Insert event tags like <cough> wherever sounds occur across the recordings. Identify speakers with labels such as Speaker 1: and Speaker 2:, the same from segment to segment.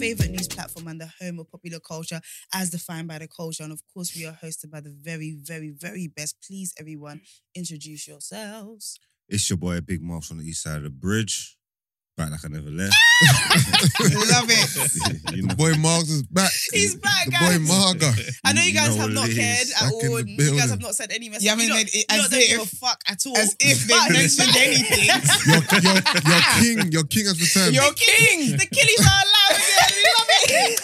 Speaker 1: favorite news platform and the home of popular culture as defined by the culture. And of course, we are hosted by the very, very, very best. Please, everyone, introduce yourselves.
Speaker 2: It's your boy Big Marks on the east side of the bridge. Back like I never left.
Speaker 1: Love it.
Speaker 2: <laughs> you
Speaker 3: The
Speaker 2: know,
Speaker 3: boy Marks is back.
Speaker 1: He's back,
Speaker 3: the
Speaker 1: guys.
Speaker 3: boy Marga.
Speaker 1: I know you
Speaker 2: You
Speaker 1: guys
Speaker 2: know
Speaker 1: have
Speaker 2: what
Speaker 1: not
Speaker 2: it
Speaker 1: cared <laughs>
Speaker 2: is.
Speaker 1: at
Speaker 3: Back in
Speaker 1: all.
Speaker 3: the
Speaker 1: You guys
Speaker 3: building.
Speaker 1: have not said any message.
Speaker 4: Yeah, I mean,
Speaker 1: you
Speaker 4: it- it-
Speaker 1: you
Speaker 4: as
Speaker 1: don't give a
Speaker 4: if-
Speaker 1: fuck at all.
Speaker 4: As if
Speaker 1: But-
Speaker 4: they mentioned anything.
Speaker 3: Your, your,
Speaker 1: <laughs>
Speaker 3: your
Speaker 1: Ah.
Speaker 3: king, your king has returned.
Speaker 4: Your king.
Speaker 1: The killies are alive again. We love it.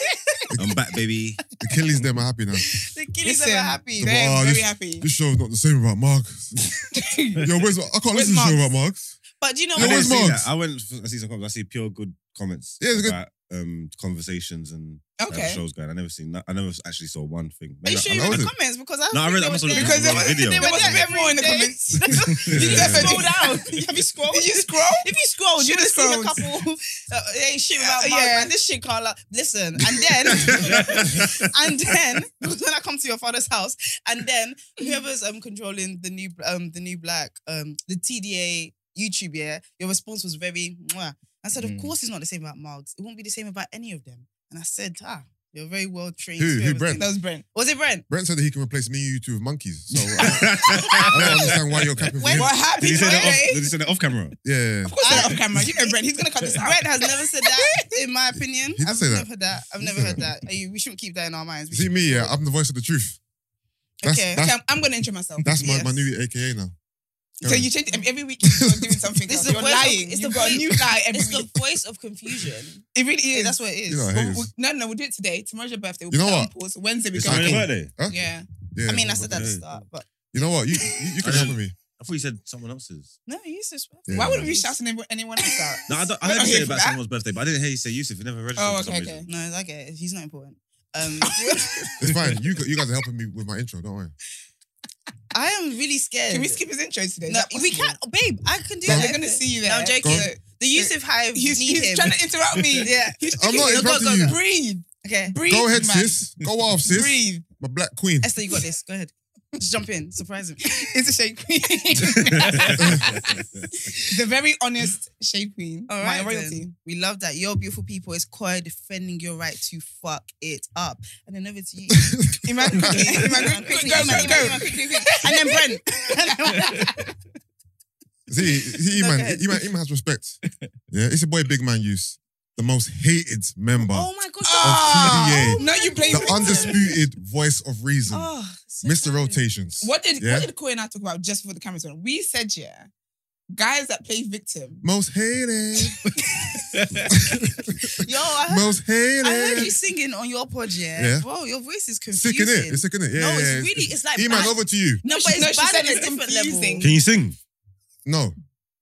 Speaker 2: I'm back, baby.
Speaker 3: The Achilles, them are happy
Speaker 1: <laughs>
Speaker 3: now.
Speaker 1: The killies
Speaker 4: Listen,
Speaker 1: are happy.
Speaker 3: They-
Speaker 4: They're
Speaker 3: Oh,
Speaker 4: very
Speaker 3: this-
Speaker 4: happy.
Speaker 3: This show's not the same
Speaker 1: <laughs>
Speaker 3: without Marks. Yo, where's I can't
Speaker 1: Where's
Speaker 3: listen to the show without Marks.
Speaker 1: But do you know
Speaker 3: Yo,
Speaker 2: I,
Speaker 1: what?
Speaker 2: didn't
Speaker 3: where's
Speaker 2: see that.
Speaker 3: Marks?
Speaker 2: I went. I see some comments. I see pure good comments.
Speaker 3: Yeah, it's good.
Speaker 2: about, um, conversations and how the
Speaker 4: Okay.
Speaker 2: shows going. I never seen. that. I never actually saw one thing.
Speaker 1: Are
Speaker 2: Maybe
Speaker 1: you
Speaker 2: I-
Speaker 1: sure
Speaker 2: I
Speaker 1: you
Speaker 3: know
Speaker 1: read the
Speaker 3: it.
Speaker 1: comments? Because I
Speaker 2: No, I
Speaker 1: think
Speaker 2: read-
Speaker 1: they
Speaker 2: I must
Speaker 1: were
Speaker 2: have read
Speaker 1: there.
Speaker 2: the
Speaker 4: Because there
Speaker 2: wrong
Speaker 4: was,
Speaker 2: video.
Speaker 4: there
Speaker 1: There
Speaker 4: was
Speaker 1: was
Speaker 4: a bit
Speaker 1: every
Speaker 4: more in the
Speaker 1: day.
Speaker 4: comments.
Speaker 1: Did <laughs> you
Speaker 2: <laughs>
Speaker 4: Definitely.
Speaker 1: scroll down? Have you scrolled?
Speaker 4: Did you scroll?
Speaker 1: If you scroll,
Speaker 4: Should
Speaker 1: you'd have seen
Speaker 4: have
Speaker 1: a
Speaker 4: scrolled.
Speaker 1: couple. Uh, hey, shit about
Speaker 4: Yeah.
Speaker 1: Mark, man. This shit can't. la- Listen, and
Speaker 2: <laughs> uh,
Speaker 1: then, <laughs> and then, <laughs> because when I come to your father's house, and then whoever's um controlling the new um the new black um the TDA YouTube, yeah, your response was very. Mwah. I said, of
Speaker 5: Mm.
Speaker 1: course, it's not the same about Margs. It won't be the same about any of them. And I said, ah, you're very well trained.
Speaker 3: Who- who,
Speaker 1: whoever's
Speaker 3: Brent?
Speaker 1: doing
Speaker 4: That was Brent.
Speaker 1: that." Was it Brent?
Speaker 3: Brent said that he can replace me and you two with monkeys. So uh,
Speaker 1: <laughs>
Speaker 3: I, I don't understand why you're capping for
Speaker 1: When-
Speaker 3: him.
Speaker 4: What
Speaker 2: Did
Speaker 4: happened?
Speaker 2: he say that?
Speaker 1: Hey.
Speaker 2: Off, did he say that off camera?
Speaker 3: Yeah.
Speaker 4: Of course,
Speaker 1: I-
Speaker 3: <laughs>
Speaker 4: they're off camera. You know Brent. He's gonna cut this out.
Speaker 1: Brent has never said that, in
Speaker 3: <laughs>
Speaker 1: my opinion.
Speaker 3: He did
Speaker 1: I've
Speaker 3: say
Speaker 1: never
Speaker 3: that.
Speaker 1: heard that. I've
Speaker 3: He
Speaker 1: never
Speaker 3: said
Speaker 1: heard that. Uh, you- We shouldn't keep that in our minds. We
Speaker 3: See
Speaker 1: should-
Speaker 3: me, yeah, I'm the voice of the truth. That's,
Speaker 1: Okay.
Speaker 4: Okay,
Speaker 3: that's,
Speaker 4: I'm, I'm gonna injure myself.
Speaker 3: that's my, my
Speaker 1: Yes.
Speaker 3: new AKA now.
Speaker 4: So you change every week. You're doing
Speaker 1: <laughs>
Speaker 4: something.
Speaker 1: Mm. This is
Speaker 4: else.
Speaker 1: the
Speaker 4: You're
Speaker 1: voice of-
Speaker 4: lying.
Speaker 1: it's
Speaker 4: You've
Speaker 1: the
Speaker 4: got a
Speaker 1: voice-
Speaker 4: new lie every
Speaker 1: It's
Speaker 4: week.
Speaker 1: the voice of confusion.
Speaker 4: <laughs> It really is.
Speaker 1: Yeah, that's what it is.
Speaker 3: You know, I
Speaker 4: But
Speaker 3: hate
Speaker 4: we-
Speaker 3: this.
Speaker 4: no, no, we'll do it today. Tomorrow's your birthday. We'll
Speaker 3: Oh, You
Speaker 4: put
Speaker 3: know
Speaker 4: that
Speaker 3: what?
Speaker 4: on pause. Wednesday we
Speaker 2: It's
Speaker 4: go.
Speaker 2: on your
Speaker 3: okay.
Speaker 2: birthday.
Speaker 3: Huh?
Speaker 4: Yeah.
Speaker 3: Yeah,
Speaker 1: I mean, I
Speaker 3: no,
Speaker 1: said that at the
Speaker 2: okay.
Speaker 1: start, but
Speaker 3: You know what? You, you, you can help me.
Speaker 2: I thought you said someone else's.
Speaker 1: no, you just.
Speaker 3: Yeah.
Speaker 4: Why would we shout anyone anyone else out?
Speaker 2: No, I, don't, I
Speaker 4: We're
Speaker 2: heard
Speaker 4: not
Speaker 2: you say
Speaker 4: here for
Speaker 2: about
Speaker 4: that.
Speaker 2: someone's birthday, but I didn't hear you say Yusuf. You never registered
Speaker 4: Oh,
Speaker 2: for some
Speaker 4: okay,
Speaker 2: reason.
Speaker 4: okay.
Speaker 1: No, I get it. He's not important. Um, <laughs>
Speaker 3: It's fine. You, you guys are helping me with my intro, don't worry.
Speaker 1: I am really scared.
Speaker 4: Can we skip his intros today? Is
Speaker 1: No,
Speaker 4: that
Speaker 1: we
Speaker 4: possible?
Speaker 1: can't, babe. I can do
Speaker 3: Go
Speaker 1: that.
Speaker 3: on.
Speaker 4: They're gonna see you there.
Speaker 1: No, I'm joking.
Speaker 3: Go on.
Speaker 1: The Yusuf Hive
Speaker 4: He's,
Speaker 1: need
Speaker 4: he's
Speaker 1: him.
Speaker 4: trying to interrupt me.
Speaker 1: <laughs> yeah.
Speaker 4: He's
Speaker 3: I'm not
Speaker 1: No, go,
Speaker 3: interrupting
Speaker 1: go,
Speaker 3: you.
Speaker 1: go.
Speaker 4: breathe.
Speaker 1: Okay.
Speaker 4: Breathe.
Speaker 3: Go ahead,
Speaker 4: man.
Speaker 3: sis. Go off, sis.
Speaker 4: Breathe.
Speaker 3: My black queen.
Speaker 1: Esther, you got this. Go ahead. Just jump in. Surprise him.
Speaker 4: <laughs> It's a shade queen.
Speaker 1: <laughs>
Speaker 4: the very honest shade queen.
Speaker 1: All
Speaker 4: my
Speaker 1: right,
Speaker 4: royalty.
Speaker 1: then. we love that. Your beautiful people is Koi defending your right to fuck it up, and then over to
Speaker 4: <laughs>
Speaker 1: you.
Speaker 4: Iman, quickly, Iman,
Speaker 1: Iman, quickly,
Speaker 4: quickly, go,
Speaker 1: Iman,
Speaker 4: go, go.
Speaker 1: Iman, quickly, quickly. and <laughs> then Brent.
Speaker 3: See, he, he,
Speaker 1: No,
Speaker 3: man,
Speaker 1: go ahead.
Speaker 3: he, man, he man
Speaker 1: <laughs>
Speaker 3: has respect. Yeah, it's a boy Big Man Use, the most hated member,
Speaker 1: oh my gosh.
Speaker 4: Oh,
Speaker 3: TDA.
Speaker 4: no, you playing
Speaker 3: the undisputed voice of reason,
Speaker 1: Oh, so
Speaker 3: Mr.
Speaker 1: bad.
Speaker 3: Rotations.
Speaker 4: What did
Speaker 3: Yeah.
Speaker 4: what did Corey and I talk about just for the cameras on? We said yeah, guys that play victim.
Speaker 3: Most hated,
Speaker 1: Yo, <laughs> I heard,
Speaker 3: most hated.
Speaker 1: I heard you singing on your pod, yeah.
Speaker 3: Yeah.
Speaker 1: Bro, your voice is confusing.
Speaker 3: sick in it. It's sick in it. Yeah,
Speaker 1: no,
Speaker 3: yeah,
Speaker 1: it's
Speaker 3: yeah.
Speaker 1: really, it's like.
Speaker 3: E man,
Speaker 1: bad.
Speaker 3: over to you.
Speaker 1: No,
Speaker 4: No,
Speaker 1: but
Speaker 4: she-
Speaker 1: it's
Speaker 4: no, she
Speaker 1: bad
Speaker 4: said
Speaker 1: on a
Speaker 4: it's
Speaker 1: different
Speaker 4: confusing.
Speaker 1: level.
Speaker 2: <laughs> Can you sing? <laughs>
Speaker 3: No,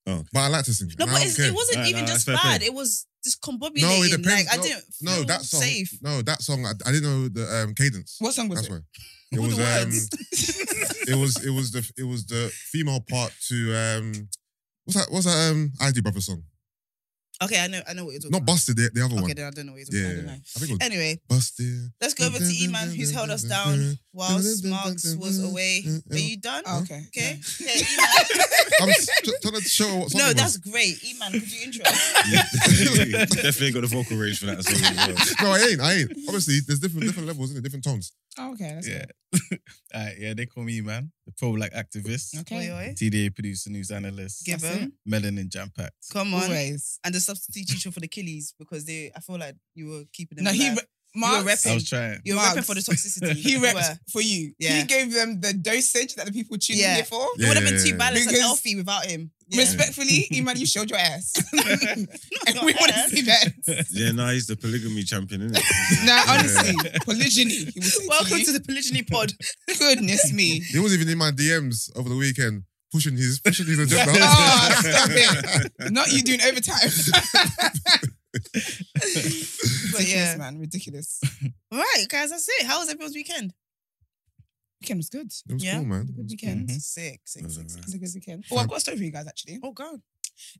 Speaker 2: Oh, okay.
Speaker 3: but I like to sing.
Speaker 1: No,
Speaker 3: and I
Speaker 1: but
Speaker 3: don't
Speaker 1: it's,
Speaker 3: care.
Speaker 1: it wasn't
Speaker 2: Alright,
Speaker 1: even
Speaker 2: no, that's
Speaker 1: just
Speaker 2: fair
Speaker 1: bad.
Speaker 2: play.
Speaker 1: It was just discombobulating.
Speaker 3: No, it depends.
Speaker 1: Like, I
Speaker 3: No,
Speaker 1: didn't feel
Speaker 3: No, that song.
Speaker 1: safe.
Speaker 3: No, that song. I, I didn't know the um, cadence.
Speaker 4: What song was
Speaker 3: That's
Speaker 4: it?
Speaker 3: why. It
Speaker 1: All
Speaker 3: was
Speaker 1: the
Speaker 3: um,
Speaker 1: words.
Speaker 3: it was it was the it was the female part to um, what's that? What's that? Um, I do brother song.
Speaker 1: okay, I know, I know what you're talking
Speaker 3: Not
Speaker 1: about.
Speaker 3: busted. The, the other one.
Speaker 1: Okay, then I don't know what you're talking about. I don't
Speaker 3: Yeah,
Speaker 1: know.
Speaker 3: I think it was
Speaker 1: Anyway,
Speaker 3: busted.
Speaker 1: let's go over to Eman, who's held us down whilst Marks was away. Are you done?
Speaker 4: Oh, okay.
Speaker 1: Okay. <laughs> Okay,
Speaker 3: <laughs> I was t- trying to show her what
Speaker 1: Eman.
Speaker 3: song
Speaker 1: no,
Speaker 3: it
Speaker 1: that's
Speaker 3: was.
Speaker 1: great. Eman, could you
Speaker 3: <laughs>
Speaker 1: intro?
Speaker 2: Definitely ain't got the vocal range for that song as well.
Speaker 3: No, I ain't. I ain't. Obviously, there's different different levels in it, different tones.
Speaker 4: Oh, okay, that's
Speaker 5: Yeah. All right, Uh, yeah, they call me man, the pro black activist,
Speaker 4: good.
Speaker 1: Oi,
Speaker 4: Okay.
Speaker 1: oi.
Speaker 5: TDA producer, news analyst,
Speaker 1: Give
Speaker 4: That's
Speaker 1: him.
Speaker 5: melanin jam packed.
Speaker 1: Come on.
Speaker 4: Always.
Speaker 1: And the substitute teacher for the Killies because they, I feel like you were keeping them.
Speaker 4: No, he
Speaker 1: alive.
Speaker 4: re- Mark.
Speaker 1: repping.
Speaker 5: I was trying.
Speaker 1: you were
Speaker 4: Marks.
Speaker 1: repping for the toxicity.
Speaker 4: <laughs> He
Speaker 1: You
Speaker 4: repped
Speaker 1: were.
Speaker 4: for you.
Speaker 1: Yeah.
Speaker 4: He gave them the dosage that the people tuned
Speaker 1: Yeah.
Speaker 4: in here for.
Speaker 1: It would have been
Speaker 3: Yeah.
Speaker 1: too balanced and
Speaker 4: Because-
Speaker 1: healthy without
Speaker 4: <laughs>
Speaker 1: him. Yeah.
Speaker 4: Respectfully, Iman, you showed your <laughs> ass. and
Speaker 1: Your <laughs>
Speaker 4: we want to
Speaker 1: ass.
Speaker 4: see that.
Speaker 2: Yeah, nah, he's the polygamy champion, isn't it?
Speaker 4: Now, honestly, polygyny. He <laughs> was
Speaker 1: Welcome to the polygyny pod.
Speaker 4: goodness me.
Speaker 3: He was even in my DMs over the weekend pushing his pushing
Speaker 1: <laughs>
Speaker 3: his agenda.
Speaker 4: Oh, stop it. Not you doing <laughs> overtime.
Speaker 1: But
Speaker 4: ridiculous,
Speaker 1: yeah.
Speaker 4: man. Ridiculous.
Speaker 1: Right, guys, that's it. How was everyone's weekend?
Speaker 4: Weekend was good.
Speaker 3: It was
Speaker 1: Yeah.
Speaker 3: cool, man.
Speaker 4: It was a good
Speaker 5: Mhm.
Speaker 4: weekend.
Speaker 1: Sick, sick,
Speaker 2: Was
Speaker 1: sick,
Speaker 2: it
Speaker 1: sick.
Speaker 4: It was a good weekend. Oh, I've got a story for you guys actually.
Speaker 1: Oh, God.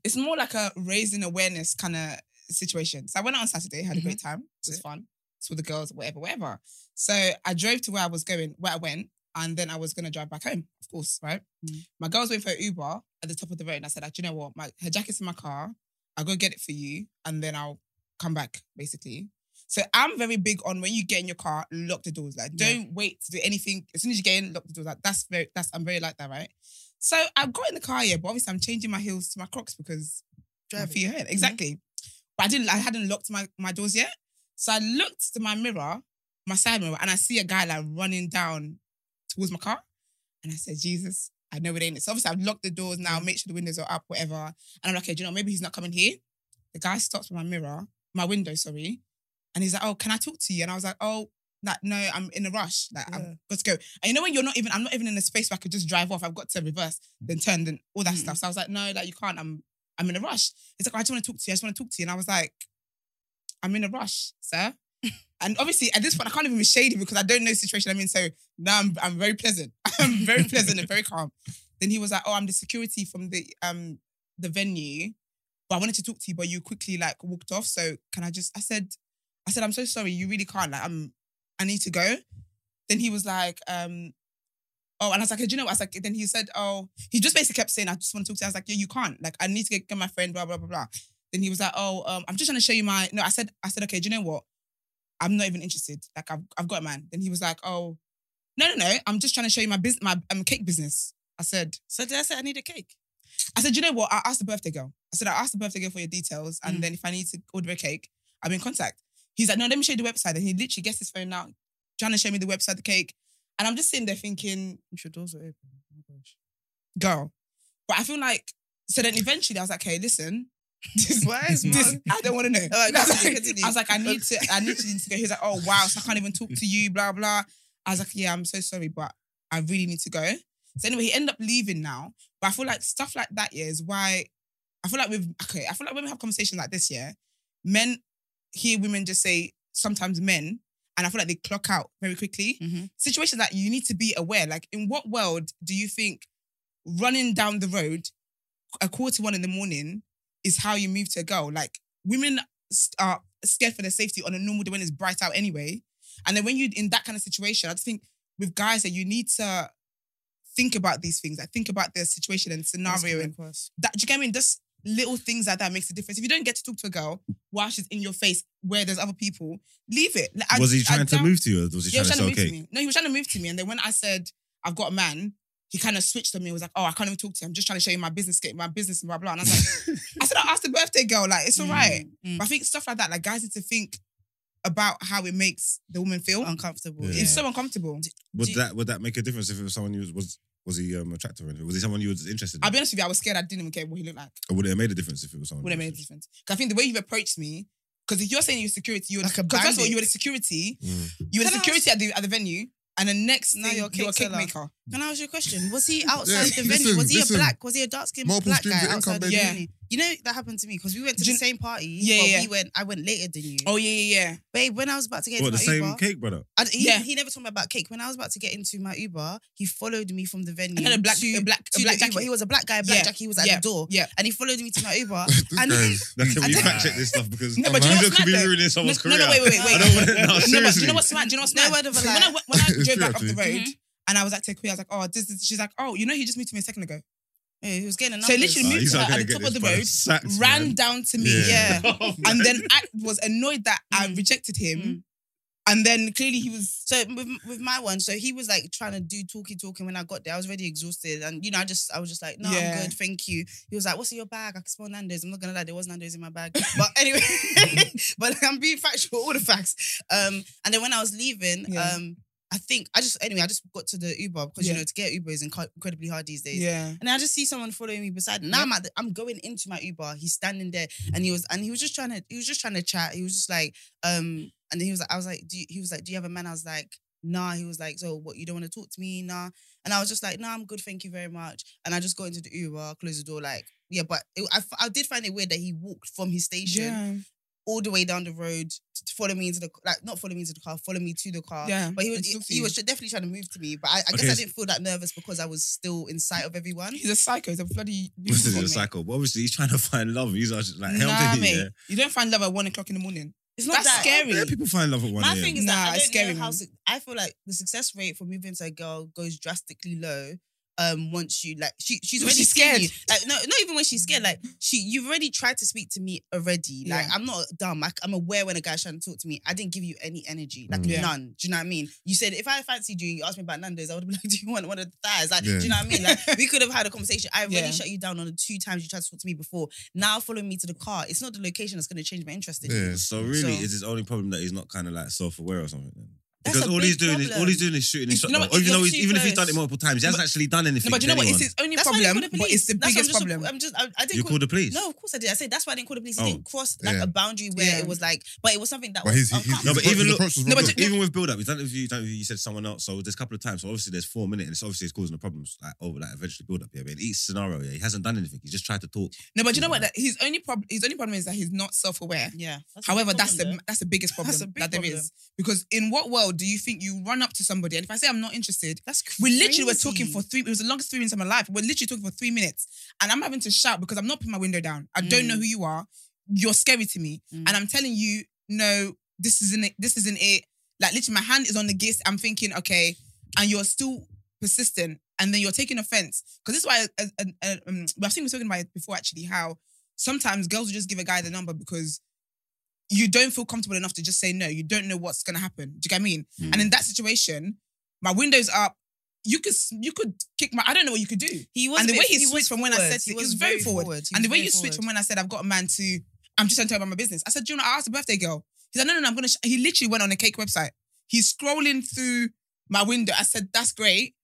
Speaker 4: It's more like a raising awareness kind of situation. So I went out on Saturday, had a great time. It was fun. It's with the girls, whatever, whatever. So I drove to where I was going, where I went, and then I was gonna drive back home, of course, right?
Speaker 1: Mhm.
Speaker 4: My girl was waiting for her Uber at the top of the road, and I said, like, "Do you know what? My her jacket's in my car. I'll go get it for you, and then I'll come back, basically. So I'm very big on when you get in your car, lock the doors. Like,
Speaker 1: Yeah.
Speaker 4: don't wait to do anything. As soon as you get in, lock the doors. Like, that's very, that's, I'm very like that, right? So I've got in the car, yeah, but obviously I'm changing my heels to my Crocs because my feet hurt. Exactly. But I didn't, I hadn't locked my, my doors yet. So I looked to my mirror, my side mirror, and I see a guy like running down towards my car. And I said, Jesus, I know it ain't. it." So obviously I've locked the doors now, make sure the windows are up, whatever. And I'm like, okay, do you know, maybe he's not coming here. The guy stops by my mirror, my window, sorry. And he's like, oh, can I talk to you? And I was like, oh, like, no, I'm in a rush. Like,
Speaker 1: Yeah.
Speaker 4: I've got to go. And you know when you're not even, I'm not even in a space where I could just drive off. I've got to reverse, then turn, then all that
Speaker 1: Mm.
Speaker 4: stuff. So I was like, no, like you can't. I'm I'm in a rush. It's like, "Oh, I just want to talk to you. I just want to talk to you. And I was like, I'm in a rush,
Speaker 1: <laughs>
Speaker 4: sir. and obviously, at this point, I can't even be shady because I don't know the situation I'm in. So now I'm, I'm very pleasant. <laughs> I'm very pleasant and very calm. Then he was like, oh, I'm the security from the um the venue. But I wanted to talk to you, but you quickly like walked off. So can I just, I said, I said, I'm so sorry. You really can't. Like, I'm, I need to go. Then he was like, um, oh, and I was like, do you know what? I was like, then he said, oh, he just basically kept saying, I just want to talk to you. I was like, yeah, you can't. Like, I need to get, get my friend, blah, blah, blah, blah. Then he was like, oh, um, I'm just trying to show you my, no, I said, I said, okay, do you know what? I'm not even interested. Like, I've, I've got a man. Then he was like, oh, no, no, no. I'm just trying to show you my business, my um, cake business. I said,
Speaker 1: So did I say I need a cake?
Speaker 4: I said, you know what? I asked the birthday girl. I said, I asked the birthday girl for your details, and
Speaker 1: Mm.
Speaker 4: then if I need to order a cake, I'm in contact. He's like, no, let me show you the website. And he literally gets his phone out, trying to show me the website, the cake. And I'm just sitting there thinking,
Speaker 1: You should also open. Oh my gosh.
Speaker 4: girl. But I feel like, so then eventually I was like, okay, listen. <laughs>
Speaker 1: <laughs>
Speaker 4: This,
Speaker 1: Why is
Speaker 4: this,
Speaker 1: Mark-
Speaker 4: I don't want to know.
Speaker 1: All right,
Speaker 4: I, was
Speaker 1: continue,
Speaker 4: like,
Speaker 1: continue.
Speaker 4: I was like, I need to, I need to, need to go. He was like, oh wow, so I can't even talk to you, blah blah. I was like, yeah, I'm so sorry, but I really need to go. So anyway, he ended up leaving now. But I feel like stuff like that, yeah, is why I feel like we've okay. I feel like when we have conversations like this, yeah, men hear women just say sometimes men, and I feel like they clock out very quickly.
Speaker 1: Mhm.
Speaker 4: Situations that you need to be aware. Like, in what world do you think running down the road a quarter one in the morning is how you move to a girl? Like, women s- are scared for their safety on a normal day when it's bright out anyway. And then when you in that kind of situation, I just think with guys that you need to think about these things. I think about their situation and scenario and that do you get what I mean? Just little things like that makes a difference. If you don't get to talk to a girl while she's in your face where there's other people, leave it. Like, I-
Speaker 2: was he
Speaker 4: I
Speaker 2: trying to
Speaker 4: doubt-
Speaker 2: move to you or was he
Speaker 4: Yeah, he
Speaker 2: trying
Speaker 4: was
Speaker 2: to
Speaker 4: trying to
Speaker 2: say,
Speaker 4: move to
Speaker 2: okay?
Speaker 4: me. No, he was trying to move to me. And then when I said I've got a man, he kind of switched on me and was like, Oh, I can't even talk to you. I'm just trying to show you my business, get my business and blah blah. And I was like,
Speaker 1: <laughs>
Speaker 4: I said, I asked the birthday girl, like, it's all right.
Speaker 1: Mm-hmm. Mm.
Speaker 4: But I think stuff like that, like guys need to think about how it makes the woman feel.
Speaker 1: Uncomfortable.
Speaker 2: Yeah.
Speaker 1: Yeah.
Speaker 4: It's so uncomfortable.
Speaker 2: Would
Speaker 1: Do-
Speaker 2: that would that make a difference if it was someone you was was, was he um, attractive or anything? Was he someone you was interested
Speaker 4: I'll
Speaker 2: in?
Speaker 4: be honest with you, I was scared I didn't even care what he looked like.
Speaker 2: Or would it have made a difference if it was someone?
Speaker 4: would have
Speaker 2: you
Speaker 4: made a
Speaker 2: was
Speaker 4: difference. 'Cause I think the way you've approached me, because if you're saying you're security, you're
Speaker 1: Like a
Speaker 4: because first of all,
Speaker 1: bandit.
Speaker 4: you were the security,
Speaker 2: Mm.
Speaker 4: you were the
Speaker 1: Can I
Speaker 4: security at the at the venue, and the next
Speaker 1: Now
Speaker 4: now
Speaker 1: you're
Speaker 4: you're
Speaker 1: a
Speaker 4: you're a
Speaker 1: cake
Speaker 4: cake
Speaker 1: seller.
Speaker 4: maker.
Speaker 2: Mm.
Speaker 1: Can I ask you a question? Was he outside
Speaker 3: Yeah,
Speaker 1: the venue?
Speaker 3: listen,
Speaker 1: was he
Speaker 3: listen.
Speaker 1: a black? Was he a dark skinned
Speaker 3: Multiple
Speaker 1: black
Speaker 3: streams
Speaker 1: guy
Speaker 3: of income,
Speaker 1: outside the
Speaker 3: baby.
Speaker 4: Yeah.
Speaker 1: venue? You know that happened to me because we went to
Speaker 4: Do
Speaker 1: the
Speaker 4: you-
Speaker 1: same party.
Speaker 4: Yeah,
Speaker 1: but
Speaker 4: yeah.
Speaker 1: we went. I went later than you.
Speaker 4: Oh yeah, yeah, yeah.
Speaker 1: babe, when I was about to get
Speaker 2: What the
Speaker 1: into my
Speaker 2: same
Speaker 1: Uber,
Speaker 2: cake, brother?
Speaker 1: I d- he,
Speaker 4: Yeah.
Speaker 1: he never told me about cake. When I was about to get into my Uber, he followed me from the venue.
Speaker 4: And then a black,
Speaker 1: to,
Speaker 4: a black,
Speaker 1: to
Speaker 4: a
Speaker 1: the Uber.
Speaker 4: black jacket.
Speaker 1: He was a black guy, a black
Speaker 4: Yeah.
Speaker 1: jacket. He was at
Speaker 4: Yeah.
Speaker 1: the door,
Speaker 4: Yeah.
Speaker 1: and he followed me to my Uber.
Speaker 3: <laughs> This
Speaker 1: And-
Speaker 3: guy's-
Speaker 2: Now, can
Speaker 1: I
Speaker 2: we
Speaker 1: don't-
Speaker 2: fact check
Speaker 4: <laughs>
Speaker 2: this stuff because
Speaker 4: No, but you know
Speaker 2: Amanda
Speaker 4: what's
Speaker 2: could be
Speaker 4: mad though?
Speaker 2: ruining someone's
Speaker 4: No, no,
Speaker 2: career.
Speaker 4: no, wait, wait, wait,
Speaker 2: I
Speaker 4: wait.
Speaker 1: <laughs>
Speaker 2: don't want to. <laughs> No,
Speaker 4: No, but do
Speaker 2: seriously.
Speaker 4: you know what's mad? Do you know what's
Speaker 1: No
Speaker 4: mad?
Speaker 1: word of a
Speaker 4: So
Speaker 1: lie. Mm-hmm.
Speaker 4: when I, when I
Speaker 3: It's
Speaker 4: drove
Speaker 3: true,
Speaker 4: back off the road
Speaker 3: actually.
Speaker 4: and I was at Take I was like, oh, this is, she's like, oh, you know, he just moved to me a second ago.
Speaker 1: Yeah, he was getting enough.
Speaker 4: So literally
Speaker 2: Ah,
Speaker 4: moved
Speaker 2: he's
Speaker 4: to
Speaker 2: not
Speaker 4: her
Speaker 2: gonna
Speaker 4: at the
Speaker 2: get
Speaker 4: top
Speaker 2: this
Speaker 4: of the
Speaker 2: brother
Speaker 4: road,
Speaker 2: sacked,
Speaker 4: ran
Speaker 2: man.
Speaker 4: down to me.
Speaker 1: Yeah.
Speaker 2: <laughs> Oh,
Speaker 4: And
Speaker 2: man.
Speaker 4: then I was annoyed that I
Speaker 1: Mm.
Speaker 4: rejected him.
Speaker 1: Mm.
Speaker 4: And then clearly he was
Speaker 1: So with, with my one, so he was like trying to do talky talking when I got there. I was already exhausted, and you know, I just I was just like, no,
Speaker 4: Yeah.
Speaker 1: I'm good, thank you. He was like, what's in your bag? I can smell Nando's. I'm not gonna lie, there was Nando's in my
Speaker 4: <laughs>
Speaker 1: bag, but anyway, <laughs> but I'm being factual, all the facts. Um, and then when I was leaving,
Speaker 4: Yeah.
Speaker 1: um, I think I just anyway I just got to the Uber because
Speaker 4: Yeah.
Speaker 1: you know to get Uber is inc- incredibly hard these days.
Speaker 4: Yeah.
Speaker 1: And I just see someone following me beside. Now I'm at the, I'm going into my Uber. He's standing there, and he was and he was just trying to he was just trying to chat. He was just like um, and then he was like I was like do you, he was like do you have a man? I was like nah. He was like so what you don't want to talk to me nah. And I was just like nah, I'm good, thank you very much. And I just got into the Uber, closed the door like yeah. But it, I f- I did find it weird that he walked from his station
Speaker 4: Yeah.
Speaker 1: all the way down the road to follow me into the like not follow me into the car, follow me to the car.
Speaker 4: Yeah.
Speaker 1: But he was
Speaker 4: It's
Speaker 1: he,
Speaker 4: up to
Speaker 1: he
Speaker 4: you.
Speaker 1: was definitely trying to move to me, but I, I
Speaker 2: Okay,
Speaker 1: guess I
Speaker 2: so-
Speaker 1: didn't feel that nervous because I was still in sight of everyone.
Speaker 4: He's a psycho. He's a bloody.
Speaker 2: <laughs> This is a
Speaker 4: lunatic, mate.
Speaker 2: cycle, but obviously he's trying to find love. He's actually like
Speaker 4: Nah,
Speaker 2: healthy. <laughs>
Speaker 4: mate.
Speaker 2: Yeah.
Speaker 4: You don't find love at one o'clock in the morning.
Speaker 1: It's
Speaker 4: That's scary.
Speaker 2: Yeah, people find love at one
Speaker 1: My
Speaker 2: a.m.
Speaker 1: thing is
Speaker 4: Nah,
Speaker 1: that I
Speaker 4: it's
Speaker 1: don't
Speaker 4: scary,
Speaker 1: know how.
Speaker 4: man.
Speaker 1: su- I feel like the success rate for moving to a girl goes drastically low um wants you like she she's
Speaker 4: When
Speaker 1: already
Speaker 4: she's
Speaker 1: seen
Speaker 4: scared.
Speaker 1: you. Like no, not even when she's scared. Like she you've already tried to speak to me already. Like
Speaker 4: Yeah.
Speaker 1: I'm not dumb. I, am aware when a guy's trying to talk to me. I didn't give you any energy, like
Speaker 3: Mm.
Speaker 4: Yeah.
Speaker 1: none. Do you know what I mean? You said if I fancied you, you asked me about Nando's, I would have been <laughs> like, do you want one of the thighs? Like do
Speaker 3: Yeah.
Speaker 1: you know what I mean? Like we could have had a conversation. I already
Speaker 4: Yeah.
Speaker 1: shut you down on the two times you tried to talk to me before. Now follow me to the car. It's not the location that's going to change my interest in you.
Speaker 3: Yeah.
Speaker 2: So really,
Speaker 1: So-
Speaker 2: is his only problem that he's not kind of like self-aware or something? Then?
Speaker 1: That's
Speaker 2: Because
Speaker 1: a
Speaker 2: all
Speaker 1: big
Speaker 2: he's doing is all
Speaker 1: problem.
Speaker 2: he's doing is shooting his shot.
Speaker 1: You know
Speaker 2: though.
Speaker 1: what,
Speaker 2: Or even
Speaker 1: you're
Speaker 2: though he's,
Speaker 1: too
Speaker 2: even if he's done it
Speaker 1: close.
Speaker 2: multiple times, he hasn't actually done anything.
Speaker 4: No, but do you
Speaker 2: to
Speaker 4: know what? It's
Speaker 2: anyone.
Speaker 4: his only
Speaker 1: That's why I
Speaker 4: problem,
Speaker 1: didn't call the
Speaker 4: but it's the
Speaker 1: police. That's why
Speaker 4: biggest problem.
Speaker 1: I'm just, I'm just I, I didn't
Speaker 2: You
Speaker 1: call,
Speaker 2: called the police.
Speaker 1: No, of course I did. I said that's why I didn't call the police. He
Speaker 2: Oh.
Speaker 1: didn't cross like
Speaker 3: Yeah.
Speaker 1: a boundary where
Speaker 4: Yeah.
Speaker 1: it was like, but it was something that
Speaker 3: But
Speaker 1: was
Speaker 3: he's, he's, he's
Speaker 1: uncomfortable.
Speaker 2: No, but
Speaker 3: his
Speaker 2: even
Speaker 3: approach-
Speaker 2: look-
Speaker 3: his approach was
Speaker 4: No, but
Speaker 3: wrong.
Speaker 4: you-
Speaker 2: even with build up, he's done it with you, he's done it with you, you said someone else. So there's a couple of times. So obviously there's four minutes, and it's obviously it's causing the problems. Like over, like eventually build up. Yeah, but in each scenario, yeah, he hasn't done anything. He just tried to talk.
Speaker 4: No, but you know what?
Speaker 1: Mm.
Speaker 4: That his only problem, his only problem is that he's not self-aware.
Speaker 1: Yeah. a
Speaker 4: However,
Speaker 1: big
Speaker 4: that's the
Speaker 1: problem,
Speaker 4: that's the biggest problem
Speaker 1: That's a big
Speaker 4: that there is
Speaker 1: problem.
Speaker 4: because in what world do you think you run up to somebody and if I say I'm not interested,
Speaker 1: though. that's
Speaker 4: we
Speaker 1: crazy.
Speaker 4: literally were talking for three. It was the longest three minutes of my life. We're literally talking for three minutes, and I'm having to shout because I'm not putting my window down. I don't
Speaker 1: Mm.
Speaker 4: know who you are. You're scary to me,
Speaker 1: Mm.
Speaker 4: and I'm telling you, no, this isn't it. This isn't it. Like literally, my hand is on the gist. I'm thinking, okay, and you're still persistent, and then you're taking offense because this is why uh, uh, uh, um, I've seen we talking about it before actually how sometimes girls will just give a guy the number because. You don't feel comfortable enough to just say no. You don't know what's gonna happen. Do you get what I mean?
Speaker 2: Mm.
Speaker 4: And in that situation, my window's up. You could you could kick my. I don't know what you could do.
Speaker 1: He was
Speaker 4: and the
Speaker 1: a bit-
Speaker 4: way he
Speaker 1: was
Speaker 4: switched from when I
Speaker 1: forward.
Speaker 4: said to- he was very forward.
Speaker 1: He was
Speaker 4: and the way
Speaker 1: very
Speaker 4: you switched from
Speaker 1: forward.
Speaker 4: when I said I've got a man to I'm just trying to tell about my business. I said, do you know I asked a birthday girl. He said, no, no, no. I'm gonna. Sh-. He literally went on a cake website. He's scrolling through my window. I said, that's great.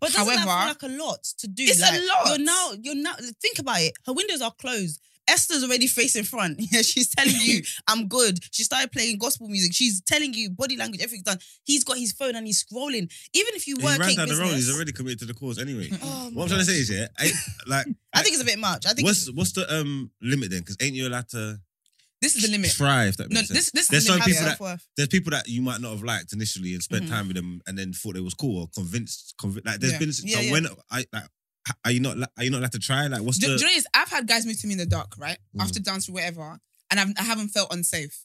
Speaker 1: But doesn't
Speaker 4: However-
Speaker 1: that feel like a lot to do?
Speaker 4: It's a
Speaker 1: Like,
Speaker 4: lot.
Speaker 1: You're now, you're now. Think about it. Her windows are closed. Esther's already facing front. <laughs> Yeah, she's telling
Speaker 4: <laughs>
Speaker 1: you, "I'm good." She started playing gospel music. She's telling you body language, everything's done. He's got his phone and he's scrolling. Even if you
Speaker 2: He
Speaker 1: work,
Speaker 2: ran down
Speaker 1: cake
Speaker 2: the road.
Speaker 1: business-
Speaker 2: He's already committed to the cause anyway.
Speaker 4: Mm-hmm.
Speaker 1: Oh my
Speaker 2: What I'm trying to say is, yeah,
Speaker 4: <laughs>
Speaker 2: ain't, like,
Speaker 1: I think it's a bit much. I think
Speaker 2: what's what's the um limit then? Because ain't you allowed to
Speaker 4: This is the limit.
Speaker 2: thrive? if That
Speaker 4: No,
Speaker 2: makes sense.
Speaker 4: this this
Speaker 2: There's
Speaker 4: is the
Speaker 2: some
Speaker 4: limit.
Speaker 2: people
Speaker 4: Yeah.
Speaker 2: that- There's people that you might not have liked initially and spent time with them, and then thought it was cool or convinced. Convi- like, there's
Speaker 4: Mm-hmm. Yeah.
Speaker 2: been so
Speaker 1: Yeah, yeah.
Speaker 2: when I like, h- are you not li- are you not allowed to try? Like, what's
Speaker 4: Do,
Speaker 2: the
Speaker 4: do you know what it is? I've had guys meet me in the dark, right?
Speaker 3: Mm.
Speaker 4: After dance or whatever, and I've, I haven't felt unsafe.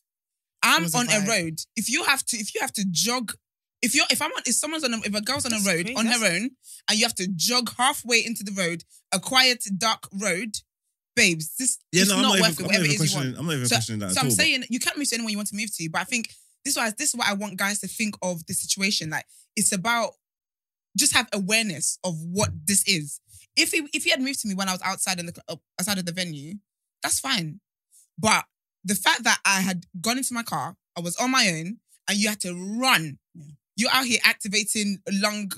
Speaker 4: I'm
Speaker 1: was a
Speaker 4: on a,
Speaker 1: vibe.
Speaker 4: road. If you have to, if you have to jog, if you're, if I'm on, if someone's on, a, if a girl's on a
Speaker 1: That's
Speaker 4: road
Speaker 1: crazy.
Speaker 4: on her
Speaker 1: That's-
Speaker 4: own, and you have to jog halfway into the road, a quiet dark road, babes, this is not, worth it.
Speaker 2: I'm
Speaker 4: Whatever
Speaker 2: not
Speaker 4: it
Speaker 2: even
Speaker 4: is you want.
Speaker 2: questioning. I'm not even questioning that
Speaker 4: So
Speaker 2: at
Speaker 4: I'm
Speaker 2: all. but-
Speaker 4: saying you can't move to anyone you want to move to, but I think this is why this is what I want guys to think of the situation. Like it's about just have awareness of what this is. If he if he had moved to me when I was outside in the cl- outside of the venue, that's fine. But the fact that I had gone into my car, I was on my own, and you had to run. You're out here activating lung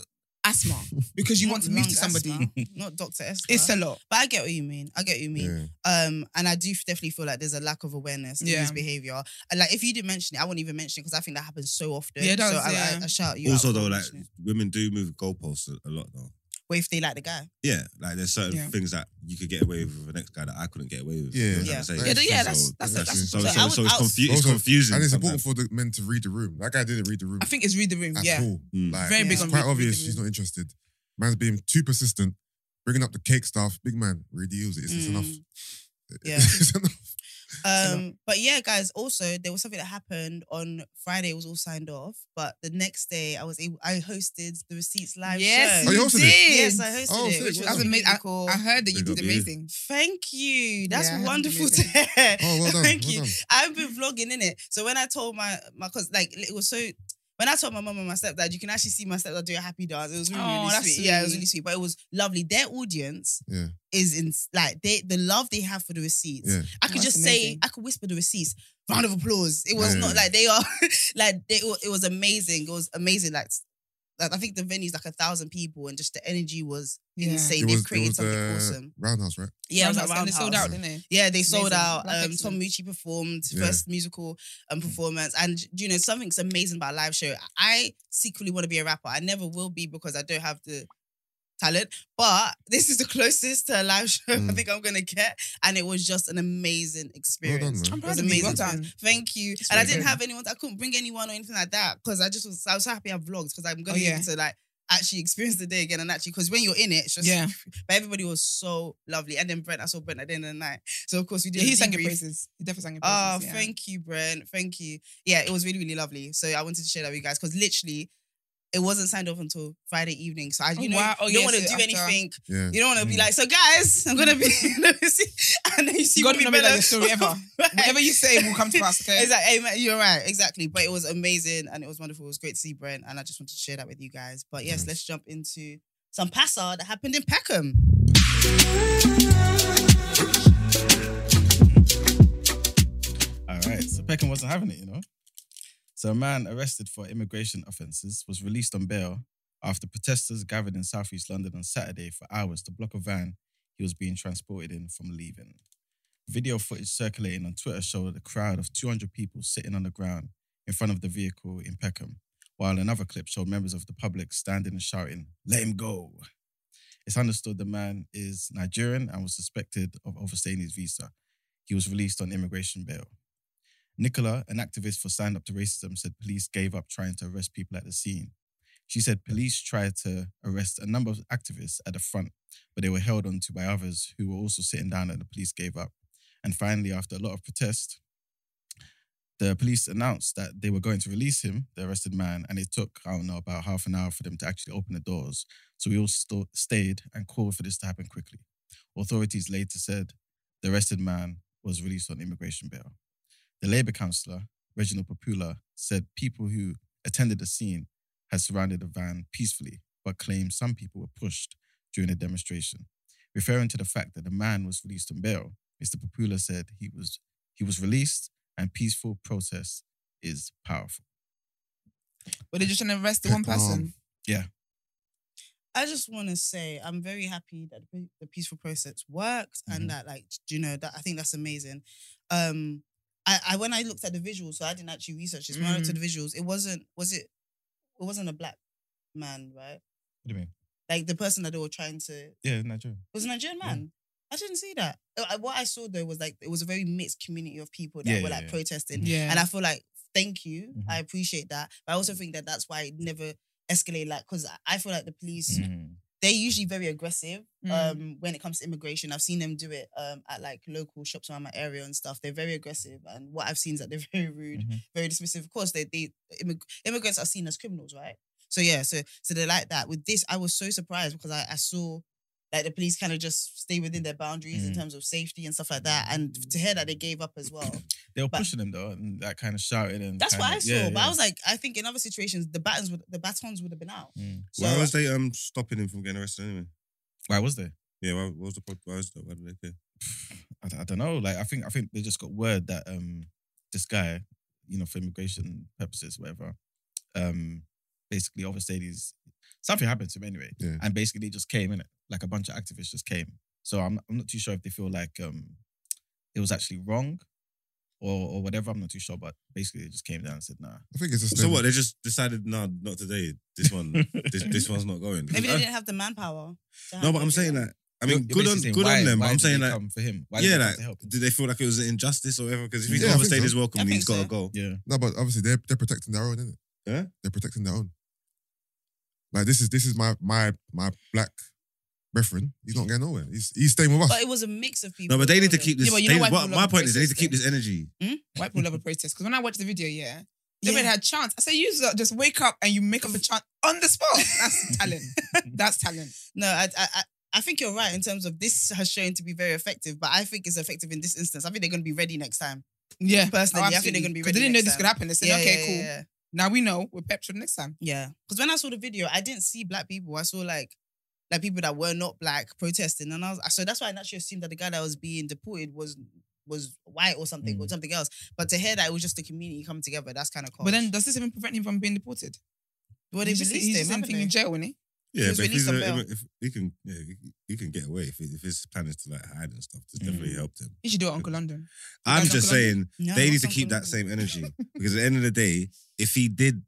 Speaker 4: asthma because you want to move to somebody.
Speaker 2: <laughs>
Speaker 1: not Doctor Esther.
Speaker 4: It's a lot.
Speaker 1: but I get what you mean. I get what you mean.
Speaker 3: Yeah.
Speaker 1: Um, and I do definitely feel like there's a lack of awareness in
Speaker 4: Yeah.
Speaker 1: his behavior. And like, if you didn't mention it, I wouldn't even mention it because I think that happens so often.
Speaker 4: Yeah, it does,
Speaker 1: so I,
Speaker 4: yeah.
Speaker 1: I, I shout you.
Speaker 2: also
Speaker 1: out for
Speaker 2: though, like
Speaker 1: mentioning it.
Speaker 2: women do move goalposts a, a lot though.
Speaker 1: What if they like the guy?
Speaker 2: Yeah, like there's certain
Speaker 4: Yeah.
Speaker 2: things that you could get away with with the next guy that I couldn't get away with.
Speaker 3: Yeah.
Speaker 2: You know what I'm
Speaker 1: Yeah.
Speaker 2: saying?
Speaker 3: Yeah,
Speaker 4: th- yeah, that's- that's-
Speaker 3: that's-
Speaker 2: so,
Speaker 1: so
Speaker 2: so,
Speaker 1: I would-
Speaker 2: so it's,
Speaker 1: I would-
Speaker 2: confu- it's
Speaker 3: Also-
Speaker 2: confusing.
Speaker 3: And it's important
Speaker 2: sometimes.
Speaker 3: for the men to read the room. That guy didn't read the room
Speaker 4: I think it's read the room.
Speaker 3: at
Speaker 4: yeah.
Speaker 3: all.
Speaker 2: Mm.
Speaker 3: Like,
Speaker 4: Very big
Speaker 3: it's
Speaker 4: on
Speaker 3: quite
Speaker 4: read-
Speaker 3: obvious
Speaker 4: read the
Speaker 3: she's
Speaker 4: room.
Speaker 3: not interested. Man's being too persistent, bringing up the cake stuff. Big man, read the deals. It's, it's
Speaker 1: Mm.
Speaker 3: enough. <laughs>
Speaker 1: Yeah.
Speaker 3: It's enough.
Speaker 1: Um, but yeah, guys. Also, there was something that happened on Friday. It was all signed off, but the next day, I was able, I hosted the receipts live
Speaker 4: Yes,
Speaker 1: show.
Speaker 3: Oh, you
Speaker 4: you
Speaker 3: also
Speaker 4: did.
Speaker 3: did?
Speaker 1: yes, I hosted
Speaker 3: Oh,
Speaker 1: it.
Speaker 3: sick.
Speaker 1: Which was
Speaker 4: That's amazing.
Speaker 1: really cool.
Speaker 4: I heard that you
Speaker 2: Big
Speaker 4: did
Speaker 2: up you.
Speaker 4: amazing.
Speaker 1: Thank you. That's
Speaker 4: Yeah, that's
Speaker 1: wonderful to
Speaker 4: amazing.
Speaker 1: hear.
Speaker 3: Oh, well
Speaker 1: <laughs>
Speaker 3: done.
Speaker 1: Thank
Speaker 3: well
Speaker 1: you.
Speaker 3: done.
Speaker 1: I've been
Speaker 3: Mm-hmm.
Speaker 1: vlogging in it. So when I told my my cause like it was so when I told my mum and my stepdad, you can actually see my stepdad do a happy dance. It was really,
Speaker 4: Oh,
Speaker 1: really
Speaker 4: that's
Speaker 1: sweet. Yeah, it was
Speaker 4: sweet.
Speaker 1: really sweet. But it was lovely. Their audience
Speaker 3: Yeah.
Speaker 1: is in like they the love they have for the receipts.
Speaker 3: Yeah. Oh,
Speaker 1: I could
Speaker 4: That's
Speaker 1: just say,
Speaker 4: amazing.
Speaker 1: I could whisper the receipts. Round of applause. It was
Speaker 3: Yeah.
Speaker 1: not like they are <laughs> like they, it was amazing. It was amazing. Like, like I think the venue's like a thousand people and just the energy was
Speaker 4: Yeah.
Speaker 1: insane.
Speaker 3: It
Speaker 1: They
Speaker 3: was, it
Speaker 1: created
Speaker 3: was
Speaker 1: something
Speaker 3: uh,
Speaker 1: awesome.
Speaker 3: Roundhouse, right?
Speaker 1: Yeah, it was like
Speaker 4: and they sold
Speaker 1: Roundhouse.
Speaker 4: out, didn't they?
Speaker 1: Yeah, they sold
Speaker 4: Amazing.
Speaker 1: out.
Speaker 4: Black
Speaker 1: Um, Tom Mucci performed
Speaker 3: Yeah. Mm.
Speaker 1: first musical um, performance, and you know something's amazing about a live show. I secretly want to be a rapper. I never will be because I don't have the talent. But this is the <laughs> closest to a live show I
Speaker 3: Mm.
Speaker 1: think I'm gonna get, and it was just an amazing experience.
Speaker 3: man.
Speaker 4: I'm
Speaker 1: It was
Speaker 4: proud of you. Well
Speaker 1: amazing.
Speaker 4: done.
Speaker 1: Thank you.
Speaker 4: It's
Speaker 1: and I
Speaker 4: really
Speaker 1: didn't
Speaker 4: good.
Speaker 1: have anyone. I couldn't bring anyone or anything like that because I just was. I was so happy I vlogged because I'm gonna
Speaker 4: Oh,
Speaker 1: be able
Speaker 4: yeah.
Speaker 1: to like actually experience the day again and actually because when you're in it, it's just
Speaker 4: Yeah.
Speaker 1: But everybody was so lovely. And then Brent, I saw Brent at the end of the night, so of course we did.
Speaker 4: Yeah, he
Speaker 1: a
Speaker 4: sang your
Speaker 1: debrief.
Speaker 4: praises. He definitely sang your praises.
Speaker 1: Oh,
Speaker 4: yeah.
Speaker 1: thank you, Brent. Thank you. Yeah, it was really, really lovely. So I wanted to share that with you guys because literally It wasn't signed off until Friday evening. So I, you
Speaker 4: Oh,
Speaker 1: know,
Speaker 4: wow. Oh,
Speaker 1: you don't
Speaker 4: yeah,
Speaker 1: want to
Speaker 4: so
Speaker 1: do
Speaker 4: after-
Speaker 1: anything.
Speaker 3: Yeah.
Speaker 1: You don't want to be
Speaker 5: Mm.
Speaker 1: like, so guys, I'm gonna be. <laughs> let me see. and then you see
Speaker 4: God
Speaker 1: Willie
Speaker 4: will not make that
Speaker 1: Miller- <laughs>
Speaker 4: your story ever.
Speaker 1: Right.
Speaker 4: <laughs> Whatever you say will
Speaker 1: <laughs>
Speaker 4: come to us, okay?
Speaker 1: Exactly. Amen. You're right. Exactly. But it was amazing and it was wonderful. It was great to see Brent. And I just wanted to share that with you guys. But yes,
Speaker 3: Nice.
Speaker 1: let's jump into some pasa that happened in Peckham.
Speaker 5: All right. So Peckham wasn't having it, you know? So a man arrested for immigration offences was released on bail after protesters gathered in southeast London on Saturday for hours to block a van he was being transported in from leaving. Video footage circulating on Twitter showed a crowd of 200 people sitting on the ground in front of the vehicle in Peckham, while another clip showed members of the public standing and shouting, Let him go. It's understood the man is Nigerian and was suspected of overstaying his visa. He was released on immigration bail. Nicola, an activist for Stand Up to Racism, said police gave up trying to arrest people at the scene. She said police tried to arrest a number of activists at the front, but they were held onto by others who were also sitting down and the police gave up. And finally, after a lot of protest, the police announced that they were going to release him, the arrested man, and it took, I don't know, about half an hour for them to actually open the doors. So we all sto- stayed and called for this to happen quickly. Authorities later said the arrested man was released on immigration bail. The Labour councillor, Reginald Papula, said people who attended the scene had surrounded the van peacefully, but claimed some people were pushed during the demonstration. Referring to the fact that the man was released on bail, Mr. Papula said he was he was released and peaceful protest is powerful.
Speaker 4: Were they just trying to arrest the one
Speaker 3: Peckham.
Speaker 4: person?
Speaker 1: I just want to say I'm very happy that the- the peaceful process worked
Speaker 5: Mhm.
Speaker 1: and that like do you know that I think that's amazing. Um, I, I when I looked at the visuals, so I didn't actually research this. When I
Speaker 5: Mm-hmm.
Speaker 1: looked at the visuals, it wasn't was it it wasn't a black man, right?
Speaker 5: What do you mean?
Speaker 1: Like the person that they were trying to
Speaker 5: Yeah, Nigerian.
Speaker 1: It was a Nigerian
Speaker 5: Yeah.
Speaker 1: man. I didn't see that. Uh, I- What I saw though was like it was a very mixed community of people that
Speaker 5: Yeah,
Speaker 1: were
Speaker 5: yeah,
Speaker 1: like
Speaker 5: yeah. Mm-hmm.
Speaker 1: protesting,
Speaker 4: Yeah.
Speaker 1: and I feel like thank you,
Speaker 5: Mhm.
Speaker 1: I appreciate that. But I also think that that's why it never escalated. Like because I feel like the police
Speaker 5: Mm.
Speaker 1: they're usually very aggressive
Speaker 4: Mm.
Speaker 1: um, when it comes to immigration. I've seen them do it um, at like local shops around my area and stuff. They're very aggressive, and what I've seen is that they're <laughs> very rude,
Speaker 2: Mm-hmm.
Speaker 5: Mhm.
Speaker 1: very dismissive. Of course, they they immig- immigrants are seen as criminals, right? So yeah, so so they're like that. With this, I was so surprised because I, I saw like the police kind of just stay within their boundaries in
Speaker 2: Mm-hmm.
Speaker 5: Mm.
Speaker 1: terms of safety and stuff like that. And to hear that they gave up as
Speaker 2: <clears throat>
Speaker 1: well,
Speaker 5: They were
Speaker 1: But-
Speaker 5: pushing him though, and that kind of shouting and
Speaker 1: that's what
Speaker 5: kinda-
Speaker 1: I saw.
Speaker 5: yeah,
Speaker 1: But
Speaker 5: yeah.
Speaker 1: I was like, I think in other situations the batons would the batons would have been out.
Speaker 5: Mm.
Speaker 1: So
Speaker 2: why was they um stopping him from getting arrested anyway?
Speaker 5: Why was they?
Speaker 2: Yeah, why, what was the problem? Why, was that? why did they care?
Speaker 5: I, d- I don't know. Like I think I think they just got word that um this guy, you know, for immigration purposes, whatever, um, basically overstayed his something happened to him anyway,
Speaker 3: Yeah.
Speaker 5: and basically they just came in it. Like a bunch of activists just came. So I'm I'm not too sure if they feel like um it was actually wrong or or whatever. I'm not too sure, but basically they just came down and said nah.
Speaker 3: I think it's just
Speaker 2: So
Speaker 3: them.
Speaker 2: what? They just decided, no, not today. This one, this, this one's not going.
Speaker 1: maybe
Speaker 2: I-
Speaker 1: they didn't have the manpower. to
Speaker 2: no,
Speaker 1: have
Speaker 2: but I'm
Speaker 1: everyone.
Speaker 2: saying that.
Speaker 5: <laughs>
Speaker 2: I
Speaker 5: You're-
Speaker 2: mean,
Speaker 5: you're
Speaker 2: good on,
Speaker 5: basically saying,
Speaker 2: good
Speaker 5: why-
Speaker 2: on them.
Speaker 5: why
Speaker 2: I'm
Speaker 5: did
Speaker 2: saying
Speaker 5: they
Speaker 2: like,
Speaker 5: come for him. Why
Speaker 2: yeah,
Speaker 5: did they come
Speaker 2: like,
Speaker 5: to help? him?
Speaker 2: did they feel like it was an injustice or whatever? Because if he's
Speaker 3: Yeah, I think
Speaker 2: overstayed
Speaker 3: so.
Speaker 2: his welcome,
Speaker 1: I
Speaker 2: and
Speaker 1: think
Speaker 2: he's got
Speaker 1: so.
Speaker 2: to go.
Speaker 5: Yeah.
Speaker 3: No, but obviously they're they're protecting their own, isn't it?
Speaker 2: Yeah?
Speaker 3: They're protecting their own. Like this is this is my my my black brethren. He's not getting nowhere. He's he's staying with us.
Speaker 1: But it was a mix of people.
Speaker 2: No, but they need to
Speaker 1: wasn't it?
Speaker 2: keep this.
Speaker 4: Yeah, but you
Speaker 2: they-
Speaker 4: know why
Speaker 2: what-
Speaker 4: people
Speaker 2: my
Speaker 4: love
Speaker 2: point is, they need to
Speaker 4: racists,
Speaker 2: keep
Speaker 4: though?
Speaker 2: this energy.
Speaker 4: White people love a protest. Because when I watched the video, yeah,
Speaker 1: Yeah.
Speaker 4: they made had a chance. I say, you lot just wake up and you make up a chance on
Speaker 1: <laughs>
Speaker 4: the spot. That's talent. That's talent.
Speaker 1: No, I, I, I- I think you're right in terms of this has shown to be very effective, but I think it's effective in this instance. I think they're going to be ready next time.
Speaker 4: Yeah.
Speaker 1: Personally, I think Oh, they're
Speaker 4: absolutely.
Speaker 1: gonna be
Speaker 4: 'Cause
Speaker 1: ready
Speaker 4: They didn't know
Speaker 1: next
Speaker 4: this could
Speaker 1: time.
Speaker 4: happen. They said, okay, cool.
Speaker 1: Yeah,
Speaker 4: Now we know we're prepped for the next time.
Speaker 1: Because when I saw the video, I didn't see black people. I saw like like people that were not black protesting, and I was so that's why I naturally assumed that the guy that was being deported was was white or something
Speaker 2: Mm.
Speaker 1: or something else. But to hear that it was just the community coming together, that's kind of cool.
Speaker 4: But then, does this even prevent him from being deported?
Speaker 1: well, they
Speaker 4: he's just, he's
Speaker 1: released
Speaker 4: just
Speaker 1: him.
Speaker 4: in
Speaker 1: haven't
Speaker 4: thing in
Speaker 1: they?
Speaker 4: jail, isn't he?
Speaker 2: Yeah,
Speaker 1: was
Speaker 2: but if,
Speaker 1: released
Speaker 2: he's
Speaker 1: on
Speaker 2: a,
Speaker 1: bail.
Speaker 2: if he can, yeah, he- he can get away. If, if his plan is to like hide and stuff, it's
Speaker 5: Mhm.
Speaker 2: definitely
Speaker 1: Mm.
Speaker 2: helped him.
Speaker 4: You should do it, Uncle London.
Speaker 2: I'm
Speaker 4: guys
Speaker 2: just
Speaker 4: don't
Speaker 2: saying
Speaker 1: No,
Speaker 2: they need
Speaker 1: that's
Speaker 2: to
Speaker 1: not
Speaker 2: keep that
Speaker 1: good. <laughs>
Speaker 2: same energy because at the end of the day, if he did,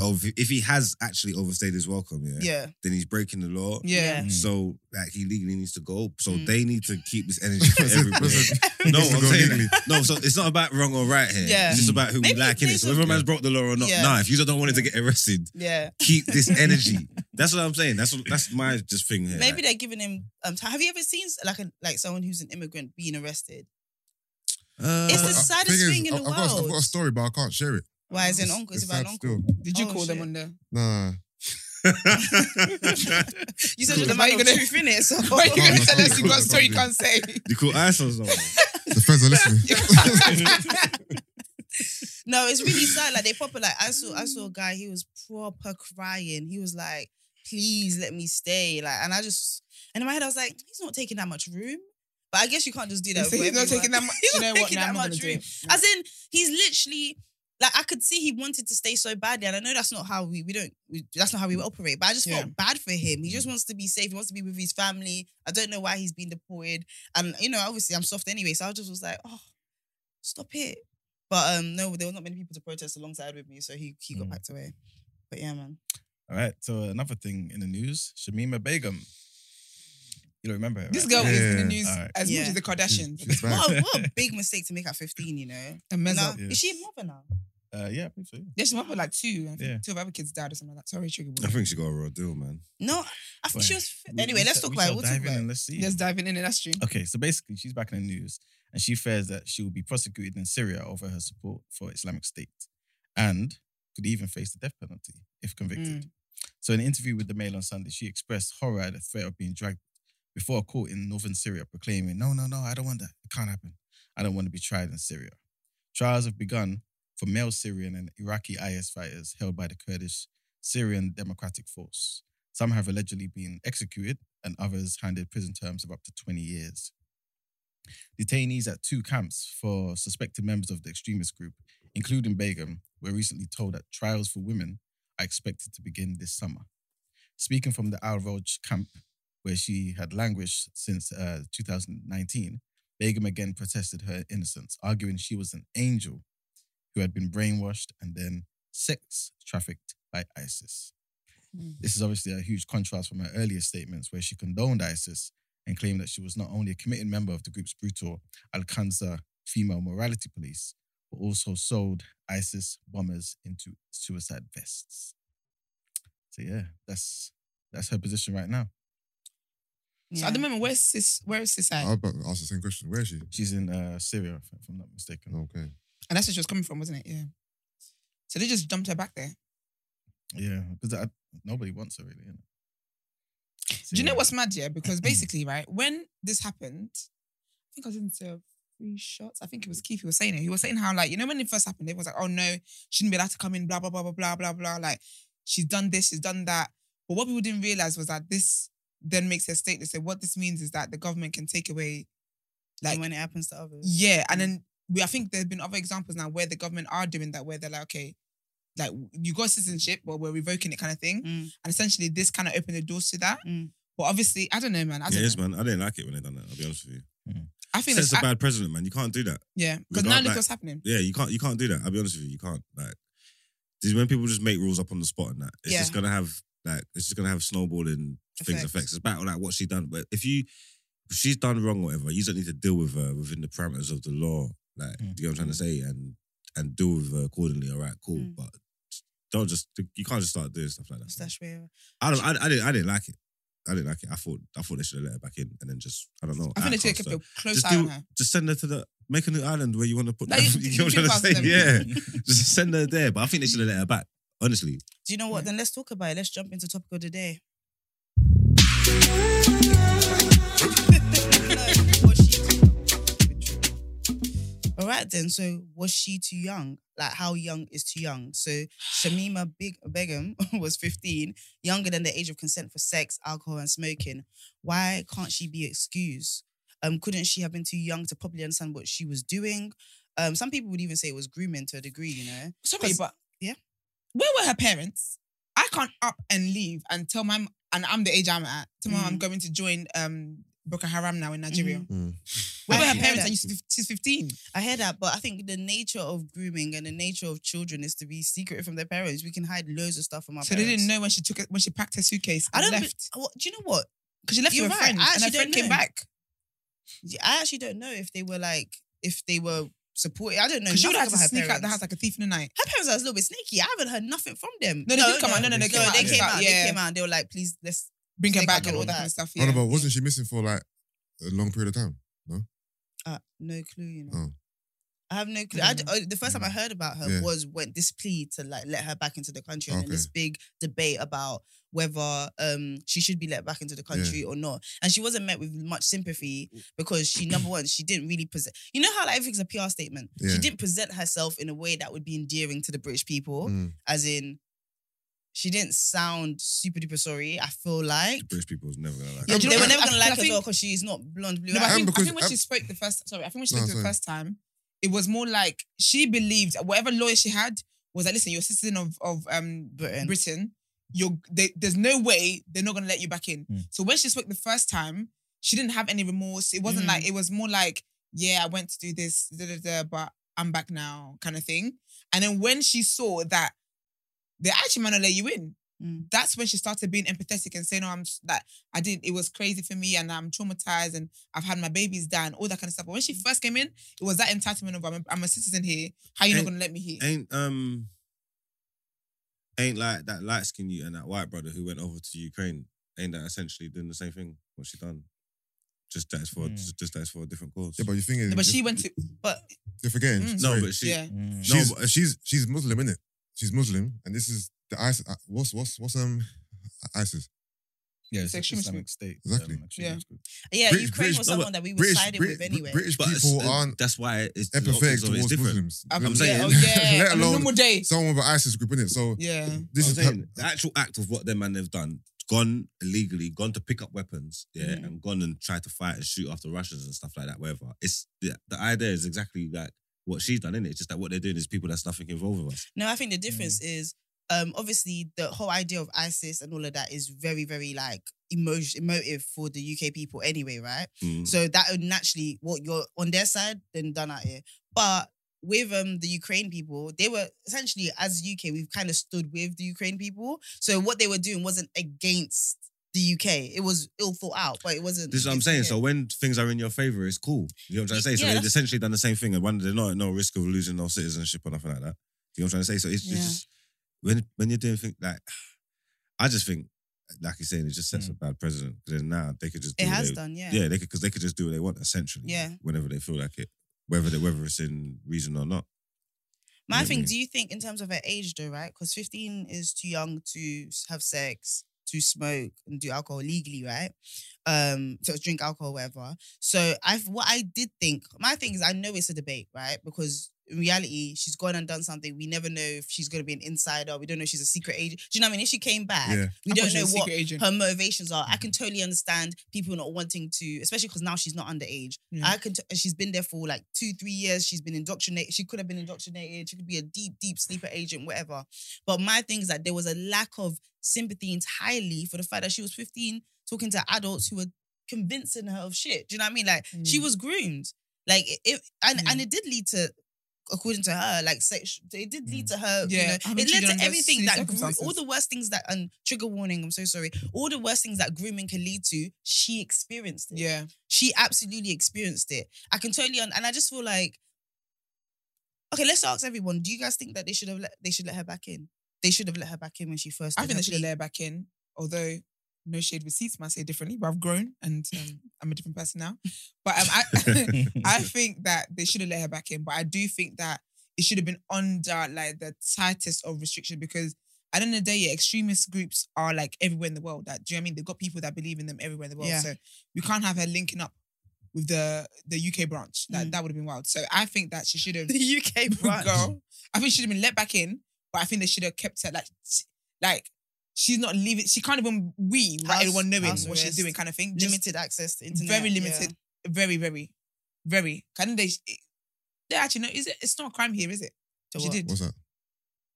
Speaker 2: of if he has actually overstayed his welcome, yeah,
Speaker 1: Yeah,
Speaker 2: then he's breaking the law.
Speaker 1: yeah.
Speaker 5: Mm.
Speaker 2: So like he legally needs to go. So
Speaker 1: Mm.
Speaker 2: they need to
Speaker 1: <laughs>
Speaker 2: keep this energy for everybody.
Speaker 3: Listen,
Speaker 2: <laughs> no,
Speaker 3: needs to
Speaker 2: I'm
Speaker 3: go
Speaker 2: saying
Speaker 3: legally.
Speaker 2: no. So it's not about wrong or right here.
Speaker 1: Yeah.
Speaker 2: It's just about who
Speaker 1: Maybe
Speaker 2: we like in it.
Speaker 1: they
Speaker 2: So whether a
Speaker 1: should-
Speaker 2: man's broke the law or not,
Speaker 1: Yeah.
Speaker 2: nah. If you don't want it to get arrested,
Speaker 1: yeah.
Speaker 2: keep
Speaker 1: <laughs>
Speaker 2: this energy. that's what I'm saying. That's what, that's my just thing here.
Speaker 1: Maybe
Speaker 2: like,
Speaker 1: they're giving him um. Time. Have you ever seen like a, like someone who's an immigrant being arrested?
Speaker 2: uh,
Speaker 1: It's
Speaker 3: But
Speaker 1: the
Speaker 3: I-
Speaker 1: saddest
Speaker 3: is,
Speaker 1: thing in
Speaker 3: I-
Speaker 1: the
Speaker 3: I've got, a- I've got
Speaker 1: world.
Speaker 3: a story, but I can't share it.
Speaker 4: Oh,
Speaker 1: Why is it an
Speaker 3: It's-
Speaker 1: uncle? It's
Speaker 3: it's
Speaker 1: about an
Speaker 3: sad
Speaker 1: uncle.
Speaker 3: still.
Speaker 4: Did you
Speaker 1: Oh,
Speaker 4: call them
Speaker 1: shit.
Speaker 4: on the?
Speaker 3: Nah,
Speaker 1: You said you're the
Speaker 4: Why
Speaker 1: man
Speaker 4: you
Speaker 1: of
Speaker 4: gonna-
Speaker 1: truth, innit? So <laughs>
Speaker 4: <laughs> Why are you
Speaker 3: No,
Speaker 4: going
Speaker 3: no,
Speaker 1: oh,
Speaker 4: to tell us
Speaker 3: sorry,
Speaker 4: you got a
Speaker 3: sorry,
Speaker 4: story you
Speaker 3: sorry.
Speaker 4: can't say?
Speaker 2: <laughs> You call ice or something?
Speaker 3: The feds
Speaker 1: <laughs>
Speaker 3: are listening.
Speaker 1: No, it's really sad. Like they proper like I saw I saw a guy, he was proper crying. He was like, please let me stay. Like, and I just and in my head I was like, he's not taking that much room. But I guess you can't just do that.
Speaker 4: So
Speaker 1: with
Speaker 4: he's not
Speaker 1: everyone.
Speaker 4: taking that much.
Speaker 1: <laughs> He's
Speaker 4: You
Speaker 1: not
Speaker 4: know what?
Speaker 1: taking
Speaker 4: Nah,
Speaker 1: that
Speaker 4: I'm not gonna
Speaker 1: much
Speaker 4: do it.
Speaker 1: As in, he's literally like I could see he wanted to stay so badly, and I know that's not how we we don't we, that's not how we operate. But I just
Speaker 4: Yeah. Mm.
Speaker 1: felt bad for him. He just wants to be safe. He wants to be with his family. I don't know why he's been deported, and you know, obviously I'm soft anyway, so I just was like, oh, stop it. But um, no, there was not many people to protest alongside with me, so he he got
Speaker 5: Mm.
Speaker 1: packed away. But yeah,
Speaker 4: <laughs>
Speaker 1: man.
Speaker 5: All right. So another thing in the news, Shamima Begum. You don't remember her,
Speaker 4: This
Speaker 5: right?
Speaker 4: girl is in the
Speaker 3: Yeah.
Speaker 4: news
Speaker 5: Alright.
Speaker 4: as
Speaker 1: Yeah.
Speaker 4: much as the Kardashians.
Speaker 3: She's back.
Speaker 1: What a, what a big mistake to make at 15, you know.
Speaker 4: A mess
Speaker 1: Now-
Speaker 4: up.
Speaker 5: Yeah.
Speaker 1: Is she a mother now?
Speaker 5: Uh, yeah, I believe so. yeah.
Speaker 4: Yeah, she went with like two. I think
Speaker 5: Yeah.
Speaker 4: Two of her other kids died or something like that. Sorry, trigger
Speaker 2: <laughs> I
Speaker 4: warning.
Speaker 2: think she got a real deal, man.
Speaker 1: No, I think she
Speaker 5: Well,
Speaker 1: was. fi-
Speaker 5: We-
Speaker 1: Anyway,
Speaker 5: we
Speaker 1: let's talk
Speaker 5: shall- we
Speaker 1: about it.
Speaker 5: shall
Speaker 1: We'll
Speaker 5: dive
Speaker 1: talk
Speaker 5: in
Speaker 1: about it.
Speaker 5: and let's see.
Speaker 4: Let's diving in and that's true.
Speaker 5: Okay, so basically, she's back in the news, and she fears that she will be prosecuted in Syria over her support for Islamic State, and could even face the death penalty if convicted. So, in an interview with the Mail on Sunday, she expressed horror at the threat of being dragged before a court in northern Syria, proclaiming, "No, no, no, I don't want that. It can't happen. I don't want to be tried in Syria." Trials have begun for male Syrian and Iraqi IS fighters held by the Kurdish Syrian Democratic Force. Some have allegedly been executed, and others handed prison terms of up to 20 years. Detainees at two camps for suspected members of the extremist group, including Begum, were recently told that trials for women are expected to begin this summer. Speaking from the Al Roj camp, where she had languished since uh, 2019, Begum again protested her innocence, arguing she was an angel who had been brainwashed and then sex trafficked by ISIS.
Speaker 4: Hmm.
Speaker 5: This is obviously a huge contrast from her earlier statements, where she condoned ISIS and claimed that she was not only a committed member of the group's brutal Al Qaeda female morality police, but also sold ISIS bombers into suicide vests. So yeah, that's that's her position right now.
Speaker 4: So at the moment, where's sis? Where is sis at?
Speaker 1: Oh.
Speaker 3: I was about to ask the same question. Where is she?
Speaker 5: She's in uh, Syria, if I'm not mistaken.
Speaker 3: Okay.
Speaker 4: and that's where she was coming from, wasn't it? Yeah. So they just dumped her back there.
Speaker 5: Yeah, because nobody wants her really. innit?
Speaker 4: Do
Speaker 5: So,
Speaker 4: you know
Speaker 1: Mm.
Speaker 5: yeah.
Speaker 4: what's mad? Yeah, because
Speaker 1: Mm-hmm.
Speaker 4: basically, right when this happened, I think I was into three shots. I think it was Keith who was saying it. He was saying how like you know when it first happened, everyone was like, "Oh no, she didn't be allowed to come in." Blah blah blah blah blah blah blah. Like she's done this, she's done that. But what people didn't realize was that this then makes her stateless. So what this means is that the government can take away,
Speaker 1: And
Speaker 4: like
Speaker 1: when it happens to others.
Speaker 4: yeah, and then we I think there's been other examples now where the government are doing that, where they're like, okay, like you got citizenship, but we're revoking it kind of thing.
Speaker 1: Mm.
Speaker 4: And essentially, this kind of opened the doors to that.
Speaker 1: Mm.
Speaker 4: But obviously, I don't know, man. I,
Speaker 2: Yeah,
Speaker 4: don't
Speaker 2: it is,
Speaker 4: know.
Speaker 2: man. I didn't like it when they done that. I'll be honest with you.
Speaker 4: I think
Speaker 2: Sets
Speaker 4: that's
Speaker 2: a bad president, man. You can't do that.
Speaker 4: yeah, because
Speaker 2: Without
Speaker 4: now look
Speaker 2: that-
Speaker 4: what's happening.
Speaker 2: Yeah, you can't. You can't do that. I'll be honest with you. You can't. Like, this is when people just make rules up on the spot and that, it's
Speaker 1: Yeah.
Speaker 2: just gonna have like it's just gonna have snowballing things
Speaker 1: Effects.
Speaker 2: effects. It's about like what she done, but if you if she's done wrong, or whatever, you don't need to deal with her within the parameters of the law. Like,
Speaker 5: Mm.
Speaker 2: do you know what I'm trying to say? And and deal with her accordingly. All right, cool,
Speaker 1: Mm.
Speaker 2: but don't just you can't just start doing stuff like that.
Speaker 1: Stash wherever.
Speaker 2: I don't. I, I didn't. I didn't like it. I didn't like it. I thought. I thought they should have let her back in and then just. I don't know.
Speaker 4: I think they
Speaker 2: outcast
Speaker 4: should have
Speaker 2: her.
Speaker 4: kept a close
Speaker 2: Just
Speaker 4: eye on
Speaker 2: do-
Speaker 4: her.
Speaker 2: Just send her to the make a new island where you want to put. <laughs>
Speaker 4: Like,
Speaker 2: them.
Speaker 4: you-
Speaker 2: you know what
Speaker 4: you
Speaker 2: I'm
Speaker 4: pass
Speaker 2: trying to
Speaker 4: them.
Speaker 2: say? Yeah. <laughs> just send her there. But I think they should have let her back. Honestly.
Speaker 1: Do you know what? Then let's talk about it. Let's jump into topic of the day. <laughs> All right then. So was she too young? Like how young is too young? So Shamima Big Begum <laughs> was 15, younger than the age of consent for sex, alcohol, and smoking. Why can't she be excused? Um, couldn't she have been too young to properly understand what she was doing? Um, some people would even say it was grooming to a degree, you know.
Speaker 4: Sorry,
Speaker 1: 'Cause-
Speaker 4: but
Speaker 1: yeah.
Speaker 4: where were her parents? I can't up and leave and tell my m- and I'm the age I'm at. Tell my mom I'm
Speaker 1: Mhm.
Speaker 4: going to join um Boko Haram now in Nigeria.
Speaker 3: Mm.
Speaker 4: Where were
Speaker 1: I
Speaker 4: her
Speaker 1: hear
Speaker 4: parents?
Speaker 1: that.
Speaker 4: And she's fif- she's 15.
Speaker 1: I hear that, but I think the nature of grooming and the nature of children is to be secret from their parents. We can hide loads of stuff from our
Speaker 4: so
Speaker 1: parents.
Speaker 4: they didn't know when she took it when she packed her suitcase.
Speaker 1: I don't. be-
Speaker 4: left
Speaker 1: Well, do you know what?
Speaker 4: because she left
Speaker 1: You're
Speaker 4: with her
Speaker 1: right.
Speaker 4: friend
Speaker 1: I
Speaker 4: and her
Speaker 1: actually
Speaker 4: friend
Speaker 1: don't
Speaker 4: came
Speaker 1: know.
Speaker 4: back.
Speaker 1: Yeah, I actually don't know if they were like if they were supporting. I don't know.
Speaker 4: Because she would have
Speaker 1: nothing
Speaker 4: to
Speaker 1: about her
Speaker 4: sneak out the
Speaker 1: parents.
Speaker 4: house like a thief in the night.
Speaker 1: Her parents are a little bit sneaky. I haven't heard nothing from them.
Speaker 4: No, they did come out. No, no, they
Speaker 1: they
Speaker 4: came out.
Speaker 1: came out.
Speaker 4: Yeah.
Speaker 1: They came out. And they were like, "Please, let's."
Speaker 4: Bring her
Speaker 1: Sneak
Speaker 4: back
Speaker 1: out
Speaker 4: and all
Speaker 1: all
Speaker 4: that
Speaker 1: that.
Speaker 4: kind of stuff.
Speaker 3: I
Speaker 4: Yeah.
Speaker 3: don't know, Oh, but wasn't she missing for like a long period of time?
Speaker 1: Uh, no clue. You know.
Speaker 3: Oh.
Speaker 1: I have no clue. I d-
Speaker 4: Mm.
Speaker 1: uh, the first time I heard about her
Speaker 3: Yeah.
Speaker 1: was when this plea to like let her back into the country, and then
Speaker 3: Okay.
Speaker 1: this big debate about whether um she should be let back into the country or not. And she wasn't met with much sympathy because she number one she didn't really present. You know how like everything's a PR statement.
Speaker 3: Yeah.
Speaker 1: She didn't present herself in a way that would be endearing to the British people,
Speaker 3: Mm.
Speaker 1: as in. She didn't sound super duper sorry. I feel like
Speaker 2: British people's never gonna like.
Speaker 1: yeah,
Speaker 4: do you
Speaker 1: they
Speaker 4: know
Speaker 1: were
Speaker 4: what?
Speaker 1: never
Speaker 4: I
Speaker 1: gonna
Speaker 4: think- I
Speaker 1: like her
Speaker 4: think-
Speaker 1: though because she's not blonde blue.
Speaker 4: No, but I
Speaker 3: And
Speaker 1: eyes.
Speaker 4: think,
Speaker 3: because-
Speaker 4: I think when
Speaker 3: and-
Speaker 4: she spoke the first sorry, I think when she
Speaker 3: No,
Speaker 4: spoke the
Speaker 3: sorry.
Speaker 4: first time, it was more like she believed whatever lawyer she had was like, listen, you're a citizen of of um
Speaker 1: Britain.
Speaker 4: Britain. You're they, there's no way they're not gonna let you back in.
Speaker 5: Hmm.
Speaker 4: So when she spoke the first time, she didn't have any remorse. It wasn't
Speaker 1: Mhm.
Speaker 4: like it was more like, yeah, I went to do this, da, da, da, but I'm back now, kind of thing. And then when she saw that they actually might not let you in,
Speaker 1: Mm.
Speaker 4: that's when she started being empathetic and saying, "No, I'm s- like I did. It was crazy for me, and I'm traumatized, and I've had my babies die, and all that kind of stuff." But when she first came in, it was that entitlement of I'm a, I'm a citizen here. How you not
Speaker 2: And-
Speaker 4: gonna let me here?
Speaker 2: ain't um ain't like that light skin you and that white brother who went over to Ukraine. Ain't that essentially doing the same thing? What she done? Just that's for
Speaker 5: Mm.
Speaker 2: just, just that's for a different cause.
Speaker 3: Yeah, but you think
Speaker 4: No,
Speaker 3: is,
Speaker 4: but she went to, but
Speaker 3: you're forgetting.
Speaker 4: Mm.
Speaker 2: no,
Speaker 3: sorry.
Speaker 2: but she
Speaker 4: yeah,
Speaker 5: Mm.
Speaker 3: she's
Speaker 2: No, but-
Speaker 3: she's she's Muslim, is it? She's Muslim, and this is the ISIS. uh, What's what's what's um ISIS?
Speaker 5: Yeah, it's
Speaker 4: It's
Speaker 5: like
Speaker 4: extremist
Speaker 5: Islamic State.
Speaker 3: Exactly.
Speaker 5: um, extremist <laughs> group.
Speaker 1: yeah,
Speaker 3: British-
Speaker 1: Ukraine
Speaker 2: British-
Speaker 1: was
Speaker 2: no, but
Speaker 1: someone that we were
Speaker 3: British,
Speaker 1: siding
Speaker 3: Brit-
Speaker 1: with anyway.
Speaker 3: British
Speaker 2: but it's-
Speaker 3: people aren't
Speaker 2: That's why it's the
Speaker 3: empathetic
Speaker 2: optics always
Speaker 3: towards
Speaker 2: different.
Speaker 3: Muslims.
Speaker 2: I'm
Speaker 3: Them-
Speaker 2: saying-
Speaker 4: yeah, oh, yeah,
Speaker 3: <laughs> Let
Speaker 4: on a
Speaker 3: alone-
Speaker 4: normal day,
Speaker 3: someone with ISIS group in it. So
Speaker 4: yeah.
Speaker 3: this
Speaker 2: I'm
Speaker 3: is
Speaker 2: saying the actual act of what them man have done, gone illegally, gone to pick up weapons, yeah,
Speaker 1: Mhm.
Speaker 2: and gone and tried to fight and shoot after Russians and stuff like that. Wherever it's the, the idea is exactly like what she's done, is It's just that what they're doing is people that's nothing involved with us.
Speaker 1: No, I think the difference
Speaker 2: Mm.
Speaker 1: is um obviously the whole idea of ISIS and all of that is very, very like emotion emotive for the UK people anyway, right?
Speaker 2: Mm.
Speaker 1: So that would naturally what you're on their side, then done out here. But with um the Ukraine people, they were essentially as UK, we've kind of stood with the Ukraine people. So what they were doing wasn't against the UK. It was ill thought out, but it wasn't.
Speaker 2: This is what I'm
Speaker 1: against
Speaker 2: saying.
Speaker 1: the
Speaker 2: So
Speaker 1: UK.
Speaker 2: when things are in your favor, it's cool. You know what I'm trying to say? So
Speaker 1: Yeah,
Speaker 2: they've
Speaker 1: that's-
Speaker 2: essentially done the same thing, and one they're not at no risk of losing their citizenship or nothing like that. You know what I'm trying to say? So it's,
Speaker 1: Yeah.
Speaker 2: it's just when when you're doing things like <sighs> I just think, like you're saying, it just sets
Speaker 5: Mm.
Speaker 2: a bad precedent because now they could just do
Speaker 1: it
Speaker 2: what
Speaker 1: has
Speaker 2: they,
Speaker 1: done, yeah.
Speaker 2: yeah, they could because they could just do what they want essentially.
Speaker 1: Yeah.
Speaker 2: whenever they feel like it, whether they, whether it's in reason or not.
Speaker 1: My
Speaker 2: Yeah,
Speaker 1: thing,
Speaker 2: yeah.
Speaker 4: Mm-hmm.
Speaker 1: do you think in terms of her age though, right? Because 15 is too young to s- have sex, to smoke, and do alcohol legally, right? Um, to drink alcohol, whatever. So I what I did think, my thing is I know it's a debate, right? Because in reality, she's gone and done something. We never know if she's gonna be an insider, we don't know if she's a secret agent. Do you know what I mean? If she came back,
Speaker 3: Yeah.
Speaker 1: we
Speaker 4: I thought
Speaker 1: don't
Speaker 4: she
Speaker 1: know
Speaker 4: was a
Speaker 1: what
Speaker 4: secret agent.
Speaker 1: her motivations are. I can
Speaker 4: Mm-hmm.
Speaker 1: totally understand people not wanting to, especially because now she's not underage.
Speaker 4: Yeah.
Speaker 1: I can. T- and she's been there for like two, three years. She's been indoctrinated. She could have been indoctrinated. She could be a deep, deep sleeper agent, whatever. But my thing is that there was a lack of sympathy entirely for the fact that she was 15, talking to adults who were convincing her of shit. Do you know what I mean? Like she
Speaker 4: Mm.
Speaker 1: was groomed. Like it, it and
Speaker 4: Mm.
Speaker 1: and it did lead to. According to her, like sex, it did lead to her.
Speaker 4: Mm. Yeah,
Speaker 1: you
Speaker 4: having
Speaker 1: know, it led
Speaker 4: children
Speaker 1: to
Speaker 4: under
Speaker 1: everything
Speaker 4: silly
Speaker 1: that grew, all
Speaker 4: circumstances.
Speaker 1: the worst things that and trigger warning. I'm so sorry. All the worst things that grooming can lead to, she experienced it.
Speaker 4: yeah,
Speaker 1: She absolutely experienced it. I can totally un- and I just feel like okay, let's ask everyone. Do you guys think that they should have let they should let her back in? They should have let her back in when she first. did
Speaker 4: I think
Speaker 1: her
Speaker 4: they should have
Speaker 1: plea.
Speaker 4: let her back in. Although no shade receipts might say differently, but I've grown and um, I'm a different person now. But um, <laughs> I,
Speaker 1: <laughs>
Speaker 4: I think that they should have let her back in, but I do think that it should have been under like the tightest of restriction because at the end of the day, yeah, extremist groups are like everywhere in the world. That do you know what I mean? They've got people that believe in them everywhere in the world.
Speaker 1: Yeah.
Speaker 4: So we can't have her linking up with the the UK branch. That
Speaker 1: Mm.
Speaker 4: that would have been wild. So I think that she should
Speaker 1: <laughs>
Speaker 4: have <laughs>
Speaker 1: the UK branch.
Speaker 4: girl. I think she should have been let back in, but I think they should have kept her like t- like she's not leaving. She can't even we without
Speaker 1: House-
Speaker 4: everyone knowing
Speaker 1: house
Speaker 4: what she's
Speaker 1: arrest.
Speaker 4: doing, kind of thing. Just-
Speaker 1: Limited access to internet.
Speaker 4: very
Speaker 1: yeah.
Speaker 4: limited, very, very, very. Can they? eh, They actually no. Is it? It's not a crime here, is it?
Speaker 1: To
Speaker 4: she
Speaker 1: what?
Speaker 4: did
Speaker 3: what's that?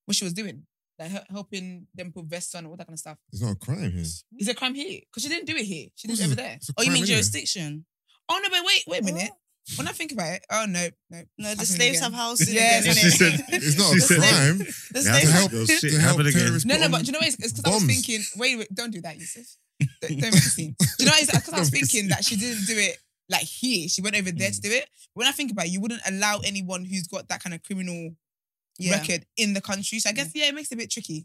Speaker 4: what she was doing, like he- helping them put vests on and all that kind of stuff.
Speaker 3: It's not a crime here.
Speaker 4: Is it a crime here? Because she didn't do it here. She did
Speaker 3: It's
Speaker 4: it
Speaker 3: a-
Speaker 4: over there.
Speaker 3: it's a
Speaker 1: Oh, you
Speaker 3: crime
Speaker 1: mean
Speaker 3: anyway.
Speaker 1: jurisdiction?
Speaker 4: Oh no! But wait, wait a
Speaker 1: Oh.
Speaker 4: minute. When I think about it, oh no, no,
Speaker 1: No, the
Speaker 4: Happening
Speaker 1: slaves
Speaker 4: again. <laughs>
Speaker 1: have houses. <laughs>
Speaker 4: Yeah.
Speaker 1: again,
Speaker 2: She
Speaker 1: innit?
Speaker 2: said-
Speaker 3: It's not
Speaker 2: She
Speaker 3: a
Speaker 2: said-
Speaker 3: crime.
Speaker 1: The
Speaker 2: They have
Speaker 1: slaves
Speaker 2: to
Speaker 1: have
Speaker 2: help those shit
Speaker 3: to help
Speaker 2: happen again.
Speaker 3: terrorists
Speaker 4: No, no,
Speaker 3: on-
Speaker 4: but do you know what? It's because I was
Speaker 3: bombs.
Speaker 4: thinking. Wait, wait, don't do that, Yusuf. Don't, don't make a scene. Do you know? what? It's because I was
Speaker 3: Don't make a
Speaker 4: thinking that she didn't do it like here. She went over there
Speaker 2: Mm.
Speaker 4: to do it. When I think about it, you wouldn't allow anyone who's got that kind of criminal
Speaker 1: Yeah.
Speaker 4: record in the country. So I guess yeah, it makes it a bit tricky.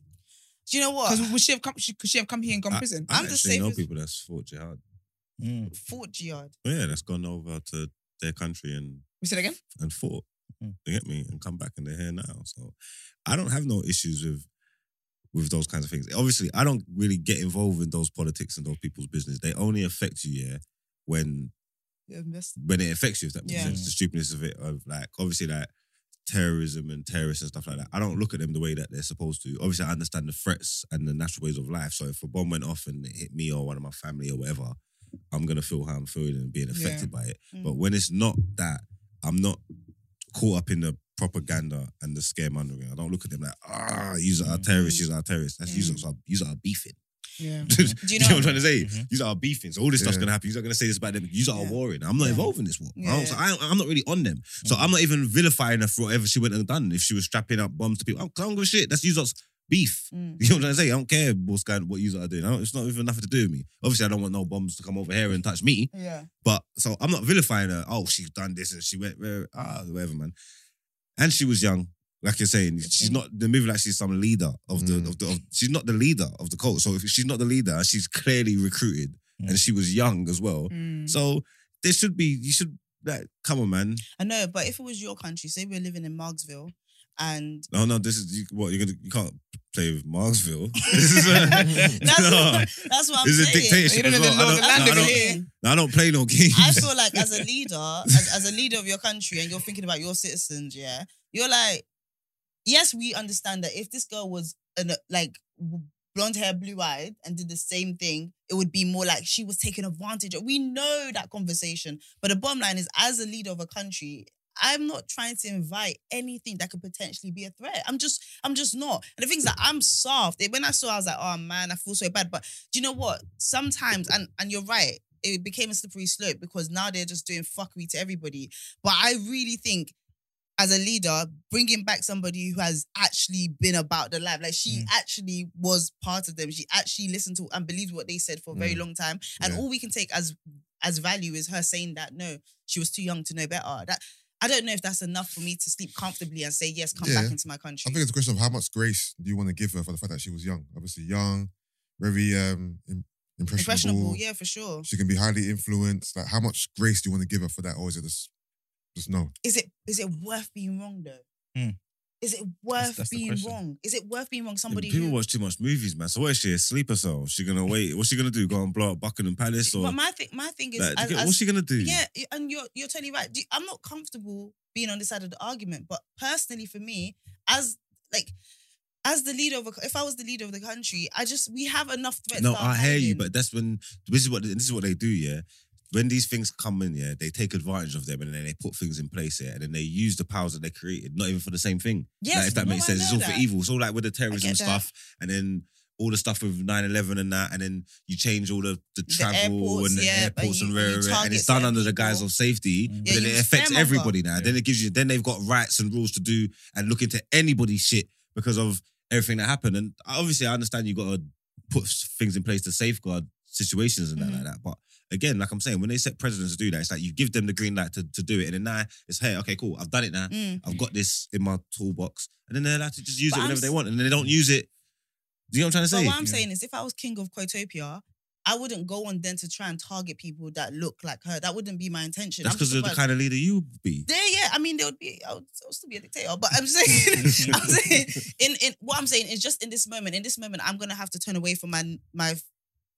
Speaker 1: Do you know
Speaker 4: <laughs>
Speaker 1: what?
Speaker 4: Because would she have come? She, could she have come here and gone
Speaker 2: I-
Speaker 4: prison?
Speaker 2: I
Speaker 1: I'm the
Speaker 2: actually know
Speaker 1: safest-
Speaker 2: people that's fought jihad.
Speaker 5: Mm.
Speaker 1: Fort Giard.
Speaker 2: But yeah, that's gone over to their country and
Speaker 4: We said again.
Speaker 2: and fought.
Speaker 3: Hmm.
Speaker 5: Mm.
Speaker 2: You get me? And come back and they're here now. So I don't have no issues with with those kinds of things. Obviously, I don't really get involved in those politics and those people's business. They only affect you, yeah, when
Speaker 1: You're invested.
Speaker 2: when it affects you, if that makes
Speaker 1: Yeah.
Speaker 2: sense. The stupidness of it, of like, obviously, like terrorism and terrorists and stuff like that. I don't look at them the way that they're supposed to. Obviously, I understand the threats and the natural ways of life. So if a bomb went off and it hit me or one of my family or whatever, I'm going to feel how I'm feeling and being affected by it.
Speaker 1: Mm.
Speaker 2: But when it's not that, I'm not caught up in the propaganda and the scaremongering. I don't look at them like, ah, these are our
Speaker 5: Mm.
Speaker 2: terrorists, these are our terrorists. That's, these,
Speaker 1: Mm.
Speaker 2: are, our- these are our beefing. <laughs>
Speaker 4: Yeah.
Speaker 1: Do
Speaker 4: <laughs>
Speaker 1: you
Speaker 2: You know what
Speaker 1: know?
Speaker 2: I'm trying to say?
Speaker 5: Mhm.
Speaker 2: These are our beefing. So all this stuff's
Speaker 3: Yeah.
Speaker 2: gonna happen. You're gonna say this about them. These are
Speaker 1: Yeah.
Speaker 2: warring. I'm not
Speaker 1: Yeah.
Speaker 2: involved in this war. I don't-
Speaker 1: Yeah.
Speaker 2: so I, I'm not really on them. So I'm not even vilifying her for whatever she went and done. If she was strapping up bombs to people, I don't, I don't give a shit. That's Uzo's beef. <laughs>
Speaker 1: Mm.
Speaker 2: You know what I'm trying to say? I don't care what's going, what Uzot are doing. I don't, it's not even nothing to do with me. Obviously, I don't want no bombs to come over here and touch me.
Speaker 1: Yeah.
Speaker 2: But so I'm not vilifying her. Oh, she's done this and she went where ah whatever, man. And she was young, like you're saying. She's not the movie like she's some leader of the,
Speaker 3: Mm.
Speaker 2: of the of, she's not the leader of the cult. So if she's not the leader, she's clearly recruited
Speaker 5: Mm.
Speaker 2: and she was young as well.
Speaker 1: Mm.
Speaker 2: So there should be you should like, come on, man.
Speaker 1: I know, but if it was your country, say we're living in Marksville, and
Speaker 2: No, no, this is you, what you're gonna you can't play with Marksville. <laughs> This is a,
Speaker 1: <laughs> that's
Speaker 2: <laughs> no,
Speaker 1: what, that's what I'm
Speaker 2: this is a
Speaker 1: saying.
Speaker 2: dictatorship.
Speaker 4: You don't
Speaker 2: as
Speaker 4: know the
Speaker 2: well.
Speaker 4: law of the
Speaker 2: I,
Speaker 4: land
Speaker 2: don't, no, I,
Speaker 4: over
Speaker 2: don't,
Speaker 4: here.
Speaker 2: no, I don't play no games. <laughs>
Speaker 1: I feel like as a leader, as, as a leader of your country, and you're thinking about your citizens, yeah, you're like, yes, we understand that if this girl was an, like blonde hair, blue eyed, and did the same thing, it would be more like she was taken advantage of. We know that conversation, but the bottom line is, as a leader of a country. I'm not trying to invite anything that could potentially be a threat. I'm just, I'm just not. And the things that I'm soft. When I saw, I was like, oh man, I feel so bad. But do you know what? Sometimes, and and you're right, it became a slippery slope because now they're just doing fuckery to everybody. But I really think, as a leader, bringing back somebody who has actually been about the life, like she
Speaker 3: Mm.
Speaker 1: actually was part of them. She actually listened to and believed what they said for a very long time. And
Speaker 3: Mm. Yeah.
Speaker 1: all we can take as as value is her saying that no, she was too young to know better. That I don't know if that's enough for me to sleep comfortably and say yes, come
Speaker 3: Yeah.
Speaker 1: back into my country.
Speaker 3: I think it's a question of how much grace do you want to give her for the fact that she was young. Obviously, young, very um, im- impressionable.
Speaker 1: impressionable, yeah, for sure.
Speaker 3: She can be highly influenced. Like, how much grace do you want to give her for that, or is it just, just no?
Speaker 1: is it is it worth being wrong though?
Speaker 5: Hmm.
Speaker 1: Is it worth
Speaker 5: that's the
Speaker 1: being
Speaker 5: question.
Speaker 1: wrong? Is it worth being wrong? Somebody
Speaker 2: People
Speaker 1: who,
Speaker 2: watch too much movies, man. So what is she asleep herself? She
Speaker 1: <laughs>
Speaker 2: gonna wait? What's she gonna do? Go and blow up Buckingham Palace or
Speaker 1: But my thing, my thing is,
Speaker 2: like,
Speaker 1: as, as-
Speaker 2: what's she gonna do?
Speaker 1: yeah, y- and you're you're totally right. Do you- I'm not comfortable being on the side of the argument, but personally for me, as like. As the leader of, a, if I was the leader of the country, I just we have enough threats.
Speaker 2: No,
Speaker 1: that
Speaker 2: I
Speaker 1: are
Speaker 2: hear you,
Speaker 1: happening.
Speaker 2: but that's when this is what this is what they do, yeah. When these things come in, yeah, they take advantage of them and then they put things in place here and then they use the powers that they created, not even for the same thing.
Speaker 1: yes,
Speaker 2: like, if that
Speaker 1: no,
Speaker 2: makes
Speaker 1: I
Speaker 2: sense. It's
Speaker 1: know
Speaker 2: all
Speaker 1: that.
Speaker 2: for evil. It's all like with the terrorism
Speaker 1: get that.
Speaker 2: stuff and then all the stuff with 9-11 and that, and then you change all the, the travel
Speaker 1: airports,
Speaker 2: and the
Speaker 1: yeah, but
Speaker 2: airports
Speaker 1: you-
Speaker 2: and
Speaker 1: you
Speaker 2: rare, rare, and
Speaker 1: target
Speaker 2: it's done
Speaker 1: certain
Speaker 2: under the guise
Speaker 1: people.
Speaker 2: of safety,
Speaker 5: Mm.
Speaker 2: but
Speaker 1: Yeah,
Speaker 2: then
Speaker 1: you
Speaker 2: it affects
Speaker 1: stem over.
Speaker 2: everybody now.
Speaker 5: Yeah.
Speaker 2: Then it gives you then they've got rights and rules to do and look into anybody's shit because of everything that happened. And obviously I understand you gotta put s- things in place to safeguard situations and that
Speaker 1: Mhm.
Speaker 2: like that. But again, like I'm saying, when they set presidents to do that, it's like you give them the green light to, to do it. And then now it's, hey, okay, cool, I've done it now.
Speaker 1: Mm.
Speaker 2: I've got this in my toolbox. And then they're allowed to just use
Speaker 1: But
Speaker 2: it
Speaker 1: I'm
Speaker 2: whenever they
Speaker 1: s-
Speaker 2: want. And then they don't use it. Do you know what I'm
Speaker 1: But
Speaker 2: trying to
Speaker 1: what
Speaker 2: say?
Speaker 1: I'm
Speaker 5: Yeah.
Speaker 1: saying is, if I was king of Quotopia, I wouldn't go on then to try and target people that look like her. That wouldn't be my intention.
Speaker 2: That's
Speaker 1: I'm
Speaker 2: because of the
Speaker 1: surprised.
Speaker 2: kind of leader you be.
Speaker 1: There, yeah. I mean, there would be. I would, I would still be a dictator, but I'm <laughs> saying, I'm saying, in in what I'm saying is just in this moment. In this moment, I'm gonna have to turn away from my my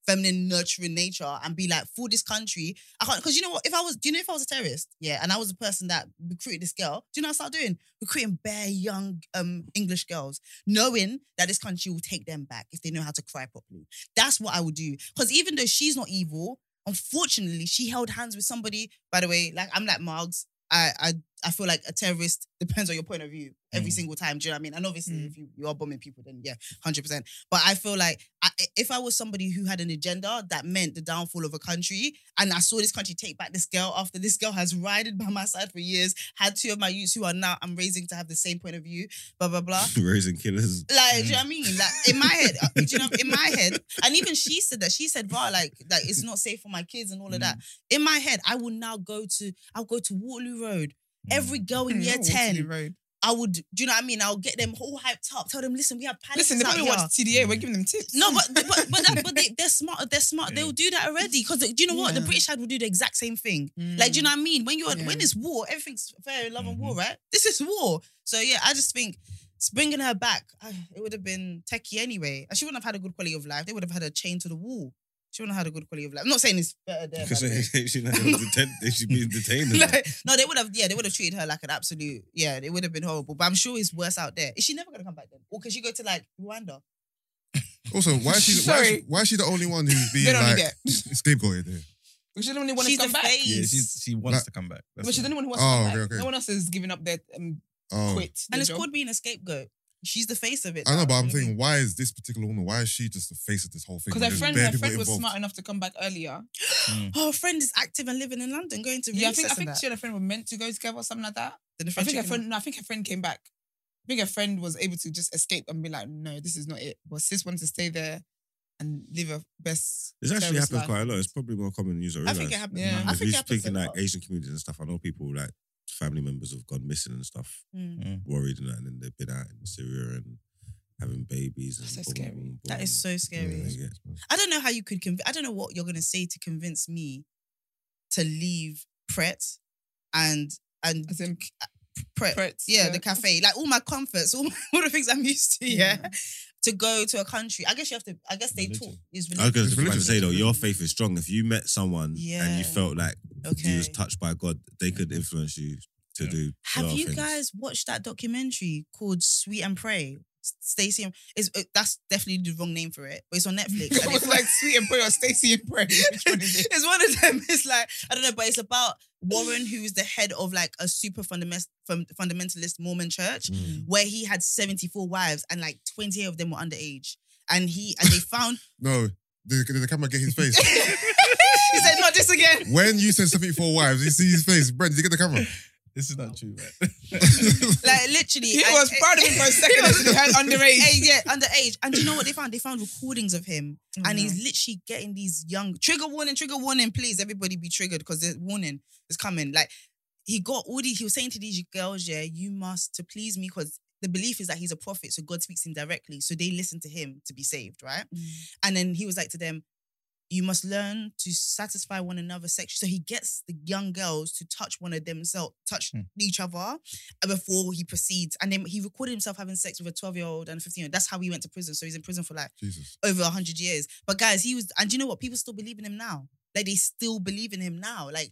Speaker 1: feminine nurturing nature and be like, for this country, I can't. Because you know what? If I was, do you know if I was a terrorist, yeah, and I was the person that recruited this girl, do you know what I start doing? Recruiting bare young um English girls, knowing that this country will take them back if they know how to cry properly. That's what I would do. Because even though she's not evil. Unfortunately, she held hands with somebody. By the way, like I'm like Margs. I I I feel like a terrorist depends on your point of view every
Speaker 5: Mm.
Speaker 1: single time. Do you know what I mean? And obviously,
Speaker 4: Mm.
Speaker 1: if you, you are bombing people, then yeah, hundred percent. But I feel like I, if I was somebody who had an agenda that meant the downfall of a country, and I saw this country take back this girl after this girl has rided by my side for years, had two of my youths who are now I'm raising to have the same point of view, blah blah blah.
Speaker 2: <laughs> Raising killers.
Speaker 1: Like, do
Speaker 4: Mm.
Speaker 1: you know what I mean? Like in my head, uh, do you know, in my head, and even she said that. She said, "Bro, like, like it's not safe for my kids and all of that."
Speaker 4: Mm.
Speaker 1: In my head, I will now go to, I'll go to Waterloo Road. Every girl in year
Speaker 4: Mm,
Speaker 1: ten,
Speaker 4: Waterloo Road.
Speaker 1: I would, do you know what I mean? I'll get them all hyped up. Tell them, listen, we have palaces
Speaker 4: Listen, they
Speaker 1: out
Speaker 4: probably
Speaker 1: here.
Speaker 4: watch TDA. We're giving them tips.
Speaker 1: No, but
Speaker 4: <laughs>
Speaker 1: but but, that, but they, they're smart. They're smart. They'll do that already. Because do you know what? The
Speaker 4: Yeah.
Speaker 1: British side will do the exact same thing. Like, do you know what I mean? When you're
Speaker 4: Mm. Yeah.
Speaker 1: when it's war, everything's fair in love and war, right? This is war. So yeah, I just think s- bringing her back, ah, it would have been techie anyway, and she wouldn't have had a good quality of life. They would have had her chained to the wall. She wouldn't have had a good quality of life. I'm not saying it's better
Speaker 2: <laughs>
Speaker 1: there. by
Speaker 2: Because
Speaker 1: the way.
Speaker 2: she's not detained. She's being detained. and that.
Speaker 1: <laughs> Like, no, they would have. Yeah, they would have treated her like an absolute. Yeah, it would have been horrible. But I'm sure it's worse out there. Is she never gonna come back then? Or can she go to like Rwanda?
Speaker 3: Also, why is she why is
Speaker 4: Sorry.
Speaker 3: she, why is she the only one who's
Speaker 4: <laughs> They
Speaker 3: being
Speaker 4: don't need
Speaker 3: like
Speaker 4: that.
Speaker 3: scapegoated here?
Speaker 4: Because she's the only one who's
Speaker 1: she's
Speaker 4: come
Speaker 1: the
Speaker 4: back.
Speaker 1: face.
Speaker 5: Yeah, she's, she wants to come back. That's
Speaker 4: But she's the only
Speaker 5: all.
Speaker 4: one who wants
Speaker 3: Oh,
Speaker 4: to come
Speaker 3: okay,
Speaker 4: back.
Speaker 3: okay.
Speaker 4: No one else has given up their um,
Speaker 3: Oh,
Speaker 4: quit.
Speaker 1: and
Speaker 4: their
Speaker 1: it's
Speaker 4: job.
Speaker 1: called being a scapegoat. She's the face of it.
Speaker 3: I know,
Speaker 1: now,
Speaker 3: but
Speaker 1: you what
Speaker 3: I'm
Speaker 1: I mean?
Speaker 3: thinking, why is this particular woman? Why is she just the face of this whole thing?
Speaker 4: Because
Speaker 3: when
Speaker 4: her
Speaker 3: there's
Speaker 4: friend,
Speaker 3: bare
Speaker 4: her
Speaker 3: people
Speaker 4: friend was
Speaker 3: involved?
Speaker 4: smart enough to come back earlier.
Speaker 1: Oh, her friend is active and living in London, going to
Speaker 4: Yeah, I
Speaker 1: recess
Speaker 4: think I
Speaker 1: and
Speaker 4: think
Speaker 1: that.
Speaker 4: she and her friend were meant to go together or something like that.
Speaker 1: Then the
Speaker 4: I think her
Speaker 1: chicken-
Speaker 4: friend, no, I think her friend came back. I think her friend was able to just escape and be like, no, this is not it. But sis wanted to stay there and live her best.
Speaker 2: It's actually
Speaker 4: terrorist
Speaker 2: happens
Speaker 4: life.
Speaker 2: quite a lot. It's probably more common than you
Speaker 1: I
Speaker 2: realize.
Speaker 1: think it happened.
Speaker 4: Yeah.
Speaker 1: I think
Speaker 2: If you're
Speaker 1: it happens.
Speaker 2: speaking
Speaker 1: a
Speaker 2: like
Speaker 1: lot.
Speaker 2: Asian communities and stuff, I know people like family members have gone missing and stuff,
Speaker 1: Mm.
Speaker 2: worried and that, and then they've been out in Syria and having babies. And
Speaker 4: That's so
Speaker 2: boom,
Speaker 4: scary.
Speaker 2: boom, boom,
Speaker 1: That is so
Speaker 2: boom.
Speaker 1: scary.
Speaker 2: Yeah, yeah.
Speaker 1: I don't know how you could convince. I don't know what you're gonna say to convince me to leave Pret and and
Speaker 4: As <laughs> in,
Speaker 1: Pret.
Speaker 4: Pret,
Speaker 1: yeah,
Speaker 4: yeah.
Speaker 1: the
Speaker 4: <laughs>
Speaker 1: cafe, like all my comforts, <laughs> all, my, all the things I'm used to. Yeah. to go to a country. I guess you have to. I guess they
Speaker 5: Religion.
Speaker 1: talk is
Speaker 2: I was
Speaker 1: religion.
Speaker 2: going to
Speaker 3: religion.
Speaker 2: say though, your faith is strong. If you met someone and
Speaker 1: Yeah.
Speaker 2: you felt like
Speaker 1: Okay.
Speaker 2: you was touched by God, they could influence you to
Speaker 5: Yeah.
Speaker 2: do. a
Speaker 1: Have
Speaker 2: lot of
Speaker 1: you
Speaker 2: things.
Speaker 1: guys watched that documentary called Sweet and Pray? Stacey, and- is uh, that's definitely the wrong name for it, but it's on
Speaker 4: <laughs>
Speaker 1: Netflix.
Speaker 4: I
Speaker 1: and <laughs>
Speaker 4: was
Speaker 1: it's,
Speaker 4: like sweet and <laughs> prayer, Stacy and prayer. Which one is it?
Speaker 1: <laughs> it's one of them. It's like I don't know, but it's about Warren, who is the head of like a super fundament, fun, fundamentalist Mormon church,
Speaker 3: Mm.
Speaker 1: where he had seventy four wives and like twenty eight of them were underage, and he and they found.
Speaker 3: No, did, did the camera get his face?
Speaker 1: he said, "Not this again."
Speaker 3: when you said something for wives, you see his face. Brent, did you get the
Speaker 4: <laughs>
Speaker 3: camera?
Speaker 5: This is not true, right?
Speaker 1: Like literally,
Speaker 4: <laughs> He
Speaker 1: and-
Speaker 4: was
Speaker 1: <laughs>
Speaker 4: proud of him for a <laughs> second until he heard underage.
Speaker 1: Hey, yeah, underage. And do you know what they found? They found recordings of him,
Speaker 4: Oh,
Speaker 1: and
Speaker 4: no.
Speaker 1: he's literally getting these young trigger warning, trigger warning. Please, everybody, be triggered because the warning is coming. Like he got all these. He was saying to these girls, "Yeah, you must to please me because." The belief is that he's a prophet, so God speaks to him directly. So they listen to him to be saved, right? And then he was like to them, You must learn to satisfy one another sexually. So he gets the young girls to touch one of themselves, touch
Speaker 5: Hmm.
Speaker 1: each other uh, before he proceeds. And then he recorded himself having sex with a 12 year old and a 15 year old. That's how he went to prison. So he's in prison for like
Speaker 3: Jesus.
Speaker 1: over 100 years. But guys, he was, and you know what? People still believe in him now. Like they still believe in him now. Like,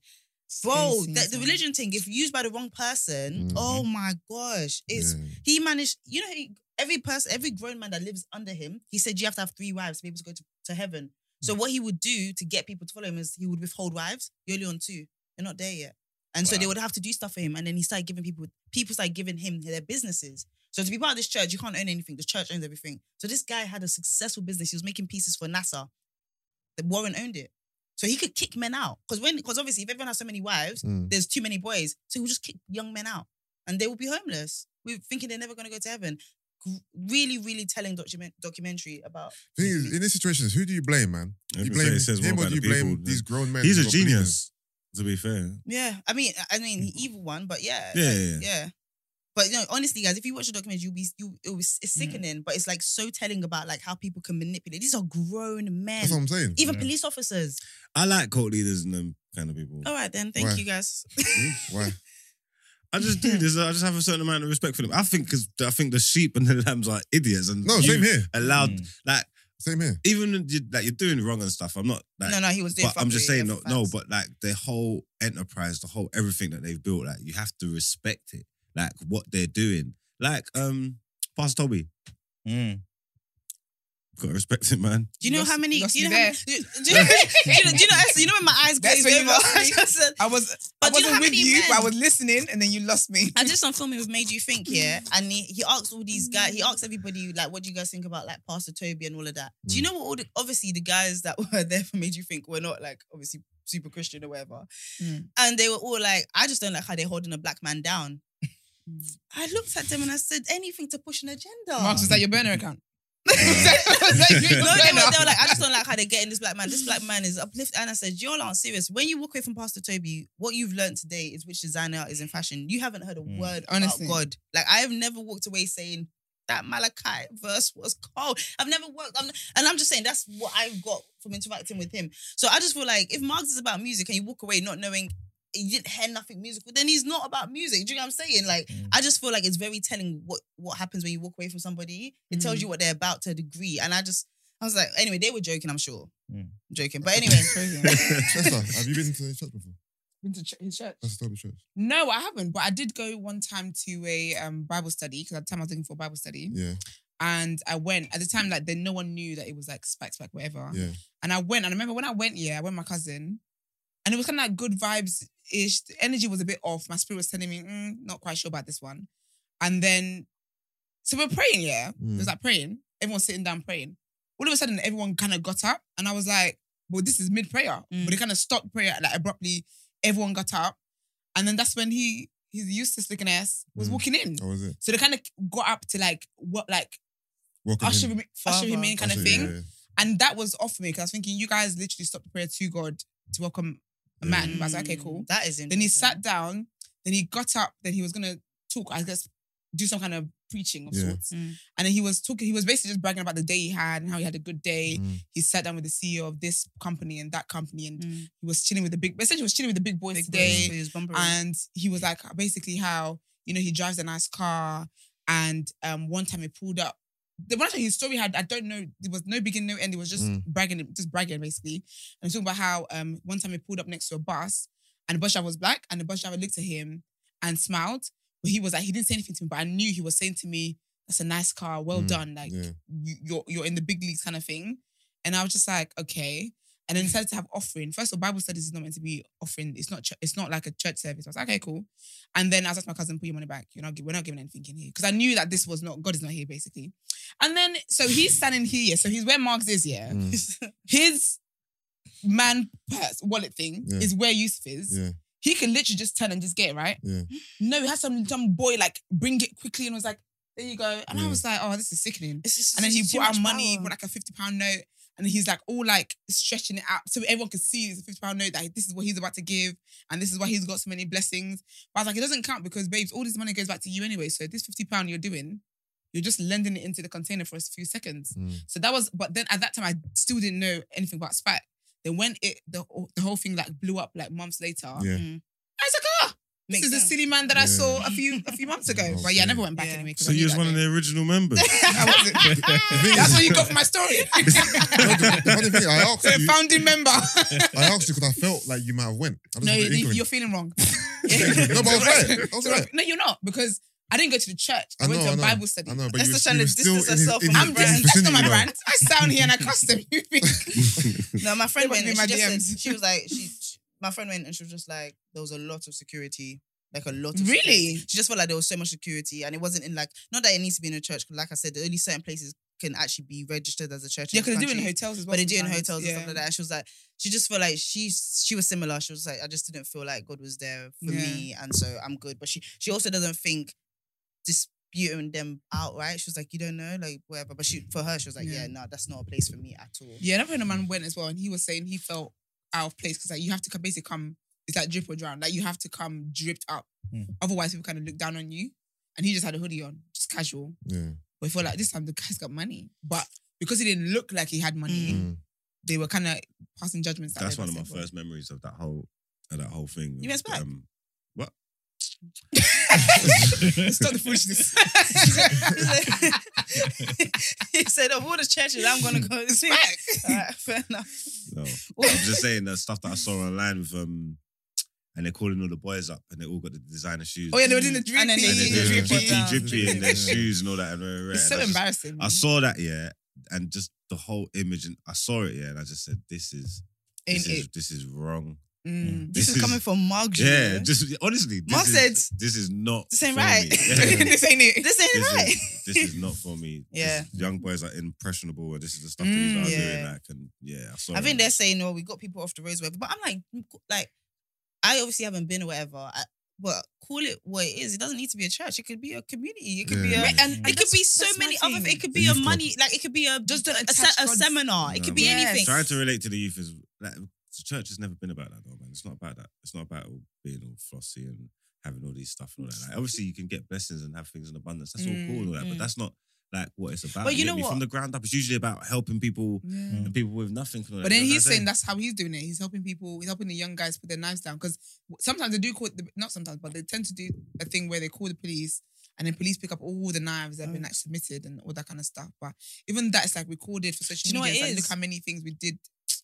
Speaker 1: bro,
Speaker 4: Crazy,
Speaker 1: the, the
Speaker 4: man.
Speaker 1: religion thing, if used by the wrong person,
Speaker 3: Mhm.
Speaker 1: oh my gosh, it's
Speaker 3: Yeah.
Speaker 1: he managed, you know, he, every person, every grown man that lives under him, he said you have to have three wives to be able to go to, to heaven. So what he would do to get people to follow him is he would withhold wives. You're only on two. You're not there yet. And so they
Speaker 5: Wow.
Speaker 1: would have to do stuff for him. And then he started giving people, people started giving him their businesses. So to be part of this church, you can't own anything. The church owns everything. So this guy had a successful business. He was making pieces for NASA. The Warren owned it. So he could kick men out. Because when because obviously if everyone has so many wives,
Speaker 3: Mm.
Speaker 1: there's too many boys. So he'll just kick young men out and they will be homeless. We're thinking they're never going to go to heaven. G- Really, really telling document documentary about.
Speaker 3: Thing is, in these situations, who do you blame, man? Do you
Speaker 2: Everyone
Speaker 3: blame
Speaker 2: says, what
Speaker 3: him or
Speaker 2: about
Speaker 3: do you
Speaker 2: the
Speaker 3: blame
Speaker 2: people?
Speaker 3: these grown men?
Speaker 2: He's
Speaker 3: who
Speaker 2: a
Speaker 3: got believers?
Speaker 2: genius. To be fair,
Speaker 1: Yeah, I mean, I mean,
Speaker 4: Mm-hmm.
Speaker 1: the evil one, but yeah,
Speaker 2: yeah,
Speaker 1: like,
Speaker 2: yeah. yeah.
Speaker 1: yeah. But you know, honestly, guys, if you watch the documentary, you'll be you. It was it's
Speaker 4: Mm-hmm.
Speaker 1: sickening, but it's like so telling about like how people can manipulate. These are grown men,
Speaker 3: That's what I'm
Speaker 4: <laughs>
Speaker 3: saying.
Speaker 1: even
Speaker 5: Yeah.
Speaker 1: police officers.
Speaker 2: I like cult leaders and them kind of people.
Speaker 1: All right, then, thank
Speaker 3: Why?
Speaker 1: you guys.
Speaker 3: Why?
Speaker 2: I just do this. I just have a certain amount of respect for them. I think because I think the sheep and the lambs are idiots, and
Speaker 3: No,
Speaker 2: you
Speaker 3: same here.
Speaker 2: Allowed
Speaker 5: Mm.
Speaker 2: like <laughs>
Speaker 3: Same here.
Speaker 2: even when you, like you're doing wrong and stuff. I'm not like,
Speaker 1: no, no, he was doing.
Speaker 2: but I'm just
Speaker 1: fuckery,
Speaker 2: saying
Speaker 1: yeah,
Speaker 2: no,
Speaker 1: for
Speaker 2: no.
Speaker 1: facts.
Speaker 2: But like the whole enterprise, the whole everything that they've built, like you have to respect it, like what they're doing. Like um, Pastor Toby,
Speaker 5: Mm.
Speaker 2: gotta respect it, man.
Speaker 1: do you know
Speaker 4: Lost-
Speaker 1: how many?
Speaker 4: lost
Speaker 1: Do you
Speaker 4: me
Speaker 1: know how many?
Speaker 4: there.
Speaker 1: Do you, do you, do you know? <laughs> Do you know,
Speaker 4: <laughs>
Speaker 1: Esther, you know when my eyes
Speaker 4: That's
Speaker 1: glazed
Speaker 4: when
Speaker 1: over? <laughs>
Speaker 4: you lost
Speaker 1: I
Speaker 4: me.
Speaker 1: just said,
Speaker 4: I was,
Speaker 1: But
Speaker 4: I
Speaker 1: do you know
Speaker 4: wasn't
Speaker 1: how
Speaker 4: with
Speaker 1: many
Speaker 4: you, but I
Speaker 1: men-
Speaker 4: was listening, and then you lost me.
Speaker 1: I did some filming with Made You Think, yeah. And he, he asked all these guys, he asked everybody, like, what do you guys think about like Pastor Toby and all of that? Do you know what all the obviously the guys that <laughs> were there for Made You Think were not like obviously super Christian or whatever.
Speaker 4: Mm.
Speaker 1: And they were all like, I just don't like how they're holding a black man down. I looked at them and I said, anything to push an agenda.
Speaker 4: Oh. <laughs> Mark, is that your burner account?
Speaker 1: No,
Speaker 5: <laughs>
Speaker 1: they were, they were like, I just don't like how they're getting this black man. This black man is uplifted. And I said, you all aren't serious. When you walk away from Pastor Toby, what you've learned today is which designer is in fashion. You haven't heard a
Speaker 5: Mm.
Speaker 1: word
Speaker 4: Honestly.
Speaker 1: about God. Like, I have never walked away saying that Malachi verse was cold. I've never worked. I'm, and I'm just saying that's what I've got from interacting with him. So I just feel like if Marx is about music and you walk away not knowing he didn't hear nothing musical, then he's not about music. Do you know what I'm saying? Like,
Speaker 5: Mm.
Speaker 1: I just feel like it's very telling what what happens when you walk away from somebody. It tells you what they're about to a degree. And I just, I was like, anyway, they were joking, I'm sure.
Speaker 5: Mm.
Speaker 1: Joking. But
Speaker 4: <laughs>
Speaker 1: anyway,
Speaker 3: Chester, have you been to the church before?
Speaker 4: Been to ch- his church?
Speaker 3: Pastor Toby Church.
Speaker 4: No, I haven't. But I did go one time to a um, Bible study because at the time I was looking for a Bible study,
Speaker 3: Yeah,
Speaker 4: and I went at the time like then no one knew that it was like spike spike whatever.
Speaker 3: yeah.
Speaker 4: And I went, and I remember when I went, yeah, I went with my cousin, and it was kind of like good vibes ish. The energy was a bit off. My spirit was telling me, mm, not quite sure about this one. And then, so we're praying, yeah. It
Speaker 3: Mm.
Speaker 4: was like praying. Everyone's sitting down praying. All of a sudden, everyone kind of got up, and I was like, "Well, this is mid prayer."
Speaker 1: Mm.
Speaker 4: But it kind of stopped prayer like abruptly. Everyone got up, and then that's when he his useless looking ass was
Speaker 3: Mm.
Speaker 4: walking in.
Speaker 3: How was it?
Speaker 4: So they kind of got up to like what like
Speaker 3: Welcome
Speaker 4: usher
Speaker 3: him.
Speaker 4: him, usher him
Speaker 1: Father.
Speaker 4: in kind of
Speaker 3: Usher,
Speaker 4: thing.
Speaker 3: yeah,
Speaker 4: And that was off me because I was thinking, you guys literally stopped the prayer to God to welcome a
Speaker 3: Yeah.
Speaker 4: man. I was like, okay, cool.
Speaker 1: That is interesting.
Speaker 4: Then he sat down, then he got up, then he was gonna talk, I guess, do some kind of preaching of
Speaker 3: Yeah.
Speaker 4: sorts.
Speaker 1: Mm.
Speaker 4: And then he was talking, he was basically just bragging about the day he had and how he had a good
Speaker 3: yeah.
Speaker 4: day.
Speaker 3: Mm.
Speaker 4: He sat down with the CEO of this company and that company, and
Speaker 1: Mm.
Speaker 4: he was chilling with the big essentially he was chilling with the big boys
Speaker 1: Big
Speaker 4: today.
Speaker 1: boys, please, bumper.
Speaker 4: And he was like basically how, you know, he drives a nice car. And um, one time he pulled up. The one time his story had, I don't know, there was no beginning, no end. It was just
Speaker 3: Mm.
Speaker 4: bragging, just bragging basically. And he was talking about how um, one time he pulled up next to a bus and the bus driver was black and the bus driver looked at him and smiled. But he was like, he didn't say anything to me, but I knew he was saying to me, that's a nice car, well
Speaker 3: Mm.
Speaker 4: done. Like,
Speaker 3: Yeah.
Speaker 4: you, you're you're in the big leagues kind of thing. And I was just like, okay. And then decided to have offering. First of all, Bible studies is not meant to be offering. It's not. chu- It's not like a church service. I was like, okay, cool. And then I was like, my cousin, put your money back. You're not. gi- We're not giving anything in here because I knew that this was not. God is not here, basically. And then so he's standing here. Yeah, so he's where Marks is. Yeah,
Speaker 3: Mm.
Speaker 4: <laughs> his man purse wallet thing
Speaker 3: Yeah.
Speaker 4: is where Yusuf is
Speaker 3: Yeah.
Speaker 4: he can literally just turn and just get it, right?
Speaker 3: Yeah.
Speaker 4: No, he had some some boy like bring it quickly and was like, there you go. And I
Speaker 3: Yeah.
Speaker 4: was like, oh, this is sickening.
Speaker 1: It's just-
Speaker 4: And then
Speaker 1: it's
Speaker 4: he
Speaker 1: just too
Speaker 4: brought out
Speaker 1: much
Speaker 4: money,
Speaker 1: power.
Speaker 4: brought like a 50 pound note, and he's like all like stretching it out so everyone could see it's a 50 pound note that this is what he's about to give, and this is why he's got so many blessings. But I was like, it doesn't count because babes, all this money goes back to you anyway. So this 50 pound you're doing, you're just lending it into the container for a few seconds.
Speaker 3: Mm.
Speaker 4: So that was, but then at that time, I still didn't know anything about Spike. Then when it the, the whole thing like blew up like months later,
Speaker 3: Yeah.
Speaker 1: Mm.
Speaker 4: I was like, ah,
Speaker 1: Makes
Speaker 4: this is
Speaker 1: sense.
Speaker 4: the silly man that I
Speaker 3: Yeah.
Speaker 4: saw a few a few months ago.
Speaker 3: Oh,
Speaker 4: But yeah, I
Speaker 3: okay.
Speaker 4: never went back
Speaker 1: Yeah.
Speaker 4: anyway. 'cause
Speaker 2: So
Speaker 4: I knew
Speaker 2: you was
Speaker 4: that
Speaker 2: one of
Speaker 4: day.
Speaker 2: the
Speaker 1: <laughs>
Speaker 2: original members.
Speaker 4: I wasn't. That's what you got from my story.
Speaker 3: The funny thing, I
Speaker 4: <laughs>
Speaker 3: asked
Speaker 4: so a
Speaker 3: you,
Speaker 4: founding member.
Speaker 3: I asked you because I felt like you might have went. I just
Speaker 4: no,
Speaker 3: had
Speaker 4: you,
Speaker 3: an inkling.
Speaker 4: you're feeling wrong.
Speaker 3: No, but I was right. I was right.
Speaker 4: No, you're not because I didn't go to the church. I,
Speaker 3: I
Speaker 4: went
Speaker 3: know,
Speaker 4: to
Speaker 3: I
Speaker 4: a
Speaker 3: know.
Speaker 4: Bible study.
Speaker 3: I know, but
Speaker 1: That's
Speaker 3: you,
Speaker 1: just
Speaker 3: were-
Speaker 1: trying to
Speaker 3: you were still in
Speaker 1: distance
Speaker 3: his,
Speaker 1: herself
Speaker 3: in
Speaker 1: from
Speaker 3: his
Speaker 4: I'm just, that's
Speaker 3: vicinity,
Speaker 4: not my
Speaker 3: though.
Speaker 4: brand. I sound here and I custom you.
Speaker 1: <laughs> No, my friend
Speaker 4: They
Speaker 1: went. And
Speaker 4: went in
Speaker 1: she,
Speaker 4: my
Speaker 1: just said-
Speaker 4: DMs.
Speaker 1: she was like, she, she- my friend went, and she was just like, there was a lot of security, like a lot. of
Speaker 4: Really?
Speaker 1: security. She just felt like there was so much security, and it wasn't in like, not that it needs to be in a church. 'cause like I said, the only certain places can actually be registered as a church.
Speaker 4: yeah,
Speaker 1: in this
Speaker 4: because they do it in
Speaker 1: country.
Speaker 4: hotels as well.
Speaker 1: But they do in
Speaker 4: sometimes.
Speaker 1: hotels
Speaker 4: yeah.
Speaker 1: and stuff like that. And she was like, she just felt like she she was similar. She was like, I just didn't feel like God was there for
Speaker 4: Yeah.
Speaker 1: me, and so I'm good. But she she also doesn't think disputing them outright. She was like, you don't know, like whatever. But she for her, she was like,
Speaker 4: Yeah.
Speaker 1: yeah, no, that's not a place for me at all.
Speaker 4: Yeah, another friend of mine went as well, and he was saying he felt out of place because like you have to come, basically come. It's like drip or drown. Like you have to come dripped up,
Speaker 5: Mm.
Speaker 4: otherwise people kind of look down on you. And he just had a hoodie on, just casual.
Speaker 3: <laughs> Yeah.
Speaker 4: But I felt like this time the guy's got money, but because he didn't look like he had money,
Speaker 1: Mm.
Speaker 3: Mm.
Speaker 4: they were kind of passing judgments. that
Speaker 2: That's
Speaker 4: way,
Speaker 2: one of my
Speaker 4: but I
Speaker 2: first memories of that whole of that whole thing.
Speaker 1: You went back?
Speaker 2: Um,
Speaker 4: said,
Speaker 2: <laughs>
Speaker 4: Stop the foolishness.
Speaker 1: <laughs>
Speaker 4: <laughs>
Speaker 1: he said, of all the churches, I'm gonna go this week. All <laughs> right, fair enough.
Speaker 2: no. I'm just saying the stuff that I saw online with um, and they're calling all the boys up and they all got the designer shoes.
Speaker 4: oh yeah, they were doing the
Speaker 1: <laughs>
Speaker 4: drippy,
Speaker 1: And then they
Speaker 2: and
Speaker 1: did
Speaker 2: they're doing
Speaker 4: drippy.
Speaker 1: the
Speaker 2: drippy,
Speaker 1: Yeah.
Speaker 2: drippy, in their
Speaker 3: Yeah.
Speaker 2: shoes and all that. And, rah, rah, rah.
Speaker 4: It's
Speaker 2: And
Speaker 4: so
Speaker 2: I just-
Speaker 4: embarrassing.
Speaker 2: I saw that, yeah, and just the whole image, and I saw it, yeah, and I just said, "This is
Speaker 4: Ain't
Speaker 2: this is
Speaker 4: it?
Speaker 2: this is wrong."
Speaker 4: Mm.
Speaker 1: This,
Speaker 2: This
Speaker 1: is
Speaker 2: is-
Speaker 1: coming from Marg. you
Speaker 2: Yeah,
Speaker 1: know?
Speaker 2: just honestly, this
Speaker 1: Mark
Speaker 2: is,
Speaker 1: said,
Speaker 2: "This is
Speaker 1: <laughs>
Speaker 2: not
Speaker 1: "This ain't
Speaker 2: for
Speaker 1: right."
Speaker 2: me." Yeah.
Speaker 4: <laughs> this ain't it.
Speaker 1: this ain't
Speaker 2: this,
Speaker 1: right.
Speaker 2: is, this is not for
Speaker 1: <laughs>
Speaker 2: me. This-
Speaker 1: Yeah.
Speaker 2: young boys are impressionable, and this is the stuff
Speaker 4: Mm,
Speaker 2: that these are
Speaker 1: yeah.
Speaker 2: doing. Like, and yeah, I saw.
Speaker 1: I think "Oh,
Speaker 2: it.
Speaker 1: "Mm, they're saying, "No, we got people off the roads, whatever." But I'm like, like, I obviously haven't been or whatever. I, but call it what it is. It doesn't need to be a church. It could be a community. It could
Speaker 3: Yeah.
Speaker 1: be a.
Speaker 2: Right,
Speaker 4: and,
Speaker 1: It could be so
Speaker 4: that's my
Speaker 1: many other.
Speaker 4: thing.
Speaker 1: It could
Speaker 2: The
Speaker 1: be a
Speaker 2: youth
Speaker 1: money. Like it could be a
Speaker 4: Just
Speaker 1: just
Speaker 4: don't
Speaker 1: a,
Speaker 4: attach
Speaker 1: se- a
Speaker 4: God's-
Speaker 1: seminar. It could be
Speaker 2: No,
Speaker 4: man.
Speaker 1: anything.
Speaker 2: Trying to relate to the youth is like the church has never been about that though, man. It's not about that. It's not about all being all flossy and having all these stuff and all that. Like, obviously, you can get blessings and have things in abundance. That's all cool and all that,
Speaker 4: Mm,
Speaker 2: but that's not like what it's about.
Speaker 1: But you
Speaker 2: get
Speaker 1: know
Speaker 2: me?
Speaker 1: what?
Speaker 2: From the ground up, it's usually about helping people and people with nothing. and all
Speaker 4: But
Speaker 2: that.
Speaker 4: then
Speaker 2: You know
Speaker 4: he's
Speaker 2: what I'm
Speaker 4: saying that's how he's doing it. He's helping people. He's helping the young guys put their knives down because sometimes they do call the, not sometimes, but they tend to do a thing where they call the police and then police pick up all the knives that have been
Speaker 2: Oh.
Speaker 4: like submitted and all that kind of stuff. But even that, it's like recorded for
Speaker 1: Do
Speaker 4: social
Speaker 1: you know
Speaker 4: media.
Speaker 1: what it
Speaker 4: It's like,
Speaker 1: is?
Speaker 4: look how many things we did.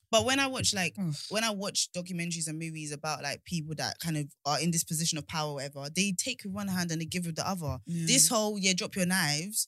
Speaker 1: But when I watch like
Speaker 4: Ugh.
Speaker 1: when I watch documentaries and movies about like people that kind of are in this position of power, or whatever, they take with one hand and they give with the other.
Speaker 4: Mm.
Speaker 1: This whole yeah, drop your knives,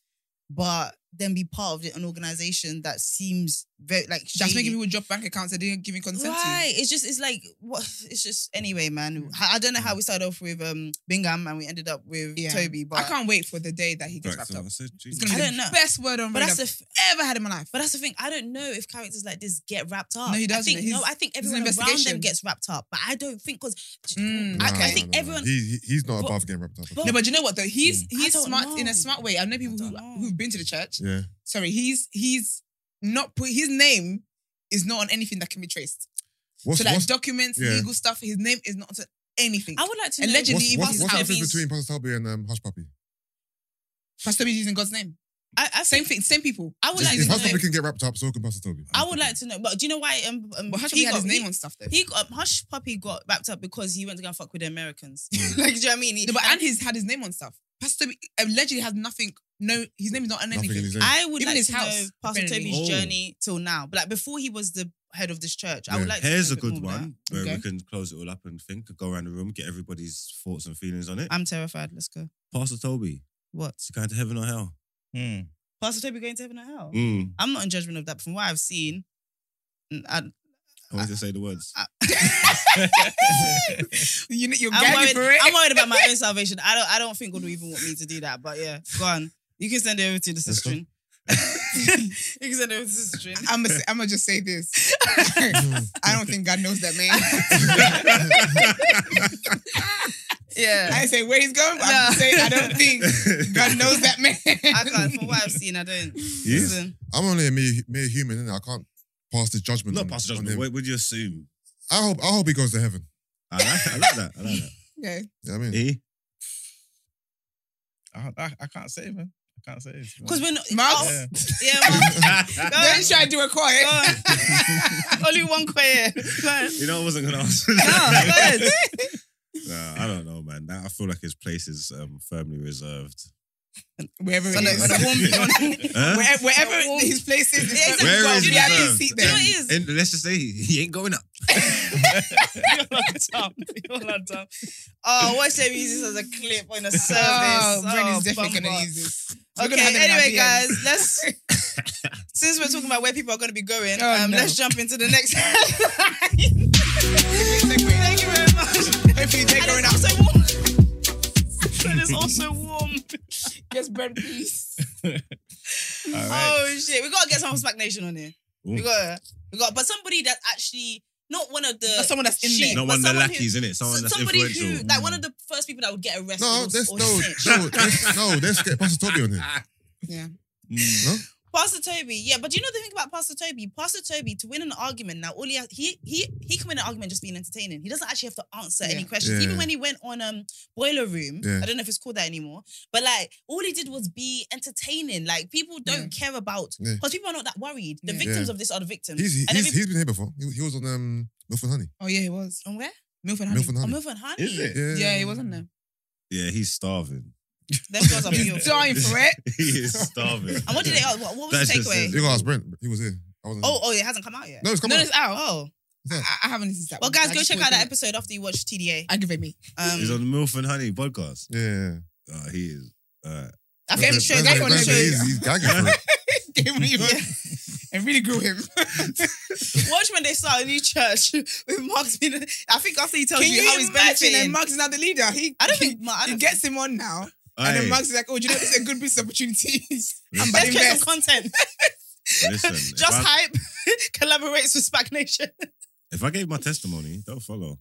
Speaker 1: but then be part of an organization that seems very like
Speaker 4: that's
Speaker 1: shady.
Speaker 4: making people drop bank accounts they didn't give me consent
Speaker 1: Right. It's just it's like what it's just anyway, man. I I don't know how we started off with um Bingham and we ended up with
Speaker 4: to. Yeah.
Speaker 1: Toby, but
Speaker 4: I can't wait for the day that he gets
Speaker 2: Right,
Speaker 4: wrapped
Speaker 2: so
Speaker 4: up.
Speaker 2: I said,
Speaker 4: It's
Speaker 2: Jesus.
Speaker 4: gonna
Speaker 1: I
Speaker 4: be
Speaker 1: don't
Speaker 4: the
Speaker 1: know.
Speaker 4: best word on
Speaker 1: but
Speaker 4: radar
Speaker 1: that's
Speaker 4: I've
Speaker 1: the f-
Speaker 4: ever had in my life.
Speaker 1: but that's the thing. I don't know if characters like this get wrapped up.
Speaker 4: No, he
Speaker 1: I
Speaker 4: doesn't.
Speaker 1: think, no,
Speaker 4: He's-
Speaker 1: I think
Speaker 4: an
Speaker 1: everyone around them
Speaker 4: investigation.
Speaker 1: gets wrapped up, but I don't think because
Speaker 4: Mm.
Speaker 1: I,
Speaker 3: Nah,
Speaker 1: I
Speaker 3: nah,
Speaker 1: think
Speaker 3: nah, nah.
Speaker 1: everyone.
Speaker 3: He, he- he's not
Speaker 1: But-
Speaker 3: above getting wrapped up.
Speaker 1: but-
Speaker 4: No, but you know what though? He's he's
Speaker 1: I don't
Speaker 4: smart in
Speaker 1: know.
Speaker 4: a smart way. I know people
Speaker 1: I
Speaker 4: who
Speaker 1: don't know.
Speaker 4: who've been to the church.
Speaker 3: yeah.
Speaker 4: Sorry, he's he's not put his name is not on anything that can be traced.
Speaker 3: What's,
Speaker 4: so like
Speaker 3: what's,
Speaker 4: documents,
Speaker 3: yeah.
Speaker 4: legal stuff, his name is not on anything.
Speaker 1: I would like to know.
Speaker 4: Allegedly,
Speaker 3: what's,
Speaker 4: he
Speaker 3: what's,
Speaker 4: was
Speaker 3: what's the difference
Speaker 1: Toby's-
Speaker 3: between Pastor Talby and um, Hush Puppy?
Speaker 4: Pastor B's using God's name.
Speaker 1: I, I
Speaker 4: Same
Speaker 1: think-
Speaker 4: thing, same people.
Speaker 1: I would
Speaker 3: If,
Speaker 1: like
Speaker 3: if
Speaker 1: to
Speaker 3: Hush Puppy
Speaker 1: know.
Speaker 3: can get wrapped up, so can Pastor Toby.
Speaker 1: I would like to know, but do you know why? Um, um
Speaker 4: But Hush
Speaker 1: he
Speaker 4: Puppy had
Speaker 1: got-
Speaker 4: his name
Speaker 1: he-
Speaker 4: on stuff though.
Speaker 1: He got Hush Puppy got wrapped up because he went to go and fuck with the Americans. <laughs> like, do you know what I mean? He-
Speaker 4: no, but and he's had his name on stuff. Pastor B allegedly has nothing. No, his name is not on
Speaker 3: Nothing in
Speaker 4: anything.
Speaker 3: his name.
Speaker 1: I would
Speaker 4: Even
Speaker 1: like
Speaker 4: his
Speaker 1: to
Speaker 4: house,
Speaker 1: know Pastor
Speaker 4: apparently.
Speaker 1: Toby's
Speaker 2: Oh.
Speaker 1: journey till now, but like before he was the head of this church. I would
Speaker 3: Yeah.
Speaker 1: like.
Speaker 2: Here's
Speaker 1: to
Speaker 2: a
Speaker 1: know bit
Speaker 2: good
Speaker 1: more than
Speaker 2: one
Speaker 1: that.
Speaker 2: where
Speaker 4: Okay.
Speaker 2: we can close it all up and think, go around the room, get everybody's thoughts and feelings on it.
Speaker 1: I'm terrified. Let's go.
Speaker 2: Pastor Toby,
Speaker 1: What?
Speaker 2: is he going to heaven or hell?
Speaker 5: Mm.
Speaker 1: Pastor Toby going to heaven or hell?
Speaker 2: Mm.
Speaker 1: I'm not in judgment of that. From what I've seen, mm, I,
Speaker 2: I want you to say the words. <laughs>
Speaker 4: You know, you're
Speaker 1: I'm, worried,
Speaker 4: gagging for it. <laughs>
Speaker 1: I'm worried about my own salvation. I don't. I don't think God would even want me to do that. But yeah, go on. You can send it over to the sister. <laughs> you can send it over to the sister.
Speaker 4: I'm gonna I'm gonna just say this.
Speaker 3: Mm.
Speaker 4: <laughs> I don't think God knows
Speaker 1: <laughs>
Speaker 4: that man.
Speaker 1: Yeah.
Speaker 4: I <laughs> didn't say where he's going, but
Speaker 1: Nah.
Speaker 4: I'm just saying I don't
Speaker 1: <laughs>
Speaker 4: think God knows that man.
Speaker 1: I can't. From what I've seen, I don't. Listen,
Speaker 3: I'm only a mere, mere human, and I can't pass the judgment.
Speaker 2: Not
Speaker 3: on-
Speaker 2: past
Speaker 3: on
Speaker 2: judgment.
Speaker 3: him.
Speaker 2: What would you assume?
Speaker 3: I hope I hope he goes to heaven.
Speaker 2: I like, I like that. I like that.
Speaker 4: <laughs> Yeah.
Speaker 3: You
Speaker 2: <laughs>
Speaker 3: know what I mean,
Speaker 2: E?
Speaker 5: I, I, I can't say, man. I can't say. it, to be
Speaker 1: because
Speaker 5: honest.
Speaker 1: we're not.
Speaker 4: Mouth.
Speaker 1: Oh,
Speaker 5: <laughs> Yeah.
Speaker 1: yeah. Mouth. Go on.
Speaker 4: Then should I do a choir?
Speaker 1: Go on. Oh. <laughs> Only one choir. Go on.
Speaker 2: You know, I wasn't gonna answer.
Speaker 1: <laughs> No, go
Speaker 2: that.
Speaker 1: ahead.
Speaker 2: Nah, I don't know, man. That, I feel like his place is um, firmly reserved.
Speaker 4: Wherever it
Speaker 1: On a,
Speaker 4: is.
Speaker 1: on a warm, on a,
Speaker 2: Huh?
Speaker 4: Wherever, wherever
Speaker 1: Warm.
Speaker 4: his place is,
Speaker 1: Yeah, exactly.
Speaker 2: Where
Speaker 4: God,
Speaker 2: is
Speaker 4: you
Speaker 2: he
Speaker 4: have your
Speaker 2: from?
Speaker 4: seat
Speaker 1: you know
Speaker 4: there.
Speaker 1: what it is?
Speaker 2: And let's just say he he ain't going up.
Speaker 1: You're not dumb. You're not dumb. Oh, watch them use this as a clip on a service.
Speaker 4: Oh, Brenny's definitely
Speaker 1: bummer.
Speaker 4: gonna use this. We're gonna
Speaker 1: Okay,
Speaker 4: have them in our
Speaker 1: anyway,
Speaker 4: DMs.
Speaker 1: guys, let's
Speaker 4: <laughs>
Speaker 1: since we're talking about where people are going to be going,
Speaker 4: Oh,
Speaker 1: um,
Speaker 4: no.
Speaker 1: let's jump into the next <laughs> headline. Thank you very much.
Speaker 4: Hopefully they're going
Speaker 1: And
Speaker 4: out.
Speaker 1: it's also warm. and it's
Speaker 4: <laughs>
Speaker 1: also warm.
Speaker 4: Yes, bread, please.
Speaker 5: All right.
Speaker 1: Oh shit, we gotta get some Smack Nation on here. We
Speaker 2: Ooh.
Speaker 1: gotta, we got, but somebody that actually not one of the
Speaker 4: Not someone that's in
Speaker 1: sheep,
Speaker 4: there.
Speaker 2: Not
Speaker 1: but
Speaker 2: one of the
Speaker 1: someone who-
Speaker 2: lackeys, in it. Someone
Speaker 1: So-
Speaker 2: that's
Speaker 1: somebody
Speaker 2: influential. Mm.
Speaker 1: who, like one of the first people that would get arrested.
Speaker 3: no,
Speaker 1: or,
Speaker 3: that's
Speaker 1: or
Speaker 3: no,
Speaker 1: snitched.
Speaker 3: no, that's, no. Let's get Pastor Toby on here.
Speaker 4: Yeah.
Speaker 5: Mm.
Speaker 1: <laughs> Pastor Toby, yeah, but you know the thing about Pastor Toby? Pastor Toby to win an argument now, all he has, he he he can win an argument just being entertaining. He doesn't actually have to answer any
Speaker 4: Yeah.
Speaker 1: questions. Even
Speaker 3: Yeah.
Speaker 1: when he went on um Boiler Room,
Speaker 3: Yeah.
Speaker 1: I don't know if it's called that anymore, but like all he did was be entertaining. Like people don't care about
Speaker 3: Yeah.
Speaker 1: because people are not that worried. The
Speaker 4: Yeah.
Speaker 1: victims
Speaker 3: Yeah.
Speaker 1: of this are the victims.
Speaker 3: He's he's,
Speaker 1: and every-
Speaker 3: he's been here before. He, he was on um Milf and Honey.
Speaker 4: Oh yeah, he was.
Speaker 1: on where?
Speaker 4: Milf and honey.
Speaker 3: Milf and
Speaker 1: On
Speaker 3: Honey.
Speaker 1: Milford Honey.
Speaker 2: Is it?
Speaker 3: Yeah,
Speaker 4: Yeah, he was on there.
Speaker 2: <laughs> Yeah, he's starving. <laughs>
Speaker 1: Them
Speaker 3: <laughs>
Speaker 1: girls are
Speaker 4: He's
Speaker 1: beautiful.
Speaker 4: dying for it.
Speaker 1: <laughs>
Speaker 2: he is starving.
Speaker 1: And what did they oh, what, what was
Speaker 2: That's
Speaker 1: the
Speaker 2: just
Speaker 1: takeaway?
Speaker 2: it.
Speaker 3: You gotta ask Brent. He was here. I wasn't
Speaker 1: Oh,
Speaker 3: here.
Speaker 1: oh, it hasn't come out yet.
Speaker 3: no, it's come
Speaker 4: no,
Speaker 3: on.
Speaker 4: it's out.
Speaker 1: Oh.
Speaker 4: <laughs> I, I haven't listened to that.
Speaker 1: Well,
Speaker 4: one.
Speaker 1: guys,
Speaker 4: Um, I
Speaker 1: go
Speaker 4: just
Speaker 1: check
Speaker 4: woke
Speaker 1: out that
Speaker 4: up.
Speaker 1: episode after you watch TDA.
Speaker 4: Aggravate me.
Speaker 2: He's on
Speaker 1: Um,
Speaker 2: the Milf and Honey podcast.
Speaker 3: Yeah, yeah. yeah.
Speaker 2: Uh, he is. Uh,
Speaker 1: I think
Speaker 4: Okay,
Speaker 1: it shows
Speaker 4: that's
Speaker 1: that
Speaker 4: what
Speaker 1: one
Speaker 3: Brent,
Speaker 4: it shows.
Speaker 1: shows.
Speaker 3: he's,
Speaker 4: <laughs>
Speaker 3: he's
Speaker 1: <laughs>
Speaker 3: gagging for it.
Speaker 4: Gave him
Speaker 1: Yeah.
Speaker 4: and really grew
Speaker 1: <laughs>
Speaker 4: him.
Speaker 1: Watch when they start a new church <laughs> with Mark's been. I think after he tells
Speaker 4: Can
Speaker 1: you,
Speaker 4: you,
Speaker 1: how he's
Speaker 4: imagine?
Speaker 1: benefiting.
Speaker 4: And Mugs is now the leader. He,
Speaker 1: I don't
Speaker 4: he-
Speaker 1: think Mark. I
Speaker 4: he
Speaker 1: don't
Speaker 4: gets him on now. And
Speaker 2: hey,
Speaker 4: then Mugs is like, oh, do you know this is a good business opportunity? <laughs>
Speaker 1: think- <laughs>
Speaker 4: I'm
Speaker 1: Let's
Speaker 4: bad
Speaker 1: create
Speaker 4: invest.
Speaker 1: some content.
Speaker 2: listen. if
Speaker 1: Just <laughs>
Speaker 2: I-
Speaker 1: hype collaborates with Spac Nation.
Speaker 2: If I gave my testimony, don't follow.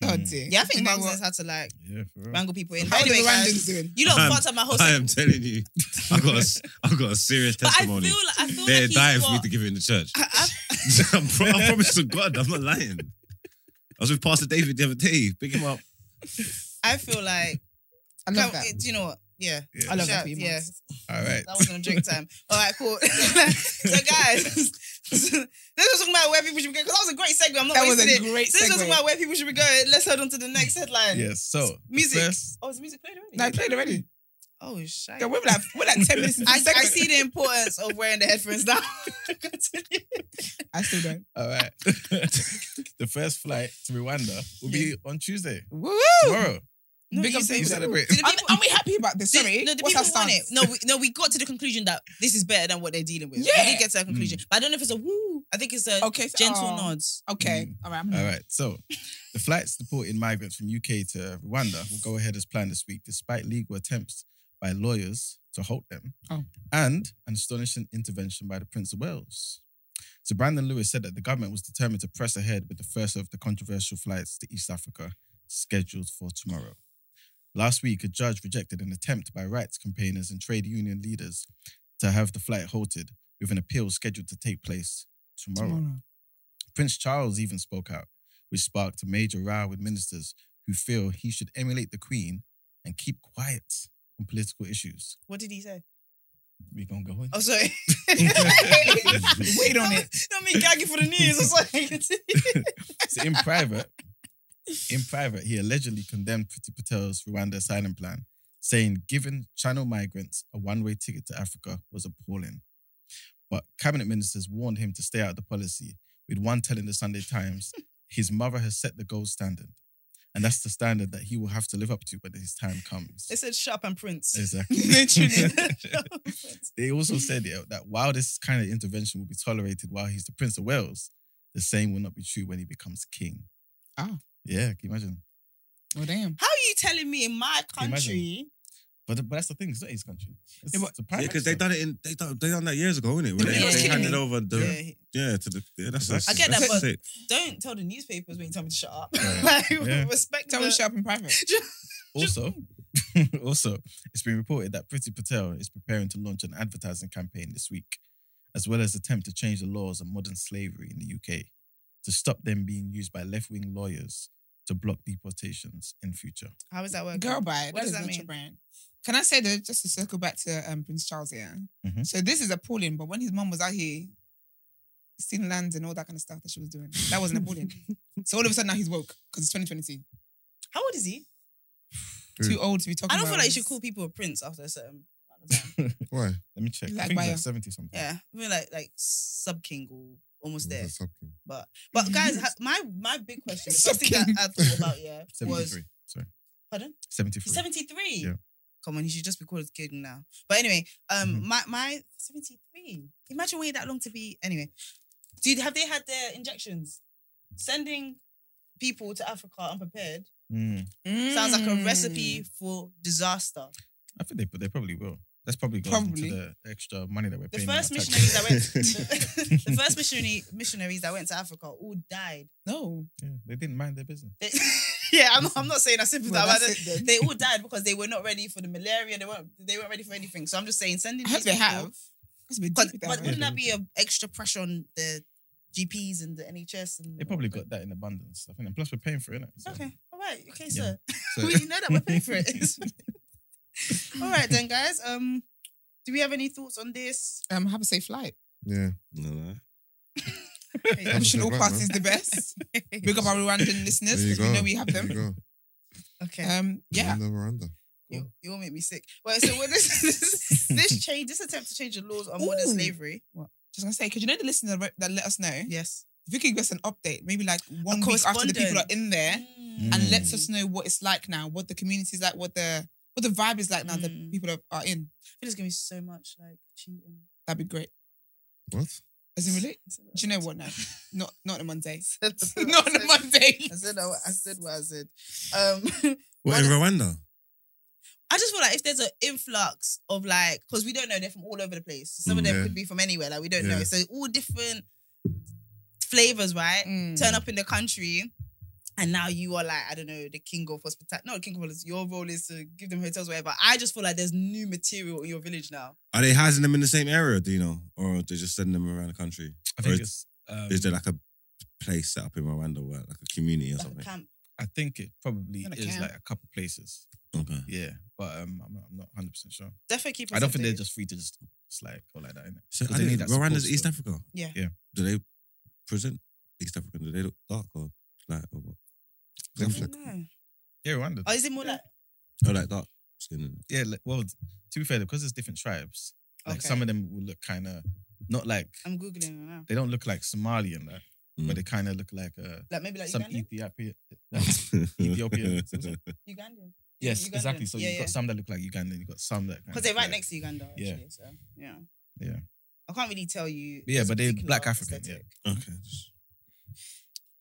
Speaker 4: Oh
Speaker 5: Mm.
Speaker 4: dear.
Speaker 1: Yeah, I think
Speaker 4: You know
Speaker 1: Bugs
Speaker 4: what?
Speaker 1: knows how to like
Speaker 5: Yeah, for real.
Speaker 1: wrangle people in.
Speaker 4: How
Speaker 1: anyway,
Speaker 4: the
Speaker 1: guys,
Speaker 4: Rwandans doing?
Speaker 1: you lot
Speaker 2: I'm-
Speaker 1: fucked up my whole.
Speaker 2: I am telling you, I got a, s- I got a serious
Speaker 1: but Oh, <laughs> I feel
Speaker 2: testimony.
Speaker 1: like I feel
Speaker 2: They're
Speaker 1: like he's
Speaker 2: dying for me
Speaker 1: got-
Speaker 2: to give it in
Speaker 1: <laughs>
Speaker 2: the church. <laughs>
Speaker 1: I- I-
Speaker 2: I'm pro- I promise to God, I'm not lying. I was with Pastor David the other day. Pick him up.
Speaker 1: I feel like
Speaker 4: I love that.
Speaker 1: Do you know what? Yeah,
Speaker 5: Yeah.
Speaker 4: I love that
Speaker 1: Shout-
Speaker 4: for you.
Speaker 1: yeah.
Speaker 4: Marks.
Speaker 5: All right.
Speaker 1: that wasn't on drink time.
Speaker 4: <laughs>
Speaker 1: All right, cool. so guys, <laughs> let's just talk about where people should be going because that was a great segue. I'm not
Speaker 4: That was
Speaker 1: wasting
Speaker 4: a
Speaker 1: it.
Speaker 4: great
Speaker 1: Since we're talking
Speaker 4: segue.
Speaker 1: about where people should be going, let's head on to the next headline.
Speaker 5: Yes. So
Speaker 1: Music.
Speaker 5: first-
Speaker 1: Oh, is the music played already?
Speaker 4: No, I played already.
Speaker 1: oh, shit.
Speaker 4: Yeah, we're like we're like
Speaker 1: <laughs>
Speaker 4: ten minutes. Into
Speaker 1: I,
Speaker 4: the
Speaker 1: I
Speaker 4: segment.
Speaker 1: see the importance of wearing the headphones now. <laughs> Continue.
Speaker 4: I still don't.
Speaker 5: all right. <laughs> the first flight to Rwanda will be on Tuesday.
Speaker 4: Woo!
Speaker 5: Tomorrow.
Speaker 1: No,
Speaker 4: Big
Speaker 1: you
Speaker 4: up to
Speaker 1: said
Speaker 5: We
Speaker 4: you.
Speaker 1: so.
Speaker 5: celebrate.
Speaker 1: Did the
Speaker 4: Are,
Speaker 1: people-
Speaker 4: are we happy about this?
Speaker 1: did-
Speaker 4: Sorry,
Speaker 1: no, the
Speaker 4: what's our
Speaker 1: people want it.
Speaker 4: stance?
Speaker 1: No, we, no, we got to the conclusion that this is better than what they're dealing with.
Speaker 4: Yeah.
Speaker 1: we did get to that
Speaker 4: Hmm.
Speaker 1: conclusion, but I don't know if it's a woo. I think it's a
Speaker 4: Okay, so,
Speaker 1: gentle
Speaker 4: oh,
Speaker 1: nods.
Speaker 4: Okay, all right. I'm
Speaker 5: All right. So the flights deporting migrants from UK to Rwanda will go ahead as planned this week, despite legal attempts by lawyers to halt them
Speaker 4: Oh.
Speaker 5: and an astonishing intervention by the Prince of Wales. So Brandon Lewis said that the government was determined to press ahead with the first of the controversial flights to East Africa scheduled for tomorrow. Last week, a judge rejected an attempt by rights campaigners and trade union leaders to have the flight halted, with an appeal scheduled to take place tomorrow. Prince Charles even spoke out, which sparked a major row with ministers who feel he should emulate the Queen and keep quiet on political issues.
Speaker 1: What did he say?
Speaker 5: We gonna go in.
Speaker 1: Oh,
Speaker 4: <laughs>
Speaker 1: sorry. <laughs>
Speaker 4: Wait on it.
Speaker 1: Don't be gagging for the news. I'm sorry. <laughs> Continue.
Speaker 5: So in private, in private, he allegedly condemned Priti Patel's Rwanda asylum plan, saying giving channel migrants a one-way ticket to Africa was appalling. But cabinet ministers warned him to stay out of the policy, with one telling the Sunday Times his mother has set the gold standard. And that's the standard that he will have to live up to when his time comes.
Speaker 1: They said sharp and prince. <laughs>
Speaker 5: Exactly. <laughs>
Speaker 1: Literally. <laughs> Sharp and Prince.
Speaker 5: They also
Speaker 4: Mm.
Speaker 5: said yeah, that while this kind of intervention will be tolerated while he's the Prince of Wales, the same will not be true when he becomes king.
Speaker 4: Ah.
Speaker 5: Yeah, can you imagine?
Speaker 4: Oh damn.
Speaker 1: How are you telling me in my
Speaker 5: you imagine?
Speaker 1: country?
Speaker 5: But, but that's the thing, it's not his country. It's
Speaker 4: Yeah, but-
Speaker 5: the prime
Speaker 2: Yeah, because they
Speaker 5: minister.
Speaker 2: done it in they done, they done that years ago, innit? When
Speaker 1: Yeah.
Speaker 2: they, they
Speaker 1: Yeah.
Speaker 2: handed over the yeah,
Speaker 1: Yeah.
Speaker 2: to the yeah, that's that's
Speaker 5: I
Speaker 1: get that, but-
Speaker 2: sick.
Speaker 1: Don't tell the newspapers when you tell me to shut up.
Speaker 5: Yeah.
Speaker 1: <laughs> like,
Speaker 5: Yeah.
Speaker 1: respect
Speaker 4: Tell
Speaker 1: the-
Speaker 4: me shut up in private.
Speaker 5: Also, <laughs> also, it's been reported that Priti Patel is preparing to launch an advertising campaign this week, as well as attempt to change the laws on modern slavery in the UK to stop them being used by left-wing lawyers to block deportations in future.
Speaker 1: How is that working?
Speaker 4: Girl, by
Speaker 1: What
Speaker 4: That
Speaker 1: does
Speaker 4: is
Speaker 1: that
Speaker 4: not your
Speaker 1: mean?
Speaker 4: brand. Can I say that just to circle back to um, Prince Charles here?
Speaker 1: Mm-hmm.
Speaker 5: Mhm.
Speaker 4: So this is appalling, but when his mum was out here, stealing lands and all that kind of stuff that she was doing, that wasn't
Speaker 1: <laughs>
Speaker 4: appalling. so all of a sudden now he's woke because it's 2022.
Speaker 1: How old is he?
Speaker 3: Dude.
Speaker 4: Too old to be talking.
Speaker 1: I don't
Speaker 4: about
Speaker 1: feel like you
Speaker 4: this.
Speaker 1: should call people a prince after a certain amount of time.
Speaker 5: <laughs>
Speaker 3: Why?
Speaker 5: Let me check. I
Speaker 4: Like
Speaker 5: think he's
Speaker 4: Bayer.
Speaker 5: like 70 something.
Speaker 1: Yeah, I mean like like sub king or almost there.
Speaker 3: That's something.
Speaker 1: But but
Speaker 5: <laughs>
Speaker 1: guys, ha- my my big question, the first thing
Speaker 4: Sub-king.
Speaker 1: that I thought about yeah was
Speaker 5: 73. Sorry.
Speaker 1: pardon. He's
Speaker 5: 73.
Speaker 1: 73.
Speaker 5: Yeah.
Speaker 1: Come on, you should just be called king now. But anyway, um,
Speaker 4: Mm-hmm.
Speaker 5: Mhm.
Speaker 1: my my 73. Imagine waiting that long to be anyway. Do you, have they had their injections? Sending people to Africa unprepared
Speaker 5: Mm.
Speaker 1: sounds like a
Speaker 4: Mm.
Speaker 1: recipe for disaster.
Speaker 5: I think they, they probably will. That's probably going
Speaker 4: Probably.
Speaker 5: into the extra money that we're
Speaker 1: The
Speaker 5: paying.
Speaker 1: first
Speaker 5: in our tax.
Speaker 1: missionaries that went,
Speaker 4: <laughs>
Speaker 1: <laughs> the, first missionary missionaries that went to Africa all died.
Speaker 4: No.
Speaker 5: Yeah, they didn't mind their business.
Speaker 1: They- yeah, I'm, I'm not saying I sympathize.
Speaker 4: Well,
Speaker 1: about
Speaker 4: that's
Speaker 1: it.
Speaker 4: it then.
Speaker 1: They all died because they were not ready for the malaria. They weren't. They weren't ready for anything. So I'm just saying, sending.
Speaker 4: I hope
Speaker 1: these
Speaker 4: they
Speaker 1: people-
Speaker 4: have. That's a bit
Speaker 1: But,
Speaker 4: deep
Speaker 1: but
Speaker 4: down,
Speaker 1: wouldn't
Speaker 4: right?
Speaker 1: that be an extra pressure on the GPs and the NHS? And
Speaker 5: They probably got that in abundance. I think, and plus we're paying for it. innit? So-
Speaker 1: Okay. All right. Okay,
Speaker 5: Yeah.
Speaker 1: sir. <laughs>
Speaker 5: So-
Speaker 1: we know that we're paying for it. <laughs> all right then, guys. Um, do we have any thoughts on this? <laughs>
Speaker 4: Um, have a safe flight.
Speaker 3: Yeah.
Speaker 2: No, no.
Speaker 4: I'm
Speaker 3: safe
Speaker 4: sure all
Speaker 3: flight, man.
Speaker 4: parties the best.
Speaker 1: <laughs>
Speaker 4: Big up our Rwandan listeners because we know we have
Speaker 3: There
Speaker 4: them.
Speaker 3: you go.
Speaker 1: Okay.
Speaker 4: Um, yeah.
Speaker 3: Miranda, Miranda.
Speaker 1: You you all make me sick. Well, so what this <laughs> this, this change, this attempt to change the laws on modern
Speaker 4: Ooh.
Speaker 1: slavery. What?
Speaker 4: Just gonna say, because you know the listener that that let us know,
Speaker 1: Yes.
Speaker 4: if you could give us an update, maybe like one week after the people are
Speaker 1: correspondent.
Speaker 4: in there, and
Speaker 5: Mm.
Speaker 4: lets us know what it's like now, what the community is like, what the what the vibe is like now that
Speaker 1: Mm.
Speaker 4: people are, are in.
Speaker 1: It is gonna be so much like cheating.
Speaker 4: That'd be great.
Speaker 3: What?
Speaker 4: As in really? Do you know what? No,
Speaker 1: <laughs>
Speaker 4: not not on a Monday. <laughs>
Speaker 1: I said
Speaker 4: not on a
Speaker 1: what
Speaker 4: Monday.
Speaker 1: I said I said what I said. Um, <laughs>
Speaker 2: What in Rwanda?
Speaker 1: I just feel like if there's an influx of like, because we don't know, they're from all over the place. Some of
Speaker 3: Mm,
Speaker 1: them
Speaker 3: yeah.
Speaker 1: could be from anywhere, like we don't know.
Speaker 3: Yeah.
Speaker 1: So all different flavors, right?
Speaker 4: Mm.
Speaker 1: Turn up in the country. And now you are like, I don't know, the king of hospitality. No, the king of hospitality. Your role is to give them hotels, whatever. I just feel like there's new material in your village now.
Speaker 2: Are they housing them in the same area, do you know? Or they just sending them around the country? Or
Speaker 5: I think
Speaker 2: is,
Speaker 5: it's. Um,
Speaker 2: is there like a place set up in Rwanda, where, like a community or
Speaker 1: Like a
Speaker 2: something?
Speaker 1: camp.
Speaker 5: I think it probably
Speaker 1: Kinda
Speaker 5: is
Speaker 1: can.
Speaker 5: like a couple places.
Speaker 2: Okay.
Speaker 5: Yeah, but um, I'm, I'm not 100 percent sure.
Speaker 1: Definitely keep us
Speaker 5: I don't think they're
Speaker 1: updated.
Speaker 5: just free to just, just like go like that. Innit?
Speaker 2: So
Speaker 5: 'Cause
Speaker 2: I
Speaker 5: they need
Speaker 2: didn't-
Speaker 5: that support
Speaker 2: Rwanda's East
Speaker 5: still.
Speaker 2: Africa.
Speaker 1: Yeah.
Speaker 5: Yeah.
Speaker 2: Do they present East African? Do they look dark or like or what?
Speaker 1: I
Speaker 3: South
Speaker 1: don't
Speaker 3: Africa.
Speaker 1: know.
Speaker 5: Yeah, Rwanda.
Speaker 1: Oh, is it more like
Speaker 2: Oh, like dark
Speaker 1: <laughs>
Speaker 2: skin.
Speaker 5: yeah, like, well, to be fair, because there's different tribes. Like
Speaker 1: Okay.
Speaker 5: some of them will look kind of not like
Speaker 1: I'm googling it now.
Speaker 5: they don't look like Somalian, like,
Speaker 2: Mm.
Speaker 5: but they kind of look like uh,
Speaker 1: Like maybe like
Speaker 5: some
Speaker 1: Ugandan? <laughs>
Speaker 5: Ethiopian. like-
Speaker 2: <laughs>
Speaker 5: Ethiopian.
Speaker 1: Ugandan.
Speaker 5: e- yes,
Speaker 1: Ugandan.
Speaker 5: exactly. So
Speaker 1: Yeah,
Speaker 5: you've
Speaker 1: yeah.
Speaker 5: got some that look like Ugandan, you've got some that
Speaker 1: Because they're right
Speaker 5: next.
Speaker 1: next to Uganda, actually.
Speaker 5: Yeah.
Speaker 1: So yeah.
Speaker 5: Yeah.
Speaker 1: I can't really tell you.
Speaker 5: But yeah,
Speaker 1: there's a
Speaker 5: but they're
Speaker 1: particular
Speaker 5: black African,
Speaker 1: aesthetic.
Speaker 2: Okay. just-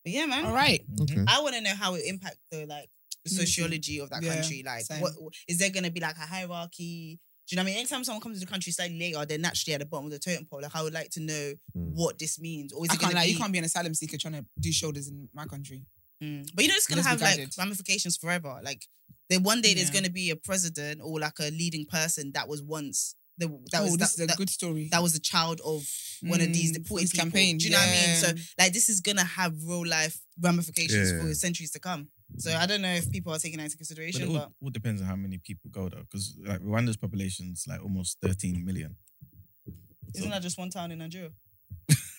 Speaker 1: But yeah, man.
Speaker 4: All right.
Speaker 5: Mm-hmm.
Speaker 3: Okay.
Speaker 1: I want to know how it impacts the like the
Speaker 4: Me too.
Speaker 1: sociology of that
Speaker 4: Yeah,
Speaker 1: country. Like,
Speaker 4: same.
Speaker 1: what is there going to be like a hierarchy? Do you know what I mean? Anytime someone comes to the country slightly later, they're naturally at the bottom of the totem pole. Like, I would like to know
Speaker 5: Hmm.
Speaker 3: Mm.
Speaker 1: what this means, or is
Speaker 4: I
Speaker 1: it going
Speaker 4: can't
Speaker 1: to
Speaker 4: lie.
Speaker 1: be?
Speaker 4: You can't be an asylum seeker trying to do shoulders in my country.
Speaker 1: Mm. But you know, it's going to
Speaker 4: Let's be
Speaker 1: have like
Speaker 4: guided.
Speaker 1: ramifications forever. Like, there one day there's
Speaker 4: Yeah.
Speaker 1: going to be a president or like a leading person that was once the that
Speaker 4: oh,
Speaker 1: was
Speaker 4: this
Speaker 1: that,
Speaker 4: is a
Speaker 1: that-
Speaker 4: good story.
Speaker 1: that was a child of one of these
Speaker 4: Mm,
Speaker 1: deported
Speaker 4: this
Speaker 1: people.
Speaker 4: campaign.
Speaker 1: Do you know what I mean? So
Speaker 4: Yeah.
Speaker 1: like this is gonna have real life ramifications
Speaker 3: Yeah.
Speaker 1: for centuries to come. So I don't know if people are taking that into
Speaker 5: But it
Speaker 1: consideration,
Speaker 5: all,
Speaker 1: but,
Speaker 5: all depends on how many people go though, because like Rwanda's population's like almost 13 million.
Speaker 1: isn't that just one town in
Speaker 5: <laughs>
Speaker 1: Nigeria?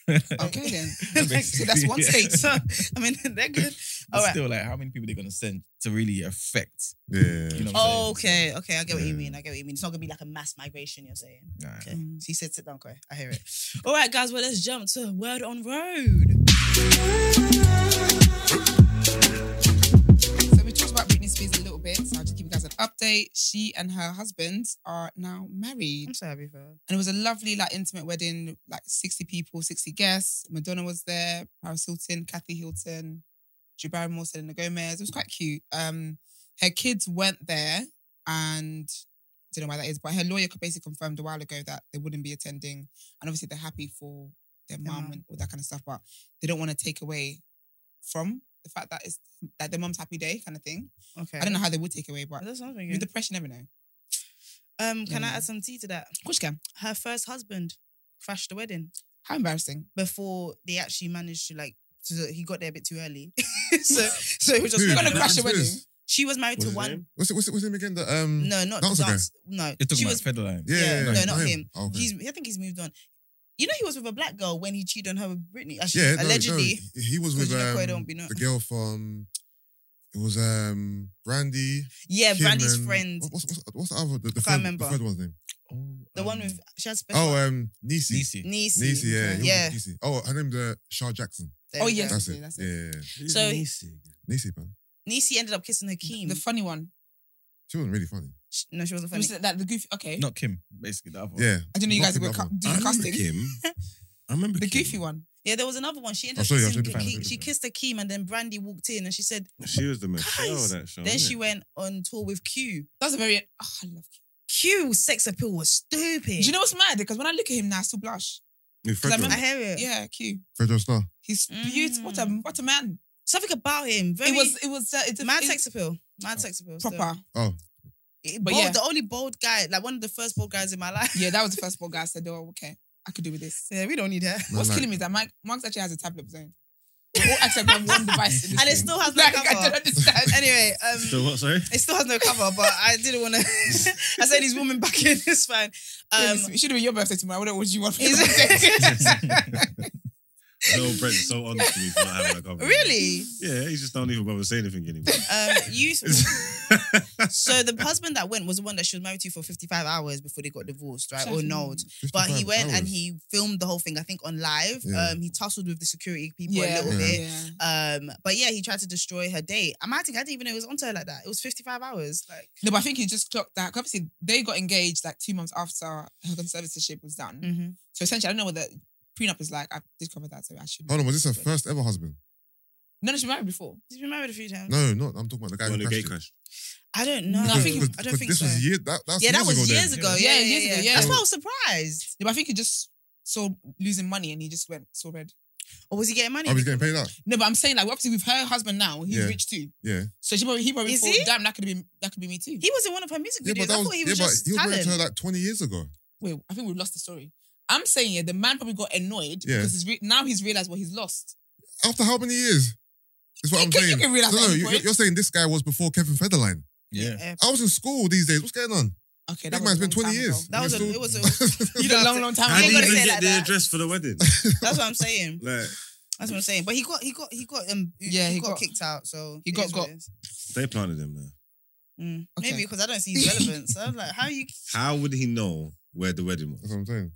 Speaker 1: <laughs>
Speaker 4: okay then. so that's one
Speaker 5: Yeah.
Speaker 4: state.
Speaker 1: so I mean <laughs> they're
Speaker 5: <laughs>
Speaker 1: good.
Speaker 5: But
Speaker 1: All right.
Speaker 5: Still, like how many people they're gonna send to really affect? You
Speaker 3: Yeah.
Speaker 5: know what
Speaker 1: Oh,
Speaker 5: I'm saying?
Speaker 1: okay, okay. I get what you
Speaker 3: Yeah.
Speaker 1: mean. I get what you mean. It's not gonna be like a mass migration. You're saying.
Speaker 5: Nah.
Speaker 1: Okay. So you said sit down, Koi. I hear it. <laughs> All right, guys. Well, let's jump to word on road.
Speaker 4: So we talked about Britney Spears a little bit. So I'll just give you guys an update. She and her husband are now married.
Speaker 1: I'm so happy for her.
Speaker 4: And it was a lovely, like, intimate wedding, like 60 people, 60 guests. Madonna was there, Paris Hilton, Kathy Hilton, Drew Barrymore, Selena Gomez. It was quite cute. Um, her kids weren't there, and I don't know why that is, but her lawyer basically confirmed a while ago that they wouldn't be attending. And obviously, they're happy for their
Speaker 1: Their
Speaker 4: mum
Speaker 1: mum.
Speaker 4: and all that kind of stuff, but they don't want to take away from the fact that it's like their mum's happy day kind of thing.
Speaker 1: Okay.
Speaker 4: I don't know how they would take away, but
Speaker 1: That's something.
Speaker 4: with depression, never know.
Speaker 1: Um, can I
Speaker 4: Yeah.
Speaker 1: add some tea to that?
Speaker 4: Which can.
Speaker 1: Her first husband crashed the wedding.
Speaker 4: How embarrassing.
Speaker 1: before they actually managed to like so that he got there a bit too early. <laughs> so so it was just
Speaker 3: Who?
Speaker 4: Gonna crash
Speaker 3: Britney
Speaker 4: the wedding.
Speaker 3: Spears?
Speaker 1: she was married
Speaker 2: What's
Speaker 1: to
Speaker 2: his
Speaker 1: one
Speaker 2: name?
Speaker 3: What's it? What's it? What's him again? The um.
Speaker 1: no not
Speaker 3: Dance
Speaker 1: dance,
Speaker 3: guy?
Speaker 1: no
Speaker 5: You're talking
Speaker 1: she
Speaker 5: about
Speaker 1: was
Speaker 5: Federline.
Speaker 3: Yeah, yeah,
Speaker 1: yeah,
Speaker 3: yeah,
Speaker 1: no,
Speaker 3: yeah.
Speaker 1: not him.
Speaker 3: Oh, okay.
Speaker 1: he's I think he's moved on. You know he was with a black girl when he cheated on her with Britney. Actually,
Speaker 3: yeah, no, no,
Speaker 1: allegedly.
Speaker 3: he- he was with
Speaker 1: Because you know Koi
Speaker 3: um,
Speaker 1: don't be know.
Speaker 3: the girl from. It was um Brandy.
Speaker 1: Yeah,
Speaker 3: Kim
Speaker 1: Brandy's
Speaker 3: and- oh.
Speaker 1: friend,
Speaker 3: What's, what's, what's the other? The, the
Speaker 1: I can't
Speaker 3: third,
Speaker 1: remember.
Speaker 3: The third one's name.
Speaker 5: Oh,
Speaker 1: the one
Speaker 5: um,
Speaker 1: with she has special
Speaker 3: Oh, um, Nisi.
Speaker 5: Nisi.
Speaker 1: Niecy.
Speaker 3: Nisi, yeah, he was
Speaker 1: Yeah.
Speaker 3: with Nisi. Oh, her name's uh, Shar Jackson.
Speaker 1: There
Speaker 4: Oh,
Speaker 1: we go.
Speaker 4: yeah.
Speaker 3: That's it.
Speaker 4: That's it.
Speaker 3: Yeah, yeah, yeah.
Speaker 2: Who's
Speaker 1: So-
Speaker 2: Nisi?
Speaker 3: Nisi, man.
Speaker 1: Niecy ended up kissing Hakeem.
Speaker 4: The funny one.
Speaker 3: She wasn't really funny.
Speaker 1: Sh- no, she wasn't
Speaker 4: It
Speaker 1: funny.
Speaker 4: was like the goofy. Okay.
Speaker 5: Not Kim, basically the other one.
Speaker 3: Yeah.
Speaker 4: I didn't know you
Speaker 3: Not
Speaker 4: guys
Speaker 3: the
Speaker 4: were
Speaker 3: other
Speaker 4: ca-
Speaker 3: one.
Speaker 2: I
Speaker 4: doing
Speaker 2: remember
Speaker 4: casting.
Speaker 2: Kim. <laughs> I remember
Speaker 4: The
Speaker 2: Kim.
Speaker 4: goofy one.
Speaker 1: yeah, there was another one. She ended up
Speaker 3: I'll show you, I'll
Speaker 1: kissing
Speaker 3: show you the
Speaker 1: Hakeem.
Speaker 5: photo.
Speaker 1: She kissed Hakeem and then Brandy walked in and she said,
Speaker 2: She was the Michelle
Speaker 1: Guys,
Speaker 2: of that show.
Speaker 1: then
Speaker 2: innit?
Speaker 1: she went on tour with Q.
Speaker 4: That's a very. Oh, I love you.
Speaker 1: Q sex appeal was stupid.
Speaker 4: Do you know what's mad? Because when I look at him now, I still blush.
Speaker 2: With
Speaker 4: I
Speaker 2: Federline.
Speaker 1: I hear it.
Speaker 4: Yeah, cute.
Speaker 3: Fredro Star.
Speaker 4: He's beautiful. What a
Speaker 1: Mm.
Speaker 4: what a man.
Speaker 1: Something about him. Very,
Speaker 4: It was it was uh, it's a
Speaker 1: mad
Speaker 4: it's
Speaker 1: sex appeal. Mad sex appeal. still.
Speaker 4: proper.
Speaker 3: Oh,
Speaker 1: It-
Speaker 4: But
Speaker 1: bold,
Speaker 4: yeah.
Speaker 1: the only bold guy, like one of the first bold guys in my
Speaker 4: <laughs>
Speaker 1: life.
Speaker 4: Yeah, that was the first ball guy. I said, oh, okay, I could do with this.
Speaker 1: Yeah, we don't need her.
Speaker 3: man,
Speaker 4: What's
Speaker 3: like-
Speaker 4: killing me is that Mike Marks actually has a tablet of his own. All except on <laughs> one device. in
Speaker 1: And
Speaker 4: this
Speaker 1: it
Speaker 4: thing.
Speaker 1: still has no
Speaker 4: like,
Speaker 1: cover.
Speaker 4: I don't <laughs> understand.
Speaker 1: anyway, um,
Speaker 2: So what?
Speaker 1: <laughs>
Speaker 2: Sorry.
Speaker 1: it still has no cover, but I didn't want to. <laughs> I said these women back in. It's fine. Um,
Speaker 4: Um, it should have been your birthday tomorrow. I wonder what you <laughs> want for your
Speaker 1: is-
Speaker 4: <laughs> birthday.
Speaker 2: No, Brent's so honest to me for not having a
Speaker 1: <laughs>
Speaker 2: government.
Speaker 1: really?
Speaker 2: Yeah, he just don't even bother saying anything anymore.
Speaker 1: Um, you. So the husband that went was the one that she was married to for 55 hours before they got divorced, right? Or
Speaker 4: Shocking.
Speaker 1: oh, no? But he
Speaker 3: 55
Speaker 1: went and
Speaker 3: hours.
Speaker 1: he filmed the whole thing, I think, on live.
Speaker 3: Yeah.
Speaker 1: Um, he tussled with the security people a
Speaker 4: yeah,
Speaker 1: little
Speaker 3: Yeah.
Speaker 1: bit. Um, but yeah, he tried to destroy her date. I'm acting, I didn't even know it was onto her like that. It was 55 hours. Like,
Speaker 4: No, but I think he just clocked that. 'cause Obviously, they got engaged like two months after her conservatorship was done.
Speaker 1: Mm.
Speaker 3: Mm-hmm.
Speaker 4: So essentially, I don't know what the prenup is like. I did cover that, so I should.
Speaker 3: Hold on, was this her first ever husband?
Speaker 4: No, no, she married before.
Speaker 1: he's been married a few times.
Speaker 3: No, no, I'm talking about the guy
Speaker 2: On
Speaker 3: who
Speaker 2: the
Speaker 3: crashed.
Speaker 2: gay
Speaker 3: it.
Speaker 2: crash.
Speaker 1: I don't know.
Speaker 4: No,
Speaker 1: Hmm? I,
Speaker 3: <laughs>
Speaker 4: I think-
Speaker 3: because-
Speaker 1: don't think
Speaker 3: this
Speaker 1: so.
Speaker 3: was year, that, that was
Speaker 1: yeah, that
Speaker 3: years
Speaker 1: was
Speaker 3: ago
Speaker 1: years
Speaker 3: then.
Speaker 1: ago. Yeah,
Speaker 4: Yeah,
Speaker 1: yeah,
Speaker 4: years
Speaker 1: yeah.
Speaker 4: ago, yeah.
Speaker 1: That's why I was surprised.
Speaker 4: No, but I think he just saw losing money and he just went saw red.
Speaker 1: Or was he getting money?
Speaker 3: I was Oh, getting paid out.
Speaker 4: No, but I'm saying like obviously with her husband now, he's
Speaker 3: Yeah.
Speaker 4: rich too.
Speaker 3: Yeah.
Speaker 4: So she probably he probably
Speaker 1: Is
Speaker 4: thought,
Speaker 1: he?
Speaker 4: damn, that could be that could be me too.
Speaker 1: He was in one of her music
Speaker 3: Yeah,
Speaker 1: videos.
Speaker 3: but that
Speaker 1: I
Speaker 3: was,
Speaker 1: thought he
Speaker 3: yeah,
Speaker 1: was
Speaker 3: but
Speaker 1: just
Speaker 3: he was married
Speaker 1: talent.
Speaker 3: to her like 20 years ago.
Speaker 4: Wait, I think we've lost the story. I'm saying yeah, the man probably got annoyed
Speaker 3: Yeah.
Speaker 4: because he's re- now he's realized what he's lost.
Speaker 3: After how many years? That's what
Speaker 4: You
Speaker 3: I'm
Speaker 4: can- you
Speaker 3: saying.
Speaker 4: can realise
Speaker 3: no,
Speaker 4: at
Speaker 3: no,
Speaker 4: any
Speaker 3: you,
Speaker 4: point.
Speaker 3: you're saying this guy was before Kevin Federline.
Speaker 5: Yeah.
Speaker 1: Yeah.
Speaker 3: I was in school these days. What's going on?
Speaker 4: Okay,
Speaker 3: Big
Speaker 4: was
Speaker 3: man's
Speaker 4: a
Speaker 3: been
Speaker 4: long
Speaker 3: 20
Speaker 4: time
Speaker 3: years.
Speaker 1: That was a-
Speaker 3: You're
Speaker 1: it was a-
Speaker 3: <laughs>
Speaker 4: <laughs>
Speaker 3: still-
Speaker 1: You
Speaker 4: Ago.
Speaker 1: don't
Speaker 4: A
Speaker 1: have
Speaker 4: long,
Speaker 1: to-
Speaker 3: <laughs>
Speaker 4: long time
Speaker 2: How
Speaker 1: I'm not
Speaker 2: do you
Speaker 4: ago.
Speaker 1: gonna
Speaker 2: even
Speaker 1: say it
Speaker 2: get
Speaker 1: like
Speaker 2: the
Speaker 1: that.
Speaker 2: address for the
Speaker 1: <laughs>
Speaker 2: wedding?
Speaker 1: That's what I'm saying.
Speaker 2: Like,
Speaker 1: That's what I'm saying. But he got he got he got um
Speaker 4: Yeah,
Speaker 1: he,
Speaker 4: he
Speaker 1: got,
Speaker 4: got-
Speaker 1: kicked out. So
Speaker 4: he
Speaker 1: it
Speaker 4: got-
Speaker 1: is what
Speaker 4: got-
Speaker 1: it is.
Speaker 2: they planted him there.
Speaker 1: Mm.
Speaker 4: Okay.
Speaker 1: Maybe because I don't see
Speaker 3: <laughs>
Speaker 1: his relevance. So I was like, how you?
Speaker 2: How would he know where the wedding
Speaker 5: <laughs>
Speaker 2: was?
Speaker 3: That's what I'm saying.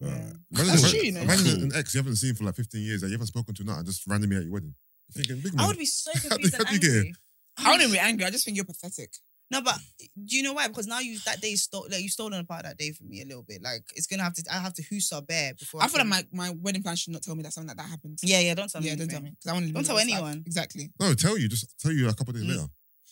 Speaker 1: Yeah.
Speaker 3: Imagine,
Speaker 4: That's
Speaker 3: imagine,
Speaker 4: true, you know.
Speaker 3: imagine an
Speaker 2: Cool.
Speaker 3: ex you haven't seen for like 15 years that you haven't spoken to now and just randomly at your wedding. You're thinking, big man.
Speaker 1: I would be so
Speaker 3: How
Speaker 1: confused
Speaker 3: do-
Speaker 1: and
Speaker 3: how do you get
Speaker 1: angry.
Speaker 4: I wouldn't be angry. I just think you're pathetic.
Speaker 1: No, but do you know why? Because now you that day you stole like you stolen a part of that day from me a little bit. Like it's gonna have to I have to hoose our bear before
Speaker 4: I feel
Speaker 1: can-
Speaker 4: like my, my wedding plan should not tell me that something like that happened.
Speaker 1: Yeah, yeah, don't tell me.
Speaker 4: yeah, don't
Speaker 1: anything.
Speaker 4: tell me because I want to.
Speaker 1: Don't tell anyone.
Speaker 4: exactly.
Speaker 3: no, tell you. Just tell you a couple days
Speaker 1: Mm.
Speaker 3: later.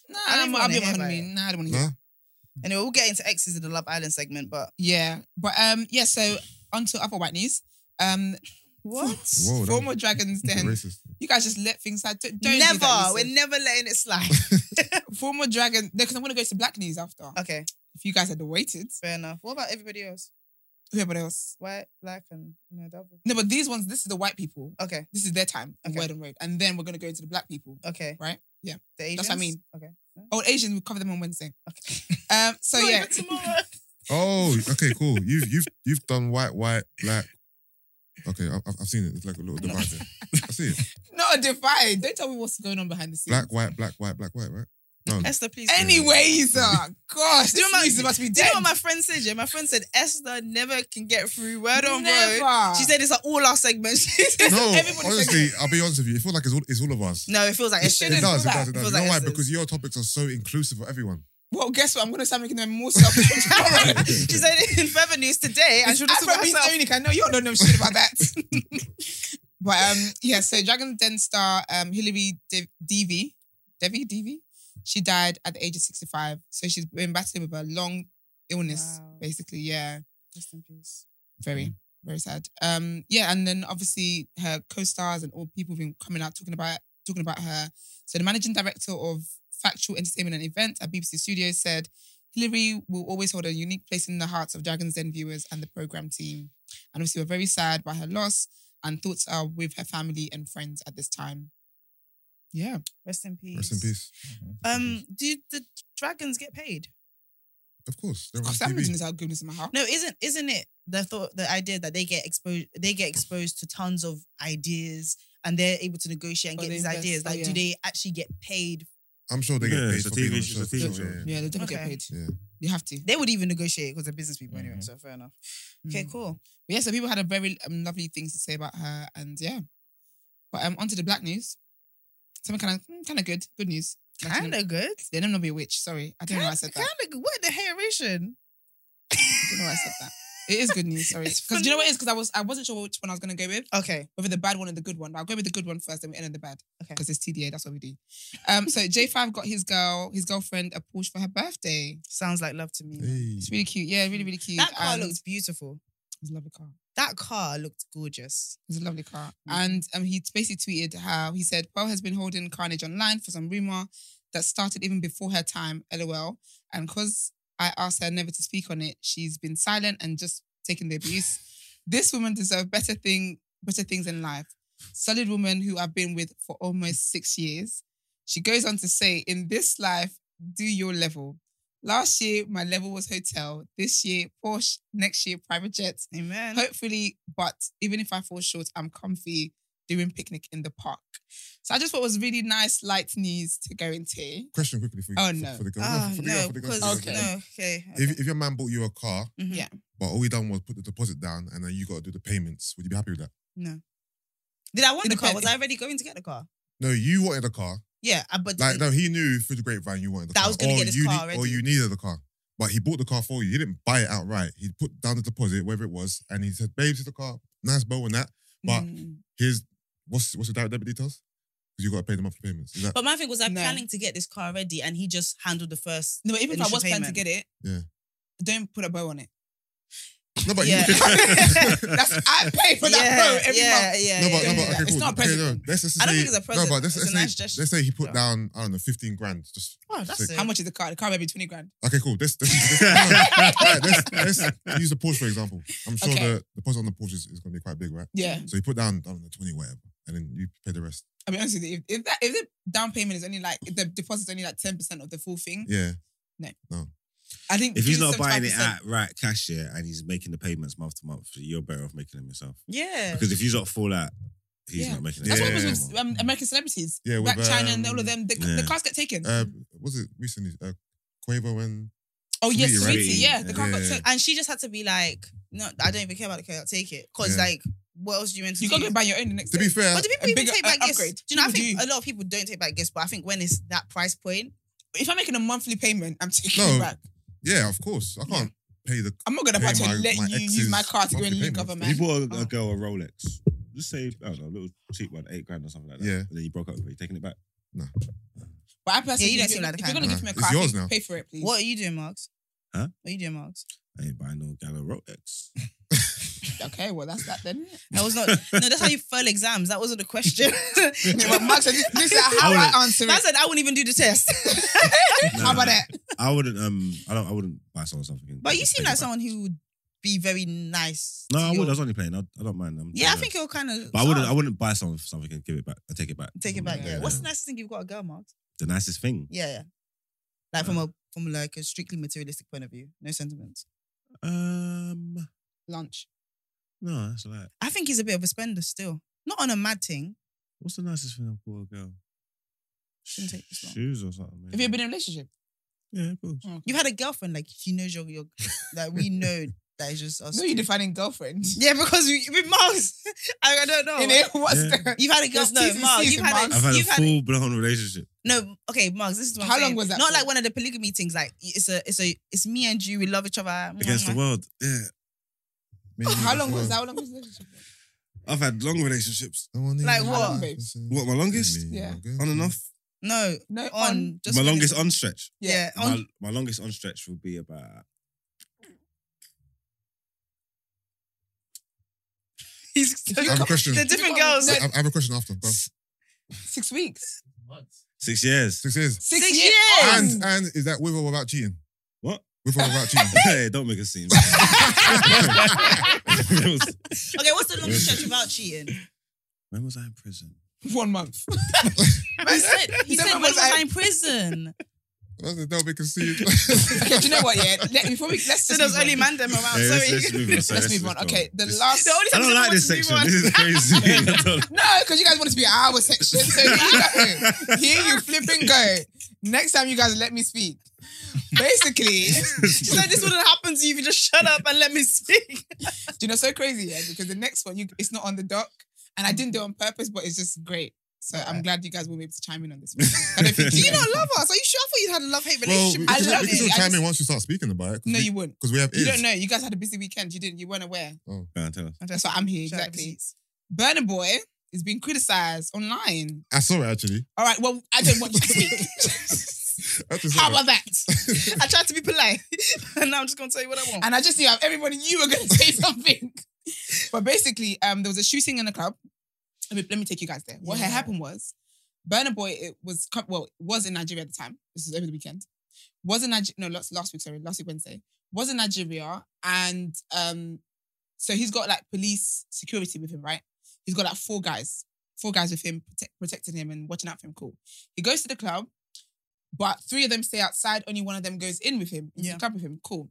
Speaker 4: Nah,
Speaker 1: I don't even
Speaker 4: I'm, I'll be
Speaker 1: wanna hear
Speaker 4: honest with
Speaker 1: about
Speaker 4: you.
Speaker 1: it.
Speaker 4: Nah, I don't want to hear.
Speaker 3: Nah?
Speaker 1: Anyway, we'll get into exes in the Love Island segment, but
Speaker 4: Yeah, but um, yeah. So onto other white news. Um, <laughs>
Speaker 1: <laughs> what?
Speaker 3: Whoa, that-
Speaker 4: former Dragons Den.
Speaker 3: Racist.
Speaker 4: You guys just let things slide. Don't, don't do
Speaker 1: Never.
Speaker 4: that,
Speaker 1: We're
Speaker 4: listen.
Speaker 1: never letting it
Speaker 4: <laughs>
Speaker 1: slide.
Speaker 4: former Dragon. Because I'm gonna go to Black News after.
Speaker 1: okay,
Speaker 4: If you guys had waited,
Speaker 1: fair enough. What about everybody else?
Speaker 4: whoever else.
Speaker 1: White, black, and you know double.
Speaker 4: No, but these ones. This is the white people.
Speaker 1: Okay,
Speaker 4: This is their time. on
Speaker 1: Okay.
Speaker 4: Word and road, and then we're gonna go into the black people.
Speaker 1: okay.
Speaker 4: Right? Yeah.
Speaker 1: The Asians.
Speaker 4: That's what I mean.
Speaker 1: Okay.
Speaker 4: Oh, Asians. We cover them on Wednesday.
Speaker 1: Okay.
Speaker 4: Um.
Speaker 1: <laughs>
Speaker 4: So
Speaker 1: Not
Speaker 4: yeah.
Speaker 1: even
Speaker 4: <laughs>
Speaker 1: tomorrow.
Speaker 3: Oh, okay, cool. You've you've you've done white, white, black. Okay, I- I've, I've seen it. It's like a little divide. there. I see it.
Speaker 4: Not a divide. Don't tell me what's going on behind the scenes.
Speaker 3: Black, white, black, white, black, white. Right? No.
Speaker 1: Esther, please. go.
Speaker 4: Anyways, <laughs> uh, gosh,
Speaker 1: Do you
Speaker 4: this
Speaker 1: remember-
Speaker 4: music must be
Speaker 1: Do you
Speaker 4: dead.
Speaker 1: know what my friend said? Yeah, my friend said Esther never can get through word on road.
Speaker 4: Never.
Speaker 1: She said it's like all our segments. <laughs> She said-
Speaker 3: No,
Speaker 4: Everybody said
Speaker 3: honestly, I'll be honest with you. It feels like it's all it's all of us.
Speaker 1: no, it feels like
Speaker 3: It,
Speaker 1: Esther.
Speaker 4: shouldn't
Speaker 3: does, it
Speaker 4: feel
Speaker 3: does,
Speaker 1: that.
Speaker 3: it
Speaker 1: It feels
Speaker 3: does. You
Speaker 1: like
Speaker 3: know why?
Speaker 1: Esther's.
Speaker 3: Because your topics are so inclusive for everyone.
Speaker 4: Well, guess what? I'm gonna start making them <laughs> more stuff. tomorrow.
Speaker 1: she said in further news today, I
Speaker 4: It's
Speaker 1: should talk about
Speaker 4: Afrobeats
Speaker 1: myself.
Speaker 4: only. I know you all don't know shit about that. <laughs> but um, yeah. So Dragon's Den star um Hilary De- Devi, Devi Devi, she died at the age of 65. So she's been battling with a long illness,
Speaker 1: Wow.
Speaker 4: basically. Yeah.
Speaker 1: Rest in peace.
Speaker 4: very very sad um yeah and then obviously her co-stars and all people have been coming out talking about talking about her so the managing director of factual entertainment and events at bbc studios said hillary will always hold a unique place in the hearts of dragon's den viewers and the program team and obviously we're very sad by her loss and thoughts are with her family and friends at this time yeah
Speaker 1: Rest in peace.
Speaker 3: Rest in peace.
Speaker 1: Um, do the dragons get paid?
Speaker 3: Of course, they're on
Speaker 4: because that mention
Speaker 3: TV.
Speaker 4: is our goodness in my heart
Speaker 1: No, isn't isn't it the thought the idea that they get exposed they get exposed to tons of ideas and they're able to negotiate and
Speaker 4: Oh,
Speaker 1: get
Speaker 4: they
Speaker 1: these
Speaker 4: invest.
Speaker 1: ideas?
Speaker 4: Oh,
Speaker 1: Like, do
Speaker 4: yeah.
Speaker 1: they actually get paid?
Speaker 3: I'm sure they get
Speaker 2: Yeah,
Speaker 3: paid
Speaker 2: it's a
Speaker 3: for being
Speaker 2: TV
Speaker 3: on the
Speaker 2: show,
Speaker 3: show.
Speaker 2: it's a TV
Speaker 3: for sure,
Speaker 2: show.
Speaker 4: yeah they definitely
Speaker 1: Okay.
Speaker 4: get paid
Speaker 3: Yeah.
Speaker 4: you have to
Speaker 1: They would even negotiate because they're business people anyway.
Speaker 3: Mm.
Speaker 5: Mhm.
Speaker 1: So fair enough. Okay,
Speaker 4: Mm.
Speaker 1: cool.
Speaker 4: But yeah, so people had a very um, lovely things to say about her, and yeah. But um, onto the black news. Something kind of kind of good, good news.
Speaker 1: Kind of good.
Speaker 4: They don't know be a witch. Sorry, I don't know why I said that.
Speaker 1: Kind of good. What the hateration?
Speaker 4: I don't know why I said that. It is good news.
Speaker 1: <laughs>
Speaker 4: Sorry,
Speaker 1: It's Oh.
Speaker 4: because you know what it is because I was I wasn't sure which one I was gonna go with,
Speaker 1: Okay.
Speaker 4: whether the bad one or the good one. But I'll go with the good one first, then we end on the bad.
Speaker 1: Okay.
Speaker 4: Because it's TDA, that's what we do. Um, so <laughs> J Five got his girl, his girlfriend, a Porsche for her birthday.
Speaker 1: Sounds like love to me.
Speaker 3: Hey.
Speaker 4: It's really cute. Yeah, really really cute.
Speaker 1: That car
Speaker 4: And
Speaker 1: looks beautiful.
Speaker 4: It's a lovely car.
Speaker 1: That car looked gorgeous.
Speaker 4: It's a lovely car.
Speaker 1: Mhm.
Speaker 4: And um, he basically tweeted how he said, Pearl has been holding Carnage online for some rumor that started even before her time, lol. And because I asked her never to speak on it, she's been silent and just taking the abuse. this woman deserves better thing, better things in life. Solid woman who I've been with for almost six years. She goes on to say, in this life, do your level. Last year, my level was hotel. This year, Porsche. Next year, private jet.
Speaker 1: Amen.
Speaker 4: Hopefully, but even if I fall short, I'm comfy doing picnic in the park. So I just thought it was really nice, light news to go into.
Speaker 3: Question quickly for you.
Speaker 4: Oh,
Speaker 3: for-
Speaker 4: no.
Speaker 3: For the girl.
Speaker 1: Oh,
Speaker 3: for the girl.
Speaker 1: no,
Speaker 3: For the girl.
Speaker 1: because
Speaker 3: for the
Speaker 4: Okay.
Speaker 1: okay.
Speaker 3: girl.
Speaker 1: no, okay. okay.
Speaker 3: If, if your man bought you a car,
Speaker 1: Mhm.
Speaker 4: Yeah.
Speaker 3: but all he done was put the deposit down, and then you got to do the payments, would you be happy with that?
Speaker 1: Did I want
Speaker 4: It
Speaker 1: the car?
Speaker 4: depend-
Speaker 1: Was I already going to get the car?
Speaker 3: No, you wanted a car.
Speaker 1: Yeah, I- but
Speaker 3: Like, no, he knew through the grapevine you wanted the
Speaker 1: That I
Speaker 3: car.
Speaker 1: was gonna
Speaker 3: or
Speaker 1: get this
Speaker 3: you
Speaker 1: car
Speaker 3: Or
Speaker 1: already.
Speaker 3: you needed the car. But he bought the car for you. He didn't buy it outright. He put down the deposit, whatever it was, and he said, Babe, here's the car. Nice bow and that. But-
Speaker 4: Mm.
Speaker 3: Here's what's what's the direct debit details? Because you got to pay the monthly
Speaker 1: <laughs>
Speaker 3: payments. Is that
Speaker 1: But my thing was, I'm
Speaker 4: No.
Speaker 1: planning to get this car already, and he just handled the first.
Speaker 4: no, but even if I
Speaker 1: initial
Speaker 4: was planning to
Speaker 1: payment.
Speaker 3: <laughs>
Speaker 4: get it,
Speaker 3: Yeah.
Speaker 4: don't put a bow on it.
Speaker 3: No, but
Speaker 1: Yeah. <laughs>
Speaker 3: you,
Speaker 4: That's
Speaker 5: <laughs>
Speaker 4: I pay for that
Speaker 1: yeah,
Speaker 4: bro every
Speaker 1: yeah,
Speaker 4: month.
Speaker 1: yeah,
Speaker 3: <laughs>
Speaker 1: yeah,
Speaker 3: no, but, no, but
Speaker 1: yeah.
Speaker 3: okay, cool.
Speaker 4: It's not a
Speaker 3: Okay,
Speaker 4: present.
Speaker 3: no, let's just
Speaker 1: I don't
Speaker 3: say-
Speaker 1: think it's a present.
Speaker 3: No, but
Speaker 1: It's
Speaker 3: let's,
Speaker 1: a
Speaker 3: let's say,
Speaker 1: nice gesture.
Speaker 3: let's say he put
Speaker 1: Yeah.
Speaker 3: down I don't know fifteen grand. Just
Speaker 1: Oh, that's
Speaker 3: Sick.
Speaker 1: it.
Speaker 4: How much is the car? The car maybe twenty grand.
Speaker 3: okay, cool. Let's
Speaker 1: <laughs>
Speaker 3: let's, let's, alright, let's, let's use the Porsche for example. I'm sure
Speaker 4: Okay.
Speaker 3: the the deposit on the Porsche is, is going to be quite big, right?
Speaker 4: Yeah.
Speaker 3: So you put down I don't know twenty whatever, and then you pay the rest.
Speaker 4: I mean, honestly, if, if that if the down payment is only like if the deposit is only like ten percent of the full thing,
Speaker 3: Yeah,
Speaker 4: I think
Speaker 2: If he's
Speaker 4: do
Speaker 2: not buying it
Speaker 4: 75%.
Speaker 2: at right cash yeah, and he's making the payments month to month, you're better off making them yourself.
Speaker 1: Yeah.
Speaker 2: Because if he's not full out, he's
Speaker 4: Yeah.
Speaker 2: not making it.
Speaker 4: that's what
Speaker 3: Yeah.
Speaker 4: happens with um, American celebrities,
Speaker 3: yeah.
Speaker 4: Black
Speaker 3: with,
Speaker 4: China
Speaker 3: um,
Speaker 4: and all of them. The,
Speaker 2: yeah.
Speaker 4: the cars get taken.
Speaker 3: Uh, was it recently? Uh, Quavo and
Speaker 4: oh yes,
Speaker 3: Sweetie,
Speaker 4: sweetie,
Speaker 3: right?
Speaker 4: yeah, the car got
Speaker 3: Yeah.
Speaker 4: taken.
Speaker 1: And she just had to be like, no, I don't even care about the cake. I'll take it. Because,
Speaker 3: Yeah.
Speaker 1: like, what else do you meant to
Speaker 4: You
Speaker 1: do?
Speaker 4: gotta go buy your own the next
Speaker 3: to
Speaker 4: day.
Speaker 3: be fair,
Speaker 1: But do people
Speaker 4: a
Speaker 1: even
Speaker 4: bigger,
Speaker 1: take
Speaker 4: uh,
Speaker 1: back gifts?
Speaker 4: upgrade.
Speaker 1: Do you know, I
Speaker 4: People
Speaker 1: think a
Speaker 4: do.
Speaker 1: lot of people don't take back gifts, but I think when it's that price point,
Speaker 4: if I'm making a monthly payment, I'm taking
Speaker 3: No.
Speaker 4: it back.
Speaker 3: yeah, of course, I can't pay the.
Speaker 4: I'm not gonna
Speaker 3: Pay
Speaker 4: about to
Speaker 3: my-
Speaker 4: let
Speaker 3: my
Speaker 4: you
Speaker 3: ex's
Speaker 4: use my car to go and
Speaker 3: monthly
Speaker 4: link
Speaker 3: payments.
Speaker 4: other
Speaker 3: If
Speaker 2: If you
Speaker 4: man.
Speaker 2: bought a,
Speaker 4: Oh.
Speaker 2: a girl a Rolex, just say, I don't know, a little cheap one, eight grand or something like that.
Speaker 3: Yeah.
Speaker 2: And then you broke up with her, you taking it back.
Speaker 4: But I personally,
Speaker 1: Yeah, you don't
Speaker 4: if
Speaker 1: seem
Speaker 4: you're-
Speaker 1: like the
Speaker 4: if you're
Speaker 1: kind
Speaker 4: gonna
Speaker 3: of
Speaker 4: give me
Speaker 3: man.
Speaker 4: a car,
Speaker 3: It's yours now.
Speaker 4: pay for it, please.
Speaker 1: what are you doing, Marks?
Speaker 2: Huh?
Speaker 1: What are you doing, Marks?
Speaker 2: I ain't buying no gal
Speaker 1: <laughs>
Speaker 2: a Rolex.
Speaker 4: Okay, well that's that then.
Speaker 1: That was not. No, that's how you fail exams. That wasn't a question.
Speaker 4: Yeah,
Speaker 1: <laughs>
Speaker 4: but Mark said, this is
Speaker 2: I
Speaker 4: how
Speaker 2: wouldn't-
Speaker 4: I answer
Speaker 1: I
Speaker 4: it.
Speaker 1: said I wouldn't even do the test. <laughs>
Speaker 4: How about that?
Speaker 2: I wouldn't. Um, I don't. I wouldn't buy someone something. and
Speaker 1: But you
Speaker 2: just
Speaker 1: seem
Speaker 2: take it
Speaker 1: like
Speaker 2: back.
Speaker 1: someone who would be very nice.
Speaker 2: No,
Speaker 1: to
Speaker 2: I
Speaker 1: your-
Speaker 2: would. I was only playing. I, I don't mind. I'm
Speaker 1: Yeah, I
Speaker 2: trying to-
Speaker 1: think you're kind of.
Speaker 2: But I wouldn't. I wouldn't buy someone for something and give it back. I take it back.
Speaker 1: take it back.
Speaker 2: Something
Speaker 1: Yeah.
Speaker 2: like that,
Speaker 1: What's the nicest thing you've got, a girl, Marks?
Speaker 2: the nicest thing?
Speaker 1: Yeah, yeah. Like from a from like a strictly materialistic point of view, no sentiments.
Speaker 2: Um,
Speaker 4: Lunch.
Speaker 2: no, that's like.
Speaker 1: I think he's a bit of a spender still. Not on a mad thing.
Speaker 2: What's the nicest thing I've bought a girl?
Speaker 1: Shouldn't take this long.
Speaker 2: Shoes or something.
Speaker 4: Have you been in a relationship?
Speaker 2: Yeah,
Speaker 1: <laughs>
Speaker 2: of course.
Speaker 1: You've had a girlfriend, like she knows your your that we know that it's just us.
Speaker 4: No,
Speaker 1: two.
Speaker 4: you're defining girlfriend.
Speaker 1: Yeah, because we, with Marks, <laughs> I, I don't know.
Speaker 4: <laughs> In it, what's
Speaker 2: Yeah.
Speaker 4: the-
Speaker 1: You've had a girl.
Speaker 4: There's
Speaker 1: No,
Speaker 4: T's and
Speaker 1: Mark,
Speaker 4: C's
Speaker 1: you've
Speaker 4: in
Speaker 1: had a,
Speaker 4: Marks.
Speaker 2: I've had
Speaker 1: you've
Speaker 2: a
Speaker 1: had a-
Speaker 2: full blown relationship.
Speaker 1: No, okay, Marks. This is what I'm
Speaker 4: How long
Speaker 1: saying.
Speaker 4: was that
Speaker 1: Not
Speaker 4: for?
Speaker 1: like one of the polygamy things. Like it's a, it's a, it's me and you. We love each other. Mm-hmm.
Speaker 2: Against the world. Yeah.
Speaker 3: Maybe
Speaker 4: <laughs> How
Speaker 3: that's
Speaker 4: long was
Speaker 3: why-
Speaker 4: that? How long was the relationship?
Speaker 2: I've had long relationships.
Speaker 3: I wanna
Speaker 1: Like
Speaker 3: eat
Speaker 1: what?
Speaker 3: that.
Speaker 4: Babe.
Speaker 2: What, my longest?
Speaker 3: Give me
Speaker 4: Yeah.
Speaker 3: my
Speaker 2: On and
Speaker 3: girl.
Speaker 2: off?
Speaker 1: No,
Speaker 4: No,
Speaker 1: on.
Speaker 4: on.
Speaker 1: just
Speaker 2: my
Speaker 1: when
Speaker 2: longest
Speaker 1: it's-
Speaker 2: on stretch.
Speaker 4: Yeah.
Speaker 1: Yeah, on.
Speaker 2: My, my longest on stretch would be about.
Speaker 1: He's
Speaker 4: I
Speaker 3: I have a question.
Speaker 1: the
Speaker 3: I
Speaker 1: different girls.
Speaker 4: No,
Speaker 1: Six,
Speaker 3: I have a question after. Go.
Speaker 4: Six weeks. Oh.
Speaker 2: Six years.
Speaker 3: Six years.
Speaker 1: years.
Speaker 3: And and is that with or without cheating?
Speaker 1: <laughs>
Speaker 2: What? <laughs>
Speaker 3: With or without
Speaker 4: <laughs>
Speaker 3: cheating?
Speaker 2: hey, don't make a scene.
Speaker 1: Okay, what's the longest stretch without <laughs> cheating?
Speaker 2: when was I in
Speaker 1: <laughs>
Speaker 2: prison? <laughs>
Speaker 4: One month.
Speaker 1: He said, he
Speaker 4: He said
Speaker 1: said when
Speaker 4: when
Speaker 1: was
Speaker 4: I-
Speaker 1: I in prison?
Speaker 3: That's a double
Speaker 4: <laughs>
Speaker 3: conceived.
Speaker 4: okay, do you know what? Yeah. Let, before we let's
Speaker 1: So
Speaker 4: just
Speaker 1: there's
Speaker 4: move
Speaker 1: only
Speaker 4: on.
Speaker 1: man them around.
Speaker 2: Hey,
Speaker 1: <laughs> Sorry.
Speaker 2: let's- let's move on. Sorry,
Speaker 4: Let's
Speaker 2: let's-
Speaker 4: move on.
Speaker 2: let's go.
Speaker 4: Okay, the
Speaker 2: This-
Speaker 4: last.
Speaker 1: The only
Speaker 2: I
Speaker 1: time
Speaker 2: don't
Speaker 1: you
Speaker 2: like
Speaker 1: want
Speaker 2: this
Speaker 1: to move
Speaker 2: section.
Speaker 1: on- <laughs>
Speaker 2: This is crazy. I don't-
Speaker 4: No, because you guys want it to be an hour section.
Speaker 2: <laughs>
Speaker 4: So here you go. Here you flipping go. Next time you guys let me speak.
Speaker 2: <laughs>
Speaker 4: Basically, <laughs>
Speaker 1: She's like, this wouldn't happen to you if you just shut up and let me speak.
Speaker 4: do you know so crazy? Yeah, because the next one you it's not on the dock, and I didn't do it on purpose, but it's just great. So I'm glad you guys will be able to chime in on this. One. I don't
Speaker 2: <laughs>
Speaker 4: think
Speaker 1: Do you
Speaker 4: know.
Speaker 1: not love us? Are you sure? I thought you had a love hate
Speaker 3: well, we
Speaker 1: relationship.
Speaker 3: can,
Speaker 4: I
Speaker 3: still-
Speaker 4: love
Speaker 3: we
Speaker 4: it.
Speaker 3: can still
Speaker 4: I
Speaker 3: chime
Speaker 4: just-
Speaker 3: in once you start speaking about it.
Speaker 4: No, you wouldn't.
Speaker 3: Because we have
Speaker 4: You don't
Speaker 3: ears.
Speaker 4: know. You guys had a busy weekend. You didn't. You weren't aware.
Speaker 2: Go on, tell
Speaker 1: <laughs>
Speaker 2: us.
Speaker 4: That's why I'm here.
Speaker 1: Shout out
Speaker 4: Exactly. Burner Boy is being criticized online.
Speaker 3: I saw it actually.
Speaker 4: All right. Well, I don't want you to speak.
Speaker 3: I just saw
Speaker 4: How
Speaker 3: it. <laughs>
Speaker 4: about that?
Speaker 1: I tried to be polite, <laughs> and now I'm just gonna tell you what I want.
Speaker 4: And I just knew everybody knew you were going to <laughs> say something. but basically, um, there was a shooting in a club. Let me, let me take you guys there. What had
Speaker 1: Yeah.
Speaker 4: happened was, Burner Boy it was co- well was in Nigeria at the time. This was over the weekend. Was in Nigeria. No, last, last week. Sorry, last week Wednesday. Was in Nigeria, and um, so he's got like police security with him, right? He's got like four guys, four guys with him protect, protecting him and watching out for him. Cool. He goes to the club, but three of them stay outside. Only one of them goes in with him. Into
Speaker 1: Yeah.
Speaker 4: the club with him. Cool.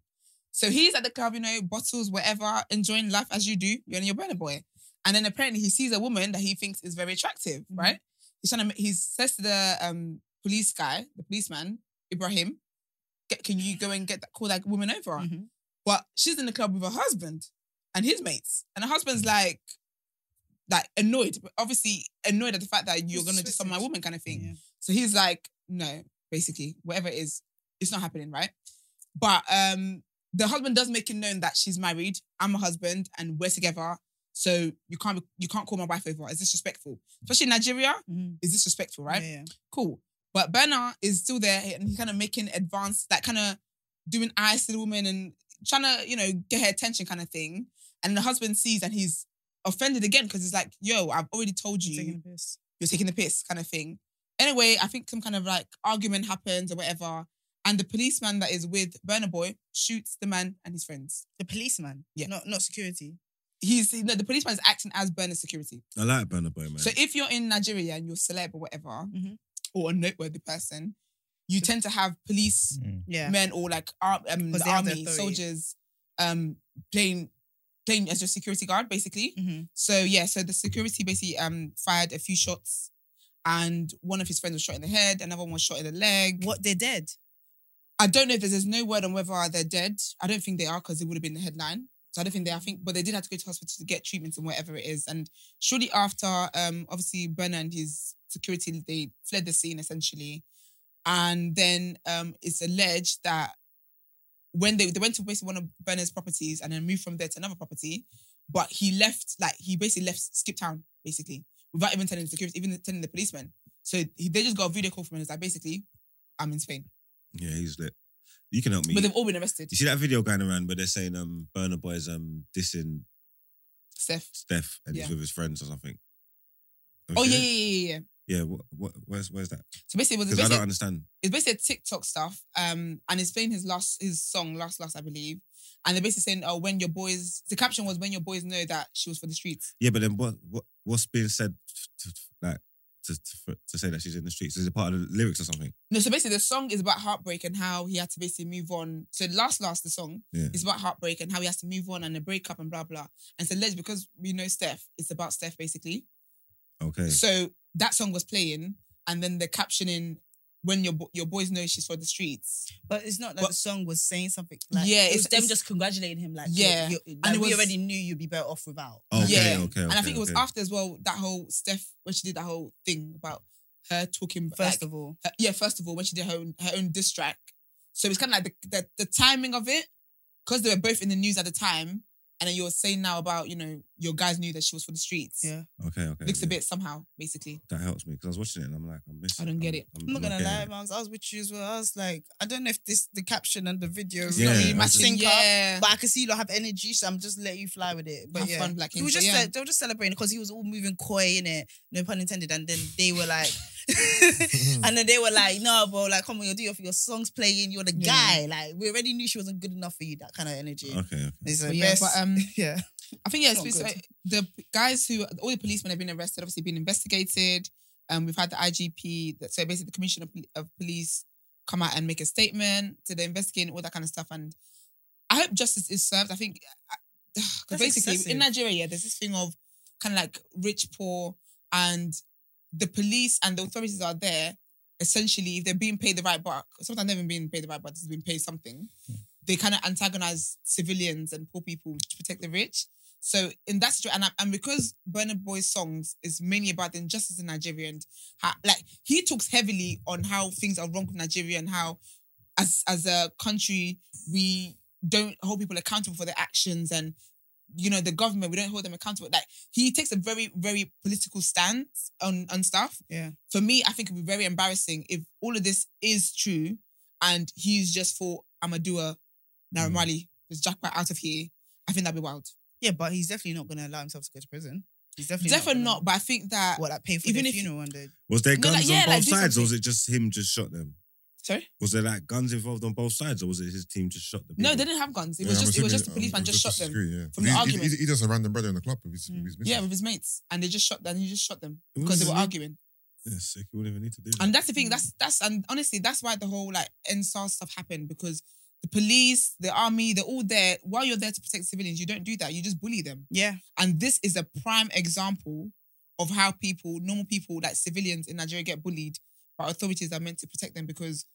Speaker 4: So he's at the club, you know, bottles, whatever, enjoying life as you do. You're in your burner boy. And then apparently he sees a woman that he thinks is very attractive, right? He's trying to, he says to the um, police guy, the policeman, Ibrahim, get, can you go and get that, call that woman over?
Speaker 1: Mhm.
Speaker 4: But she's in the club with her husband and his mates. And her
Speaker 1: Mm.
Speaker 4: husband's like, like annoyed, but obviously annoyed at the fact that you're
Speaker 1: He's
Speaker 4: going to disown my
Speaker 1: suspicious.
Speaker 4: woman kind of thing.
Speaker 1: Yeah.
Speaker 4: So he's like, no, basically, whatever it is, it's not happening, right? But um, the husband does make it known that she's married. I'm a husband, and we're together. So you can't you can't call my wife over. It's disrespectful, especially in Nigeria.
Speaker 1: Mhm.
Speaker 4: It's disrespectful, right?
Speaker 1: Yeah, yeah.
Speaker 4: Cool. But Bernard is still there, and he's kind of making advanced, like kind of doing eyes to the woman and trying to, you know, get her attention kind of thing. And the husband sees and he's offended again because he's like, yo, I've already told you
Speaker 1: Taking a piss.
Speaker 4: you're taking the piss kind of thing. Anyway, I think some kind of like argument happens or whatever. And the policeman that is with Burner Boy shoots the man and his friends.
Speaker 1: The policeman.
Speaker 4: Yeah.
Speaker 1: Not not security.
Speaker 4: He's no, the policeman is acting as Burner security.
Speaker 2: I like Burner Boy, man.
Speaker 4: So if you're in Nigeria and you're celeb or whatever,
Speaker 1: Mhm.
Speaker 4: or a noteworthy person, you tend to have police
Speaker 5: Mm-hmm.
Speaker 1: Yeah.
Speaker 4: men or like ar- um,
Speaker 1: 'Cause
Speaker 4: the
Speaker 1: they have the
Speaker 4: army
Speaker 1: authority.
Speaker 4: soldiers um, playing playing as your security guard basically.
Speaker 1: Mhm.
Speaker 4: So yeah, so the security basically um fired a few shots, and one of his friends was shot in the head, another one was shot in the leg.
Speaker 1: What they're dead.
Speaker 4: I don't know if there's, there's no word on whether they're dead. I don't think they are because it would have been the headline. So I don't think they. I think, but they did have to go to hospital to get treatment and whatever it is. And shortly after, um, obviously Burner and his security they fled the scene essentially, and then um, it's alleged that when they they went to basically one of Burner's properties and then moved from there to another property, but he left like he basically left Skip Town basically without even telling the security, even telling the policeman. So he, they just got a video call from him. It's like basically, I'm in Spain,
Speaker 2: yeah, he's lit. You can help me.
Speaker 4: but they've all been arrested.
Speaker 2: you see that video going around where they're saying um Burner Boy's um dissing
Speaker 4: Steph.
Speaker 2: Steph and he's
Speaker 4: Yeah.
Speaker 2: with his friends or something. Have you
Speaker 4: Oh yeah,
Speaker 2: seen
Speaker 4: yeah,
Speaker 2: it?
Speaker 4: yeah, yeah. yeah.
Speaker 2: Yeah, what, what, where's where's that?
Speaker 4: So basically, it was
Speaker 2: Because I
Speaker 4: basically,
Speaker 2: don't understand.
Speaker 4: it's basically a TikTok stuff. Um, and it's playing his last his song, last last, I believe. And they're basically saying, "Oh, when your boys," the caption was, "When your boys know that she was for the streets."
Speaker 2: Yeah, but then what what what's being said to, to- like to, to for- to say that she's in the streets? Is it part of the lyrics or something?
Speaker 4: No, so basically, the song is about heartbreak and how he had to basically move on. So last last, the song
Speaker 2: Yeah.
Speaker 4: is about heartbreak and how he has to move on and a breakup and blah blah. And so alleged because we know Steph, it's about Steph basically.
Speaker 2: Okay.
Speaker 4: So that song was playing, and then the captioning, "When your bo- your boys know she's for the streets."
Speaker 1: But it's not like
Speaker 4: But-
Speaker 1: the song was saying something. Like,
Speaker 4: Yeah,
Speaker 1: it was
Speaker 4: it's-
Speaker 1: them
Speaker 4: it's-
Speaker 1: just congratulating him. Like,
Speaker 4: Yeah.
Speaker 1: yeah, and
Speaker 4: it
Speaker 1: we
Speaker 4: was-
Speaker 1: already knew you'd be better off without.
Speaker 2: Okay,
Speaker 4: yeah.
Speaker 2: okay, okay.
Speaker 4: and I think it was
Speaker 2: okay.
Speaker 4: after as well that whole Steph when she did that whole thing about her talking
Speaker 1: First
Speaker 4: like,
Speaker 1: of all,
Speaker 4: her- Uh, yeah, first of all when she did her own her own diss track. So it's kind of like the, the the timing of it because they were both in the news at the time, and then you're saying now about you know your guys knew that she was for the streets.
Speaker 1: Yeah.
Speaker 2: Okay, okay.
Speaker 4: looks
Speaker 2: yeah.
Speaker 4: a bit somehow basically.
Speaker 2: That helps me because I was watching it and I'm like, I'm missing.
Speaker 4: I don't get it.
Speaker 1: I'm not gonna
Speaker 2: getting
Speaker 1: lie,
Speaker 2: it.
Speaker 1: man. I was with you as well. I was like, I don't know if this the caption and the video
Speaker 4: It's
Speaker 1: really
Speaker 2: Yeah,
Speaker 4: not really
Speaker 2: I
Speaker 1: match
Speaker 2: see.
Speaker 4: matching.
Speaker 1: sync up.
Speaker 4: Yeah,
Speaker 1: But I can see you don't have energy, so I'm just letting you fly with it. But
Speaker 4: Have
Speaker 1: yeah,
Speaker 4: fun, Black
Speaker 1: he was
Speaker 4: Ink,
Speaker 1: just
Speaker 4: but yeah.
Speaker 1: ce- they were just celebrating because he was all moving coy in it, no pun intended. And then they were like, <laughs> and then they were like, no, bro, like come on, you're doing your, your songs playing, you're the guy.
Speaker 4: Yeah.
Speaker 1: Like we already knew she wasn't good enough for you. That kind of energy.
Speaker 2: Okay, okay.
Speaker 1: It's the
Speaker 4: But yeah,
Speaker 1: best.
Speaker 4: but um, <laughs>
Speaker 1: yeah.
Speaker 4: I think yeah,
Speaker 1: It's
Speaker 4: it's
Speaker 1: not
Speaker 4: been- the guys who all the policemen have been arrested, obviously been investigated. Um, we've had the IGP, that- so basically the Commissioner of Pol- of Police, come out and make a statement. So they're investigating all that kind of stuff, and I hope justice is served. I think <sighs> because
Speaker 1: That's
Speaker 4: basically in
Speaker 1: excessive.
Speaker 4: Nigeria, there's this thing of kind of like rich poor, and the police and the authorities are there. Essentially, if they're being paid the right buck, sometimes they're not even being paid the right buck, they've been paid something.
Speaker 1: Hmm.
Speaker 4: They kind of antagonize civilians and poor people to protect the rich. So in that situation, and, I- and because Burner Boy's songs is mainly about the injustice in Nigeria and how, like he talks heavily on how things are wrong with Nigeria and how, as as a country, we don't hold people accountable for their actions and you know the government we don't hold them accountable. Like he takes a very very political stance on on stuff.
Speaker 1: Yeah.
Speaker 4: For me, I think it would be very embarrassing if all of this is true and he's just for Amadua, Naramali, this jackpot out of here. I think that'd be wild.
Speaker 1: Yeah, but he's definitely not going to allow himself to go to prison. He's definitely
Speaker 4: Definitely
Speaker 1: gonna-
Speaker 4: not, but I think that
Speaker 1: What like pay for
Speaker 4: Even
Speaker 1: the
Speaker 4: if-
Speaker 1: funeral and the
Speaker 2: Was there
Speaker 4: No, like,
Speaker 2: guns
Speaker 4: yeah,
Speaker 2: on
Speaker 4: like,
Speaker 2: both
Speaker 4: do
Speaker 2: sides, or was
Speaker 4: something.
Speaker 2: it just him just shot them?
Speaker 4: sorry.
Speaker 2: Was there like guns involved on both sides, or was it his team just shot them?
Speaker 4: No, they didn't have guns. It was
Speaker 3: Yeah, I'm
Speaker 4: just it
Speaker 3: assuming,
Speaker 4: was just the
Speaker 3: um, it
Speaker 4: policeman
Speaker 3: was
Speaker 4: just shot them.
Speaker 3: security, yeah.
Speaker 4: from
Speaker 3: He-
Speaker 4: the
Speaker 3: he-
Speaker 4: argument.
Speaker 3: He, he just a random brother in the club with his,
Speaker 1: Mm.
Speaker 3: with his missus.
Speaker 4: Yeah, with his mates, and they just shot. And he just shot them
Speaker 2: It
Speaker 4: because they were
Speaker 2: wasn't-
Speaker 4: arguing.
Speaker 2: Yeah, sick. You wouldn't even need to do that.
Speaker 4: And that's the thing. That's that's and honestly, that's why the whole like NSAR stuff happened because the police, the army, they're all there. While you're there to protect civilians, you don't do that. You just bully them.
Speaker 1: yeah.
Speaker 4: And this is a prime example of how people, normal people, like civilians in Nigeria, get bullied by authorities that are meant to protect them because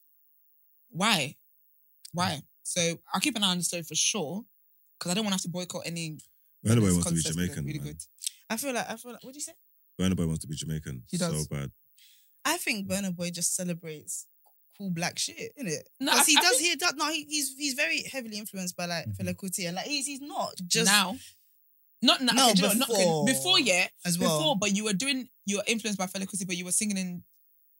Speaker 4: why? Why? So I'll keep an eye on the story for sure because I don't want to have to boycott any.
Speaker 2: Burna Boy
Speaker 4: this
Speaker 2: wants to be
Speaker 4: concert, but they're
Speaker 2: Jamaican.
Speaker 4: Really
Speaker 2: man.
Speaker 4: good.
Speaker 1: I feel like I feel like what do you say?
Speaker 2: Burna Boy wants to be Jamaican.
Speaker 4: He does.
Speaker 2: So bad.
Speaker 1: I think Burner Boy just celebrates cool black shit, innit?
Speaker 4: No,
Speaker 1: Because
Speaker 4: I-
Speaker 1: he
Speaker 4: I
Speaker 1: does
Speaker 4: think-
Speaker 1: he does no he, he's he's very heavily influenced by like
Speaker 5: Mhm.
Speaker 1: Fela
Speaker 2: Mm-hmm.
Speaker 1: Kuti and like he's he's not just
Speaker 4: now. Not now.
Speaker 1: No,
Speaker 4: okay, do you know what? Not- okay,
Speaker 1: before.
Speaker 4: before, yeah.
Speaker 1: as well.
Speaker 4: Before, but you were doing. You were influenced by Fela Kuti, but you were singing in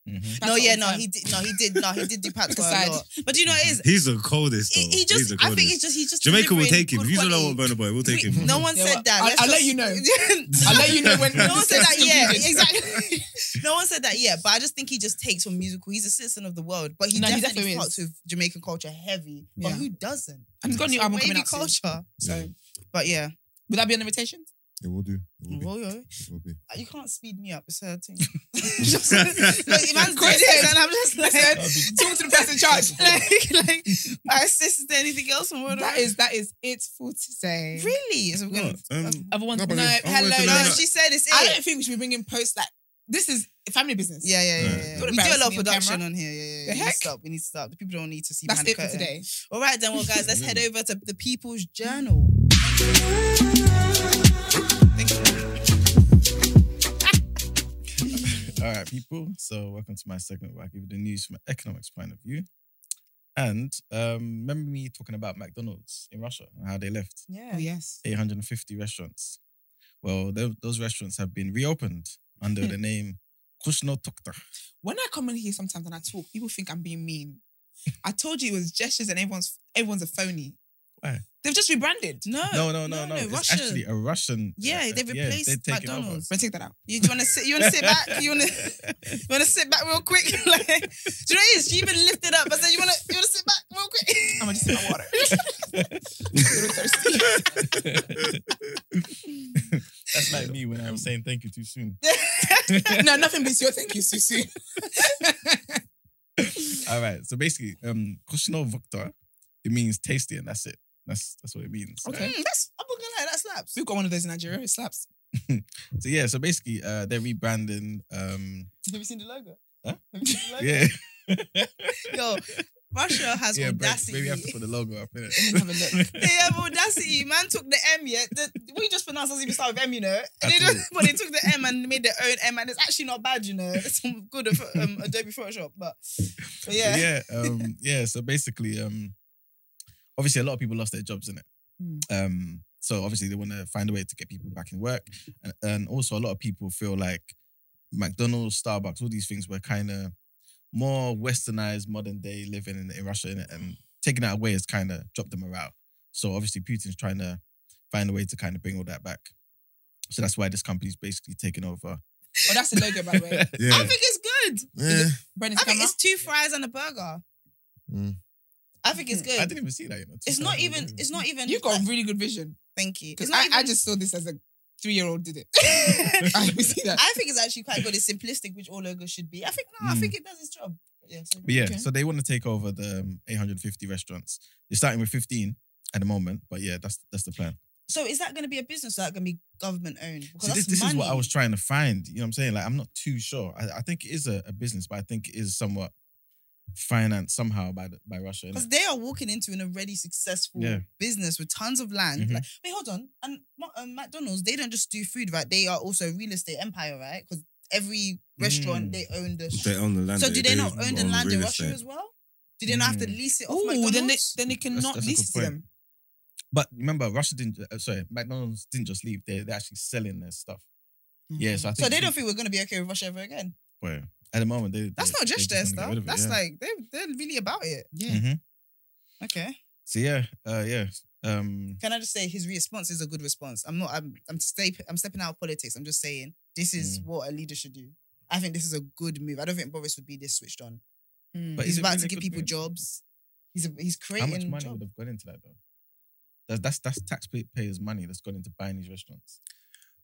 Speaker 5: Mhm.
Speaker 4: That's
Speaker 1: no,
Speaker 4: the
Speaker 1: yeah,
Speaker 4: old
Speaker 1: no,
Speaker 4: time.
Speaker 1: he did, no, he did, no, he did
Speaker 4: <laughs>
Speaker 1: do Pat's work
Speaker 4: Aside.
Speaker 1: a lot. But do you know what it is?
Speaker 2: He's the coldest. Though.
Speaker 1: He, he
Speaker 2: Mm-hmm. He's
Speaker 1: just,
Speaker 2: the
Speaker 1: I
Speaker 2: coldest.
Speaker 1: think it's just, he just.
Speaker 2: Jamaica will
Speaker 1: delivering
Speaker 2: take him.
Speaker 1: good
Speaker 2: He's a low
Speaker 1: quality.
Speaker 2: burner boy. We'll take
Speaker 1: We-
Speaker 2: him.
Speaker 1: No
Speaker 2: <laughs>
Speaker 1: one
Speaker 4: Yeah,
Speaker 1: said
Speaker 4: well,
Speaker 1: that.
Speaker 4: I'll-
Speaker 1: Let's
Speaker 4: I'll let
Speaker 1: just-
Speaker 4: you
Speaker 1: <laughs>
Speaker 4: know. <laughs> I'll let you know when
Speaker 1: No one said that Yeah,
Speaker 4: completed.
Speaker 1: Exactly. <laughs> no one said that yet. But I just think he just takes from musical. He's a citizen of the world, but he
Speaker 4: No, he
Speaker 1: definitely,
Speaker 4: definitely
Speaker 1: fucks with Jamaican culture heavy.
Speaker 4: Yeah.
Speaker 1: But who doesn't?
Speaker 4: And he's got a new
Speaker 1: It's
Speaker 4: album coming
Speaker 1: wavy
Speaker 4: out soon.
Speaker 1: culture.
Speaker 4: So
Speaker 1: But yeah,
Speaker 4: would that be
Speaker 1: <laughs>
Speaker 4: on invitations?
Speaker 3: It will do. It will be.
Speaker 1: well, yo,
Speaker 3: It will be.
Speaker 1: you can't speed me up. It's her <laughs> thing. just, look, if I'm doing it, and I'm just <laughs> like,
Speaker 4: Talk to the person in charge.
Speaker 1: <laughs> like, like, I sis, is there anything else on World
Speaker 4: <laughs> that is that is it for today.
Speaker 1: really. It's
Speaker 2: No,
Speaker 1: good.
Speaker 2: um,
Speaker 4: Everyone,
Speaker 3: No,
Speaker 4: no,
Speaker 3: but it's-
Speaker 4: hello.
Speaker 2: I wanted to
Speaker 1: No,
Speaker 2: no.
Speaker 1: she said it's
Speaker 4: I
Speaker 1: it.
Speaker 4: don't think we should be bringing posts like this is family business.
Speaker 1: Yeah, yeah, yeah. yeah.
Speaker 2: Don't
Speaker 1: We do a lot of
Speaker 4: embarrass me on
Speaker 1: production
Speaker 4: camera.
Speaker 1: on here. Yeah, yeah, yeah.
Speaker 4: The
Speaker 1: We need to
Speaker 4: heck?
Speaker 1: stop. We need to stop. The people don't need to see.
Speaker 4: That's
Speaker 1: behind the
Speaker 4: it for
Speaker 1: curtain. Mm.
Speaker 4: today.
Speaker 1: All right, then, well, guys, let's head over to the People's Journal. Thank you.
Speaker 5: All right, people. So welcome to my segment where I give you the news from an economics point of view. And um, remember me talking about McDonald's in Russia and how they left
Speaker 1: Yeah.
Speaker 4: Oh, yes.
Speaker 5: 850 restaurants. Well, tho- those restaurants have been reopened under the name Kushno Tokta.
Speaker 4: When I come in here sometimes and I talk, people think I'm being mean. I told you it was gestures and everyone's everyone's a phony.
Speaker 5: Why?
Speaker 4: They've just rebranded.
Speaker 1: No,
Speaker 5: No, no, no, no.
Speaker 1: Oh, no,
Speaker 5: it's
Speaker 1: Russian.
Speaker 5: actually a Russian. uh,
Speaker 1: Yeah, they've replaced
Speaker 5: they've taken over. <laughs>
Speaker 1: McDonald's.
Speaker 4: But take that out.
Speaker 1: You, do you want to sit? You want to sit back? You want to? You want to sit back real quick? like, do you know what it is? She even lifted up. I said, "You want to? You want to sit back real quick?"
Speaker 4: I'm gonna just sip my
Speaker 1: <laughs>
Speaker 4: water.
Speaker 5: That's like me when I was saying thank you too soon.
Speaker 4: no, nothing beats your thank you, Susu.
Speaker 5: All right. So basically, um, Kushno Vokta, it means tasty, and that's it. That's that's what it means.
Speaker 4: Okay.
Speaker 1: Mm, that's. I'm not gonna lie. That slaps.
Speaker 4: We've got one of those in Nigeria. It slaps.
Speaker 5: So yeah, so basically, uh, they're rebranding. Um,
Speaker 1: Have you seen the logo?
Speaker 5: Huh?
Speaker 1: Have you seen the logo?
Speaker 5: yeah, <laughs>
Speaker 1: Yo, Russia has
Speaker 5: yeah. Brett,
Speaker 1: audacity.
Speaker 5: maybe you have to put the logo up in it.
Speaker 4: Let me have a look.
Speaker 5: <laughs>
Speaker 1: they have audacity. Man took the M, yeah. The, we just pronounced doesn't even start with M, you know.
Speaker 5: I
Speaker 1: They
Speaker 5: do.
Speaker 1: just, <laughs> but they took the M and made their own M, and it's actually not bad, you know. It's some good of, um, Adobe Photoshop, but, but yeah.
Speaker 5: yeah, um, yeah. So basically, um, obviously, a lot of people lost their jobs in it.
Speaker 1: Hmm.
Speaker 4: Mm.
Speaker 5: Um, so obviously, they want to find a way to get people back in work, and, and also a lot of people feel like McDonald's, Starbucks, all these things were kind of more westernized, modern day living in, in Russia, innit? and taking that away has kind of dropped the morale. So obviously, Putin's trying to find a way to kind of bring all that back. So that's why this company's basically taking over.
Speaker 4: Oh, that's the logo, by the way.
Speaker 1: I
Speaker 3: Yeah.
Speaker 1: think it's good.
Speaker 3: yeah.
Speaker 4: Brennan's
Speaker 1: I think
Speaker 4: camera.
Speaker 1: it's two fries and a burger.
Speaker 3: Mm.
Speaker 1: I think it's
Speaker 5: I
Speaker 1: good.
Speaker 5: didn't even see that. You know,
Speaker 1: It's not even. It's not even.
Speaker 4: You've Hmm. got really good vision.
Speaker 1: Thank you. It's
Speaker 4: Because
Speaker 1: not
Speaker 4: I,
Speaker 1: even,
Speaker 4: I just saw this as a three-year-old did
Speaker 5: <laughs>
Speaker 4: it. <laughs> I
Speaker 1: I
Speaker 4: didn't see that.
Speaker 1: think it's actually quite good. It's simplistic, which all logos should be. I think no. I
Speaker 5: Mm.
Speaker 1: think it does its job. Yeah. So.
Speaker 5: But yeah,
Speaker 4: Okay.
Speaker 5: so they want to take over the um, 850 restaurants. They're starting with 15 at the moment, but yeah, that's that's the plan.
Speaker 1: So is that going to be a business or that going to be government owned? Because
Speaker 5: So this,
Speaker 1: that's
Speaker 5: this is what
Speaker 1: money.
Speaker 5: I was trying to find. You know what I'm saying? Like, I'm not too sure. I, I think it is a, a business, but I think it is somewhat financed somehow by the, by Russia.
Speaker 1: Because
Speaker 5: innit?
Speaker 1: they are walking into an already successful
Speaker 5: Yeah.
Speaker 1: business with tons of land.
Speaker 5: Mhm.
Speaker 1: Like, wait, hold on. And Ma- um, McDonald's, they don't just do food, right? They are also a real estate empire, right? Because every restaurant
Speaker 5: Mm.
Speaker 1: they own the.
Speaker 2: They own the land.
Speaker 1: so do they not own
Speaker 2: own
Speaker 1: the land in
Speaker 2: real
Speaker 1: Russia
Speaker 2: estate.
Speaker 1: as well? Do they not have to
Speaker 5: Mm.
Speaker 1: lease it off
Speaker 4: Oh, then they,
Speaker 1: McDonald's?
Speaker 4: then they cannot
Speaker 5: that's a
Speaker 4: lease
Speaker 5: good
Speaker 4: it to
Speaker 5: point.
Speaker 4: them.
Speaker 5: But remember, Russia didn't. Uh, sorry, McDonald's didn't just leave. They they're actually selling their stuff.
Speaker 4: Mm-hmm.
Speaker 5: Yeah, so I think
Speaker 1: so they don't think we're going to be okay with Russia ever again.
Speaker 5: Well, at the moment, they
Speaker 1: That's
Speaker 5: they-
Speaker 1: not
Speaker 5: they
Speaker 1: just their
Speaker 5: wanna get
Speaker 1: stuff.
Speaker 5: rid of it,
Speaker 1: That's
Speaker 5: yeah.
Speaker 1: like they're they're really about it.
Speaker 4: Yeah.
Speaker 5: Mhm.
Speaker 1: Okay.
Speaker 5: So yeah, uh, yeah. Um,
Speaker 1: Can I just say his response is a good response? I'm not. I'm. I'm stay. I'm stepping out of politics. I'm just saying this is
Speaker 5: Mm.
Speaker 1: what a leader should do. I think this is a good move. I don't think Boris would be this switched on.
Speaker 5: But
Speaker 1: he's
Speaker 5: is it
Speaker 1: about
Speaker 5: really
Speaker 1: to
Speaker 5: a
Speaker 1: give
Speaker 5: good
Speaker 1: people
Speaker 5: move?
Speaker 1: jobs. He's he's
Speaker 5: How
Speaker 1: creating
Speaker 5: much money
Speaker 1: jobs.
Speaker 5: would have gone into that though? That's that's that's taxpayers' money that's gone into buying these restaurants.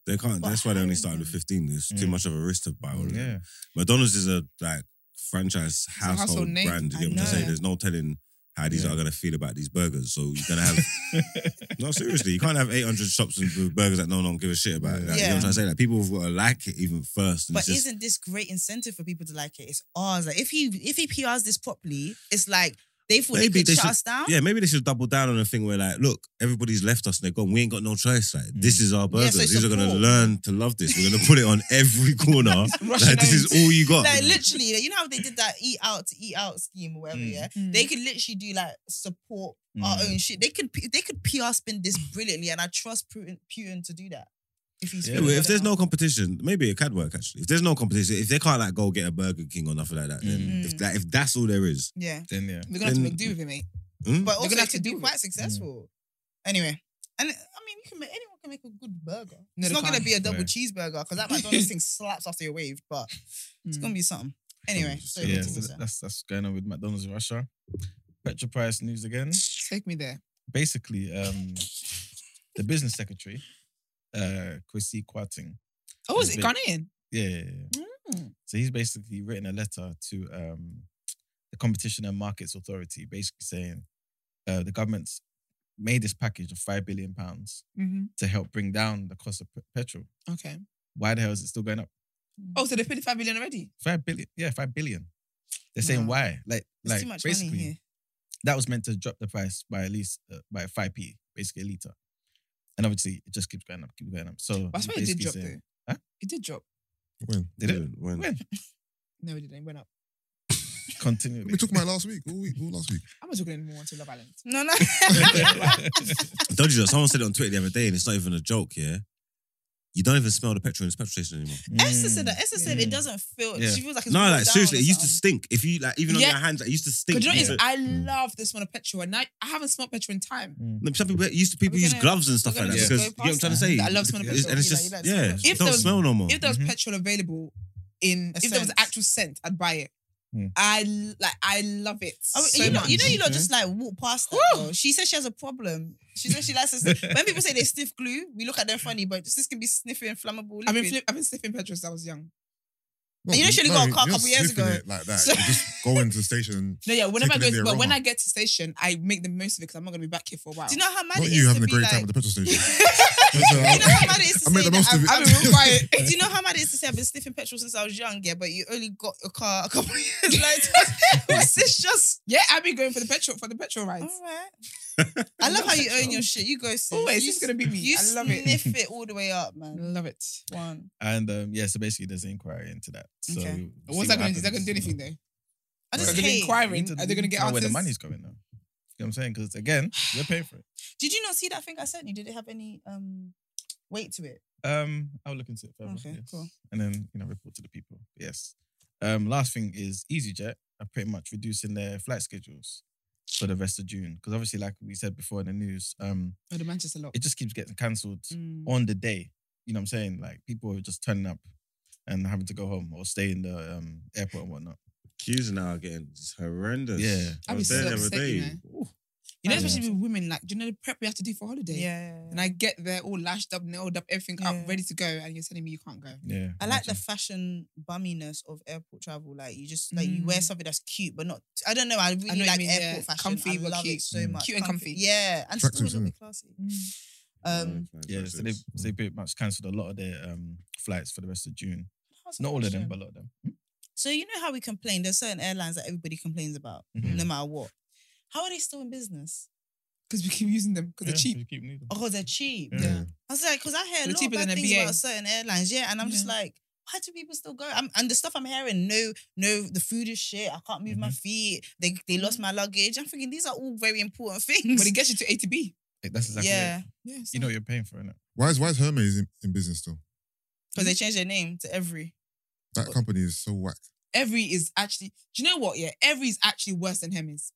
Speaker 2: They can't.
Speaker 1: But
Speaker 2: That's why they only
Speaker 1: how?
Speaker 2: started with 15. It's too
Speaker 5: Mm.
Speaker 2: much of a risk to buy all of
Speaker 5: yeah,
Speaker 2: that. McDonald's is a like franchise
Speaker 4: a household
Speaker 2: household,
Speaker 4: name.
Speaker 2: brand. You
Speaker 1: I
Speaker 2: get what I'm
Speaker 1: know.
Speaker 2: saying? There's no telling how these
Speaker 5: Yeah.
Speaker 2: are gonna feel about these burgers. So you're gonna have no seriously. You can't have 800 shops with burgers that no one don't give a shit about. Like, You know what
Speaker 1: Yeah.
Speaker 2: I'm trying to say? Like people have got to like it even first. And
Speaker 1: But
Speaker 2: it's just,
Speaker 1: isn't this great incentive for people to like it? It's ours. Like if he if he PRs this properly, it's like they thought
Speaker 2: Maybe
Speaker 1: they could
Speaker 2: they
Speaker 1: shut
Speaker 2: should-
Speaker 1: us down.
Speaker 2: yeah, maybe they should double down on the thing where like, look, everybody's left us and they're gone. We ain't got no choice. Like this is our burgers.
Speaker 1: so it's
Speaker 2: These are gonna
Speaker 1: support.
Speaker 2: learn to love this. We're gonna put it on
Speaker 1: <laughs>
Speaker 2: every corner.
Speaker 4: Russian
Speaker 2: like this is
Speaker 4: owned.
Speaker 2: all you got.
Speaker 1: Like literally, like, you know how they did that eat out to eat out scheme or whatever.
Speaker 5: Mm.
Speaker 1: Yeah,
Speaker 4: Mm.
Speaker 1: they could literally do like support our
Speaker 5: Mm.
Speaker 1: own shit. They could they could PR spin this brilliantly, and I trust Putin, Putin to do that. If he's
Speaker 5: Yeah,
Speaker 1: feeling
Speaker 5: but
Speaker 2: if there's
Speaker 1: better.
Speaker 2: no competition, maybe it can work actually. If there's no competition, if they can't like go get a Burger King or nothing like that, then
Speaker 1: Mm.
Speaker 2: if that if that's all there is,
Speaker 1: yeah,
Speaker 5: Then yeah.
Speaker 4: We're gonna have to
Speaker 2: Then-
Speaker 4: make do with it, mate.
Speaker 2: hmm?
Speaker 1: but also gonna
Speaker 4: gonna have
Speaker 1: have
Speaker 4: to
Speaker 1: could
Speaker 4: do
Speaker 1: be
Speaker 4: it.
Speaker 1: quite successful. Anyway, and I mean, you can make, anyone can make a good burger.
Speaker 4: No,
Speaker 1: it's
Speaker 4: they
Speaker 1: not gonna
Speaker 4: can't.
Speaker 1: be a double
Speaker 5: No.
Speaker 1: cheeseburger because that McDonald's thing slaps after your wave, but
Speaker 4: Mm-hmm.
Speaker 1: it's gonna be something. Anyway,
Speaker 2: Mm.
Speaker 1: so
Speaker 5: So, yeah,
Speaker 1: what
Speaker 5: so
Speaker 1: was
Speaker 5: that-
Speaker 1: that?
Speaker 5: that's that's going on with McDonald's in Russia. Petra Price news again.
Speaker 4: Take me there.
Speaker 5: Basically, um, the business secretary, uh, Kwesi Kwarting.
Speaker 4: Oh, is it
Speaker 5: Bit-
Speaker 4: Ghanaian?
Speaker 5: Yeah, yeah, yeah.
Speaker 4: Mm.
Speaker 5: So he's basically written a letter to um, the Competition and Markets Authority, basically saying uh, the government's made this package of five billion pounds
Speaker 4: Mm-hmm.
Speaker 5: to help bring down the cost of pe- petrol.
Speaker 4: Okay.
Speaker 5: Why the hell is it still going up?
Speaker 4: Oh, so they've paid five billion already.
Speaker 5: Five billion? Yeah, five billion. They're saying
Speaker 1: Wow.
Speaker 5: why? Like,
Speaker 1: There's
Speaker 5: like
Speaker 1: too much money
Speaker 5: basically,
Speaker 1: here.
Speaker 5: that was meant to drop the price by at least uh, by five p, basically a liter. And obviously, it just keeps going up, keeps going up. So
Speaker 4: I swear it did
Speaker 5: basically
Speaker 4: drop
Speaker 5: saying-
Speaker 4: though.
Speaker 5: Huh?
Speaker 4: It did drop.
Speaker 3: When?
Speaker 5: Did it?
Speaker 2: When?
Speaker 5: When?
Speaker 4: No, it didn't. It went up.
Speaker 5: <laughs>
Speaker 4: <laughs>
Speaker 5: Continually.
Speaker 3: We talked about it last week. All week. All last week.
Speaker 4: I'm not talking anymore until Love Island.
Speaker 1: No, <laughs> no.
Speaker 2: Dodgy though. Someone said it on Twitter the other day, and it's not even a joke. Yeah, you don't even smell the petrol in this petrol station anymore.
Speaker 1: Esther said that. Esther said
Speaker 5: Yeah.
Speaker 1: it doesn't feel.
Speaker 5: Yeah.
Speaker 1: She feels like it's
Speaker 2: Hmm. no,
Speaker 1: rolled
Speaker 2: like
Speaker 1: down
Speaker 2: seriously,
Speaker 1: or
Speaker 2: it used to
Speaker 1: something.
Speaker 2: stink. If you like, even on
Speaker 4: Yeah.
Speaker 2: your hands, like, it used to stink.
Speaker 4: But you know what it
Speaker 2: Yeah.
Speaker 4: is? I love the smell of petrol, and I, I haven't smelled petrol in time.
Speaker 5: Mm.
Speaker 2: No, Some people used to people
Speaker 1: We're
Speaker 2: use
Speaker 1: gonna-
Speaker 2: gloves and stuff
Speaker 1: we're
Speaker 2: like that
Speaker 5: gonna
Speaker 2: because
Speaker 1: go
Speaker 2: you know what I'm trying to
Speaker 1: past
Speaker 2: say.
Speaker 4: that. I love smelling
Speaker 2: It's-
Speaker 4: petrol.
Speaker 2: And it's
Speaker 1: You like-
Speaker 2: just
Speaker 1: you like
Speaker 2: yeah,
Speaker 1: smelling
Speaker 2: it
Speaker 4: petrol. If
Speaker 2: don't
Speaker 4: there was-
Speaker 2: smell no more.
Speaker 4: If there was
Speaker 5: Mhm.
Speaker 4: petrol available in,
Speaker 1: A
Speaker 4: if there was
Speaker 1: scent.
Speaker 4: actual scent, I'd buy it.
Speaker 5: Hmm.
Speaker 4: I l- like, I love it.
Speaker 1: Oh,
Speaker 4: so
Speaker 1: you, know,
Speaker 4: much.
Speaker 1: you know, you lot
Speaker 2: Okay.
Speaker 1: just like walk past that. girl. She says she has a problem. She says she likes to.
Speaker 5: <laughs>
Speaker 1: sniff- when people say they sniff glue, we look at them funny, but this can be sniffing flammable. Liquid.
Speaker 4: I've been flip, I've been sniffing petrol since I was young.
Speaker 3: No,
Speaker 1: You know, surely
Speaker 3: no,
Speaker 1: got a car a
Speaker 3: you're
Speaker 1: couple years
Speaker 3: sniffing
Speaker 1: ago.
Speaker 3: it Like that.
Speaker 1: So-
Speaker 3: You just go into the station. and-
Speaker 4: No, yeah. Whenever I
Speaker 3: Taking
Speaker 4: go,
Speaker 3: in
Speaker 4: to,
Speaker 3: the
Speaker 4: but when
Speaker 3: aroma.
Speaker 4: I get to station, I make the most of it because I'm not gonna be back here for a while.
Speaker 1: Do you know how mad
Speaker 3: Not
Speaker 1: it
Speaker 3: you
Speaker 1: is
Speaker 3: having
Speaker 1: to
Speaker 3: a
Speaker 1: be
Speaker 3: great
Speaker 1: like?
Speaker 3: time at the petrol station.
Speaker 1: do
Speaker 3: That's, uh,
Speaker 1: you know how mad it is to
Speaker 3: I made
Speaker 1: say
Speaker 3: the
Speaker 1: that
Speaker 3: most of
Speaker 1: I've-
Speaker 3: it.
Speaker 1: I've
Speaker 4: I've been real
Speaker 3: <laughs>
Speaker 4: quiet.
Speaker 1: Do you know how mad it is to say I've been sniffing petrol since I was young? Yeah, but you only got a car a couple of
Speaker 3: <laughs>
Speaker 1: years later.
Speaker 4: <laughs>
Speaker 1: it's just
Speaker 4: yeah, I've been going for the petrol for the petrol rides.
Speaker 1: all right. I love how you own your shit. You go sis.
Speaker 4: Always,
Speaker 1: You
Speaker 4: it's gonna be me.
Speaker 1: You
Speaker 4: I love it.
Speaker 1: sniff it all the way up, man.
Speaker 4: Love it.
Speaker 1: One.
Speaker 5: And um, yeah, so basically, there's an inquiry into that. So
Speaker 1: Okay.
Speaker 5: we'll see
Speaker 4: What's that
Speaker 5: what
Speaker 4: going? to Is that going
Speaker 5: happens.
Speaker 4: to do anything
Speaker 5: <laughs>
Speaker 4: though?
Speaker 1: I
Speaker 5: Right.
Speaker 1: just
Speaker 4: They've been
Speaker 1: hate.
Speaker 4: quiet.
Speaker 5: We need
Speaker 4: Are they gonna
Speaker 5: we need
Speaker 4: get
Speaker 5: know where the
Speaker 4: answers?
Speaker 5: money's coming now? You know what I'm saying? Because again, we're paying for it.
Speaker 1: Did you not see that thing I sent you? Did it have any um weight to it?
Speaker 5: Um, I'll look into it further.
Speaker 1: Okay,
Speaker 5: yes.
Speaker 1: cool.
Speaker 5: And then you know, report to the people. Yes. Um, last thing is EasyJet are pretty much reducing their flight schedules for the rest of June because obviously, like we said before in the news, um,
Speaker 4: Oh, the Manchester lot.
Speaker 5: it just keeps getting cancelled
Speaker 4: Mm.
Speaker 5: on the day. You know what I'm saying? Like people are just turning up and having to go home or stay in the um, airport and whatnot.
Speaker 2: Queues now again, it's horrendous.
Speaker 5: Yeah.
Speaker 4: I'd be
Speaker 2: was there
Speaker 4: so
Speaker 2: the other
Speaker 4: upset, you
Speaker 2: day. Oh, Ooh.
Speaker 4: You know,
Speaker 5: Yeah.
Speaker 4: especially with women, like, do you know the prep we have to do for holiday?
Speaker 1: Yeah.
Speaker 4: And I get there all lashed up, nailed up, everything
Speaker 1: Yeah.
Speaker 4: up, ready to go, and you're telling me you can't go.
Speaker 5: Yeah.
Speaker 1: I like the
Speaker 5: imagine.
Speaker 1: fashion bumminess of airport travel. Like you just like you wear
Speaker 4: Mm.
Speaker 1: something that's cute, but not. I don't know. I really
Speaker 4: know what you
Speaker 1: like
Speaker 4: mean,
Speaker 1: airport
Speaker 4: yeah.
Speaker 1: fashion.
Speaker 4: Comfy,
Speaker 1: I
Speaker 4: but
Speaker 1: love
Speaker 4: cute.
Speaker 1: it so
Speaker 5: Mm.
Speaker 1: much.
Speaker 4: Cute and comfy.
Speaker 1: Yeah, and still a
Speaker 3: Tracksuits,
Speaker 1: little
Speaker 3: innit?
Speaker 1: bit classy.
Speaker 4: <laughs>
Speaker 1: Um,
Speaker 5: Yeah, so they so they pretty much cancelled a lot of their um, flights for the rest of June.
Speaker 1: how's the
Speaker 5: Not all of them,
Speaker 1: fashion?
Speaker 5: but a lot of them.
Speaker 1: So you know how we complain? There's certain airlines that everybody complains about,
Speaker 5: Mhm.
Speaker 4: Mm.
Speaker 1: no matter what. How are they still in business?
Speaker 4: Because we keep using them because
Speaker 5: Yeah,
Speaker 4: they're cheap.
Speaker 5: you keep needing them.
Speaker 1: Oh, they're cheap.
Speaker 5: Yeah.
Speaker 1: I was like, because I hear a
Speaker 4: They're
Speaker 1: lot of
Speaker 4: cheaper
Speaker 1: bad
Speaker 4: than a
Speaker 1: things
Speaker 4: BA.
Speaker 1: about certain airlines, yeah, and I'm just
Speaker 4: Yeah.
Speaker 1: like, why do people still go? I'm, and the stuff I'm hearing, no, no, the food is shit. I can't move my feet. They they lost my luggage. I'm thinking these are all very important things.
Speaker 4: But it gets you to A to B.
Speaker 5: Like, That's
Speaker 1: <laughs>
Speaker 5: exactly
Speaker 1: yeah,
Speaker 5: it.
Speaker 4: Yeah.
Speaker 5: You know what you're paying for, innit?
Speaker 3: Why is Why is Hermes in, in business still?
Speaker 1: because
Speaker 4: Mm.
Speaker 1: they changed their name to Every.
Speaker 3: That company is so whack.
Speaker 4: Every is actually, do you know what? Yeah. Every is actually worse than Hermes.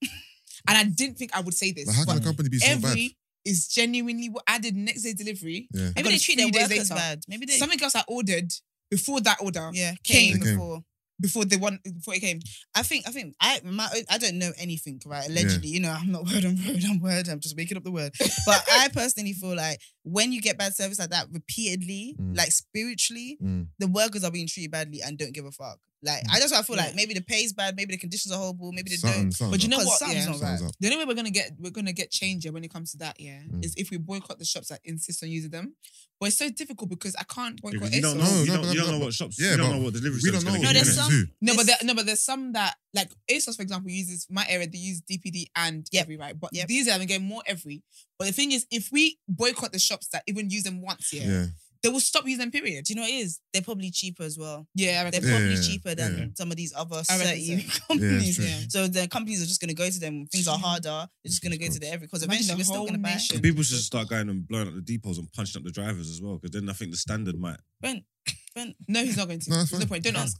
Speaker 4: and I didn't think I would say this.
Speaker 3: Like, how can
Speaker 4: but
Speaker 3: a company be so
Speaker 4: every
Speaker 3: bad?
Speaker 4: is genuinely what I did next day delivery.
Speaker 3: Yeah.
Speaker 1: Maybe
Speaker 4: got
Speaker 1: they
Speaker 4: it
Speaker 1: treat their
Speaker 4: three days
Speaker 1: workers
Speaker 4: later.
Speaker 1: bad. Maybe they
Speaker 4: Something else I ordered before that order,
Speaker 1: yeah
Speaker 4: came
Speaker 1: came,
Speaker 3: They came.
Speaker 1: before.
Speaker 4: before the one before it came.
Speaker 1: I think I think I my I don't know anything right. Allegedly, you know, I'm not <laughs> word on word. I'm word. I'm just making up the word. But I personally feel like when you get bad service like that repeatedly,
Speaker 3: Mm.
Speaker 1: like spiritually,
Speaker 3: Mm.
Speaker 1: the workers are being treated badly and don't give a fuck. Like I that's what I feel like. Maybe the pay's bad. Maybe the conditions are horrible. Maybe they
Speaker 3: Something,
Speaker 1: don't.
Speaker 3: something
Speaker 4: But you know
Speaker 1: Because
Speaker 4: what?
Speaker 1: something's
Speaker 4: Yeah.
Speaker 1: not
Speaker 3: up. Something's
Speaker 1: right.
Speaker 3: up.
Speaker 4: The only way we're gonna get we're gonna get change yeah, when it comes to that, yeah,
Speaker 3: Mm.
Speaker 4: is if we boycott the shops that insist on using them. But it's so difficult because I can't boycott
Speaker 2: Because you don't
Speaker 4: ASOS.
Speaker 2: know,
Speaker 3: No,
Speaker 2: you
Speaker 3: no,
Speaker 2: don't,
Speaker 3: but-
Speaker 2: you don't know
Speaker 3: but-
Speaker 2: what shops,
Speaker 3: yeah,
Speaker 2: you don't
Speaker 3: but
Speaker 2: know what delivery
Speaker 3: We don't
Speaker 2: service
Speaker 3: know.
Speaker 2: going
Speaker 1: No,
Speaker 2: to
Speaker 1: there's
Speaker 2: give you.
Speaker 1: some-
Speaker 2: innit?
Speaker 3: Who?
Speaker 4: No, but
Speaker 1: This-
Speaker 4: there, no, but there's some that like ASOS, for example, uses my area. They use DPD and
Speaker 1: Yep.
Speaker 4: every right, but
Speaker 1: Yep.
Speaker 4: these are again more every. But the thing is, if we boycott the shops that even use them once, yeah,
Speaker 3: Yeah.
Speaker 1: They will stop using period. Do you know what it is? They're probably cheaper as well.
Speaker 4: Yeah, I
Speaker 1: They're
Speaker 4: reckon.
Speaker 3: Yeah,
Speaker 1: probably
Speaker 3: yeah,
Speaker 1: cheaper than
Speaker 3: yeah.
Speaker 1: some of these other
Speaker 4: I reckon
Speaker 1: certain
Speaker 4: so.
Speaker 1: <laughs> companies.
Speaker 3: true.
Speaker 4: Yeah.
Speaker 1: So the companies are just going to go to them. Things are harder. They're just going to go to the every because
Speaker 4: Imagine
Speaker 1: eventually
Speaker 4: the
Speaker 1: we're still
Speaker 4: whole
Speaker 1: going to buy.
Speaker 4: nation.
Speaker 2: People should start going and blowing up the depots and punching up the drivers as well, because then I think the standard might.
Speaker 4: No, he's not going to.
Speaker 3: No, that's
Speaker 4: There's no
Speaker 3: fine.
Speaker 4: point. Don't ask.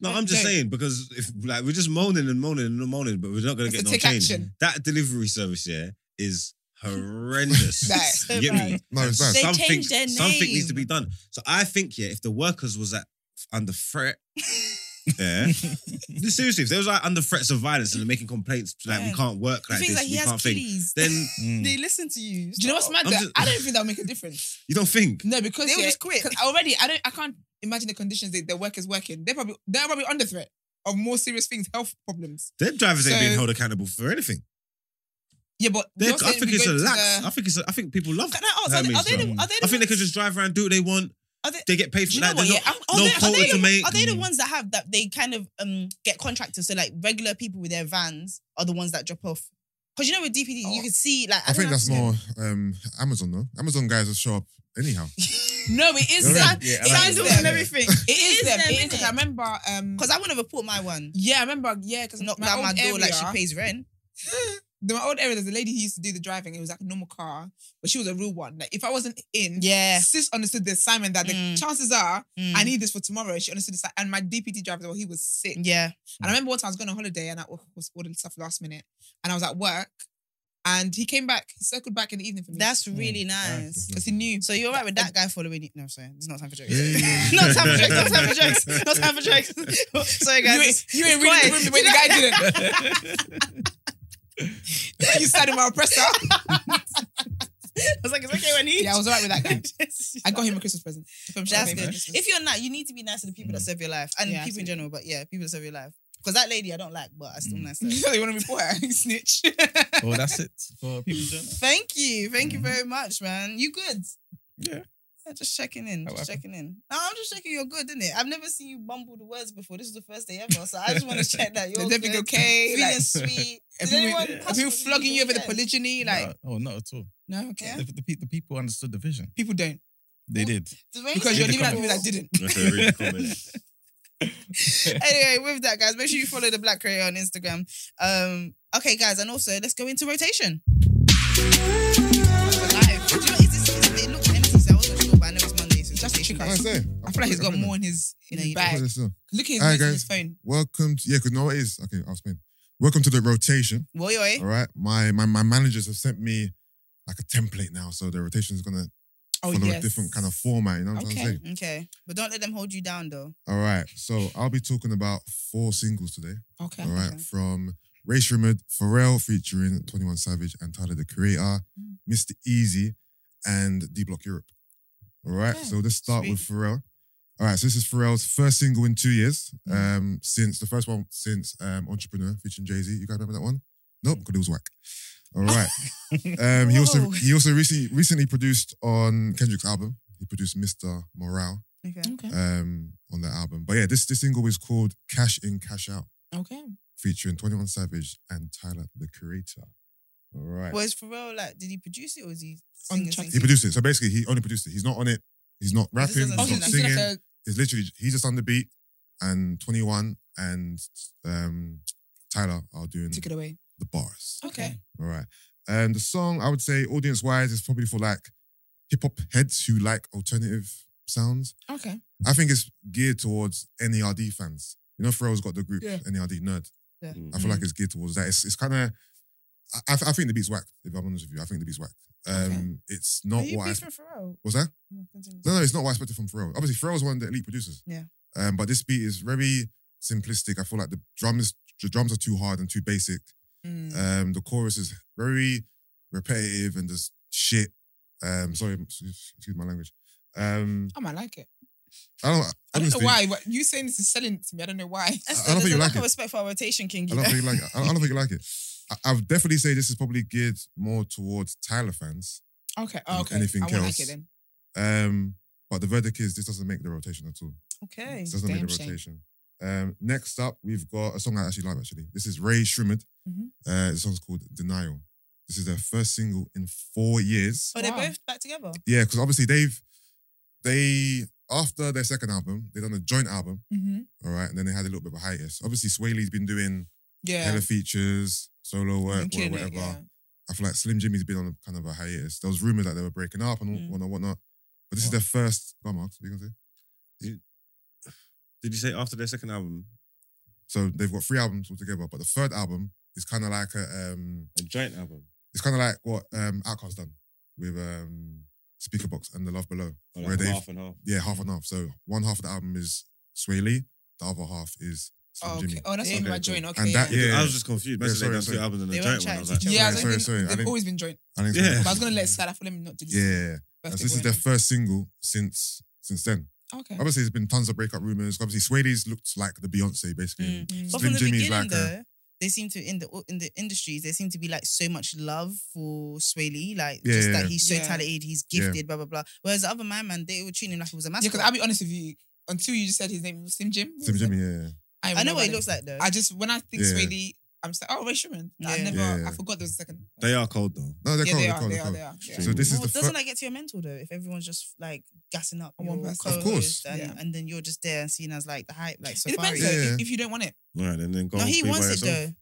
Speaker 2: No, I'm just
Speaker 4: No.
Speaker 2: saying because if like we're just moaning and moaning and moaning, but we're not gonna
Speaker 4: It's
Speaker 2: get
Speaker 4: a
Speaker 2: no
Speaker 4: take
Speaker 2: change.
Speaker 4: action.
Speaker 2: That delivery service, yeah, is
Speaker 1: <laughs>
Speaker 2: horrendous.
Speaker 4: That-
Speaker 1: So
Speaker 2: you get me?
Speaker 1: bad.
Speaker 3: No, it's bad.
Speaker 1: They
Speaker 2: something,
Speaker 1: changed their
Speaker 2: something needs to be
Speaker 1: name.
Speaker 2: done. So I think, yeah, if the workers was at under
Speaker 1: <laughs>
Speaker 2: threat, yeah, seriously, if they was like under threats of violence and they're making complaints like we
Speaker 1: Yeah.
Speaker 2: can't work
Speaker 1: The
Speaker 2: like
Speaker 1: thing is
Speaker 2: this,
Speaker 1: that he
Speaker 2: we can't
Speaker 1: has
Speaker 2: think,
Speaker 1: keys.
Speaker 2: then
Speaker 5: Mm.
Speaker 1: They listen to you.
Speaker 4: Do you know what's mad?
Speaker 2: I'm
Speaker 4: That
Speaker 2: just-
Speaker 4: I don't think that'll make a difference.
Speaker 2: you
Speaker 1: <laughs>
Speaker 2: don't think.
Speaker 4: No, because
Speaker 1: They will
Speaker 4: yeah,
Speaker 1: just quit.
Speaker 4: 'cause Already, I don't. I can't imagine the conditions that the workers working. They're probably they're probably under threat of more serious things, health problems.
Speaker 2: Their drivers ain't
Speaker 4: So-
Speaker 2: being held accountable for anything.
Speaker 4: Yeah, but
Speaker 2: They're-
Speaker 4: you're
Speaker 2: I
Speaker 4: saying
Speaker 2: think
Speaker 4: we
Speaker 2: it's
Speaker 4: go
Speaker 2: a
Speaker 4: to
Speaker 2: lax.
Speaker 4: the-
Speaker 1: uh,
Speaker 4: oh,
Speaker 2: I think it's. A, I think people love.
Speaker 1: Can I ask?
Speaker 2: That
Speaker 1: Are they,
Speaker 2: means um,
Speaker 1: are they, the,
Speaker 5: so.
Speaker 1: are they
Speaker 2: I
Speaker 1: the
Speaker 2: think they could
Speaker 1: ones-
Speaker 2: just drive around, do what they want.
Speaker 1: Are they-
Speaker 2: They get paid
Speaker 1: Do
Speaker 2: for
Speaker 1: you
Speaker 2: that.
Speaker 1: know what?
Speaker 2: They're
Speaker 1: Yeah,
Speaker 2: not-
Speaker 1: I'm- are,
Speaker 2: no
Speaker 1: they, are,
Speaker 2: quota
Speaker 1: they
Speaker 2: to
Speaker 1: the,
Speaker 2: make.
Speaker 1: are they the ones that have that they kind of um get contractors? So like regular people with their vans are the ones that drop off. Because you know with DPD, you can see like
Speaker 3: Oh. I think
Speaker 1: don't
Speaker 3: that's
Speaker 1: know.
Speaker 3: more um, Amazon though. Amazon guys will show up anyhow.
Speaker 2: Mm.
Speaker 4: No, it is
Speaker 3: Yeah,
Speaker 4: them.
Speaker 5: yeah,
Speaker 4: It
Speaker 5: I
Speaker 4: is
Speaker 1: Signs
Speaker 5: know.
Speaker 1: up
Speaker 4: them.
Speaker 1: and everything.
Speaker 3: <laughs>
Speaker 4: It is them. It is
Speaker 1: innit?
Speaker 4: because I remember. Um,
Speaker 1: Because I want to report my one.
Speaker 4: yeah, I remember. Yeah, because
Speaker 1: Knock down my door like she
Speaker 4: paid.
Speaker 1: pays rent.
Speaker 4: The, my old area, there's a lady who used to do the driving. It was like a normal car, but she was a real one. Like if I wasn't in,
Speaker 1: Yeah.
Speaker 4: sis understood the assignment that the
Speaker 1: Mm.
Speaker 4: chances are I
Speaker 1: I need.
Speaker 4: need this for tomorrow. She understood this. And my DPT driver, well, he was sick.
Speaker 1: Yeah.
Speaker 4: And I remember one time I was going on holiday and I was ordered stuff last minute. And I was at work and he came back, he circled back in the evening for me.
Speaker 1: That's
Speaker 3: Mm.
Speaker 1: Mm. really nice.
Speaker 4: because he knew.
Speaker 1: So you're right with that guy following you. No, sorry, there's not time for jokes.
Speaker 3: Yeah, yeah, yeah.
Speaker 1: <laughs> not time for jokes. Not time for jokes. Not time for jokes.
Speaker 3: <laughs>
Speaker 1: <laughs> sorry,
Speaker 4: You
Speaker 1: guys.
Speaker 4: ain't, you ain't
Speaker 1: it's
Speaker 4: reading
Speaker 1: quiet.
Speaker 4: the room the way the guy
Speaker 1: <laughs>
Speaker 4: didn't. you started my
Speaker 1: <laughs>
Speaker 4: oppressor.
Speaker 1: I was like, it's okay when he.
Speaker 4: Yeah, I
Speaker 1: <laughs>
Speaker 4: was alright with that guy.
Speaker 1: that.
Speaker 4: I got him a Christmas present.
Speaker 1: That's good. If you're not, you need to be nice to the people that serve your life and
Speaker 4: Mm. Yeah,
Speaker 1: people in general. But yeah, people that serve your life. Because that lady I don't like, but I still nice to her.
Speaker 4: <laughs> you know you want to
Speaker 1: <laughs>
Speaker 4: report her, you snitch.
Speaker 5: Well, that's it for people's journal.
Speaker 1: Thank you, thank you
Speaker 4: Mm.
Speaker 1: very much, man. You good?
Speaker 5: Yeah.
Speaker 1: Yeah, just checking in,
Speaker 5: That
Speaker 1: just
Speaker 5: happened.
Speaker 1: checking in. No, I'm just checking you're good, isn't it? I've never seen you mumble the words before. This is the first day ever, so I just
Speaker 4: <laughs>
Speaker 1: want to check that you're
Speaker 4: Is everything
Speaker 1: good.
Speaker 4: okay?
Speaker 1: feeling
Speaker 4: Like, <laughs>
Speaker 1: sweet.
Speaker 4: are
Speaker 1: Did
Speaker 4: people,
Speaker 1: anyone
Speaker 5: yeah.
Speaker 1: touch
Speaker 4: are people
Speaker 1: what you
Speaker 4: flogging you over the
Speaker 1: weekend?
Speaker 4: policy? Like,
Speaker 5: no, oh, not at all.
Speaker 4: no, okay.
Speaker 1: Yeah.
Speaker 5: The, the, pe- the people understood the vision.
Speaker 4: People don't.
Speaker 5: They did.
Speaker 1: Did they
Speaker 4: Because
Speaker 1: say
Speaker 4: you're
Speaker 5: the
Speaker 4: leaving out
Speaker 5: comments.
Speaker 4: people that didn't.
Speaker 2: That's a
Speaker 1: <laughs>
Speaker 2: really common-
Speaker 1: anyway, with that, guys, make sure you follow the Black Creator on Instagram. Um, okay, guys, and also let's go into rotation. We're live. Do you know, is this- is- it looked empty, so I wasn't sure, but I know it's Monday, so it's
Speaker 4: Just
Speaker 1: just
Speaker 4: check
Speaker 1: chicken.
Speaker 4: out.
Speaker 3: Like I say,
Speaker 4: I feel like he's got more in his in
Speaker 1: No,
Speaker 4: his
Speaker 1: you don't.
Speaker 4: bag. Look at his
Speaker 3: Alright,
Speaker 4: notes on
Speaker 3: guys.
Speaker 4: his phone.
Speaker 3: Welcome to yeah, because know what it is. Okay, I'll explain. Welcome to the
Speaker 4: <laughs>
Speaker 3: rotation.
Speaker 1: Boy, oi.
Speaker 3: All right, my my my managers have sent me like a template now, so the rotation is gonna
Speaker 4: Oh
Speaker 3: follow
Speaker 4: yes.
Speaker 3: a different kind of format. You know what I'm trying
Speaker 4: Okay.
Speaker 3: to say?
Speaker 1: Okay, but don't let them hold you down though.
Speaker 3: All right, so I'll be talking about four singles today.
Speaker 4: Okay.
Speaker 3: All right,
Speaker 1: Okay.
Speaker 3: from Ray Shrimmered, Pharrell featuring 21 Savage and Tyler the Creator, Mr. Easy, and D Block Europe. All right,
Speaker 4: Okay,
Speaker 3: so let's start with Pharrell. All right, so this is Pharrell's first single in two years, um, since the first one since um, Entrepreneur featuring Jay Z. You guys remember that one? Nope, because it was whack. All right. um, he also
Speaker 1: Whoa.
Speaker 3: he also recently recently produced on Kendrick's album. He produced Mr. Morale
Speaker 1: Okay.
Speaker 4: Okay.
Speaker 3: um, on that album. But yeah, this this single is called Cash In Cash Out
Speaker 4: Okay.
Speaker 3: featuring 21 Savage and Tyler the Creator. All right.
Speaker 1: Was Pharrell like? Did he produce it or was he
Speaker 4: On
Speaker 1: singing?
Speaker 4: track.
Speaker 1: singing?
Speaker 3: he produced it. So basically, he only produced it. He's not on it. He's not
Speaker 1: This
Speaker 3: rapping. He's
Speaker 1: doesn't
Speaker 3: not
Speaker 4: Oh,
Speaker 1: sound like-
Speaker 4: he's, he's
Speaker 3: singing.
Speaker 4: like a
Speaker 3: He's literally he's just on the beat, and 21 and um, Tyler are doing
Speaker 4: took it away.
Speaker 3: the bars.
Speaker 4: Okay.
Speaker 3: All right. And the song I would say audience wise is probably for like hip hop heads who like alternative sounds.
Speaker 4: Okay.
Speaker 3: I think it's geared towards NERD fans. You know, Pharrell's got the group
Speaker 4: Yeah.
Speaker 3: NERD Nerd.
Speaker 1: Yeah.
Speaker 2: Mm.
Speaker 3: I feel like it's geared towards that. It's, it's kind of, I, I I think the beat's whack. If I'm honest with you, I think the beat's whack. Um,
Speaker 4: Okay.
Speaker 3: It's
Speaker 1: Are
Speaker 3: not
Speaker 1: you
Speaker 3: what I,
Speaker 1: beefing Pharrell?
Speaker 3: was that.
Speaker 1: No, continue.
Speaker 3: No, no, it's not what I expected from Pharrell. Obviously, Pharrell's one of the elite producers.
Speaker 1: Yeah.
Speaker 3: Um, but this beat is very simplistic. I feel like the drums, the drums are too hard and too basic.
Speaker 4: Mm.
Speaker 3: Um, the chorus is very repetitive and just shit. Um, sorry, excuse excuse my language. Um,
Speaker 4: I might like it.
Speaker 3: I don't.
Speaker 4: I don't
Speaker 3: honestly,
Speaker 4: know why. But you saying this is selling to me. I don't know why.
Speaker 1: Esther,
Speaker 3: I don't
Speaker 1: there's
Speaker 3: think
Speaker 1: a
Speaker 3: you
Speaker 1: lack
Speaker 3: like
Speaker 1: of
Speaker 3: it.
Speaker 1: respect for our rotation king.
Speaker 3: I
Speaker 1: you
Speaker 3: don't
Speaker 1: know?
Speaker 3: think you like it. I I don't think you like it. I, I would definitely say this is probably geared more towards Tyler fans.
Speaker 4: Okay.
Speaker 3: Or
Speaker 4: okay.
Speaker 3: anything
Speaker 4: I won't
Speaker 3: else.
Speaker 4: like it then.
Speaker 3: Um, but the verdict is this doesn't make the rotation at all.
Speaker 1: Okay.
Speaker 3: This doesn't make
Speaker 4: damn
Speaker 3: the
Speaker 4: shame.
Speaker 3: rotation. Um, next up, we've got a song I actually like. Actually, this is Ray Shrimmed.
Speaker 4: Mhm.
Speaker 3: Uh, the song's called "Denial." This is their first single in four years.
Speaker 1: Oh, they're
Speaker 4: Wow.
Speaker 1: both back together.
Speaker 3: Yeah, because obviously they've they after their second album, they done a joint album,
Speaker 4: Mhm.
Speaker 3: all right, and then they had a little bit of a hiatus. Obviously, Swae Lee's been doing
Speaker 4: Yeah.
Speaker 3: hella features, solo work,
Speaker 4: I'm killing it,
Speaker 3: whatever.
Speaker 4: yeah.
Speaker 3: I feel like Slim Jimmy's been on a kind of a hiatus. There was rumors that they were breaking up and
Speaker 1: Mm.
Speaker 3: whatnot, whatnot. But this is their first. Go on, Mark. What you gonna say?
Speaker 2: Did you say after their second album,
Speaker 3: So they've got three albums altogether, but the third album is kind of like a, um,
Speaker 2: a joint album?
Speaker 3: it's kind of like what um, Outkast done with um, Speaker Box and The Love Below.
Speaker 4: Oh,
Speaker 2: Or
Speaker 3: Where
Speaker 2: like
Speaker 3: they've-
Speaker 2: half and half?
Speaker 3: Yeah, half and half. So one half of the album is Swae Lee, the other half is Slim
Speaker 4: Oh, okay.
Speaker 3: Jimmy.
Speaker 4: Oh, that's what
Speaker 3: Okay,
Speaker 4: my
Speaker 3: cool.
Speaker 4: joint. Okay.
Speaker 3: And that-
Speaker 4: yeah.
Speaker 3: Yeah.
Speaker 2: I was just confused.
Speaker 3: Yeah,
Speaker 2: Basically,
Speaker 3: sorry,
Speaker 2: they done
Speaker 3: sorry.
Speaker 2: two albums and
Speaker 1: They
Speaker 2: a
Speaker 1: weren't
Speaker 2: joint one. I was
Speaker 1: chatting
Speaker 2: like,
Speaker 1: to each
Speaker 4: Yeah,
Speaker 3: Sorry,
Speaker 4: I was like,
Speaker 3: sorry, sorry. I
Speaker 4: they've
Speaker 3: didn't-
Speaker 4: always been joint.
Speaker 3: I think so.
Speaker 2: Yeah.
Speaker 4: But I was
Speaker 3: <laughs>
Speaker 4: gonna let Skylar for them not do this.
Speaker 3: Yeah. So
Speaker 4: birthday
Speaker 3: this is
Speaker 4: boy.
Speaker 3: their first single since since then.
Speaker 4: Okay.
Speaker 3: Obviously, there's been tons of breakup rumors. Obviously, Swae Lee's looked like the Beyonce, basically.
Speaker 1: Mm.
Speaker 4: Mm.
Speaker 1: But
Speaker 3: Slim
Speaker 1: from the
Speaker 3: Jimmy's
Speaker 1: beginning,
Speaker 3: like a-
Speaker 1: though, they seem to in the in the industries there seem to be like so much love for Swae Lee, like
Speaker 3: Yeah,
Speaker 1: just
Speaker 3: yeah,
Speaker 1: that
Speaker 3: yeah.
Speaker 1: he's so
Speaker 4: Yeah.
Speaker 1: talented, he's
Speaker 3: Yeah.
Speaker 1: gifted, blah blah blah. Whereas the other man, man, they were treating him like he was a
Speaker 4: Yeah,
Speaker 1: mascot.
Speaker 4: because I'll be honest with you. Until you just said his name, Sim Jim.
Speaker 3: Slim Jimmy, yeah.
Speaker 4: I,
Speaker 1: I know what he
Speaker 4: looks
Speaker 1: looks like though.
Speaker 4: I just when I think
Speaker 3: Yeah.
Speaker 4: Swaley, I'm just like, oh, Ray Sherman. Like, I
Speaker 1: Yeah.
Speaker 4: never,
Speaker 3: Yeah.
Speaker 4: I forgot there was a second.
Speaker 2: they are cold though.
Speaker 3: No, they're
Speaker 4: yeah,
Speaker 3: cold.
Speaker 4: they
Speaker 3: They're
Speaker 4: are,
Speaker 3: cold.
Speaker 4: they
Speaker 3: They're
Speaker 4: are,
Speaker 3: cold.
Speaker 4: they are. Yeah.
Speaker 3: So this is
Speaker 1: Well,
Speaker 3: the
Speaker 1: doesn't
Speaker 3: fir-
Speaker 1: that get to your mental though? If everyone's just like gassing up
Speaker 4: On one
Speaker 1: your
Speaker 4: person.
Speaker 3: Of
Speaker 1: co-host
Speaker 3: course.
Speaker 1: and,
Speaker 4: Yeah.
Speaker 1: and then you're just there and seen as like the hype, like
Speaker 4: It
Speaker 1: Safari.
Speaker 4: depends
Speaker 3: Yeah.
Speaker 4: though, if, if you don't want it.
Speaker 2: Right, and then go.
Speaker 1: No, he
Speaker 2: be by
Speaker 1: wants it
Speaker 2: yourself.
Speaker 1: though.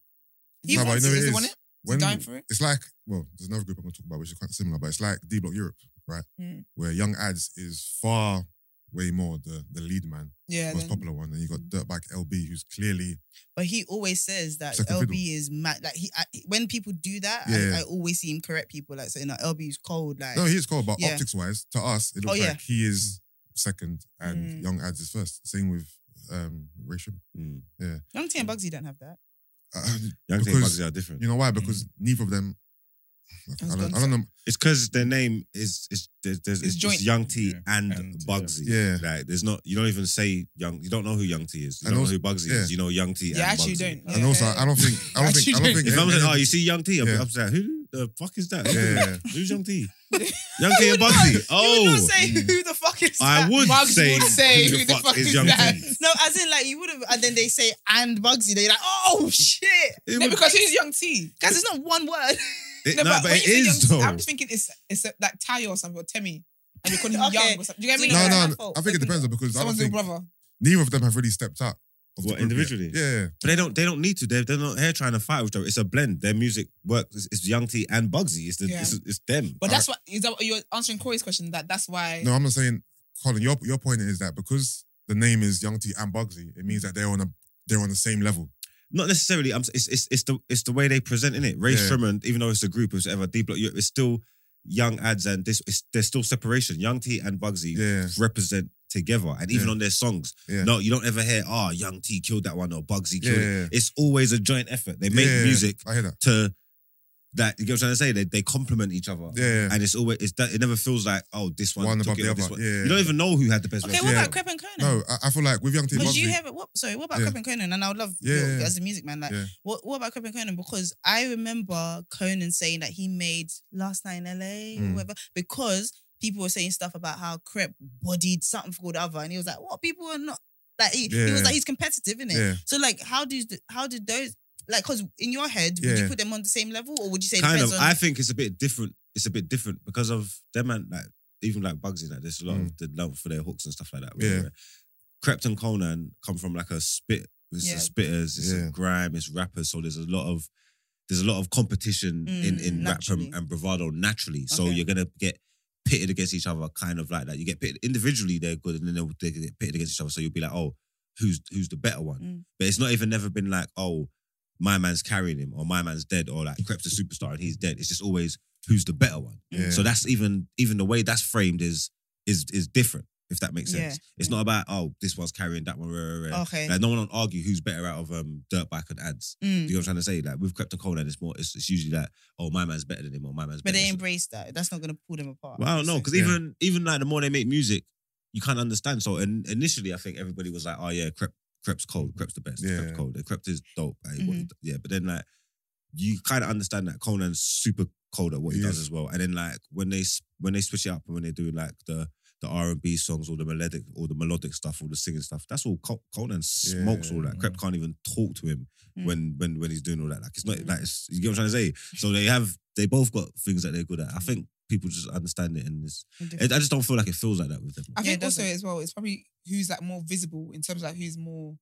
Speaker 1: He
Speaker 3: No, but
Speaker 1: wants
Speaker 3: you know
Speaker 1: it.
Speaker 3: it
Speaker 4: Is
Speaker 3: is.
Speaker 4: it one it?
Speaker 3: when
Speaker 4: dying for it?
Speaker 3: it's like well, there's another group I'm gonna talk about which is quite similar, but it's like D Block Europe, right?
Speaker 4: Mm.
Speaker 3: Where Young Ads is far way more the the lead man,
Speaker 4: Yeah.
Speaker 3: most
Speaker 4: Then, Hmm.
Speaker 3: popular one, and you got Dirtbag LB, who's clearly
Speaker 1: But he always says that
Speaker 3: Second
Speaker 1: LB
Speaker 3: fiddle.
Speaker 1: is mad. Like he, I, when people do that,
Speaker 3: Yeah.
Speaker 1: I, I always see him correct people, like saying that LB is cold. Like
Speaker 3: no, he is cold, but
Speaker 1: Yeah.
Speaker 3: optics wise, to us, it looks
Speaker 1: Oh, yeah.
Speaker 3: like he is
Speaker 4: Hmm.
Speaker 3: second and
Speaker 4: Mm.
Speaker 3: Young Ads is first. Same with um Ray Shimon.
Speaker 2: Mm.
Speaker 1: Young T and Bugsy don't have that.
Speaker 3: Uh,
Speaker 2: Young Thug
Speaker 3: Because-
Speaker 2: Bugsy are different.
Speaker 3: you know why? Because
Speaker 4: Hmm.
Speaker 3: neither of them. I
Speaker 4: Has
Speaker 3: don't,
Speaker 4: gone
Speaker 3: I don't know.
Speaker 2: It's because their name is is there's, there's
Speaker 4: It's
Speaker 2: it's,
Speaker 4: joint.
Speaker 2: it's Young T
Speaker 5: Yeah.
Speaker 2: and,
Speaker 5: And, yeah.
Speaker 2: Bugsy.
Speaker 3: Yeah.
Speaker 2: like there's not you don't even say Young. You don't know who Young T is. You
Speaker 3: And
Speaker 2: don't
Speaker 3: also-
Speaker 2: know who Bugsy
Speaker 3: yeah.
Speaker 2: is. You know Young T.
Speaker 4: yeah,
Speaker 2: and
Speaker 4: I actually
Speaker 2: Bugsy.
Speaker 4: don't.
Speaker 3: And also, I don't think. I don't think. I
Speaker 4: <laughs>
Speaker 3: don't think.
Speaker 2: If I'm
Speaker 3: any-
Speaker 2: saying, oh, you see Young T, I'm
Speaker 3: Yeah.
Speaker 2: upset. Who the fuck is that?
Speaker 3: Yeah.
Speaker 2: Who's
Speaker 4: <laughs>
Speaker 2: Young T? Young T and Bugsy.
Speaker 1: You would
Speaker 2: Oh,
Speaker 1: not say
Speaker 3: mm.
Speaker 1: who the fuck is
Speaker 2: I
Speaker 1: that.
Speaker 2: would
Speaker 4: Bugsy
Speaker 2: say,
Speaker 4: would say who the fuck is
Speaker 2: Young
Speaker 4: that? <laughs>
Speaker 2: T.
Speaker 1: No, as in like you would have, and then they say and Bugsy. They're like, oh
Speaker 3: <laughs>
Speaker 1: shit,
Speaker 2: It
Speaker 4: No,
Speaker 2: would-
Speaker 4: because who's Young T?
Speaker 1: because it's not one word.
Speaker 2: it-
Speaker 4: No,
Speaker 2: no, but,
Speaker 4: when
Speaker 2: it
Speaker 4: you say
Speaker 2: is
Speaker 4: young,
Speaker 2: though.
Speaker 4: I'm just thinking it's it's a, like Tayo or something or Temi, and you're calling him
Speaker 1: <laughs> Okay.
Speaker 4: Young or something. Do you get me?
Speaker 1: No,
Speaker 3: No,
Speaker 1: it's
Speaker 3: no.
Speaker 1: my fault.
Speaker 3: I think it depends on because I don't
Speaker 4: Someone's
Speaker 3: think
Speaker 4: little brother.
Speaker 3: neither of them have really stepped up. of the
Speaker 2: What,
Speaker 3: group yet.
Speaker 2: individually?
Speaker 3: Yeah.
Speaker 2: But they don't. They don't need to. They're, they're not here trying to fight with each other. It's a blend. Their music works. It's, it's Young T and Bugsy. It's the,
Speaker 4: Yeah.
Speaker 2: it's, it's them.
Speaker 4: But that's why is that what you're answering Corey's question? That that's why.
Speaker 3: No, I'm not saying, Colin. Your your point is that because the name is Young T and Bugsy, it means that they're on a they're on the same level.
Speaker 2: not necessarily. I'm. It's it's, it's the it's the way they present in it. Ray
Speaker 3: Yeah.
Speaker 2: Sherman, even though it's a group, it's ever deep. It's still Young Ads and this. It's, there's still separation. Young T and Bugsy
Speaker 3: Yeah.
Speaker 2: represent together, and even
Speaker 3: Yeah.
Speaker 2: on their songs.
Speaker 3: Yeah.
Speaker 2: No, you don't ever hear, "Ah, Young T killed that one" or "Bugsy
Speaker 3: Yeah.
Speaker 2: killed it." It's always a joint effort. They make
Speaker 3: Yeah.
Speaker 2: music
Speaker 3: I hear that.
Speaker 2: to that. You get what I'm trying to say? They they complement each other.
Speaker 3: Yeah.
Speaker 2: And it's always it's that it never feels like oh this one,
Speaker 3: One
Speaker 2: took
Speaker 3: above
Speaker 2: it
Speaker 3: the
Speaker 2: off this
Speaker 3: other.
Speaker 2: one.
Speaker 3: Yeah.
Speaker 2: You don't even know who had the best.
Speaker 1: Okay,
Speaker 2: record.
Speaker 1: what
Speaker 3: Yeah.
Speaker 1: about Crep and Conan?
Speaker 3: No, I, I feel like with Young T and
Speaker 1: Because
Speaker 3: Bugsy,
Speaker 1: you have it. What? Sorry, what about
Speaker 3: Yeah.
Speaker 1: Crep and Conan? And I would love
Speaker 3: Yeah,
Speaker 1: your-
Speaker 3: yeah.
Speaker 1: as a music man, like
Speaker 3: Yeah.
Speaker 1: what? What about Crep and Conan? Because I remember Conan saying that he made Last Night in LA or
Speaker 3: Mm.
Speaker 1: whatever because people were saying stuff about how Crep bodied something for the other, and he was like, "What? People are not like he, he
Speaker 3: Yeah.
Speaker 1: was like he's competitive in it."
Speaker 3: Yeah.
Speaker 1: So like, how do how did those like? Because in your head, would you
Speaker 3: Yeah.
Speaker 1: put them on the same level, or would you say it
Speaker 2: kind of.
Speaker 1: depends on?
Speaker 2: I think it's a bit different. It's a bit different because of them and like even like Bugsy, like there's a lot of the love for their hooks and stuff like that.
Speaker 3: Mm. Yeah.
Speaker 2: Crepton Conan come from like a spit. It's
Speaker 1: Yeah.
Speaker 2: a spitters. It's
Speaker 3: Yeah.
Speaker 2: a grime. It's rappers. So there's a lot of there's a lot of competition in
Speaker 1: Mm,
Speaker 2: in rap
Speaker 1: naturally.
Speaker 2: and, and bravado naturally. So
Speaker 1: Okay.
Speaker 2: you're gonna get pitted against each other, kind of like that. You get pitted individually, they're good, and then they'll, they get pitted against each other. So you'll be like, oh, who's who's the better one?
Speaker 1: Mm.
Speaker 2: But it's not even never been like, oh, my man's carrying him, or my man's dead, or like Crep's a superstar and he's dead. It's just always who's the better one.
Speaker 3: Yeah.
Speaker 2: So that's even even the way that's framed is is is different. If that makes sense,
Speaker 1: Yeah.
Speaker 2: it's not about oh this one's carrying that one. Rah, rah, rah.
Speaker 1: Oh, okay.
Speaker 2: Like no one will argue who's better out of um dirtbag and ads.
Speaker 1: Mm.
Speaker 2: You know what I'm trying to say? Like with Crepton Conan, it's more it's, it's usually like oh my man's better than him or my man's
Speaker 1: But
Speaker 2: better.
Speaker 1: they
Speaker 2: than-
Speaker 1: embrace that. That's not going to pull them apart.
Speaker 2: well, I don't know because
Speaker 3: Yeah.
Speaker 2: even even like the more they make music, you can't understand. So in, initially, I think everybody was like, "Oh yeah, Crep, Crep's cold, Crep's the best,
Speaker 3: Yeah.
Speaker 2: Crep's cold, and Crep is dope." Like, what he d- yeah, but then like you kind of understand that Conan's super cold at what he
Speaker 3: He
Speaker 2: does
Speaker 3: is.
Speaker 2: as well. And then like when they s- when they switch it up and when they do like the the R and B songs, all the melodic, all the melodic stuff, all the singing stuff. That's all Co- Conan smokes.
Speaker 3: Yeah.
Speaker 2: All that Crep can't even talk to him
Speaker 1: Mm.
Speaker 2: when when when he's doing all that. Like it's not
Speaker 1: Mhm. Mm.
Speaker 2: like it's, you get what I'm trying to say. So they have they both got things that they're good at. I think people just understand it and it's, I just don't feel like it feels like that with them.
Speaker 4: I
Speaker 1: Yeah, it
Speaker 4: think also
Speaker 1: doesn't.
Speaker 4: as well, it's probably who's like more visible in terms of like who's more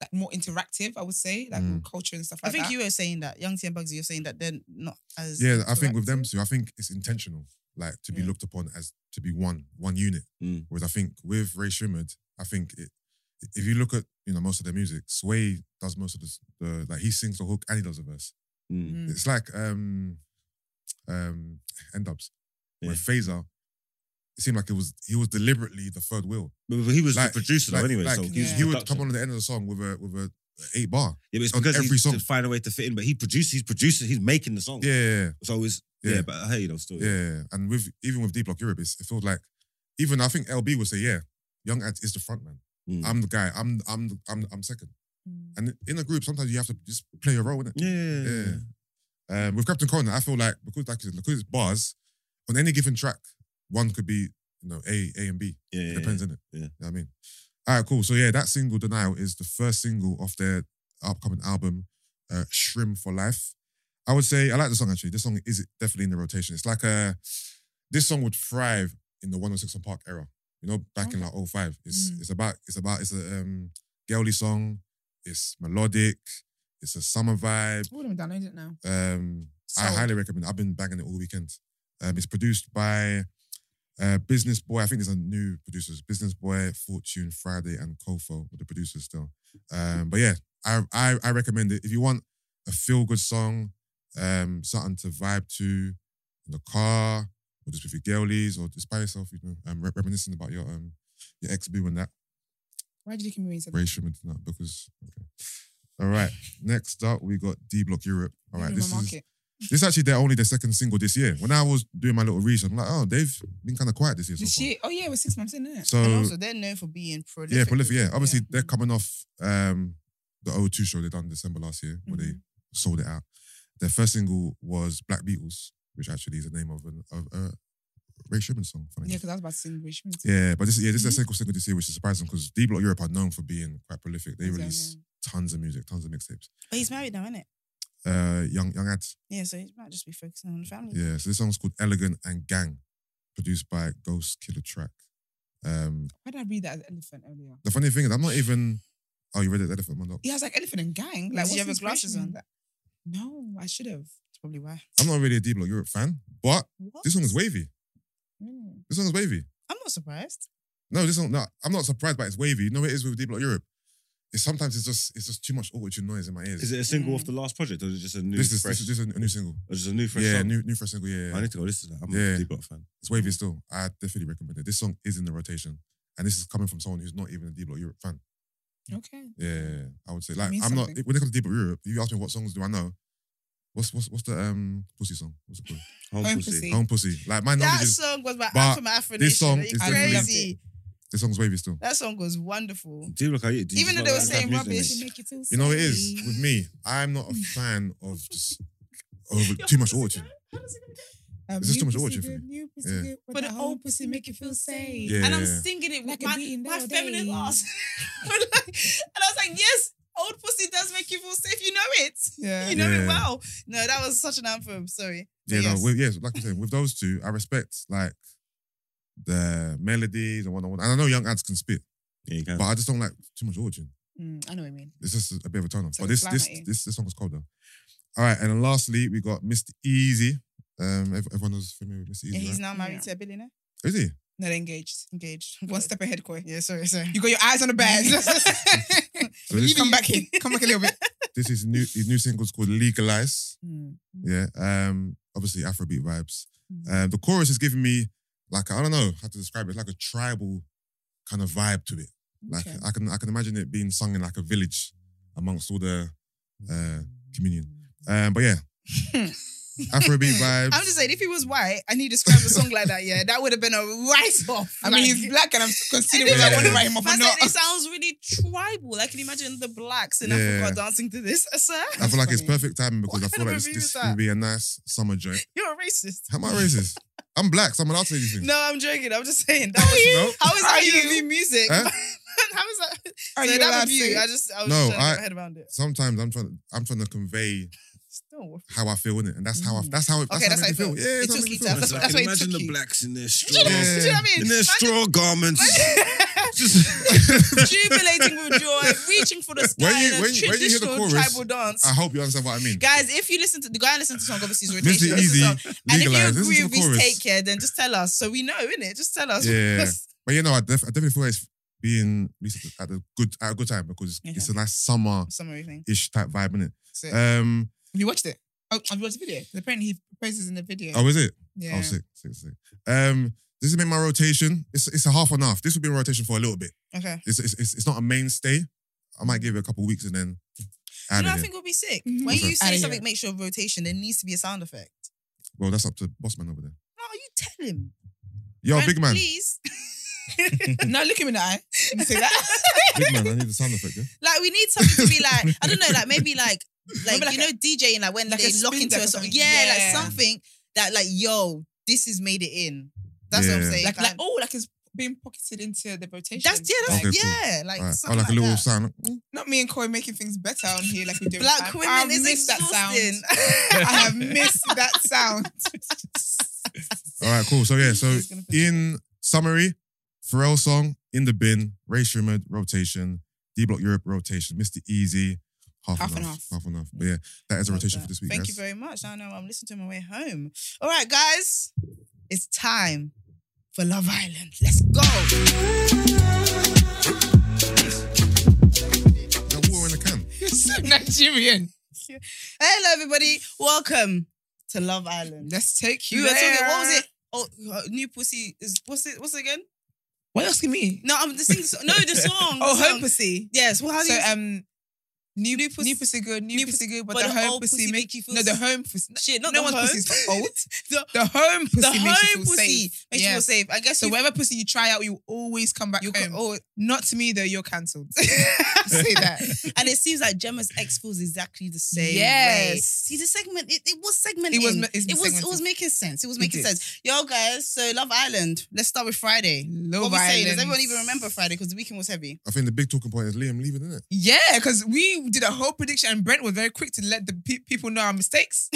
Speaker 4: like more interactive, I would say, like
Speaker 2: Mm.
Speaker 3: Hmm.
Speaker 4: with culture and stuff
Speaker 1: I
Speaker 4: like
Speaker 1: think
Speaker 4: that.
Speaker 1: you were saying that Young T and Bugsy. You're saying that they're not as
Speaker 3: Yeah, I think with them
Speaker 1: interactive.
Speaker 3: too, I think it's intentional, like to be
Speaker 1: Yeah.
Speaker 3: looked upon as to be one one unit.
Speaker 2: Mm.
Speaker 3: Whereas I think with Ray Shrimmered, I think it, if you look at you know most of their music, Sway does most of the, the like he sings the hook and he does the verse.
Speaker 2: Mm.
Speaker 4: Mm.
Speaker 3: It's like um um end ups where
Speaker 2: Yeah.
Speaker 3: Phaser, it seemed like it was he was deliberately the third wheel.
Speaker 2: But, but he was
Speaker 3: Like-
Speaker 2: the producer
Speaker 3: like-
Speaker 2: though, anyway.
Speaker 3: like,
Speaker 2: so
Speaker 4: he was
Speaker 2: the
Speaker 3: He would
Speaker 2: production.
Speaker 3: come on at the end of the song with a with a eight bar.
Speaker 2: Yeah, but it's
Speaker 3: on
Speaker 2: because
Speaker 3: every
Speaker 2: every
Speaker 3: song.
Speaker 2: song. to find a way to fit in. But he produces. He's producing. He's making the song.
Speaker 3: Yeah, yeah, yeah.
Speaker 2: So it's yeah.
Speaker 3: Yeah.
Speaker 2: but hey, though, still.
Speaker 3: Yeah, yeah, yeah. and with even with D Block Europe, it's, it feels like even I think LB would say, yeah, Young Ads is the front man.
Speaker 2: Mm.
Speaker 3: I'm the guy. I'm I'm the, I'm I'm second.
Speaker 4: Mm.
Speaker 3: And in a group, sometimes you have to just play your role in it.
Speaker 2: Yeah. yeah, yeah, yeah.
Speaker 3: Yeah. Um, with Captain Corner, I feel like because like you said, because it's bars on any given track, one could be you know A A and B.
Speaker 2: Yeah,
Speaker 3: It
Speaker 2: yeah,
Speaker 3: depends on it.
Speaker 2: Yeah.
Speaker 3: You know what I mean. All right, cool. So yeah, that single "Denial" is the first single off their upcoming album, uh, "Shrim for Life." I would say I like the song actually. This song is definitely in the rotation. It's like a this song would thrive in the 106 on Park era. You know, back in like 05. It's
Speaker 4: Mm.
Speaker 3: it's about it's about it's a um, girly song. It's melodic. It's a summer vibe.
Speaker 4: All of them downloaded it now.
Speaker 3: Um, I
Speaker 4: Sold.
Speaker 3: highly recommend. it. I've been banging it all weekend. Um, it's produced by uh, Business Boy. I think there's a new producers: Business Boy, Fortune, Friday, and Kofo with the producers still. Um, but yeah, I, I I recommend it if you want a feel good song, um, something to vibe to in the car or just with your girlies or just by yourself. You know, um, re- reminiscing about your um your ex boo and that
Speaker 4: Why did you give me when you said that?
Speaker 3: racial into that because. Okay. All right. Next up, we got D Block Europe. All right,
Speaker 4: Maybe
Speaker 3: this
Speaker 4: my
Speaker 3: is
Speaker 4: market.
Speaker 3: this is actually their only their second single this year. When I was doing my little research, I'm like, oh, they've been kind of quiet this year. So
Speaker 4: This
Speaker 3: far.
Speaker 4: year, oh yeah, we're six months in, is
Speaker 1: And
Speaker 3: So
Speaker 1: also, they're known for being prolific.
Speaker 3: yeah, prolific. Yeah,
Speaker 1: with-
Speaker 3: obviously
Speaker 4: Yeah.
Speaker 3: they're coming off um, the O2 show they done December last year where they
Speaker 4: Mm-hmm.
Speaker 3: sold it out. Their first single was Black Beatles, which actually is the name of an of a Ray Sherman song. Funny
Speaker 4: Yeah,
Speaker 3: enough.
Speaker 4: Mm-hmm. because I was about to sing Rich Man's.
Speaker 3: yeah, but this is yeah this is their second single this year, which is surprising because D Block Europe are known for being quite prolific. They
Speaker 4: Exactly.
Speaker 3: release tons of music, tons of mixtapes.
Speaker 1: But he's married now, isn't it?
Speaker 3: uh, young young ads.
Speaker 1: Yeah, so he might just be focusing on the family.
Speaker 3: Yeah, so this song's called Elegant and Gang, produced by Ghost Killer Track. Um,
Speaker 4: Why did I read that as elephant earlier?
Speaker 3: the funny thing is, I'm not even. Oh, you read it, Elephant Mondock.
Speaker 4: Yeah, I was like elephant and gang. Like,
Speaker 1: Did
Speaker 4: what's
Speaker 1: you
Speaker 4: the
Speaker 1: have your glasses
Speaker 4: inspiration
Speaker 1: on?
Speaker 4: in That? No, I should have.
Speaker 1: That's probably why.
Speaker 3: I'm not really a D Block Europe fan, but
Speaker 1: What?
Speaker 3: this song is wavy.
Speaker 4: Mm.
Speaker 3: This song is wavy.
Speaker 1: I'm not surprised.
Speaker 3: No, this song. No, I'm not surprised by it's wavy. You know what it is with D Block Europe. It's sometimes it's just it's just too much auto tune noise in my ears.
Speaker 2: Is it a single
Speaker 1: Mm.
Speaker 2: off the last project or is it just a new
Speaker 3: this is
Speaker 2: fresh?
Speaker 3: this is just a, a new single.
Speaker 2: or just a new fresh
Speaker 3: yeah,
Speaker 2: song?
Speaker 3: new new fresh single. Yeah, yeah,
Speaker 2: I need to go listen to that. I'm
Speaker 3: Yeah.
Speaker 2: a D-Block fan.
Speaker 3: It's wavy still. I definitely recommend it. This song is in the rotation, and this is coming from someone who's not even a D Block Europe fan.
Speaker 4: Okay.
Speaker 3: Yeah, I would say like I'm
Speaker 4: means
Speaker 3: not
Speaker 4: something.
Speaker 3: when it comes to deep Europe. You ask me what songs do I know? What's what's what's the um pussy song? What's it called?
Speaker 2: Home
Speaker 4: Home
Speaker 2: Pussy.
Speaker 4: Pussy.
Speaker 3: Home pussy. Like my knowledge
Speaker 1: That
Speaker 3: is
Speaker 1: song was my
Speaker 3: but
Speaker 1: anthem at Afro
Speaker 3: this
Speaker 1: Nation.
Speaker 3: song
Speaker 1: Are you
Speaker 3: is
Speaker 4: definitely-
Speaker 1: crazy.
Speaker 3: the song's wavy still.
Speaker 1: That song was wonderful.
Speaker 2: D-Block, I hate
Speaker 1: Even though they were saying rubbish.
Speaker 4: Make it all
Speaker 3: You know it is
Speaker 4: silly.
Speaker 3: with me. I'm not a fan of just
Speaker 4: <laughs>
Speaker 3: over too much auto.
Speaker 4: Um,
Speaker 3: Is this
Speaker 4: you
Speaker 3: too much
Speaker 4: pussy
Speaker 3: auto for
Speaker 4: good, you pussy
Speaker 3: Yeah.
Speaker 4: good,
Speaker 1: But the old pussy make
Speaker 4: you feel safe.
Speaker 3: Yeah.
Speaker 1: And I'm singing it
Speaker 4: Like
Speaker 1: with
Speaker 4: a
Speaker 1: my,
Speaker 4: beating
Speaker 1: my
Speaker 4: all
Speaker 1: feminine
Speaker 4: day.
Speaker 1: ass. <laughs> But like- and I was like, yes, old pussy does make you feel safe. You know it. <laughs>
Speaker 4: Yeah.
Speaker 1: You know
Speaker 3: Yeah.
Speaker 1: it well. No, that was such an anthem. Sorry. But
Speaker 3: Yeah,
Speaker 1: yes.
Speaker 3: no, with, yes, like I'm saying, with those two, I respect like the melodies and whatnot. And I know young ads can spit,
Speaker 2: Yeah, you can.
Speaker 3: but I just don't like too much auto.
Speaker 4: Mm, I know what you mean.
Speaker 3: It's just a bit of a turn off.
Speaker 4: So
Speaker 3: but this
Speaker 4: fly
Speaker 3: this,
Speaker 4: at you.
Speaker 3: this this song was cold though. All right, and then lastly we got Mr. Easy. Um, ev- everyone knows familiar with Mr. Easy.
Speaker 1: Yeah, he's
Speaker 3: right?
Speaker 1: now married
Speaker 4: Yeah.
Speaker 1: to a billionaire.
Speaker 3: Is he?
Speaker 4: No, they're engaged. <laughs>
Speaker 1: Engaged.
Speaker 4: One step ahead, Koi.
Speaker 1: Yeah, sorry, sorry.
Speaker 4: You got your eyes on
Speaker 1: <laughs>
Speaker 4: the bag. <laughs>
Speaker 3: So this,
Speaker 4: Come back in. Come back a little bit.
Speaker 3: this is new. His new single's called "Legalize."
Speaker 4: Mm.
Speaker 3: Yeah. Um. Obviously, Afrobeat vibes.
Speaker 4: Mm.
Speaker 3: Um. The chorus is giving me like I don't know how to describe it. It's like a tribal kind of vibe to it. Like
Speaker 4: Okay.
Speaker 3: I can I can imagine it being sung in like a village amongst all the uh communion. Um.
Speaker 4: <laughs>
Speaker 3: But yeah, Afrobeat vibes.
Speaker 1: I'm just saying, if he was white and he described a song like that, yeah, that would have been a write off.
Speaker 4: I mean, he's black and I'm
Speaker 3: <laughs>
Speaker 4: considering
Speaker 3: Yeah.
Speaker 4: whether I want to write him off or
Speaker 1: Man
Speaker 4: not.
Speaker 1: said it sounds really tribal. I can imagine the blacks in
Speaker 3: Yeah.
Speaker 1: Africa dancing to this. Uh, sir,
Speaker 3: I feel like it's
Speaker 4: funny.
Speaker 3: perfect timing because I
Speaker 1: What
Speaker 3: feel
Speaker 1: kind
Speaker 3: like
Speaker 1: of
Speaker 3: this,
Speaker 1: review
Speaker 3: this
Speaker 1: is
Speaker 3: would
Speaker 1: that?
Speaker 3: be a nice summer joint.
Speaker 1: you're a racist.
Speaker 3: How am I racist? I'm black, so I'm allowed to say these
Speaker 4: <laughs>
Speaker 3: things.
Speaker 1: No, I'm joking. I'm just saying. That was,
Speaker 3: No, Eh?
Speaker 1: how is that
Speaker 4: Are
Speaker 1: you
Speaker 4: you?
Speaker 1: review music?
Speaker 3: Huh?
Speaker 1: <laughs> how is that?
Speaker 4: Are
Speaker 1: so
Speaker 4: you
Speaker 1: that
Speaker 4: allowed to
Speaker 1: review,
Speaker 4: say
Speaker 1: I
Speaker 4: it?
Speaker 1: just I was
Speaker 3: No,
Speaker 1: just trying to
Speaker 3: I-
Speaker 1: get my head around it.
Speaker 3: sometimes I'm trying I'm trying to convey
Speaker 1: Still.
Speaker 3: how I feel in it, and that's how I,
Speaker 1: Mm.
Speaker 3: that's how it, that's
Speaker 1: Okay,
Speaker 3: how
Speaker 1: that's
Speaker 3: it
Speaker 1: how I
Speaker 3: made me
Speaker 1: feel.
Speaker 3: feel. Yeah,
Speaker 1: It
Speaker 3: that's how
Speaker 1: took
Speaker 3: made me
Speaker 1: you
Speaker 3: feel.
Speaker 1: to- that's-
Speaker 2: Like,
Speaker 1: why it
Speaker 2: imagine
Speaker 1: took
Speaker 2: the
Speaker 1: you.
Speaker 2: blacks
Speaker 1: <laughs>
Speaker 2: in their
Speaker 1: Do you, know,
Speaker 2: straw,
Speaker 1: do you know what I mean?
Speaker 2: in their straw garments.
Speaker 1: <laughs>
Speaker 3: <laughs>
Speaker 1: Imagine <laughs> jubilating with joy, reaching for the sky
Speaker 3: When you-
Speaker 1: in a
Speaker 3: when you- when you hear the
Speaker 1: traditional
Speaker 3: chorus, Uh.
Speaker 1: tribal dance.
Speaker 3: I hope you understand what I mean.
Speaker 1: Guys, if you listen to the guy I listen to song, obviously is
Speaker 3: This
Speaker 1: rotation.
Speaker 3: is easy.
Speaker 1: And if you
Speaker 3: Legalize. This
Speaker 1: agree
Speaker 3: is
Speaker 1: with
Speaker 3: the
Speaker 1: his
Speaker 3: chorus.
Speaker 1: take here, then just tell us so we know, innit? Just tell <laughs> us.
Speaker 3: Yeah.
Speaker 1: Because-
Speaker 3: But you know, I, def- I definitely feel like it's being released at a good at a good time because it's a nice summer
Speaker 1: Summer evening.
Speaker 3: ish type vibe in
Speaker 4: So,
Speaker 3: it. Um,
Speaker 4: have you watched it? Oh, have you watched the video? 'Cause apparently he proposes in the video.
Speaker 3: oh, is it?
Speaker 4: yeah.
Speaker 3: Oh, sick, sick, sick. Um, this has been my rotation. It's it's a half and half. This will be in rotation for a little bit.
Speaker 1: Okay.
Speaker 3: It's it's it's, it's not a mainstay. I might give it a couple weeks and then
Speaker 1: You
Speaker 3: add
Speaker 1: know,
Speaker 3: it.
Speaker 1: I
Speaker 3: in.
Speaker 1: think it would be sick.
Speaker 4: Mhm.
Speaker 1: When you
Speaker 4: Okay.
Speaker 1: say
Speaker 4: Outta
Speaker 1: something
Speaker 4: here.
Speaker 1: makes sure of rotation, there needs to be a sound effect.
Speaker 3: Well, that's up to Bossman over there.
Speaker 1: No, you tell him.
Speaker 3: Yo,
Speaker 1: Brent,
Speaker 3: big man,
Speaker 1: Please. <laughs>
Speaker 4: <laughs> no, look him in the eye. Let me say that.
Speaker 3: big man. I need the sound effect. Yeah?
Speaker 1: Like we need something to be like, I don't know, like maybe
Speaker 3: <laughs>
Speaker 1: like like,
Speaker 4: Maybe like
Speaker 1: you know DJing like when
Speaker 4: like
Speaker 1: they
Speaker 4: a
Speaker 1: lock
Speaker 4: spin
Speaker 1: into
Speaker 4: deck
Speaker 1: a
Speaker 4: or
Speaker 1: song.
Speaker 4: something.
Speaker 1: Yeah,
Speaker 4: Yeah.
Speaker 1: like something that like, yo, this has made it in. That's what I'm
Speaker 3: Yeah.
Speaker 1: saying.
Speaker 4: like, like,
Speaker 1: Like,
Speaker 4: oh, like it's being pocketed into the rotation.
Speaker 1: that's yeah, that's
Speaker 3: Okay, cool.
Speaker 1: yeah. Like,
Speaker 3: All right. Oh,
Speaker 1: something
Speaker 3: like, a little
Speaker 1: that.
Speaker 3: sound.
Speaker 4: not me and Corey making things better on here like we do.
Speaker 1: black
Speaker 4: I-
Speaker 1: women
Speaker 4: I've
Speaker 1: is
Speaker 4: missed that
Speaker 1: exhausting. <laughs>
Speaker 4: sound. <laughs> I have missed that sound. <laughs>
Speaker 3: All right, cool. So yeah, so
Speaker 4: He's gonna put-
Speaker 3: in summary, Pharrell song in the bin, Ray Shrimmer rotation, D Block Europe rotation, Mr. Easy half,
Speaker 4: Half
Speaker 3: and
Speaker 4: and
Speaker 3: half, half and half. But yeah, that is a
Speaker 1: Love
Speaker 3: rotation
Speaker 1: that.
Speaker 3: for this week.
Speaker 1: Thank
Speaker 3: guys.
Speaker 1: you very much. I know I'm listening to my way home. All right, guys, it's time for Love Island. Let's go.
Speaker 3: Got water in the can.
Speaker 4: You're so <laughs> Nigerian.
Speaker 1: Hello, everybody. Welcome to Love Island.
Speaker 4: Let's take you.
Speaker 1: We were
Speaker 4: there.
Speaker 1: talking. What was it? Oh, uh, new pussy is what's it? What's it again?
Speaker 4: Why are you asking me?
Speaker 1: No, I'm the sing. No,
Speaker 4: <laughs>
Speaker 1: the song.
Speaker 4: Oh,
Speaker 1: the
Speaker 4: her
Speaker 1: song.
Speaker 4: pussy.
Speaker 1: Yes. Well, how do
Speaker 4: So
Speaker 1: you?
Speaker 4: um, new, new,
Speaker 1: pussy-
Speaker 4: pussy, new pussy good, new,
Speaker 1: new
Speaker 4: pussy good, but,
Speaker 1: but
Speaker 4: the
Speaker 1: the
Speaker 4: home
Speaker 1: old
Speaker 4: pussy,
Speaker 1: pussy
Speaker 4: make
Speaker 1: make you feel
Speaker 4: no the
Speaker 1: s-
Speaker 4: home pussy.
Speaker 1: shit, not
Speaker 4: no
Speaker 1: the
Speaker 4: one's
Speaker 1: home. <laughs>
Speaker 4: pussy's old.
Speaker 1: The-
Speaker 4: <laughs> The home pussy
Speaker 1: the
Speaker 4: makes you
Speaker 1: home
Speaker 4: feel
Speaker 1: pussy
Speaker 4: safe.
Speaker 1: makes you
Speaker 4: Yeah.
Speaker 1: feel safe. I guess
Speaker 4: So
Speaker 1: you.
Speaker 4: whatever pussy you try out, you always come back
Speaker 1: You
Speaker 4: home.
Speaker 1: can, oh,
Speaker 4: Not to me though, you're <laughs> cancelled. Say that.
Speaker 1: and it seems like Gemma's ex feels exactly the same.
Speaker 4: Yes.
Speaker 1: way. See the segment. It, it was segmented.
Speaker 4: It was me- it's
Speaker 1: It was. It was
Speaker 4: segmented.
Speaker 1: making sense. It was
Speaker 4: It
Speaker 1: making
Speaker 4: did.
Speaker 1: sense. Yo, guys. So Love Island. Let's start with Friday.
Speaker 4: Love
Speaker 1: what we saying? Does
Speaker 4: Island.
Speaker 1: everyone even remember Friday? Because the weekend was heavy.
Speaker 3: I think the big talking point is Liam leaving, isn't it?
Speaker 4: Yeah, because we did a whole prediction and Brent was very quick to let the pe- people know our <laughs> mistakes.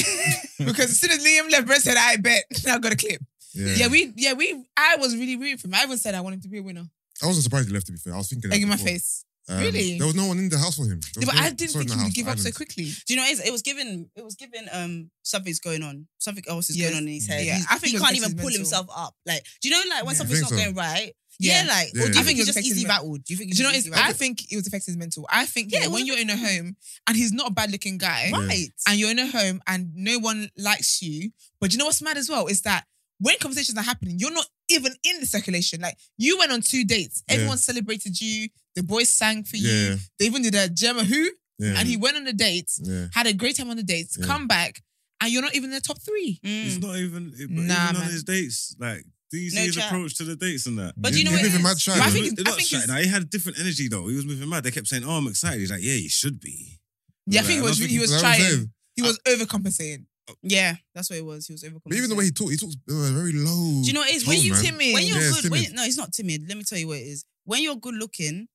Speaker 4: because as soon as Liam left, Brent said, I bet. <laughs> Now I got a clip. Yeah. we, yeah, we, I was really rooting for him. I even said I want him to be a winner.
Speaker 3: I wasn't surprised he left. To be fair, I was thinking. that
Speaker 4: Egg in my
Speaker 3: before.
Speaker 4: face.
Speaker 3: Um,
Speaker 4: Really?
Speaker 3: There was no one in the house for him. There was
Speaker 4: Yeah, but
Speaker 3: no-
Speaker 4: I didn't
Speaker 3: sorry, in
Speaker 4: think
Speaker 3: the
Speaker 4: he would
Speaker 3: house,
Speaker 4: give up so
Speaker 3: island.
Speaker 4: quickly.
Speaker 1: Do you know what it is? It was given. It was given. Um, something's going on. Something else is
Speaker 4: Yes.
Speaker 1: going on in his head.
Speaker 4: Yeah.
Speaker 1: He's-
Speaker 4: I think
Speaker 1: he
Speaker 4: it
Speaker 1: can't
Speaker 4: affects
Speaker 1: even
Speaker 4: his
Speaker 1: pull
Speaker 4: mental.
Speaker 1: himself up. Like, do you know, like when
Speaker 4: Yeah.
Speaker 1: something's
Speaker 3: Think
Speaker 1: not
Speaker 3: so.
Speaker 1: going right? Yeah,
Speaker 4: Yeah.
Speaker 1: like, or do you
Speaker 3: Yeah.
Speaker 1: think
Speaker 4: I
Speaker 1: he's
Speaker 4: think it
Speaker 1: just
Speaker 4: affects his
Speaker 1: easily
Speaker 4: mental.
Speaker 1: rattled? Do you think?
Speaker 4: Do you know what it
Speaker 1: he's
Speaker 4: is?
Speaker 1: easily
Speaker 4: I
Speaker 1: rattled?
Speaker 4: think it was affecting his mental. I think
Speaker 1: Yeah,
Speaker 4: yeah,
Speaker 1: it
Speaker 4: when
Speaker 1: was
Speaker 4: you're in a home and he's not a bad looking guy
Speaker 3: Yeah.
Speaker 1: right.
Speaker 4: and you're in a home and no one likes you, but do you know what's mad as well is that when conversations are happening, you're not even in the circulation. Like you went on two dates,
Speaker 3: Yeah.
Speaker 4: everyone celebrated you, the boys sang for you,
Speaker 3: Yeah,
Speaker 4: They even did a Gemma Who,
Speaker 3: yeah,
Speaker 4: and he went on a date,
Speaker 3: yeah.
Speaker 4: had a great time on the dates,
Speaker 3: Yeah.
Speaker 4: come back, and you're not even in the top three.
Speaker 1: Mm.
Speaker 2: He's not even, but even
Speaker 4: Nah,
Speaker 2: on
Speaker 4: man.
Speaker 2: his dates. Like, do you see
Speaker 1: No
Speaker 2: his
Speaker 1: chat.
Speaker 2: approach to the dates and that?
Speaker 1: But do you know
Speaker 3: He's
Speaker 1: what it
Speaker 3: moving
Speaker 1: is?
Speaker 3: mad shy,
Speaker 4: Well, I
Speaker 3: though.
Speaker 4: think
Speaker 2: They're
Speaker 4: I
Speaker 2: not
Speaker 4: think
Speaker 2: shouting.
Speaker 4: he's-
Speaker 2: he had a different energy though. He was moving mad. They kept saying, "Oh, I'm excited." He's like, "Yeah, he should be."
Speaker 4: Yeah, I
Speaker 2: Right,
Speaker 4: think
Speaker 2: I
Speaker 4: he
Speaker 2: don't
Speaker 4: was
Speaker 2: think
Speaker 4: he
Speaker 3: That's
Speaker 4: was
Speaker 3: what I'm
Speaker 4: trying.
Speaker 3: saying.
Speaker 4: He was overcompensating.
Speaker 1: Yeah, that's what it was. He was overcome.
Speaker 3: But even the way he talked, he talked uh, very low.
Speaker 1: Do you know what it is?
Speaker 3: tone,
Speaker 1: When you
Speaker 3: man.
Speaker 4: timid-
Speaker 1: when you're
Speaker 3: Yeah, it's
Speaker 1: good, when,
Speaker 3: timid.
Speaker 1: no, he's not timid. Let me tell you what it is. When you're good looking,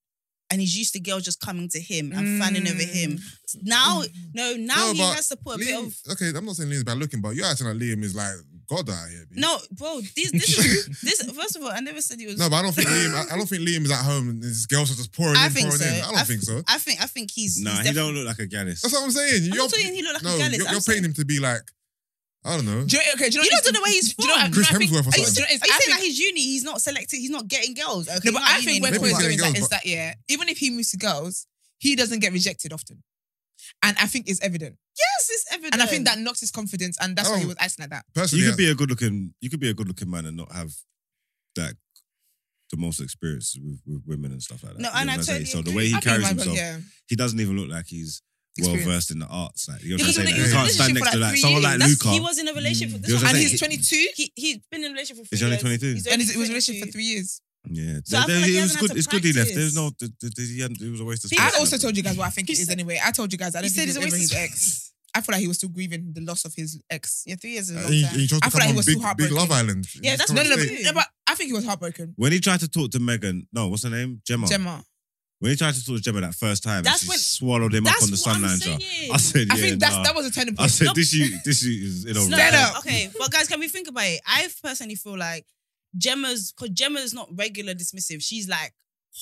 Speaker 1: and he's used to girls just coming to him and fanning over him. Now, no, now
Speaker 3: Mm. No,
Speaker 1: he
Speaker 3: but
Speaker 1: has to put a bit
Speaker 3: Liam,
Speaker 1: of.
Speaker 3: okay, I'm not saying Liam's bad looking, but you're acting like Liam is like God out here. B.
Speaker 1: No, bro, this this
Speaker 3: <laughs>
Speaker 1: is this. First of all, I never said he was.
Speaker 3: no, but I don't think Liam. I, I don't think Liam is at home and his girls are just pouring
Speaker 1: I
Speaker 3: in,
Speaker 1: think
Speaker 3: pouring
Speaker 1: so.
Speaker 3: in. I don't
Speaker 1: I
Speaker 3: think so.
Speaker 1: I think I think he's.
Speaker 2: Nah,
Speaker 1: he's
Speaker 2: he don't
Speaker 1: definitely-
Speaker 2: look like a Gannis.
Speaker 3: That's what I'm saying.
Speaker 1: I'm
Speaker 3: You're,
Speaker 1: not saying he look like
Speaker 3: no,
Speaker 1: a gallus.
Speaker 3: you're,
Speaker 1: I'm
Speaker 3: you're
Speaker 1: saying-
Speaker 3: painting him to be like, I don't know.
Speaker 4: Do you, okay, do you
Speaker 1: You
Speaker 4: know what
Speaker 1: don't
Speaker 4: it's-
Speaker 1: know where he's
Speaker 4: do you know what-
Speaker 1: from.
Speaker 4: do you
Speaker 3: Chris
Speaker 4: know what I think-
Speaker 3: Hemsworth or
Speaker 4: I used to-
Speaker 1: Are you
Speaker 3: something.
Speaker 4: do you know what it is? I
Speaker 1: saying
Speaker 4: think-
Speaker 1: that he's uni? He's not selecting. He's not getting girls. Okay,
Speaker 4: No, but
Speaker 1: he's not
Speaker 4: I think
Speaker 1: uni
Speaker 4: where
Speaker 1: anymore.
Speaker 3: Maybe he's
Speaker 4: Corey's going is
Speaker 3: getting
Speaker 4: that,
Speaker 3: girls,
Speaker 4: is that, yeah, even if he moves to girls, he doesn't get rejected often. And I think it's evident.
Speaker 1: yes, it's evident.
Speaker 4: And I think that knocked his confidence, and that's why he
Speaker 3: Oh.
Speaker 4: was acting like that.
Speaker 3: Personally,
Speaker 2: you could be a good looking. You could be a good looking man and not have that the most experience with, with women and stuff like that.
Speaker 1: No,
Speaker 2: You know
Speaker 1: and I
Speaker 2: what I'm saying?
Speaker 1: totally
Speaker 2: so the
Speaker 1: agree.
Speaker 2: way he
Speaker 4: I think
Speaker 2: carries
Speaker 4: my-
Speaker 2: himself,
Speaker 4: yeah.
Speaker 2: he doesn't even look like he's well
Speaker 4: Experience.
Speaker 2: versed in the arts. Like
Speaker 1: Yeah,
Speaker 2: you know what I'm
Speaker 1: he
Speaker 2: saying?
Speaker 1: was
Speaker 2: Like,
Speaker 1: in a
Speaker 2: you can't stand
Speaker 4: relationship
Speaker 2: next
Speaker 4: for
Speaker 2: to
Speaker 4: like
Speaker 2: like
Speaker 4: three
Speaker 2: someone like
Speaker 1: That's-
Speaker 2: Luca.
Speaker 1: He was in a relationship for
Speaker 2: You know
Speaker 1: this
Speaker 2: what
Speaker 1: one.
Speaker 2: I'm
Speaker 4: And
Speaker 2: saying?
Speaker 4: he's 22.
Speaker 1: He he's been in a relationship for.
Speaker 2: He's
Speaker 1: three
Speaker 2: only
Speaker 1: years.
Speaker 2: 22.
Speaker 1: He's
Speaker 4: And
Speaker 1: only
Speaker 4: it was a relationship
Speaker 1: 22.
Speaker 4: for three years.
Speaker 2: yeah,
Speaker 1: So I feel like
Speaker 2: There- it
Speaker 1: he
Speaker 2: was
Speaker 1: hasn't
Speaker 2: good.
Speaker 1: had
Speaker 2: It's
Speaker 1: to
Speaker 2: good he left.
Speaker 1: practice.
Speaker 2: There's no. th- th- th- he hadn't- It was a waste of
Speaker 1: He-
Speaker 2: space.
Speaker 4: I also told you guys what I think it is anyway. I told you guys I
Speaker 1: He
Speaker 4: don't
Speaker 1: said
Speaker 4: think
Speaker 1: it's
Speaker 4: he's
Speaker 1: a
Speaker 4: over
Speaker 1: waste
Speaker 4: his
Speaker 1: of-
Speaker 4: ex. I feel like he was still grieving the loss of his ex.
Speaker 1: Yeah, three years is a
Speaker 3: Uh,
Speaker 1: long
Speaker 3: he,
Speaker 1: time.
Speaker 3: he chose to
Speaker 4: I feel
Speaker 3: come
Speaker 4: like he
Speaker 3: on
Speaker 4: was too
Speaker 3: big, big
Speaker 4: heartbroken.
Speaker 3: Love Island.
Speaker 1: Yeah, that's
Speaker 3: Come
Speaker 4: No,
Speaker 3: on
Speaker 4: no, no,
Speaker 3: stage.
Speaker 1: Really?
Speaker 4: no, but I think he was heartbroken.
Speaker 2: when he tried to talk to Megan. No, what's her name? Gemma.
Speaker 4: Gemma.
Speaker 2: When he tried to talk to Gemma that first time,
Speaker 1: That's
Speaker 2: she
Speaker 1: when-
Speaker 2: swallowed him up on the sun lounger. I said, yeah,
Speaker 4: I think that's
Speaker 2: nah.
Speaker 4: that was a turning
Speaker 2: I
Speaker 4: point.
Speaker 2: said,
Speaker 1: No.
Speaker 2: this you, this you is in over.
Speaker 1: Stand
Speaker 4: up.
Speaker 1: Okay, but guys, can we think about it? I personally feel like Gemma's because Gemma's not regular dismissive. She's like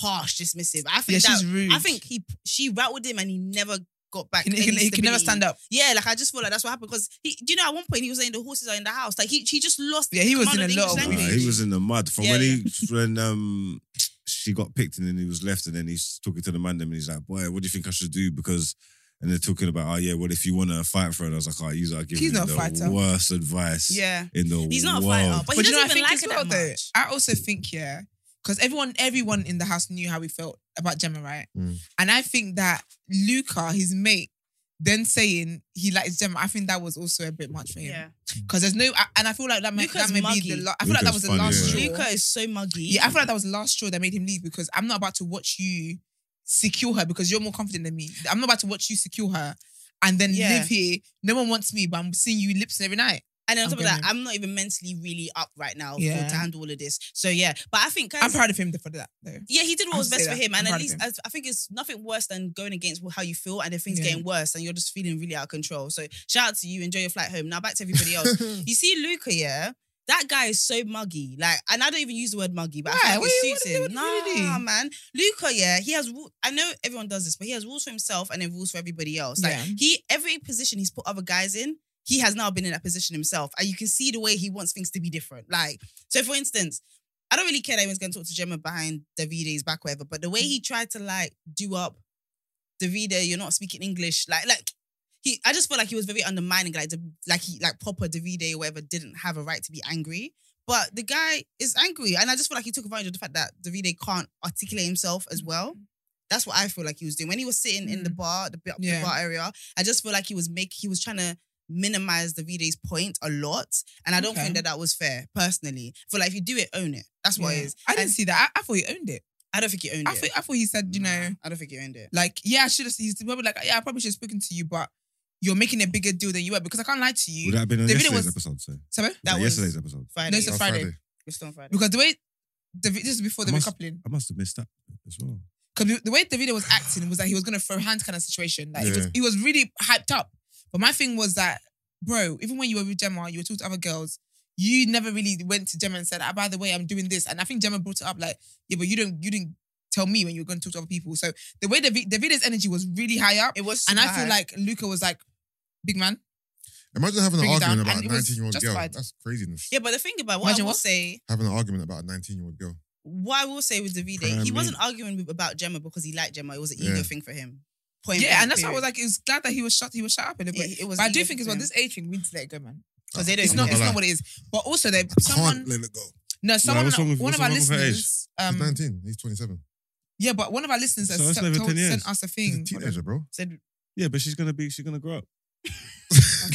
Speaker 1: harsh dismissive. I
Speaker 4: yeah,
Speaker 1: think that
Speaker 4: she's rude.
Speaker 1: I think he she rattled him and he never got back.
Speaker 4: he, he, can- he can never stand up.
Speaker 1: Yeah, like I just feel like that's what happened because he. Do you know at one point he was saying the horses are in the house. Like he, he just lost.
Speaker 4: Yeah, he was
Speaker 1: command
Speaker 4: in
Speaker 1: of
Speaker 4: a
Speaker 1: the
Speaker 4: lot of
Speaker 1: English
Speaker 2: Nah,
Speaker 1: language.
Speaker 2: he was in the mud from
Speaker 1: Yeah,
Speaker 2: when he when um she got picked and then he was left and then he's talking to the man them and he's like, boy, what do you think I should do? Because and they're talking about, oh yeah, well if you want to fight for it, I was like, oh, he's like giving
Speaker 4: He's
Speaker 2: you
Speaker 4: not a
Speaker 2: the
Speaker 4: fighter.
Speaker 2: worst advice
Speaker 1: Yeah,
Speaker 2: in the
Speaker 1: he's not
Speaker 2: world.
Speaker 1: a fighter, but, he
Speaker 4: do
Speaker 1: doesn't even like
Speaker 4: as
Speaker 1: it
Speaker 4: well,
Speaker 1: that
Speaker 4: though,
Speaker 1: much.
Speaker 4: I also think, yeah, because everyone, everyone in the house knew how we felt about Gemma, right?
Speaker 3: Mm.
Speaker 4: And I think that Luca, his mate, then saying he likes Gemma, I think that was also a bit much for
Speaker 1: Yeah,
Speaker 4: him. Because there's no, I- and I feel like that might, that
Speaker 1: Luca's
Speaker 4: may be
Speaker 1: muggy.
Speaker 4: the last, I feel like that
Speaker 2: Luca's
Speaker 4: was the
Speaker 2: funny,
Speaker 4: last
Speaker 2: yeah.
Speaker 4: straw.
Speaker 1: Luca is so muggy.
Speaker 4: Yeah, I feel like that was the last straw that made him leave because I'm not about to watch you secure her because you're more confident than me. I'm not about to watch you secure her and then
Speaker 1: Yeah.
Speaker 4: live here. No one wants me, but I'm seeing you lips every night.
Speaker 1: And then on
Speaker 4: I'm
Speaker 1: top of that,
Speaker 4: gonna-
Speaker 1: I'm not even mentally really up right now for-
Speaker 4: Yeah.
Speaker 1: to handle all of this. So yeah, but I think guys,
Speaker 4: I'm proud of him for that though.
Speaker 1: yeah, he did what
Speaker 4: I'll
Speaker 1: was best
Speaker 4: say
Speaker 1: for
Speaker 4: that.
Speaker 1: him,
Speaker 4: I'm
Speaker 1: and
Speaker 4: proud
Speaker 1: at
Speaker 4: of
Speaker 1: least
Speaker 4: him.
Speaker 1: I, I think it's nothing worse than going against how you feel and then things
Speaker 4: Yeah.
Speaker 1: getting worse and you're just feeling really out of control. So shout out to you, enjoy your flight home. Now back to everybody else.
Speaker 4: Mm.
Speaker 1: you see Luca, yeah. That guy is so muggy, like, and I don't even use the word muggy, but
Speaker 4: Why?
Speaker 1: I feel like
Speaker 4: What
Speaker 1: it
Speaker 4: do you-
Speaker 1: suits
Speaker 4: what do
Speaker 1: him.
Speaker 4: you- what do you
Speaker 1: Nah,
Speaker 4: do?
Speaker 1: man, Luca, yeah, he has. ru- I know everyone does this, but he has rules for himself and then rules for everybody else. Like,
Speaker 4: Yeah.
Speaker 1: he every position he's put other guys in, he has now been in that position himself, and you can see the way he wants things to be different. Like, so for instance, I don't really care that anyone's going to talk to Gemma behind Davide's back, or whatever. But the way he tried to like do up Davide, you're not speaking English, like like. He, I just felt like he was very undermining, like the, like he like proper Davide or whatever didn't have a right to be angry, but the guy is angry, and I just feel like he took advantage of the fact that Davide can't articulate himself
Speaker 4: Mm-hmm.
Speaker 1: as well. That's what I feel like he was doing when he was sitting in the bar, the, bar- the
Speaker 4: Mm. Yeah.
Speaker 1: bar area. I just feel like he was make he was trying to minimize Davide's point a lot, and I don't
Speaker 4: Okay.
Speaker 1: think that that was fair personally. I feel like if you do it, own it. That's what
Speaker 4: Yeah.
Speaker 1: it is.
Speaker 4: I didn't
Speaker 1: And
Speaker 4: see that. I, I thought he owned it.
Speaker 1: I don't think he owned
Speaker 4: I
Speaker 1: it.
Speaker 4: thought I thought he said, you know,
Speaker 1: I don't think he owned it.
Speaker 4: like yeah, I should have. He's probably like, yeah, I probably should have spoken to you, but you're making a bigger deal than you were because I can't lie to you.
Speaker 2: Would that have been on
Speaker 4: The video
Speaker 2: yesterday's
Speaker 4: was-
Speaker 2: episode? Sorry.
Speaker 4: Sorry?
Speaker 1: That
Speaker 2: That
Speaker 1: was-
Speaker 2: yesterday's episode.
Speaker 1: Friday.
Speaker 4: No, it's a
Speaker 3: On
Speaker 4: Friday.
Speaker 1: It's still on Friday.
Speaker 4: Because the way the this is before the
Speaker 2: Must-
Speaker 4: recoupling.
Speaker 2: I must have missed that as well.
Speaker 4: Because the way the video was acting was that he was gonna throw hands kind of situation. Like he was
Speaker 3: Yeah.
Speaker 4: he was really hyped up. But my thing was that, bro, even when you were with Gemma, you were talking to other girls. You never really went to Gemma and said, ah, by the way, I'm doing this. And I think Gemma brought it up like, yeah, but you don't you didn't tell me when you were going to talk to other people. So the way the video's energy was really high up.
Speaker 1: it was,
Speaker 4: And I
Speaker 1: super
Speaker 4: feel
Speaker 1: high.
Speaker 4: like Luca was like, big man,
Speaker 3: <laughs> Imagine having an
Speaker 4: Bring it down,
Speaker 3: argument about
Speaker 4: and
Speaker 3: a
Speaker 4: it was
Speaker 3: 19 year old girl.
Speaker 4: justified.
Speaker 3: That's craziness.
Speaker 1: yeah. But the thing about what
Speaker 4: Imagine
Speaker 1: I will
Speaker 4: what?
Speaker 1: say,
Speaker 3: Having an argument about a 19 year old girl.
Speaker 1: what I will say with Davide,
Speaker 2: Prime
Speaker 1: he
Speaker 2: me.
Speaker 1: wasn't arguing with, about Gemma because he liked Gemma. It was an
Speaker 3: Yeah.
Speaker 1: ego thing for him. Point
Speaker 4: yeah,
Speaker 1: blank,
Speaker 4: and that's why I was
Speaker 1: period.
Speaker 4: like, it was glad that he was shut. He was shut up a little bit.
Speaker 1: It- it was
Speaker 4: but I
Speaker 1: an
Speaker 4: do
Speaker 1: ego
Speaker 4: think as
Speaker 1: thing
Speaker 4: well,
Speaker 1: for
Speaker 4: this age thing, we need to let it go, man.
Speaker 1: 'Cause they don't
Speaker 4: It's
Speaker 1: even
Speaker 4: not. It's
Speaker 1: care.
Speaker 4: not what it is. But also, there
Speaker 3: I
Speaker 4: someone.
Speaker 3: can't let it go.
Speaker 4: No, someone.
Speaker 2: what's wrong with-
Speaker 4: one
Speaker 2: what's
Speaker 4: of our
Speaker 2: wrong with her
Speaker 4: listeners.
Speaker 3: He's
Speaker 4: Um,
Speaker 3: 19. He's 27.
Speaker 4: yeah, but one of our listeners has
Speaker 2: So it's
Speaker 4: sent-
Speaker 2: over
Speaker 4: told-
Speaker 2: 10 years.
Speaker 4: sent us a
Speaker 3: He's a
Speaker 4: thing.
Speaker 3: teenager, bro.
Speaker 1: said
Speaker 2: Yeah, but she's gonna be she's gonna grow up. <laughs>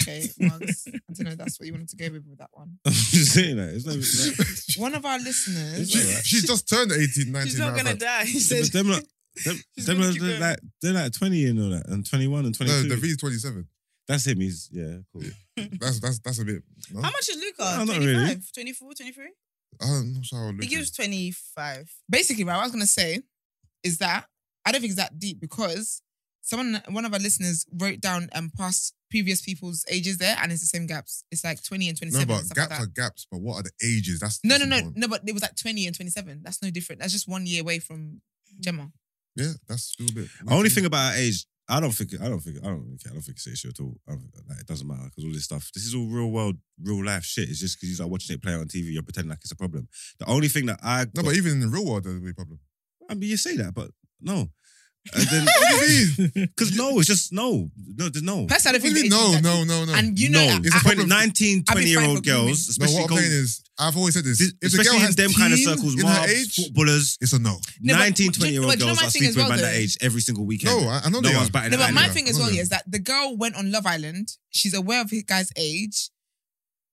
Speaker 4: Okay, Mugs. I don't know. That's what you wanted to go with with that one.
Speaker 2: I'm just saying that. It's not
Speaker 1: <laughs>
Speaker 2: even like,
Speaker 4: One of our listeners.
Speaker 2: It's all right.
Speaker 3: She's just turned 18, 19.
Speaker 1: she's not
Speaker 3: matter of
Speaker 1: gonna
Speaker 3: fact.
Speaker 1: die. He said
Speaker 2: but them like them,
Speaker 1: <laughs> She's
Speaker 2: them
Speaker 1: gonna
Speaker 2: are
Speaker 1: keep going.
Speaker 2: like they're like 20 and all that and 21 and 22.
Speaker 3: No, the V's 27.
Speaker 2: That's him, he's yeah, cool.
Speaker 3: That's that's that's a bit. No?
Speaker 1: how much is Luca?
Speaker 2: No, not
Speaker 1: 25,
Speaker 2: really.
Speaker 1: 24, 23?
Speaker 3: I'm not sure how old
Speaker 1: He
Speaker 3: Luke
Speaker 1: gives
Speaker 3: is.
Speaker 1: 25.
Speaker 4: Basically, right. What I was gonna say is that I don't think it's that deep because someone, one of our listeners, wrote down um past previous people's ages there, and it's the same gaps. It's like twenty and
Speaker 3: No,
Speaker 4: twenty-seven.
Speaker 3: but
Speaker 4: stuff like
Speaker 3: gaps
Speaker 4: that.
Speaker 3: are gaps. But what are the ages? That's
Speaker 4: No,
Speaker 3: that's
Speaker 4: no, no,
Speaker 3: important.
Speaker 4: no. But it was like twenty and twenty-seven. That's no different. That's just one year away from Gemma.
Speaker 3: Yeah, that's still a bit.
Speaker 2: The only thing about her age, I don't think I don't think I don't think I don't think it's an issue at all. I don't, like, it doesn't matter because all this stuff, this is all real world, real life shit. It's just because you like watching it play out on TV, you're pretending like it's a problem. The only thing that I
Speaker 3: No, but even in the real world, there'll be a problem.
Speaker 2: I mean, you say that, but no. And
Speaker 3: <laughs>
Speaker 2: then, because no, it's just no, no, there's no.
Speaker 4: Personally,
Speaker 3: What do
Speaker 4: I don't
Speaker 3: you mean?
Speaker 4: think the age
Speaker 3: No,
Speaker 4: is
Speaker 3: no,
Speaker 4: that-
Speaker 3: no, no.
Speaker 4: And you
Speaker 2: no,
Speaker 4: know,
Speaker 2: it's
Speaker 4: I-
Speaker 2: a problem. 19,
Speaker 4: I'd
Speaker 2: 20
Speaker 4: be
Speaker 2: year
Speaker 4: fine
Speaker 2: old
Speaker 4: for
Speaker 2: girls,
Speaker 4: grooming.
Speaker 3: No,
Speaker 2: especially,
Speaker 3: what I'm
Speaker 2: go-
Speaker 3: saying is, I've always said this.
Speaker 2: this-
Speaker 3: If the girl
Speaker 2: especially in
Speaker 3: has
Speaker 2: them kind of
Speaker 3: 10
Speaker 2: circles,
Speaker 3: in her
Speaker 2: mobs,
Speaker 3: age,
Speaker 2: footballers,
Speaker 3: it's a no.
Speaker 4: No,
Speaker 2: 19,
Speaker 4: but- but do
Speaker 2: 20 year
Speaker 4: you- but
Speaker 2: old
Speaker 4: do you know
Speaker 2: girls
Speaker 4: my
Speaker 2: are
Speaker 4: thing as
Speaker 2: sleeping around
Speaker 4: well,
Speaker 2: that
Speaker 4: though?
Speaker 2: age every single weekend.
Speaker 3: No, I, I know
Speaker 2: no
Speaker 3: they
Speaker 2: one's
Speaker 3: are.
Speaker 2: batting
Speaker 4: No,
Speaker 2: an
Speaker 4: but
Speaker 2: eye
Speaker 4: my
Speaker 2: neither.
Speaker 4: thing as
Speaker 3: Come
Speaker 4: well
Speaker 3: on,
Speaker 4: yeah, is that the girl went on Love Island. She's aware of the guy's age.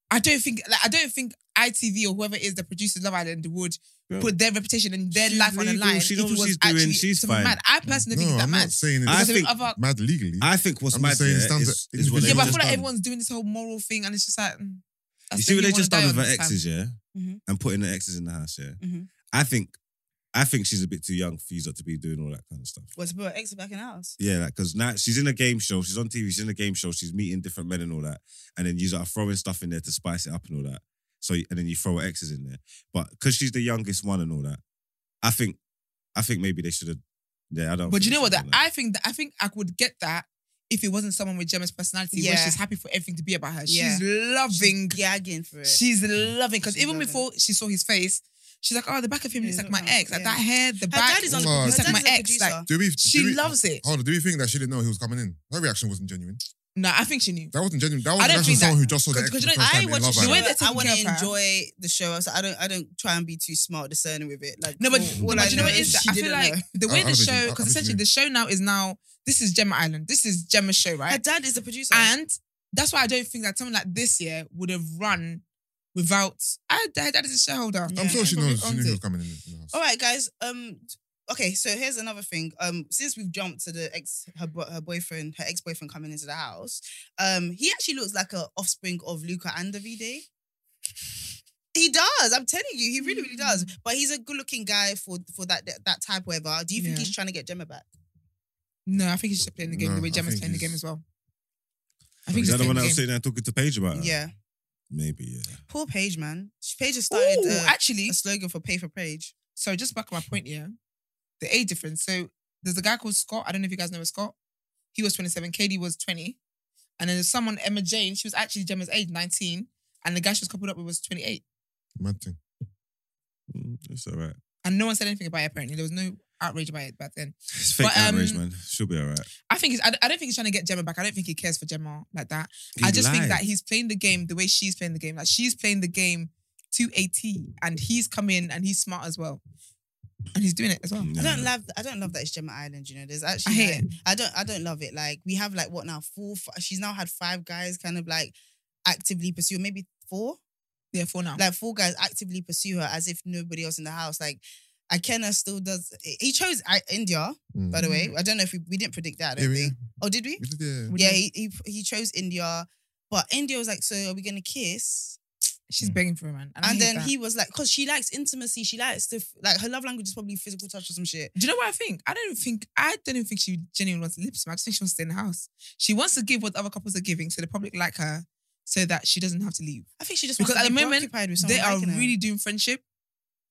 Speaker 4: I don't think, like, I don't think ITV or whoever is the producer of Love Island would
Speaker 2: Bro.
Speaker 4: put their reputation and their
Speaker 2: She's
Speaker 4: life on the
Speaker 2: legal.
Speaker 4: line.
Speaker 2: She
Speaker 4: if
Speaker 2: knows
Speaker 4: it
Speaker 2: what
Speaker 4: was
Speaker 2: she's doing.
Speaker 4: actually
Speaker 2: She's
Speaker 4: something
Speaker 2: fine.
Speaker 4: Mad. I personally
Speaker 3: No,
Speaker 4: think it's that
Speaker 3: I'm
Speaker 4: mad.
Speaker 3: not saying
Speaker 2: I
Speaker 3: it's
Speaker 4: Because if
Speaker 2: think-
Speaker 4: other-
Speaker 3: mad legally.
Speaker 2: I think what's
Speaker 3: I'm
Speaker 2: mad
Speaker 3: just saying
Speaker 2: there
Speaker 3: it stands
Speaker 2: is,
Speaker 3: at
Speaker 2: is what
Speaker 3: individual-
Speaker 2: they
Speaker 4: yeah, but I
Speaker 2: just
Speaker 4: feel like
Speaker 2: done.
Speaker 4: everyone's doing this whole moral thing, and it's just like. mm, that's
Speaker 2: You
Speaker 4: the
Speaker 2: see what
Speaker 4: hill
Speaker 2: they
Speaker 4: wanna
Speaker 2: just
Speaker 4: die
Speaker 2: done with
Speaker 4: on
Speaker 2: her
Speaker 4: this time. Mm-hmm.
Speaker 2: exes, yeah,
Speaker 1: Mhm.
Speaker 2: and putting the exes in the house, yeah.
Speaker 1: Mhm.
Speaker 2: I think I think she's a bit too young for you to be doing all that kind of stuff.
Speaker 1: Was put her ex back in the house.
Speaker 2: Yeah, like because now she's in a game show, she's on TV, she's in a game show, she's meeting different men and all that, and then you are throwing stuff in there to spice it up and all that. So and then you throw her exes in there, but because she's the youngest one and all that, I think, I think maybe they should have. Yeah, I don't.
Speaker 4: But you know what?
Speaker 2: That
Speaker 4: That I think that I think I would get that if it wasn't someone with Gemma's personality, where
Speaker 1: Yeah.
Speaker 4: she's happy for everything to be about her.
Speaker 1: Yeah.
Speaker 4: She's loving.
Speaker 1: Gagging for it.
Speaker 4: She's loving because
Speaker 1: Mm. She's
Speaker 4: even
Speaker 1: loving.
Speaker 4: before she saw his face, she's like, "Oh, the back of him
Speaker 1: Yeah,
Speaker 4: is
Speaker 1: he's
Speaker 4: like my
Speaker 1: not nice,
Speaker 4: ex. Like
Speaker 1: yeah.
Speaker 4: that hair, the
Speaker 1: her
Speaker 4: back.
Speaker 1: dad is on the
Speaker 3: Oh,
Speaker 1: her
Speaker 4: it's like
Speaker 1: dad
Speaker 4: my
Speaker 1: is a
Speaker 4: ex,
Speaker 1: producer.
Speaker 4: like-
Speaker 3: Do we? do
Speaker 4: She
Speaker 3: we-
Speaker 4: loves it.
Speaker 1: Oh.
Speaker 3: Hold on. Do we think that she didn't know he was coming in? Her reaction wasn't genuine.
Speaker 4: No, I think she knew.
Speaker 3: That wasn't genuine. That was the
Speaker 4: don't
Speaker 3: reaction of
Speaker 4: think
Speaker 3: someone
Speaker 4: that-
Speaker 3: who just saw the
Speaker 4: Cause-
Speaker 3: ex for
Speaker 4: cause
Speaker 3: the
Speaker 4: you know,
Speaker 3: first
Speaker 1: I
Speaker 3: time in
Speaker 1: watch
Speaker 3: love.
Speaker 1: the show.
Speaker 4: The way
Speaker 3: Island.
Speaker 4: they're taking
Speaker 1: I want
Speaker 4: care
Speaker 1: to
Speaker 4: of her.
Speaker 1: enjoy the show. So I don't. I don't try and be too smart, discerning with it. Like
Speaker 4: No, but,
Speaker 1: all-
Speaker 4: no,
Speaker 1: all
Speaker 4: but
Speaker 1: I
Speaker 4: you know what it is?
Speaker 1: is
Speaker 4: that
Speaker 1: she
Speaker 4: I feel
Speaker 1: didn't
Speaker 4: like
Speaker 1: know.
Speaker 4: the way
Speaker 3: I- I bet you-
Speaker 4: the
Speaker 3: I- I
Speaker 4: show,
Speaker 3: bet you
Speaker 4: because essentially
Speaker 3: do.
Speaker 4: the show now is now this is Gemma Island. This is Gemma's show,
Speaker 1: Her
Speaker 4: right?
Speaker 1: dad is a producer.
Speaker 4: And that's why I don't think that something like this year would have run without. I, her dad is a shareholder.
Speaker 3: I'm sure she
Speaker 4: Probably
Speaker 3: knows. She
Speaker 4: owns
Speaker 3: knew he
Speaker 4: it. Oh,
Speaker 3: was coming in. in the house.
Speaker 1: All right, guys. Um. Okay, so here's another thing. Um, since we've jumped to the ex, her bo- her boyfriend, her ex boyfriend coming into the house, um, he actually looks like an offspring of Luca and Davide. He does. I'm telling you, he really, really does.
Speaker 4: Mm.
Speaker 1: But he's a good looking guy for for that that, that type. Whatever. Do you think
Speaker 4: Yeah.
Speaker 1: he's trying to get Gemma back?
Speaker 4: No, I think he's just playing the game
Speaker 3: No,
Speaker 4: the way
Speaker 3: I
Speaker 4: Gemma's
Speaker 3: think
Speaker 4: playing the
Speaker 3: he's-
Speaker 4: game as well. I think
Speaker 2: is
Speaker 4: he's
Speaker 2: that the
Speaker 4: playing
Speaker 2: one
Speaker 4: the
Speaker 2: that
Speaker 4: game.
Speaker 2: was sitting there talking to Paige
Speaker 4: Uh.
Speaker 2: about? Her?
Speaker 1: Yeah.
Speaker 2: maybe. Yeah.
Speaker 1: Poor Paige, man. Paige has started
Speaker 4: Ooh,
Speaker 1: uh,
Speaker 4: actually,
Speaker 1: a slogan for pay for Paige.
Speaker 4: so just back on my point here, the age difference. So there's a guy called Scott. I don't know if you guys know Scott. He was 27. Katie was 20. And then there's someone, Emma Jane. She was actually Gemma's age, 19. And the guy she was coupled up with was 28.
Speaker 3: Mad thing.
Speaker 2: Mm, it's all right.
Speaker 4: And no one said anything about it, apparently. There was no outrage about it back then.
Speaker 2: It's fake
Speaker 4: But, um,
Speaker 2: outrage, man. She'll be all right.
Speaker 4: I think he's, I, I don't think he's trying to get Gemma back. I don't think he cares for Gemma like that.
Speaker 2: He
Speaker 4: I just think
Speaker 2: lied.
Speaker 4: that he's playing the game the way she's playing the game. Like she's playing the game to a T. And he's come in and he's smart as well. And he's doing it as well.
Speaker 2: No,
Speaker 1: I don't
Speaker 2: no.
Speaker 1: love. I don't love that it's Gemma Island. You know, there's
Speaker 4: I
Speaker 1: actually.
Speaker 4: hate
Speaker 1: like-
Speaker 4: it.
Speaker 1: I don't. I don't love it. Like we have like what now? Four. f- She's now had five guys kind of like actively pursue. Maybe four.
Speaker 4: Yeah, for now.
Speaker 1: Like four guys actively pursue her as if nobody else in the house. Like Akena still does. He chose I- India,
Speaker 3: Mm.
Speaker 1: by the way.
Speaker 4: Mm-hmm.
Speaker 1: I don't know if we, we didn't predict that. I
Speaker 3: Yeah,
Speaker 1: don't
Speaker 3: we-
Speaker 1: think. Oh, did we?
Speaker 3: we
Speaker 4: <laughs>
Speaker 3: did, yeah.
Speaker 1: Yeah, he, he he chose India, but India was like, "So are we gonna kiss?"
Speaker 2: Mm.
Speaker 4: She's begging for a man. And, I
Speaker 1: And
Speaker 4: hate
Speaker 1: then
Speaker 4: that.
Speaker 1: he was like, because she likes intimacy. She likes to, f- like, her love language is probably physical touch or some shit.
Speaker 4: Do you know what I think? I don't think I don't even think she genuinely wants lip smack. I just think she wants to stay in the house. She wants to give what the other couples are giving, so the public like her, so that she doesn't have to leave.
Speaker 1: I think she just
Speaker 4: Because
Speaker 1: wants
Speaker 4: at
Speaker 1: to
Speaker 4: the
Speaker 1: be
Speaker 4: moment,
Speaker 1: preoccupied with someone
Speaker 4: they are
Speaker 1: liking her.
Speaker 4: really doing friendship,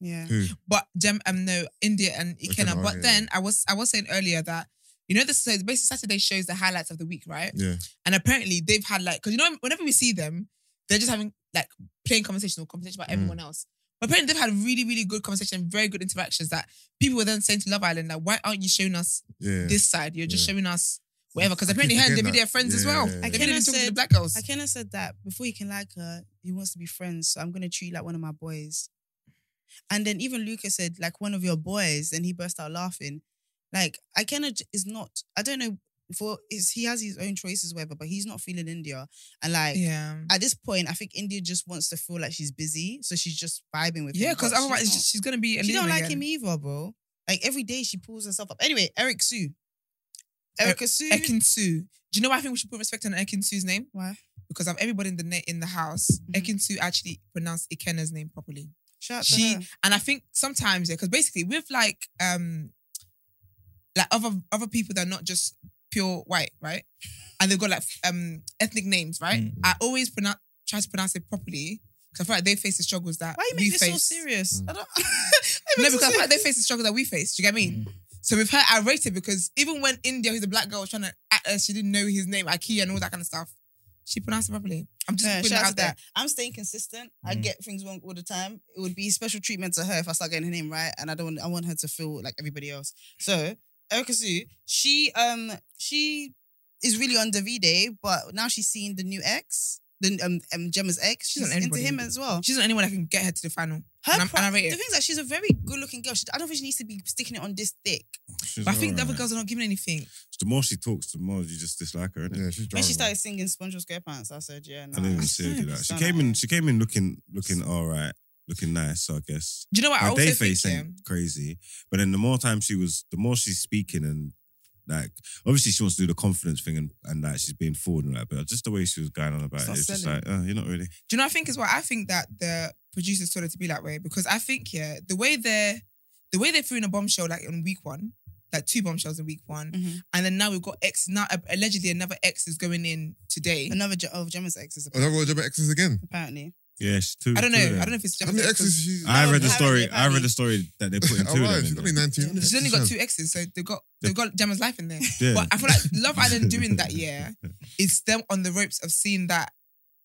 Speaker 1: yeah.
Speaker 3: Who?
Speaker 4: but Gem um no India and
Speaker 3: Okay,
Speaker 4: Ikena.
Speaker 3: no,
Speaker 4: But
Speaker 3: yeah.
Speaker 4: then I was I was saying earlier that you know this so basically Saturday shows the highlights of the week, right?
Speaker 3: Yeah.
Speaker 4: And apparently they've had like because you know whenever we see them, they're just having like plain conversation or conversation about
Speaker 3: Mm.
Speaker 4: everyone else. But apparently they've had really really good conversation, very good interactions that people were then saying to Love Island that why aren't you showing us
Speaker 3: Yeah.
Speaker 4: this side. You're just
Speaker 3: Yeah.
Speaker 4: showing us whatever. Because
Speaker 3: I keep
Speaker 4: apparently her and
Speaker 3: forgetting
Speaker 4: David
Speaker 3: that.
Speaker 4: are friends as
Speaker 3: Yeah,
Speaker 4: well.
Speaker 3: yeah, yeah.
Speaker 4: They
Speaker 1: Akena
Speaker 4: didn't even talk to the
Speaker 1: said-
Speaker 4: black girls.
Speaker 1: Akena said that before he can like her, he wants to be friends. So I'm going to treat you like one of my boys. And then even Luca said, like, one of your boys. And he burst out laughing. Like, Akena j- is not, I don't know, for is he has his own choices, whatever, but he's not feeling India. And like,
Speaker 4: Yeah.
Speaker 1: at this point, I think India just wants to feel like she's busy. So she's just vibing with
Speaker 4: Yeah,
Speaker 1: him,
Speaker 4: because
Speaker 1: but she's
Speaker 4: otherwise
Speaker 1: not.
Speaker 4: she's gonna be. A um,
Speaker 1: She don't
Speaker 4: loser
Speaker 1: like
Speaker 4: again.
Speaker 1: him either, bro. Like every day she pulls herself up. Anyway, Eric Sue. Erica Sue.
Speaker 4: Er, Ekin Sue. Do you know why I think we should put respect on Ekin Sue's name?
Speaker 1: Why?
Speaker 4: Because of everybody in the net in the house,
Speaker 1: Mhm.
Speaker 4: Ekin Sue actually pronounced Ikena's name properly.
Speaker 1: Shout out to
Speaker 4: She
Speaker 1: her.
Speaker 4: and I think sometimes yeah, because basically with like um like other other people that are not just pure white, right? And they've got like um ethnic names, right?
Speaker 5: Mm.
Speaker 4: I always pronounce try to pronounce it properly because I feel like they face the struggles that
Speaker 1: Why you
Speaker 4: we
Speaker 1: make this
Speaker 4: face.
Speaker 1: so serious?
Speaker 3: Mm.
Speaker 1: I don't.
Speaker 4: No, because I feel like they face the struggle that we face. Do you get what I mean? So with her, I rate it because even when India, who's a black girl, was trying to act us, she didn't know his name, Ikea, and all that kind of stuff. She pronounced it properly. I'm just
Speaker 1: No,
Speaker 4: putting it
Speaker 1: shout out
Speaker 4: out
Speaker 1: to
Speaker 4: there.
Speaker 1: that. I'm staying consistent. I
Speaker 5: Mm.
Speaker 1: get things wrong all the time. It would be special treatment to her if I start getting her name right, and I don't. want- I want her to feel like everybody else. So Erica Sue, she um she is really on Davide, but now she's seeing the new ex, the um, um Gemma's ex.
Speaker 4: She's
Speaker 1: She's
Speaker 4: on
Speaker 1: into
Speaker 4: anybody.
Speaker 1: him as well.
Speaker 4: She's not anyone that can get her to the final.
Speaker 1: Her
Speaker 4: And I'm-
Speaker 1: pro-
Speaker 4: and I rate it.
Speaker 1: The thing is that she's a very good looking girl. She, I don't think she needs to be sticking it on this thick.
Speaker 2: She's
Speaker 4: But I think
Speaker 2: all
Speaker 4: the other
Speaker 2: right.
Speaker 4: girls are not giving anything.
Speaker 2: The more she talks, the more you just dislike her. Innit?
Speaker 3: Yeah, she's
Speaker 1: When
Speaker 3: drunk.
Speaker 1: she started singing SpongeBob SquarePants, I said, yeah, no.
Speaker 2: I didn't even see her do that. She came in. She came in looking, looking all right, looking nice. So I guess
Speaker 4: Do you know what? I
Speaker 2: her
Speaker 4: also
Speaker 2: day
Speaker 4: think
Speaker 2: face
Speaker 4: yeah,
Speaker 2: ain't crazy. But then the more time she was, the more she's speaking and like, obviously she wants to do the confidence thing and and like she's being forward and that. But just the way she was going on about
Speaker 1: It's
Speaker 2: it,
Speaker 1: not
Speaker 2: it's just
Speaker 1: selling.
Speaker 2: like, oh, you're not really.
Speaker 4: Do you know what I think as well? I think that the producers told her to be that way because I think, yeah, the way they're the way they threw in a bombshell like in week one, like two bombshells in week one,
Speaker 1: Mhm.
Speaker 4: and then now we've got X. Now uh, allegedly another X is going in today.
Speaker 1: Another Je- oh, Gemma's ex is a-
Speaker 3: Another one, Gemma X's again.
Speaker 1: apparently.
Speaker 2: Yes, two.
Speaker 4: I don't know.
Speaker 2: two of them.
Speaker 4: I don't know if it's
Speaker 3: How
Speaker 4: Gemma's
Speaker 3: many
Speaker 4: ex. 'cause
Speaker 3: X's she?
Speaker 2: I read the
Speaker 1: Apparently,
Speaker 2: story. I read
Speaker 1: apparently.
Speaker 2: the story that
Speaker 1: <laughs>
Speaker 2: they put in two
Speaker 3: Alright,
Speaker 2: of
Speaker 3: she's
Speaker 2: them.
Speaker 3: only
Speaker 2: in there.
Speaker 3: 19.
Speaker 4: She's only got two X's, so they've got they've got Gemma's life in there.
Speaker 2: Yeah.
Speaker 4: But I feel like Love Island doing that, yeah, it's them on the ropes of seeing that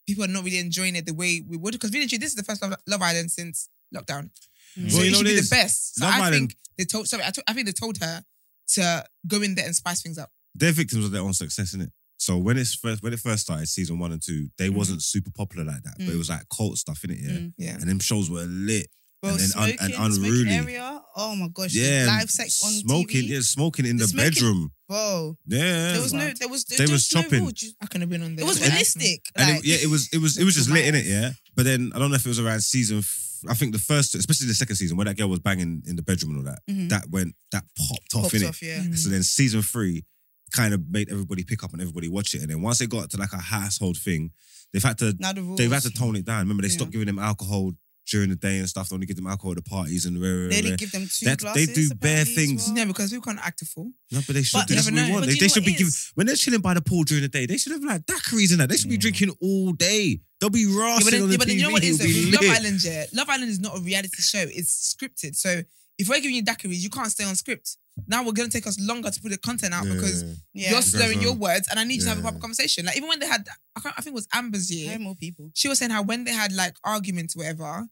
Speaker 4: people are not really enjoying it the way we would. Because really, this is the first Love, Love Island since lockdown.
Speaker 1: Well,
Speaker 4: So
Speaker 2: you know
Speaker 4: it should
Speaker 2: what
Speaker 4: be
Speaker 2: it
Speaker 4: the
Speaker 2: is?
Speaker 4: best. So
Speaker 2: Love
Speaker 4: I
Speaker 2: Island-
Speaker 4: think they told. Sorry, I, to- I think they told her to go in there and spice things up.
Speaker 2: They're victims of their own success, in it. So when it's first when it first started, season one and two, they wasn't super popular like that,
Speaker 4: Mm.
Speaker 2: but it was like cult stuff in it, yeah.
Speaker 1: Mm.
Speaker 4: Yeah.
Speaker 2: And them shows were lit.
Speaker 1: Well,
Speaker 2: and then un-
Speaker 1: smoking,
Speaker 2: and
Speaker 1: smoking
Speaker 2: unruly.
Speaker 1: area. Oh my gosh.
Speaker 2: Yeah,
Speaker 1: Live sex on
Speaker 2: smoking,
Speaker 1: TV.
Speaker 2: yeah, smoking in
Speaker 1: The
Speaker 2: the,
Speaker 1: smoking-
Speaker 2: bedroom.
Speaker 1: Whoa.
Speaker 2: Yeah,
Speaker 1: There was no. There was. There
Speaker 2: They
Speaker 1: was,
Speaker 2: was
Speaker 1: no
Speaker 2: chopping.
Speaker 1: rule. Ju-
Speaker 4: I could have been on there.
Speaker 1: It was
Speaker 4: Like,
Speaker 1: realistic.
Speaker 2: and
Speaker 1: Like,
Speaker 2: it, yeah, it
Speaker 1: <laughs>
Speaker 2: was it was it was just lit in it,
Speaker 1: Right.
Speaker 2: yeah. But then I don't know if it was around season. F- I think the first, especially the second season, where that girl was banging in the bedroom and all that,
Speaker 1: Mhm.
Speaker 2: that went that popped off
Speaker 1: popped
Speaker 2: in it.
Speaker 1: off. Mm-hmm. Yeah.
Speaker 4: Mm.
Speaker 2: So then season three kind of made everybody pick up and everybody watch it. And then once it got to like a household thing, they've had to
Speaker 1: Now the rules.
Speaker 2: they've had to tone it down. Remember, they
Speaker 1: Yeah.
Speaker 2: stopped giving them alcohol during the day and stuff. They only give them alcohol at the parties and rare, rare,
Speaker 1: They only
Speaker 2: rare.
Speaker 1: give them two
Speaker 2: That- they
Speaker 1: glasses.
Speaker 2: do bare
Speaker 1: apparently, as
Speaker 2: things.
Speaker 1: well.
Speaker 4: No, because we can't act a fool.
Speaker 2: No, but they should.
Speaker 1: But
Speaker 2: do
Speaker 1: you
Speaker 2: that's
Speaker 1: never
Speaker 2: what we
Speaker 1: know.
Speaker 2: want.
Speaker 1: But
Speaker 2: They,
Speaker 1: do you
Speaker 2: they
Speaker 1: know
Speaker 2: should
Speaker 1: what
Speaker 2: be
Speaker 1: it
Speaker 2: giving
Speaker 1: is?
Speaker 2: when they're chilling by the pool during the day. They should have like daiquiris and that. They should be
Speaker 5: Yeah.
Speaker 2: drinking all day. They'll be
Speaker 4: Yeah, but
Speaker 2: rashing
Speaker 4: then,
Speaker 2: on
Speaker 4: yeah,
Speaker 2: the
Speaker 4: but then
Speaker 2: TV.
Speaker 4: you know what it is
Speaker 2: It'll be
Speaker 4: though? Love
Speaker 2: lit.
Speaker 4: Island, yeah. Love Island is not a reality show. It's scripted. So if we're giving you daiquiris, you can't stay on script. Now we're gonna take us longer to put the content out
Speaker 3: Yeah,
Speaker 4: because
Speaker 3: yeah, yeah.
Speaker 1: Yeah.
Speaker 4: you're
Speaker 3: guys
Speaker 4: slurring
Speaker 3: are-
Speaker 4: your words, and I need you to have a
Speaker 3: yeah.
Speaker 4: proper conversation. Like even when they had, I, can't, I think it was Amber's year.
Speaker 1: Hire more people.
Speaker 4: She was saying how when they had like arguments, or whatever,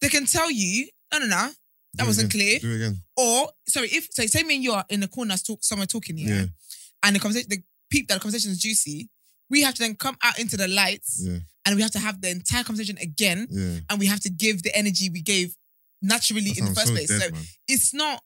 Speaker 4: they can tell you, no, no, no, that
Speaker 3: Do it
Speaker 4: wasn't
Speaker 3: again.
Speaker 4: clear.
Speaker 3: Do it again.
Speaker 4: Or sorry, if so, say me and you are in the corner, talk, someone talking here,
Speaker 3: Yeah,
Speaker 4: and the conversation, the peep that the conversation is juicy. We have to then come out into the lights,
Speaker 3: yeah, Mm.
Speaker 4: and we have to have the entire conversation again
Speaker 3: yeah.
Speaker 4: and we have to give the energy we gave naturally
Speaker 3: That
Speaker 4: in the
Speaker 3: sounds
Speaker 4: first
Speaker 3: so
Speaker 4: place.
Speaker 3: dead,
Speaker 4: so
Speaker 3: man.
Speaker 4: it's not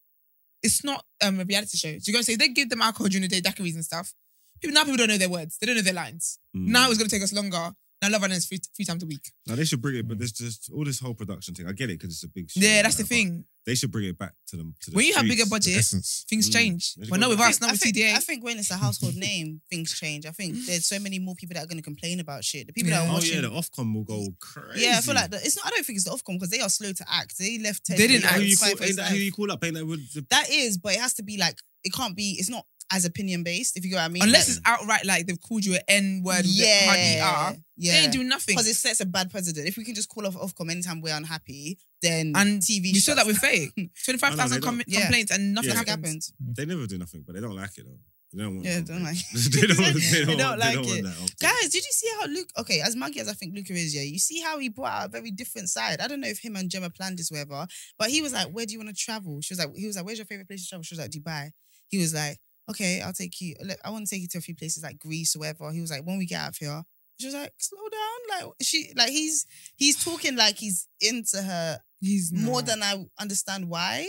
Speaker 4: it's not um, a reality show. Do you go say they give them alcohol during the day, daiquiris and stuff. People now people don't know their words. They don't know their lines.
Speaker 2: Mm.
Speaker 4: Now it's gonna take us longer. Now Love Island is three, three times a week.
Speaker 2: Now they should bring it, but there's just all this whole production thing. I get it because it's a big. show,
Speaker 4: Yeah, that's the
Speaker 2: whatever.
Speaker 4: thing.
Speaker 2: They should bring it back to them. To the
Speaker 4: When you have
Speaker 2: streets.
Speaker 4: bigger budget,
Speaker 3: Essence.
Speaker 4: things
Speaker 2: Mm.
Speaker 4: change.
Speaker 2: Let's
Speaker 4: But
Speaker 2: go
Speaker 4: not with
Speaker 2: back.
Speaker 4: us, not
Speaker 1: I
Speaker 4: with
Speaker 1: think,
Speaker 4: TDA.
Speaker 1: I think when it's a household name, things change. I think there's so many more people that are going to complain about shit. The people that
Speaker 4: Yeah.
Speaker 1: are
Speaker 2: Oh
Speaker 1: watching.
Speaker 2: yeah, the Ofcom will go crazy.
Speaker 1: Yeah, I feel like the, it's not. I don't think it's the Ofcom because they are slow to act. They left. Ted
Speaker 4: They didn't
Speaker 1: Lee
Speaker 4: act.
Speaker 2: Who
Speaker 1: on
Speaker 2: you
Speaker 1: fire
Speaker 2: call,
Speaker 1: for his
Speaker 2: ain't that who
Speaker 1: life.
Speaker 2: you call up? Ain't that with the, <laughs>
Speaker 1: That is, but it has to be like it can't be. It's not as opinion based. If you go, what I mean,
Speaker 4: Unless
Speaker 1: Like,
Speaker 4: it's outright like they've called you an N word,
Speaker 1: yeah,
Speaker 4: hardly are. They
Speaker 1: yeah,
Speaker 4: ain't doing nothing.
Speaker 1: because it sets a bad precedent. If we can just call off Ofcom anytime we're unhappy, then
Speaker 4: And
Speaker 1: TV
Speaker 4: We saw
Speaker 1: shuts
Speaker 4: that with Faye. Twenty five
Speaker 2: No, no, they
Speaker 4: thousand
Speaker 2: don't.
Speaker 4: com-
Speaker 1: Yeah.
Speaker 4: complaints and nothing
Speaker 2: Yeah.
Speaker 1: Nothing
Speaker 4: happened.
Speaker 1: happened.
Speaker 2: they never do nothing, but they don't like it though. They don't want.
Speaker 1: Yeah,
Speaker 2: Ofcom.
Speaker 1: don't
Speaker 2: <laughs>
Speaker 1: like.
Speaker 2: they don't.
Speaker 4: <laughs>
Speaker 2: want- They
Speaker 1: They
Speaker 2: don't,
Speaker 1: don't
Speaker 2: want-
Speaker 1: like
Speaker 2: they don't
Speaker 1: it.
Speaker 2: Want that Ofcom.
Speaker 1: Guys, did you see how Luke? Okay, as muggy as I think Luca is, yeah, you see how he brought out a very different side. I don't know if him and Gemma planned this, whatever. But he was like, "Where do you want to travel?" She was like, "He was like, where's your favorite place to travel?" She was like, "Dubai." He was like, "Okay, I'll take you. Look, I want to take you to a few places like Greece or whatever." He was like, "When we get out of here." She was like, slow down. Like she like he's he's talking like he's into her
Speaker 4: He's
Speaker 1: more
Speaker 4: not.
Speaker 1: than I understand why.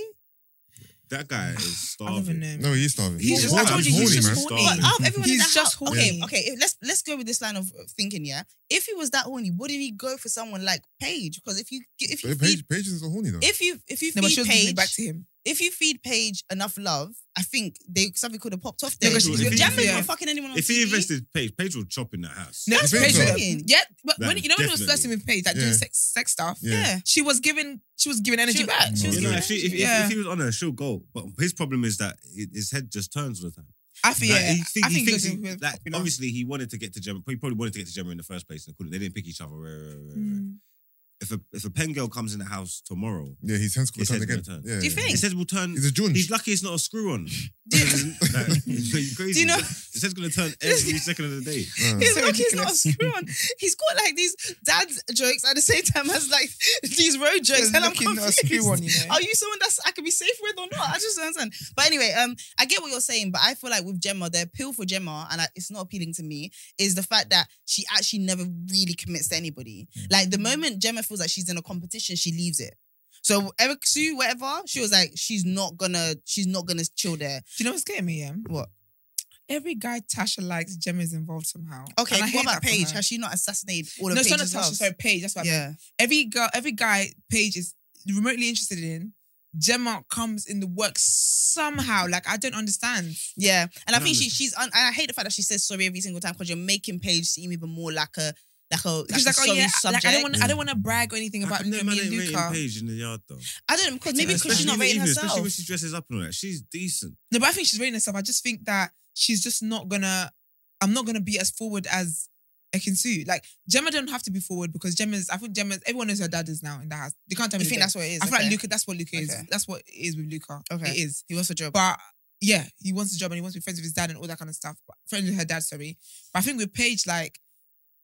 Speaker 2: That guy is
Speaker 4: <sighs> I don't even
Speaker 2: starving.
Speaker 4: know.
Speaker 3: No, he's starving.
Speaker 2: He's
Speaker 4: He's just, I
Speaker 2: horny.
Speaker 4: told you, he's
Speaker 2: Horny,
Speaker 4: just
Speaker 2: man.
Speaker 4: horny.
Speaker 1: But out of everyone in the
Speaker 4: He's just
Speaker 1: house,
Speaker 4: horny.
Speaker 1: okay, okay. if- Let's let's go with this line of of thinking. Yeah, if he was that horny, wouldn't he go for someone like Paige? Because if you if you
Speaker 3: But
Speaker 1: feed,
Speaker 3: Paige, Paige is a horny though.
Speaker 1: if you if you
Speaker 4: No, but
Speaker 1: feed
Speaker 4: she was giving it
Speaker 1: Paige
Speaker 4: back to him.
Speaker 1: if you feed Paige enough love, I think they something could have popped off there.
Speaker 4: No, 'cause
Speaker 2: she-
Speaker 1: Jammer's
Speaker 4: yeah.
Speaker 1: not fucking anyone on
Speaker 2: If he
Speaker 1: TV. <laughs>
Speaker 2: invested Paige, Paige would chop in that house.
Speaker 4: No,
Speaker 3: That's
Speaker 4: Paige
Speaker 3: Paige
Speaker 4: was-
Speaker 1: Jordan.
Speaker 4: Yeah, but when
Speaker 2: That
Speaker 4: you know when he was
Speaker 2: definitely.
Speaker 4: flirting with Paige, like doing
Speaker 3: Yeah.
Speaker 4: sex sex stuff,
Speaker 3: Yeah.
Speaker 1: yeah,
Speaker 4: she was giving she was giving energy
Speaker 1: She-
Speaker 4: back.
Speaker 1: she was
Speaker 2: You know,
Speaker 3: Yeah.
Speaker 1: giving
Speaker 2: if, she, if, if-
Speaker 4: Yeah.
Speaker 2: if he was on her, she'll go. But his problem is that i- his head just turns all the time.
Speaker 4: I feel
Speaker 2: Like,
Speaker 4: yeah,
Speaker 2: he think-
Speaker 4: I
Speaker 2: he
Speaker 4: think
Speaker 2: thinks
Speaker 4: he
Speaker 2: he-
Speaker 4: was
Speaker 2: like,
Speaker 4: popular.
Speaker 2: obviously he wanted to get to Gemma. He probably wanted to get to Gemma in the first place and couldn't. They didn't pick each other. rah, rah, rah, rah.
Speaker 4: Mm.
Speaker 2: If a if a pen girl comes in the house tomorrow,
Speaker 3: yeah, his hands could
Speaker 2: His
Speaker 3: turn
Speaker 2: head's
Speaker 3: again.
Speaker 2: gonna turn.
Speaker 3: Yeah,
Speaker 1: Do you
Speaker 3: yeah.
Speaker 1: think?
Speaker 2: his head will turn.
Speaker 3: He's a Junge.
Speaker 2: He's lucky it's not a screw
Speaker 1: <laughs>
Speaker 2: on. like, you crazy.
Speaker 1: Do you know-
Speaker 2: His head's gonna turn every second of the day.
Speaker 3: Uh,
Speaker 1: He's
Speaker 4: So
Speaker 1: lucky
Speaker 4: <laughs>
Speaker 1: he's not a
Speaker 4: ridiculous.
Speaker 1: screw on. He's got like these dad jokes at the same time as like <laughs> these road jokes. And I'm
Speaker 4: Lucky he's not a
Speaker 1: confused.
Speaker 4: screw on, you know?
Speaker 1: Are you someone that's I could be safe with or not? I just don't understand. But anyway, um, I get what you're saying, but I feel like with Gemma, the appeal for Gemma, and I, it's not appealing to me, is the fact that she actually never really commits to anybody.
Speaker 4: Mm.
Speaker 1: Like the moment Gemma feels like she's in a competition, she leaves it. So Eric Sue, whatever, she was like, she's not gonna, she's not gonna chill there.
Speaker 4: Do you know what's getting me? Yeah,
Speaker 1: What?
Speaker 4: every guy Tasha likes, Gemma is involved somehow.
Speaker 1: Okay,
Speaker 4: And I
Speaker 1: what
Speaker 4: hate
Speaker 1: about
Speaker 4: that for
Speaker 1: Paige?
Speaker 4: her.
Speaker 1: Has she not assassinated all of
Speaker 4: No, it's not
Speaker 1: Paige's
Speaker 4: Tasha.
Speaker 1: house?
Speaker 4: Sorry, Paige. That's what. I meant.
Speaker 1: yeah.
Speaker 4: Every girl, every guy Paige is remotely interested in. Gemma comes in the work somehow. Like I don't understand.
Speaker 1: Yeah, and I
Speaker 2: No,
Speaker 1: think she
Speaker 2: listen.
Speaker 1: she's. Un- and I hate the fact that she says sorry every single time because you're making Paige seem even more like a like a like,
Speaker 4: Because
Speaker 1: a
Speaker 4: like, oh
Speaker 1: sorry
Speaker 4: yeah,
Speaker 1: subject.
Speaker 4: like I don't want, I don't want to brag or anything
Speaker 2: How
Speaker 4: about
Speaker 2: come
Speaker 4: me
Speaker 2: that man
Speaker 4: and
Speaker 2: ain't rating
Speaker 4: Luca.
Speaker 2: Paige in the yard though.
Speaker 1: I don't because maybe because she's
Speaker 2: Especially
Speaker 1: not
Speaker 2: in the
Speaker 1: rating
Speaker 2: evening,
Speaker 1: herself.
Speaker 2: Especially when she dresses up and all that. She's decent.
Speaker 4: No, but I think she's rating herself. I just think that she's just not gonna. I'm not gonna be as forward as Ekinsu. Like Gemma don't have to be forward because Gemma's. I think Gemma's. Everyone knows her dad is now in the house. They can't tell me.
Speaker 1: You think that's what it is?
Speaker 4: I feel like
Speaker 1: okay.
Speaker 4: Luca. That's what Luca is.
Speaker 1: Okay.
Speaker 4: That's what it is with Luca.
Speaker 1: Okay.
Speaker 4: It is.
Speaker 1: he wants a job.
Speaker 4: But yeah, he wants a job and he wants to be friends with his dad and all that kind of stuff. But friends with her dad, sorry. But I think with Paige, like,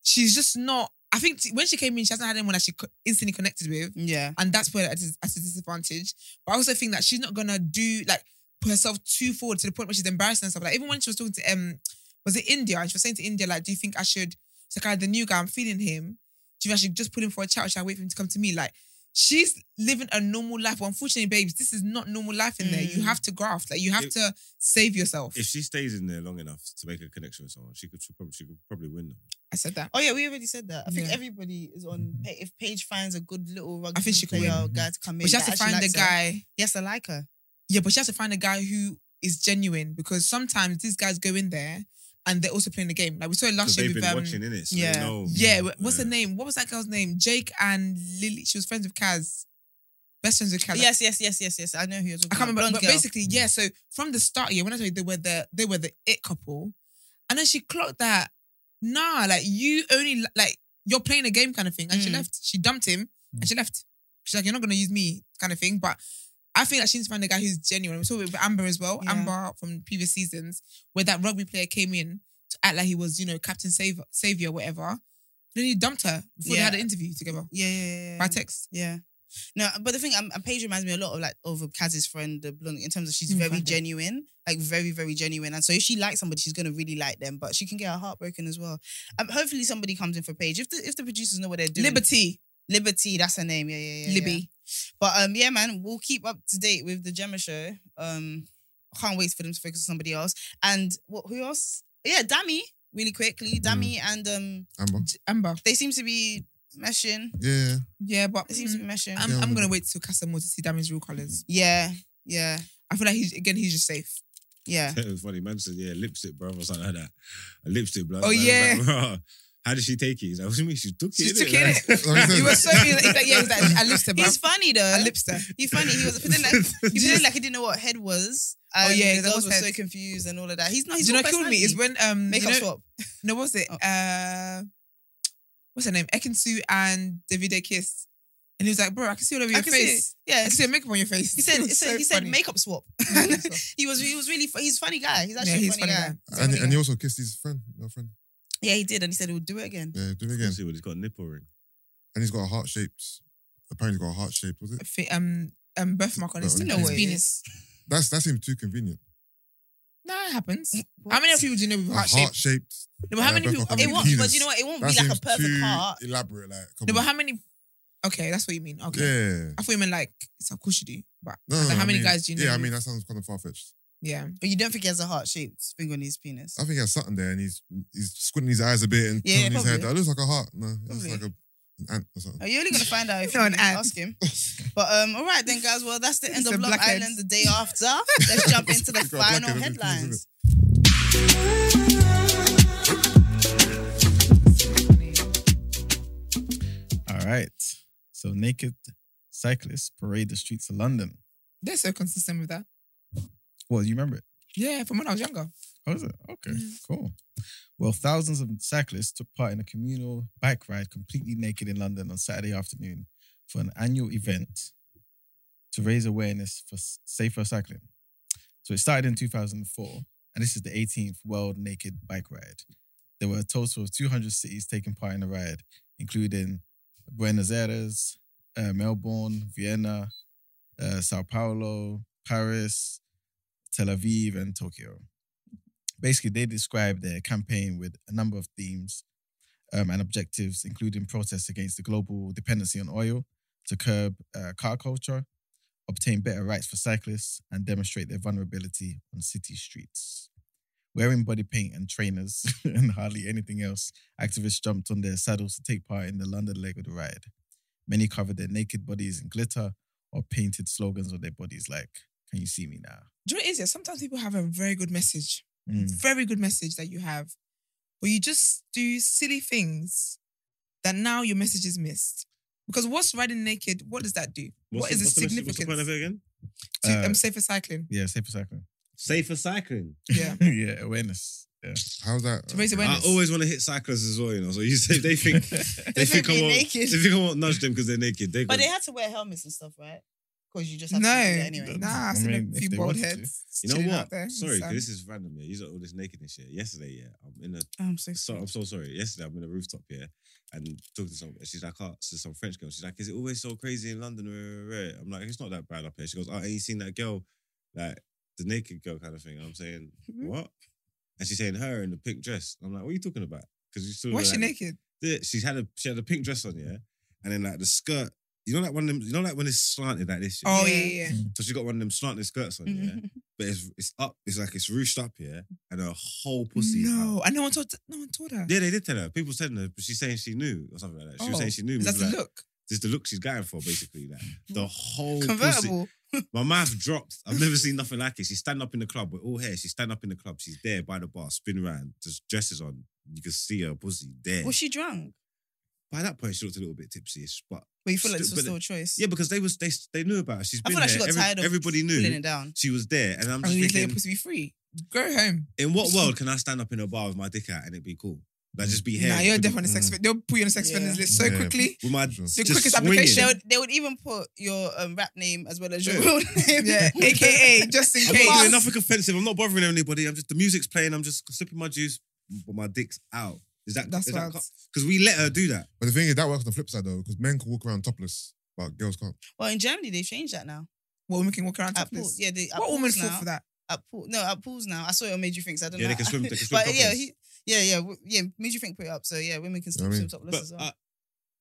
Speaker 4: she's just not. I think t- when she came in, she hasn't had anyone that she co- instantly connected with,
Speaker 1: yeah,
Speaker 4: and that's where it's at a disadvantage. But I also think that she's not gonna do like put herself too forward to the point where she's embarrassing herself. Like even when she was talking to um, was it India? And she was saying to India, like, do you think I should? It's like, "Ah, the new guy, I'm feeling him. Do you think I should just put him for a chat or should I wait for him to come to me? Like, she's living a normal life. Well, unfortunately, babes, this is not normal life in there. You
Speaker 1: Mm.
Speaker 4: have to graft. Like, you have
Speaker 2: If-
Speaker 4: to save yourself.
Speaker 2: If she stays in there long enough to make a connection with someone, she could she probably she could probably win them.
Speaker 4: I said that.
Speaker 1: Oh yeah, we already said that. I think
Speaker 4: Yeah. Mm-hmm.
Speaker 1: everybody is on. Pa- If Paige finds a good little rugby
Speaker 4: think she can
Speaker 1: player
Speaker 5: win.
Speaker 1: guy to come in,
Speaker 4: But she has
Speaker 1: that
Speaker 4: to
Speaker 1: actually
Speaker 4: find a
Speaker 1: likes her.
Speaker 4: guy.
Speaker 1: Yes, I like her.
Speaker 4: Yeah, but she has to find a guy who is genuine because sometimes these guys go in there and they're also playing the game. Like we saw it
Speaker 2: Because
Speaker 4: last year
Speaker 2: they've
Speaker 4: with
Speaker 2: been
Speaker 4: um,
Speaker 2: watching in it. So
Speaker 1: yeah.
Speaker 2: They know,
Speaker 4: yeah, wha- what's her
Speaker 2: Yeah.
Speaker 4: name? What was that girl's name? Jake and Lily. She was friends with Kaz. Best friends with Kaz.
Speaker 1: Yes, yes, yes, yes, yes. I know who you're talking
Speaker 4: I can't
Speaker 1: about.
Speaker 4: remember.
Speaker 1: Blonde
Speaker 4: But
Speaker 1: girl.
Speaker 4: basically, yeah. So from the start, yeah, when I told you they were the they were the it couple, and then she clocked that nah, like you only like you're playing a game kind of thing, and she
Speaker 1: Mm.
Speaker 4: left. She dumped him and she left. She's like, you're not gonna use me kind of thing. But I think that she needs to find a guy who's genuine. We saw it with Amber as well.
Speaker 1: Yeah.
Speaker 4: Amber from previous seasons, where that rugby player came in to act like he was, you know, captain savior, savior, whatever. Then he dumped her before they
Speaker 1: Yeah.
Speaker 4: had an interview together
Speaker 1: yeah, yeah, yeah, yeah.
Speaker 4: by text.
Speaker 1: Yeah. No, but the thing, um, and Paige reminds me a lot of like of Kaz's friend, the blonde, in terms of she's
Speaker 4: Mm,
Speaker 1: very
Speaker 4: friend.
Speaker 1: genuine, like very, very genuine. And so if she likes somebody, she's gonna really like them, but she can get her heartbroken as well. Um, hopefully somebody comes in for Paige. If the if the producers know what they're doing,
Speaker 4: Liberty,
Speaker 1: Liberty, that's her name. Yeah, yeah, yeah.
Speaker 4: Libby.
Speaker 1: yeah. But um, yeah, man, we'll keep up to date with the Gemma show. Um, can't wait for them to focus on somebody else. And what? Who else? Yeah, Dammy. Really quickly,
Speaker 4: Mm.
Speaker 1: Dammy and um,
Speaker 3: Uh,
Speaker 4: <laughs>
Speaker 3: Amber.
Speaker 4: Amber.
Speaker 1: they seem to be meshing.
Speaker 4: <laughs>
Speaker 3: Yeah.
Speaker 4: Yeah, but
Speaker 1: They seem to
Speaker 4: mm,
Speaker 1: be meshing.
Speaker 4: I'm,
Speaker 3: Yeah,
Speaker 4: I'm
Speaker 3: I'm
Speaker 4: gonna
Speaker 3: with
Speaker 4: wait till Casamore to see Damien's real colors.
Speaker 1: yeah, yeah,
Speaker 4: I feel like he's again he's just safe.
Speaker 1: yeah.
Speaker 2: <laughs> It was funny. Man said, yeah, lipstick, bro, or something like that. A lipstick, bro.
Speaker 4: Oh,
Speaker 2: Man was
Speaker 4: yeah.
Speaker 2: Like, <laughs> bro, how did she take it? He's like, what do you mean? She took it.
Speaker 4: She
Speaker 2: innit?
Speaker 4: took it,
Speaker 2: Like-
Speaker 4: innit?
Speaker 3: Like I
Speaker 4: <laughs> He
Speaker 3: said,
Speaker 4: was so he's like yeah, he's like a lipster, bro.
Speaker 1: He's funny though.
Speaker 4: a lipster.
Speaker 1: He's funny. He was pretending
Speaker 4: <laughs>
Speaker 1: like, he pretended like he didn't know what head was.
Speaker 4: Oh,
Speaker 1: And
Speaker 4: yeah,
Speaker 1: the
Speaker 4: that
Speaker 1: girls
Speaker 4: was
Speaker 1: were
Speaker 4: head.
Speaker 1: so confused and all of that. He's not. He's
Speaker 4: Do you know
Speaker 1: not
Speaker 4: what killed me? Is when um
Speaker 1: makeup
Speaker 4: you know,
Speaker 1: swap.
Speaker 4: No, what was it?
Speaker 1: Oh.
Speaker 4: Uh what's her name? Ekansu and Davide kissed. And he was like, bro, I can see all over your
Speaker 1: I can see
Speaker 4: face.
Speaker 1: it. Yeah,
Speaker 4: I can see your makeup on your face.
Speaker 1: He said,
Speaker 4: <laughs> It
Speaker 1: he
Speaker 4: was
Speaker 1: said,
Speaker 4: so
Speaker 1: he said
Speaker 4: funny.
Speaker 1: makeup
Speaker 4: <laughs>
Speaker 1: swap. <laughs> he was, he was really, fu- he's a funny guy. He's actually
Speaker 4: Yeah, he's
Speaker 1: a funny,
Speaker 4: funny
Speaker 1: guy.
Speaker 4: guy.
Speaker 1: He's a
Speaker 3: and,
Speaker 1: funny
Speaker 3: and he
Speaker 1: guy.
Speaker 3: also kissed his friend, my friend.
Speaker 1: yeah, he did, and he said he would do it again.
Speaker 3: Yeah, do
Speaker 2: <laughs>
Speaker 3: it
Speaker 2: Yeah.
Speaker 3: again.
Speaker 2: See what he's got a nipple ring.
Speaker 3: And he's got a heart shaped. Apparently, he's got a heart shaped. Was it?
Speaker 4: Fi- um um birthmark on his,
Speaker 3: You know
Speaker 4: on his
Speaker 1: what it
Speaker 4: penis.
Speaker 3: That's that seemed too convenient.
Speaker 4: Nah, it happens.
Speaker 1: What?
Speaker 4: How many people do you know with
Speaker 3: A
Speaker 4: heart shape?
Speaker 3: heart shaped.
Speaker 4: No, but how
Speaker 3: Yeah,
Speaker 4: many people
Speaker 3: birthmark on
Speaker 1: It
Speaker 3: mean,
Speaker 1: won't, but
Speaker 3: penis.
Speaker 1: you know what? It won't
Speaker 3: That
Speaker 1: be like
Speaker 3: seems
Speaker 1: a perfect
Speaker 3: too
Speaker 1: heart.
Speaker 3: elaborate. Like, come
Speaker 4: No,
Speaker 3: on.
Speaker 4: but how many okay, that's what you mean. Okay.
Speaker 3: Yeah.
Speaker 4: I thought you meant like it's of course you do, but
Speaker 3: No,
Speaker 4: like,
Speaker 3: no,
Speaker 4: how
Speaker 3: I
Speaker 4: many
Speaker 3: mean-
Speaker 4: guys do you know?
Speaker 3: Yeah, I
Speaker 4: who-
Speaker 3: mean that sounds kind of far fetched.
Speaker 4: yeah.
Speaker 1: But you don't think he has a heart shaped thing on his penis.
Speaker 3: I think he has something there, and he's he's squinting his eyes a bit and
Speaker 1: Yeah,
Speaker 3: turning his head.
Speaker 1: probably.
Speaker 3: That looks like a heart. No, it looks
Speaker 1: Probably.
Speaker 3: like a, an ant or something.
Speaker 1: Are you Oh, only gonna find out if
Speaker 4: No,
Speaker 1: you
Speaker 4: an ad.
Speaker 1: ask him? But um, all right then, guys. Well, that's the end
Speaker 4: It's
Speaker 1: of
Speaker 4: a
Speaker 1: Love
Speaker 4: blackhead.
Speaker 1: Island. The day after, let's jump into the
Speaker 3: It's got a blackhead
Speaker 1: final
Speaker 3: on the penis,
Speaker 1: headlines.
Speaker 5: All right. So naked cyclists parade the streets of London.
Speaker 4: They're so consistent with that.
Speaker 5: Well, you remember it?
Speaker 4: Yeah, from when I was younger.
Speaker 5: Oh, is it? Okay, cool. Well, thousands of cyclists took part in a communal bike ride completely naked in London on Saturday afternoon for an annual event to raise awareness for s- safer cycling. So it started in 2004, and this is the 18th World Naked Bike Ride. There were a total of 200 cities taking part in the ride, including Buenos Aires, uh, Melbourne, Vienna, uh, Sao Paulo, Paris, Tel Aviv, and Tokyo basically they described their campaign with a number of themes um, and objectives, including protests against the global dependency on oil, to curb uh, car culture, obtain better rights for cyclists, and demonstrate their vulnerability on city streets. Wearing body paint and trainers <laughs> and hardly anything else, activists jumped on their saddles to take part in the London leg of the ride. Many covered their naked bodies in glitter or painted slogans on their bodies like, Can you see me now?
Speaker 4: Do you know what it is? Yeah, sometimes people have a very good message,
Speaker 5: Mm.
Speaker 4: very good message that you have, but you just do silly things that now your message is missed. Because what's riding naked? What does that do? What is the,
Speaker 2: message-
Speaker 4: significance?
Speaker 2: What's the point of it again?
Speaker 4: to,
Speaker 5: Uh,
Speaker 4: um, safer cycling.
Speaker 5: Yeah, safer cycling.
Speaker 2: Safer cycling.
Speaker 4: Yeah.
Speaker 5: yeah, awareness. Yeah.
Speaker 3: How's that?
Speaker 4: To raise
Speaker 2: I
Speaker 4: awareness.
Speaker 2: always want to hit cyclists as well, you know. So you <laughs> say they
Speaker 4: <laughs>
Speaker 5: <laughs>
Speaker 2: think they think I
Speaker 1: be
Speaker 2: won't
Speaker 1: naked.
Speaker 2: they think I won't nudge them because they're naked. They
Speaker 1: But
Speaker 2: go-
Speaker 1: they had to wear helmets and stuff, right? Because you just
Speaker 4: no,
Speaker 1: have to do that anyway.
Speaker 4: nah, I've
Speaker 5: I
Speaker 4: seen
Speaker 5: mean,
Speaker 4: a
Speaker 5: if
Speaker 4: few
Speaker 5: they
Speaker 4: bald
Speaker 5: wanted to.
Speaker 4: heads.
Speaker 2: you know
Speaker 4: chilling out
Speaker 2: what?
Speaker 4: there in the
Speaker 2: Sorry, 'cause
Speaker 4: sun.
Speaker 2: this is random. Yeah, you got all this nakedness here. Yesterday, yeah, I'm in a
Speaker 1: Oh, I'm so
Speaker 2: so, I'm so sorry. Yesterday, I'm in a rooftop here and talking to someone. She's like, oh, so some French girl. She's like, is it always so crazy in London? Rah, rah, rah. I'm like, it's not that bad up here. She goes, oh, ain't you seen that girl? Like, the naked girl kind of thing. I'm saying,
Speaker 4: Mm-hmm.
Speaker 2: what? And she's saying her in the pink dress. I'm like, what are you talking about? Because you saw
Speaker 4: Why is she
Speaker 2: like,
Speaker 4: naked?
Speaker 2: the- She's had a she had a pink dress on, yeah, and then like the skirt. You know, like one of them. You know, like when it's slanted like this. yeah?
Speaker 4: Oh yeah,
Speaker 1: Yeah.
Speaker 4: yeah. yeah.
Speaker 2: So she got one of them slanted skirts on, yeah.
Speaker 4: <laughs>
Speaker 2: But it's it's up. It's like it's roofed up, yeah, and her whole pussy. is out.
Speaker 4: No, and no one told no one told her.
Speaker 2: Yeah, they did tell her. People said her, but she's saying she knew or something like that. She was
Speaker 4: Oh,
Speaker 2: saying she knew.
Speaker 4: Is that
Speaker 2: That's like,
Speaker 4: the look?
Speaker 2: This is the look she's going for, basically. Like the whole pussy.
Speaker 1: Convertible.
Speaker 2: My mouth dropped. I've never seen nothing like it. She's standing up in the club with all hair. She's standing up in the club. She's there by the bar, spin around, just dresses on. You can see her pussy there.
Speaker 1: Was she drunk?
Speaker 2: by that point, she looked a little bit tipsy-ish, but
Speaker 1: But you feel like this
Speaker 2: Still-
Speaker 1: was
Speaker 2: but-
Speaker 1: still a choice.
Speaker 2: yeah, because they was they they knew about her. She's
Speaker 1: I
Speaker 2: been
Speaker 1: feel like
Speaker 2: there.
Speaker 1: she got
Speaker 2: Every-
Speaker 1: tired of
Speaker 2: everybody
Speaker 1: Pulling it
Speaker 2: knew
Speaker 1: down.
Speaker 2: she was there, and I'm
Speaker 4: And
Speaker 2: just
Speaker 4: Oh, you let your
Speaker 2: thinking,
Speaker 4: pussy be free. Go home.
Speaker 2: in what world can I stand up in a bar with my dick out and it be cool? Like just be here.
Speaker 4: Nah, you're
Speaker 2: with-
Speaker 4: definitely sex.
Speaker 3: Mm.
Speaker 4: offender. They'll put you on the sex
Speaker 1: Yeah.
Speaker 4: offenders list so
Speaker 3: Yeah.
Speaker 4: quickly.
Speaker 2: with my
Speaker 3: The
Speaker 2: just swinging.
Speaker 4: quickest application.
Speaker 1: They would, they would even put your um, rap name as well as your
Speaker 2: Yeah.
Speaker 1: real <laughs> name.
Speaker 4: Yeah,
Speaker 2: <laughs>
Speaker 4: aka just in
Speaker 2: I'm not doing
Speaker 4: case.
Speaker 2: nothing offensive. I'm not bothering anybody. I'm just the music's playing. I'm just sipping my juice, but my dick's out. Is that
Speaker 4: That's
Speaker 2: is that
Speaker 4: wild.
Speaker 2: because we let her do that?
Speaker 3: But the thing is, that works on the flip side though, because men can walk around topless, but girls can't.
Speaker 1: Well, in Germany, they've changed that now.
Speaker 4: What women can walk around
Speaker 1: At
Speaker 4: topless?
Speaker 1: pools. Yeah, they, at
Speaker 4: What
Speaker 1: pools
Speaker 4: woman
Speaker 1: now,
Speaker 4: fought for that?
Speaker 1: At pool, no, at pools now. I saw it on Made You Think, so I don't
Speaker 2: Yeah,
Speaker 1: know.
Speaker 2: they can
Speaker 1: <laughs>
Speaker 2: swim-
Speaker 4: <laughs>
Speaker 2: they can swim
Speaker 1: but yeah,
Speaker 2: topless.
Speaker 1: he, yeah, yeah, w- yeah. Made You Think put it up. So yeah, women can still
Speaker 3: I mean,
Speaker 1: swim topless
Speaker 2: But
Speaker 1: as well.
Speaker 2: I,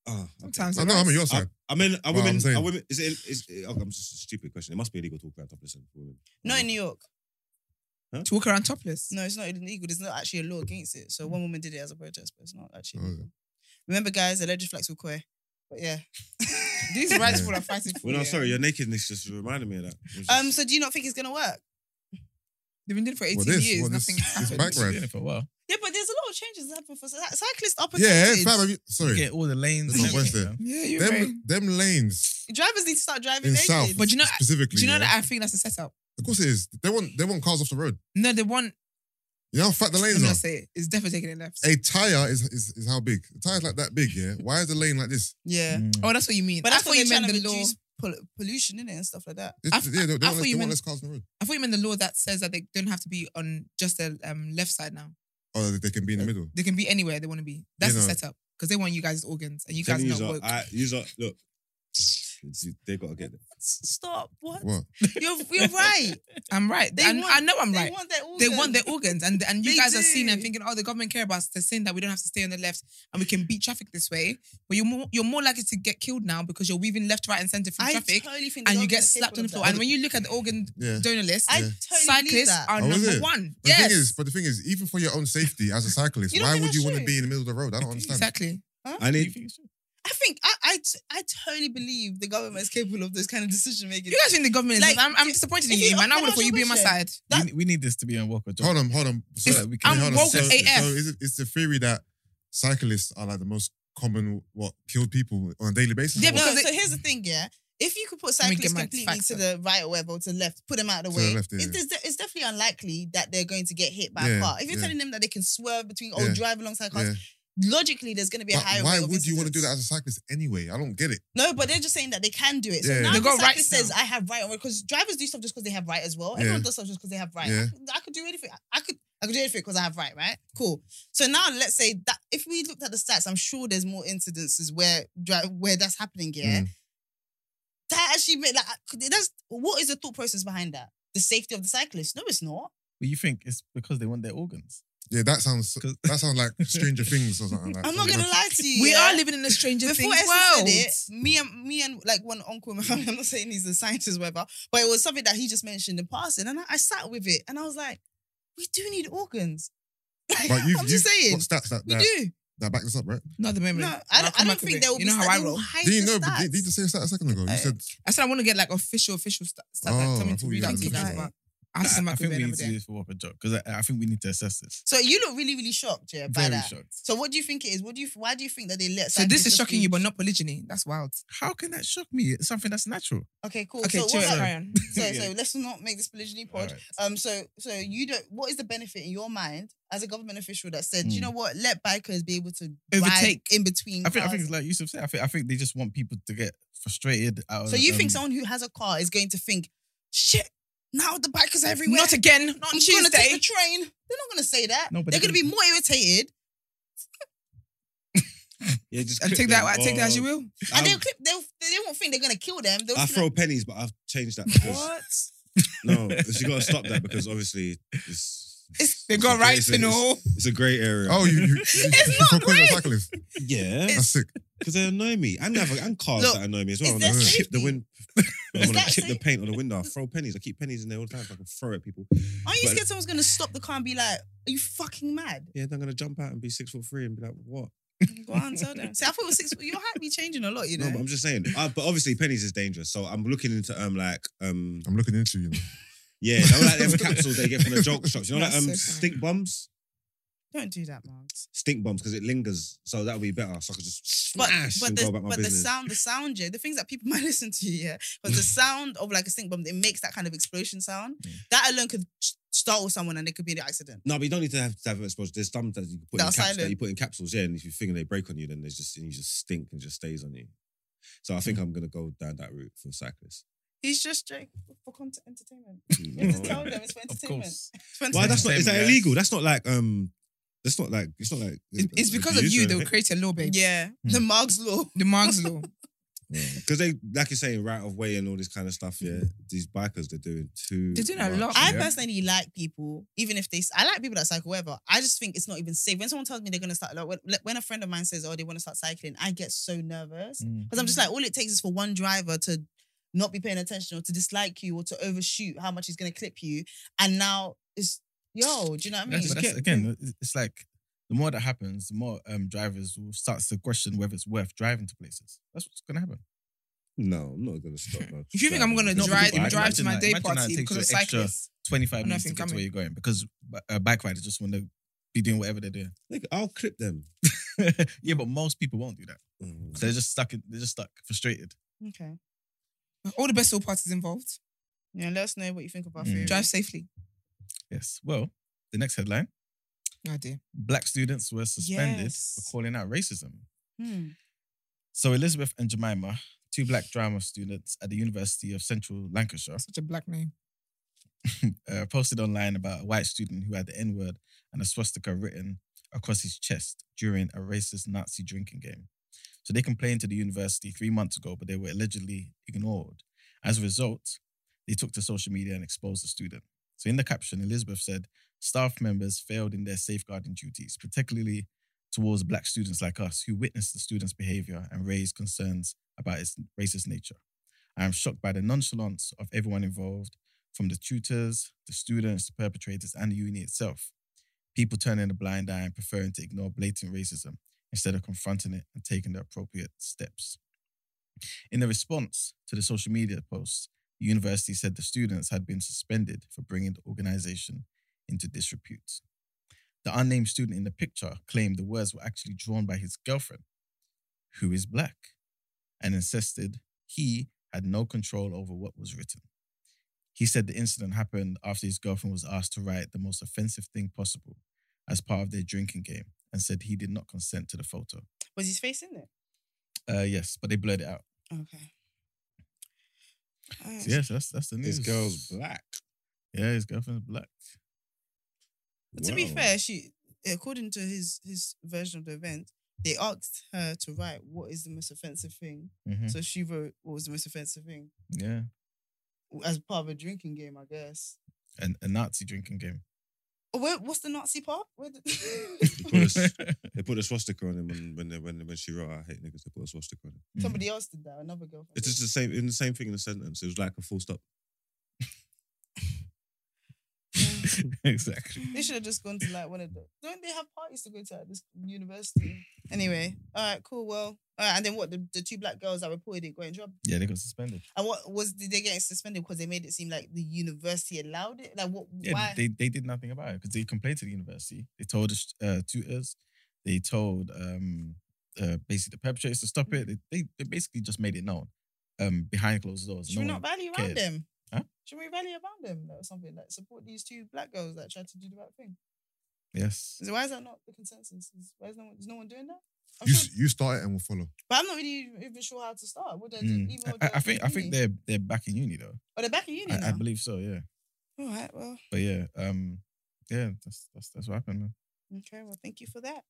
Speaker 2: oh,
Speaker 4: Sometimes.
Speaker 3: I know, I'm on your
Speaker 2: I,
Speaker 3: side.
Speaker 2: I mean, are
Speaker 3: Well, I'm
Speaker 2: women?
Speaker 3: saying-
Speaker 2: are women? Is it? Is it, oh, I'm just a stupid question. It must be illegal to walk around topless for women.
Speaker 1: not in New York.
Speaker 4: To walk around topless.
Speaker 1: No, it's not illegal. There's not actually a law against it. So one woman did it as a protest, but it's not actually.
Speaker 3: Oh, yeah.
Speaker 1: illegal. Remember, guys, the Legiflex were queer. But yeah. <laughs>
Speaker 4: These rights people are fighting for.
Speaker 2: Well, I'm
Speaker 4: it.
Speaker 2: sorry, your nakedness just reminded me of that. It was just-
Speaker 1: Um. So do you not think it's gonna work?
Speaker 4: They've been doing it for 18
Speaker 3: What this?
Speaker 4: years.
Speaker 3: What this-
Speaker 4: Nothing
Speaker 3: this
Speaker 4: happened.
Speaker 3: bike
Speaker 5: She's
Speaker 3: ride?
Speaker 5: doing it for a while.
Speaker 1: Yeah, but there's a lot of changes that happen for cy- cyclists. Up and
Speaker 3: Yeah,
Speaker 1: down.
Speaker 3: fam. Have you, sorry,
Speaker 5: Get all the lanes.
Speaker 3: There's
Speaker 5: and
Speaker 3: no voice
Speaker 5: everything,
Speaker 3: there.
Speaker 5: you know?
Speaker 4: Yeah, you're right.
Speaker 3: them, them lanes
Speaker 1: drivers need to start driving
Speaker 3: in
Speaker 1: naked.
Speaker 3: South,
Speaker 4: But do you know-
Speaker 3: specifically.
Speaker 4: Do you know
Speaker 3: yeah?
Speaker 4: that I think that's a setup?
Speaker 3: Of course it is. They want they want cars off the road.
Speaker 4: No, the one.
Speaker 3: You know how fat the
Speaker 4: I'm
Speaker 3: lanes
Speaker 4: gonna
Speaker 3: are.
Speaker 4: say it. It's definitely taking it left.
Speaker 3: A tire is, is is how big. The tire's like that big. Yeah. Why is the lane like this?
Speaker 1: Yeah.
Speaker 5: Mm.
Speaker 4: Oh, that's what you mean.
Speaker 1: But
Speaker 4: I
Speaker 1: that's
Speaker 4: thought
Speaker 1: what
Speaker 4: you
Speaker 1: they're trying
Speaker 4: meant
Speaker 1: to
Speaker 4: the law.
Speaker 1: reduce pol- pollution in it and stuff like that.
Speaker 3: It's-
Speaker 4: I-
Speaker 3: yeah, they, they
Speaker 4: I
Speaker 3: want,
Speaker 4: thought
Speaker 3: less,
Speaker 4: you
Speaker 3: they want
Speaker 4: meant-
Speaker 3: less cars on the road.
Speaker 4: I thought you meant the law that says that they don't have to be on just the um, left side now.
Speaker 3: Oh, they can be in the middle.
Speaker 4: They can be anywhere they want to be. That's
Speaker 3: You
Speaker 4: the
Speaker 3: know.
Speaker 4: setup because they want you guys' organs and you
Speaker 2: Tell
Speaker 4: guys
Speaker 2: me
Speaker 4: are
Speaker 2: yous
Speaker 4: not
Speaker 2: are-
Speaker 4: woke.
Speaker 2: I- yous are- look. They gotta get it.
Speaker 1: S- Stop. What?
Speaker 3: What?
Speaker 1: You're
Speaker 3: <laughs>
Speaker 1: you're right.
Speaker 4: I'm right.
Speaker 1: They
Speaker 4: I,
Speaker 1: want-
Speaker 4: I know I'm
Speaker 1: they
Speaker 4: right.
Speaker 1: want their organs.
Speaker 4: They want their organs, and and you
Speaker 1: They
Speaker 4: guys are seeing and
Speaker 1: do.
Speaker 4: thinking, oh, the government care about us. They're saying that we don't have to stay on the left and we can beat traffic this way. But you're more you're more likely to get killed now because you're weaving left, right, and centre from
Speaker 1: I
Speaker 4: traffic,
Speaker 1: totally think
Speaker 4: and
Speaker 1: they're
Speaker 4: you
Speaker 1: not
Speaker 4: get
Speaker 1: gonna
Speaker 4: slapped on the
Speaker 1: capable
Speaker 4: floor.
Speaker 1: of
Speaker 4: And when you look at the organ
Speaker 3: Yeah.
Speaker 4: donor list,
Speaker 1: that. I
Speaker 3: Yeah.
Speaker 1: totally believe
Speaker 4: cyclists
Speaker 1: that.
Speaker 4: are
Speaker 3: Oh, is
Speaker 4: number
Speaker 3: it?
Speaker 4: one.
Speaker 3: But
Speaker 4: yes,
Speaker 3: the thing is, but the thing is, even for your own safety as a cyclist,
Speaker 1: You don't
Speaker 3: why
Speaker 1: think
Speaker 3: would
Speaker 1: that's
Speaker 3: you want to
Speaker 1: true?
Speaker 3: be in the middle of the road? I don't understand.
Speaker 4: exactly.
Speaker 2: I
Speaker 5: Do you
Speaker 2: need.
Speaker 4: <laughs>
Speaker 5: think so?
Speaker 1: I think I, I, t- I totally believe the government is capable of those kind of decision making.
Speaker 4: You guys in the government. is-
Speaker 1: Like,
Speaker 4: I'm, I'm
Speaker 1: if-
Speaker 4: disappointed in
Speaker 1: if
Speaker 4: you,
Speaker 1: you-
Speaker 4: man. I
Speaker 1: can I
Speaker 4: would for
Speaker 1: ask
Speaker 4: you
Speaker 1: you a
Speaker 4: being my
Speaker 1: question?
Speaker 4: side.
Speaker 5: We need- We need this to be on Walker Job.
Speaker 3: Hold on, hold on. So,
Speaker 5: It's-
Speaker 3: that we
Speaker 4: I'm
Speaker 3: hold on.
Speaker 4: woke
Speaker 3: so,
Speaker 4: AF.
Speaker 3: so is it, it's the theory that cyclists are like the most common what killed people on a daily basis.
Speaker 4: Yeah,
Speaker 3: or
Speaker 1: no,
Speaker 3: what?
Speaker 4: because
Speaker 1: so
Speaker 4: it-
Speaker 1: here's the thing, yeah. If you could put
Speaker 4: Let me get
Speaker 1: cyclists
Speaker 4: my
Speaker 1: completely
Speaker 4: facts
Speaker 1: to the right or whatever, or to the left, put them out of the
Speaker 3: To the
Speaker 1: way,
Speaker 3: left, yeah,
Speaker 1: it's,
Speaker 3: yeah.
Speaker 1: it's de- it's definitely unlikely that they're going to get hit by
Speaker 3: Yeah,
Speaker 1: a car. If you're
Speaker 3: yeah.
Speaker 1: telling them that they can swerve between or
Speaker 3: Yeah.
Speaker 1: drive alongside cars,
Speaker 3: yeah.
Speaker 1: logically there's going to be a
Speaker 3: But
Speaker 1: higher
Speaker 3: why
Speaker 1: rate of
Speaker 3: would you want to do that
Speaker 1: incidents.
Speaker 3: as a cyclist anyway? I don't get it.
Speaker 1: No, but they're just saying that they can do it. So
Speaker 3: Yeah.
Speaker 1: now
Speaker 4: They
Speaker 1: the
Speaker 4: got
Speaker 1: cyclist
Speaker 4: rights
Speaker 1: says
Speaker 4: now.
Speaker 1: I have right, or because drivers do stuff just because they have right as well. Everyone
Speaker 3: Yeah.
Speaker 1: does stuff just because they have right.
Speaker 3: Yeah.
Speaker 1: I, could, I could do anything. I could I could do anything because I have right, right? Cool. So now let's say that if we looked at the stats, I'm sure there's more incidences where dri- where that's happening. Yeah,
Speaker 3: Mm.
Speaker 1: that actually made like I- that's what is the thought process behind that? The safety of the cyclist? No, it's not.
Speaker 5: But you think it's because they want their organs?
Speaker 3: Yeah, that sounds
Speaker 5: 'Cause-
Speaker 3: that sounds like Stranger Things or something. Like,
Speaker 1: I'm not gonna lie to you.
Speaker 4: We
Speaker 1: yeah?
Speaker 4: are living in a stranger
Speaker 1: Before
Speaker 4: things
Speaker 1: Esther
Speaker 4: world.
Speaker 1: said it, me and me and like one uncle <laughs> in my family, I'm not saying he's a scientist, or whatever, but it was something that he just mentioned in passing, and I, I sat with it, and I was like, we do need organs. <laughs> Like,
Speaker 3: But you've,
Speaker 1: <laughs> I'm
Speaker 3: you've
Speaker 1: just saying,
Speaker 3: got stats that,
Speaker 1: we
Speaker 3: that,
Speaker 1: do.
Speaker 3: that back this up, right?
Speaker 4: Not at the moment.
Speaker 1: No,
Speaker 4: I'll
Speaker 1: I, don't- I
Speaker 4: come
Speaker 1: don't
Speaker 4: back with
Speaker 1: think
Speaker 4: it.
Speaker 1: there will
Speaker 4: You
Speaker 1: be.
Speaker 4: know how
Speaker 1: stat-
Speaker 4: I
Speaker 1: they will
Speaker 4: roll.
Speaker 1: hide
Speaker 3: Did you
Speaker 1: the
Speaker 3: know? But did,
Speaker 1: stats.
Speaker 3: did you just say a stat a second ago? You
Speaker 4: Uh,
Speaker 3: said
Speaker 4: I said I want to get like official, official st- stuff.
Speaker 3: Oh,
Speaker 4: like, tell me
Speaker 3: I
Speaker 4: to
Speaker 3: thought you
Speaker 4: read out
Speaker 3: had
Speaker 4: to you guys
Speaker 1: official.
Speaker 4: about. I just come
Speaker 5: I
Speaker 4: back to
Speaker 5: think
Speaker 4: bed
Speaker 5: we
Speaker 4: another
Speaker 5: need to do
Speaker 4: day.
Speaker 5: this for proper job because I, I think we need to assess this.
Speaker 1: So you look really, really shocked, yeah, by
Speaker 5: Very
Speaker 1: that.
Speaker 5: shocked.
Speaker 1: So what do you think it is? What do you? Why do you think that they let?
Speaker 4: So this
Speaker 1: scientists
Speaker 4: is
Speaker 1: just
Speaker 4: shocking
Speaker 1: be-
Speaker 4: you, but not polygyny. That's wild.
Speaker 5: How can that shock me? It's something that's natural.
Speaker 1: Okay, cool.
Speaker 4: Okay,
Speaker 1: so
Speaker 4: chill.
Speaker 1: what about-
Speaker 4: Sorry.
Speaker 1: so,
Speaker 5: Yeah.
Speaker 1: so let's not make this polygyny pod.
Speaker 5: Alright.
Speaker 1: Um, so so you don't. What is the benefit in your mind as a government official that said, you
Speaker 5: Mm.
Speaker 1: know what, let bikers be able to
Speaker 4: Overtake.
Speaker 1: ride in between?
Speaker 5: I think I think
Speaker 1: cars?
Speaker 5: it's like Yusuf said. I think I think they just want people to get frustrated. Out
Speaker 1: so
Speaker 5: of,
Speaker 1: you think
Speaker 5: um,
Speaker 1: someone who has a car is going to think, shit, now the bikers are everywhere.
Speaker 4: Not again.
Speaker 1: I'm
Speaker 4: on
Speaker 1: just gonna take the
Speaker 4: Tuesday.
Speaker 1: train. They're not gonna say that.
Speaker 5: No, but
Speaker 1: they're
Speaker 5: they
Speaker 1: gonna be
Speaker 5: do.
Speaker 1: more irritated,
Speaker 2: Yeah, just
Speaker 4: I
Speaker 2: clip
Speaker 4: take that.
Speaker 2: them,
Speaker 4: I take that as you
Speaker 2: or-
Speaker 4: will.
Speaker 1: and
Speaker 2: I'll-
Speaker 1: they'll clip. They'll, they won't think they're gonna kill them. They'll
Speaker 2: I
Speaker 1: just be
Speaker 2: throw
Speaker 1: like,
Speaker 2: pennies, but I've changed
Speaker 4: <laughs>
Speaker 2: that because <laughs> no, you got to stop that because obviously it's
Speaker 4: It's, they
Speaker 2: it's
Speaker 4: got
Speaker 2: a grey-
Speaker 4: rights
Speaker 2: it's
Speaker 4: and
Speaker 2: a- it's-
Speaker 4: all.
Speaker 2: It's a grey area.
Speaker 3: Oh,
Speaker 1: <laughs>
Speaker 3: you, you, you, you feel crazy about cyclists.
Speaker 2: yeah,
Speaker 3: That's sick.
Speaker 2: because they annoy me. I never and cars
Speaker 1: Look,
Speaker 2: that annoy me as well.
Speaker 1: is
Speaker 2: I'm
Speaker 1: that
Speaker 2: gonna chip the
Speaker 1: safety?
Speaker 2: wind. I'm gonna
Speaker 1: that
Speaker 2: chip the
Speaker 1: safe?
Speaker 2: paint on the window. I throw pennies. I keep pennies in there all the time. So I can throw at people.
Speaker 1: aren't you
Speaker 2: But-
Speaker 1: scared someone's gonna stop the car and be like, are you fucking mad?
Speaker 2: <laughs> Yeah, they're gonna jump out and be six foot three and be like, "What?"
Speaker 1: Go on, tell them. See, I thought it was six. Your height be changing a lot, you know.
Speaker 2: No, but I'm just saying. Uh, but obviously, pennies is dangerous. So I'm looking into um like <laughs> um
Speaker 3: I'm looking into you. Know.
Speaker 2: yeah, you know, like them capsules they get from the joke shops. You know, like
Speaker 4: That's
Speaker 2: um
Speaker 4: so funny.
Speaker 2: stink bombs,
Speaker 1: Don't do that, Marks.
Speaker 2: stink bombs because it lingers. So that would be better. So I could just
Speaker 1: But
Speaker 2: smash
Speaker 1: but,
Speaker 2: and
Speaker 1: the,
Speaker 2: go about my
Speaker 1: but the
Speaker 2: business.
Speaker 1: sound, the sound, yeah, the things that people <laughs> might listen to, yeah, but the sound of like a stink bomb, it makes that kind of explosion sound. That alone could s- startle someone, and it could be an accident.
Speaker 2: No, but you don't need to have to have an exposure. There's some that you can put in
Speaker 1: That's
Speaker 2: capsules that
Speaker 1: silent.
Speaker 2: you put in capsules, yeah. And if you finger they break on you, then there's just and you just stink and just stays on you. So I think
Speaker 4: Mm.
Speaker 2: I'm gonna go down that route for
Speaker 4: <laughs>
Speaker 2: cyclists.
Speaker 1: He's just joking for content entertainment.
Speaker 2: You
Speaker 1: Just
Speaker 2: know?
Speaker 1: tell them it's for
Speaker 5: Of
Speaker 1: entertainment.
Speaker 5: course. <laughs>
Speaker 1: It's for
Speaker 2: Why that's not is
Speaker 5: Entertainment,
Speaker 2: that
Speaker 5: yeah.
Speaker 2: illegal? That's not like um that's not like it's not like uh,
Speaker 4: It's, it's because of you they'll create a law,
Speaker 1: entertainment.
Speaker 4: babe.
Speaker 1: Yeah,
Speaker 5: Hmm.
Speaker 1: the Margs law.
Speaker 4: <laughs> The Margs law.
Speaker 2: Because they like you're saying right of way and all this kind of stuff. Yeah, these bikers they're doing too.
Speaker 4: Mm. They're doing a
Speaker 2: much.
Speaker 4: lot.
Speaker 1: I
Speaker 4: Yeah.
Speaker 1: personally like people, even if they. s- I like people that cycle, whatever. I just think it's not even safe. When someone tells me they're gonna start, like, when- when a friend of mine says, "Oh, they want to start cycling," I get so nervous
Speaker 5: Mm.
Speaker 1: because I'm just like, all it takes is for one driver to not be paying attention or to dislike you or to overshoot how much he's gonna clip you, and now it's yo. Do you know what I mean?
Speaker 5: That's, but that's- again, it's- it's like the more that happens, the more um, drivers will start to question whether it's worth driving to places. That's what's going to happen.
Speaker 2: No, I'm not gonna stop. No.
Speaker 4: If you think I'm gonna
Speaker 5: No, but
Speaker 4: drive
Speaker 5: people-
Speaker 4: drive to
Speaker 5: imagine
Speaker 4: my
Speaker 5: that-
Speaker 4: day
Speaker 5: imagine that
Speaker 4: party
Speaker 5: takes
Speaker 4: because of
Speaker 5: you extra
Speaker 4: cyclists,
Speaker 5: 25
Speaker 4: And
Speaker 5: minutes to
Speaker 4: nothing
Speaker 5: get to where
Speaker 4: coming.
Speaker 5: you're going because uh, bike riders just want to be doing whatever they're doing. <laughs>
Speaker 2: Look, I'll clip them.
Speaker 5: yeah, but most people won't do that. So they're just stuck. In, they're just stuck, frustrated.
Speaker 1: Okay.
Speaker 4: all the best to all parties involved.
Speaker 1: Yeah. Let us know what you think about
Speaker 5: Mm.
Speaker 1: food.
Speaker 4: Drive safely.
Speaker 5: Yes. Well, the next headline:
Speaker 4: Oh dear.
Speaker 5: Black students were suspended
Speaker 4: Yes.
Speaker 5: for calling out racism.
Speaker 1: Hmm.
Speaker 5: So Elizabeth and Jemima, two black drama students at the University of Central Lancashire,
Speaker 4: Such a black name.
Speaker 5: <laughs> uh, posted online about a white student who had the N word and a swastika written across his chest during a racist Nazi drinking game. So they complained to the university three months ago, but they were allegedly ignored. As a result, they took to social media and exposed the student. So in the caption, Elizabeth said, staff members failed in their safeguarding duties, particularly towards black students like us who witnessed the student's behavior and raised concerns about its racist nature. I am shocked by the nonchalance of everyone involved from the tutors, the students, the perpetrators, and the uni itself. People turning a blind eye and preferring to ignore blatant racism instead of confronting it and taking the appropriate steps. In the response to the social media posts, the university said the students had been suspended for bringing the organization into disrepute. The unnamed student in the picture claimed the words were actually drawn by his girlfriend, who is black, and insisted he had no control over what was written. He said the incident happened after his girlfriend was asked to write the most offensive thing possible as part of their drinking game and said he did not consent to the photo.
Speaker 1: Was his face in it?
Speaker 5: Uh, yes, but they blurred it out.
Speaker 1: Okay. Uh,
Speaker 5: So yes, that's that's the news.
Speaker 2: This girl's black.
Speaker 5: Yeah, his girlfriend's black.
Speaker 1: But to be
Speaker 2: Wow.
Speaker 1: fair, she, according to his his version of the event, they asked her to write what is the most offensive thing.
Speaker 5: Mhm.
Speaker 1: So she wrote what was the most offensive thing
Speaker 5: Yeah,
Speaker 1: as part of a drinking game, I guess.
Speaker 5: and a Nazi drinking game.
Speaker 1: Oh, Where, what's the Nazi part? Where did... <laughs>
Speaker 5: <laughs>
Speaker 2: They put, a, s- they put a swastika on him when when they, when, when she wrote "I hate niggas." They put a swastika on him.
Speaker 5: Mm-hmm.
Speaker 1: Somebody else did that. Another girl.
Speaker 2: It's just the same in the same thing in the sentence. It was like a full stop.
Speaker 5: <laughs> exactly.
Speaker 1: They should have just gone to like one of the. Don't they have parties to go to at this university? Anyway, all right, cool. Well, all right, and then what? The, the two black girls that reported it got in trouble.
Speaker 5: Yeah, they got suspended.
Speaker 1: And what was did they get suspended because they made it seem like the university allowed it? Like what?
Speaker 5: Yeah,
Speaker 1: why?
Speaker 5: they they did nothing about it because they complained to the university. They told the st- uh, tutors, they told um uh, basically the perpetrators to stop it. They, they they basically just made it known um behind closed doors.
Speaker 1: should
Speaker 5: No
Speaker 1: we
Speaker 5: one-
Speaker 1: not rally around
Speaker 5: cared.
Speaker 1: them?
Speaker 5: Huh?
Speaker 1: Should we rally around them or something? Like support these two black girls that tried to do the right thing.
Speaker 5: yes.
Speaker 1: So why is that not the consensus? Is- Why is no one, is no one doing that? I'm
Speaker 3: You,
Speaker 1: sure,
Speaker 3: you start it and we'll follow.
Speaker 1: but I'm not really even sure how to start. What do I do?
Speaker 5: Mm.
Speaker 1: Even
Speaker 5: I, I think I think they're they're back in uni though.
Speaker 1: Or they're back in uni
Speaker 5: I,
Speaker 1: now.
Speaker 5: I believe so. Yeah.
Speaker 1: All right. Well.
Speaker 5: But yeah. Um. Yeah. That's that's that's what happened, man.
Speaker 1: Okay, well, thank you for that.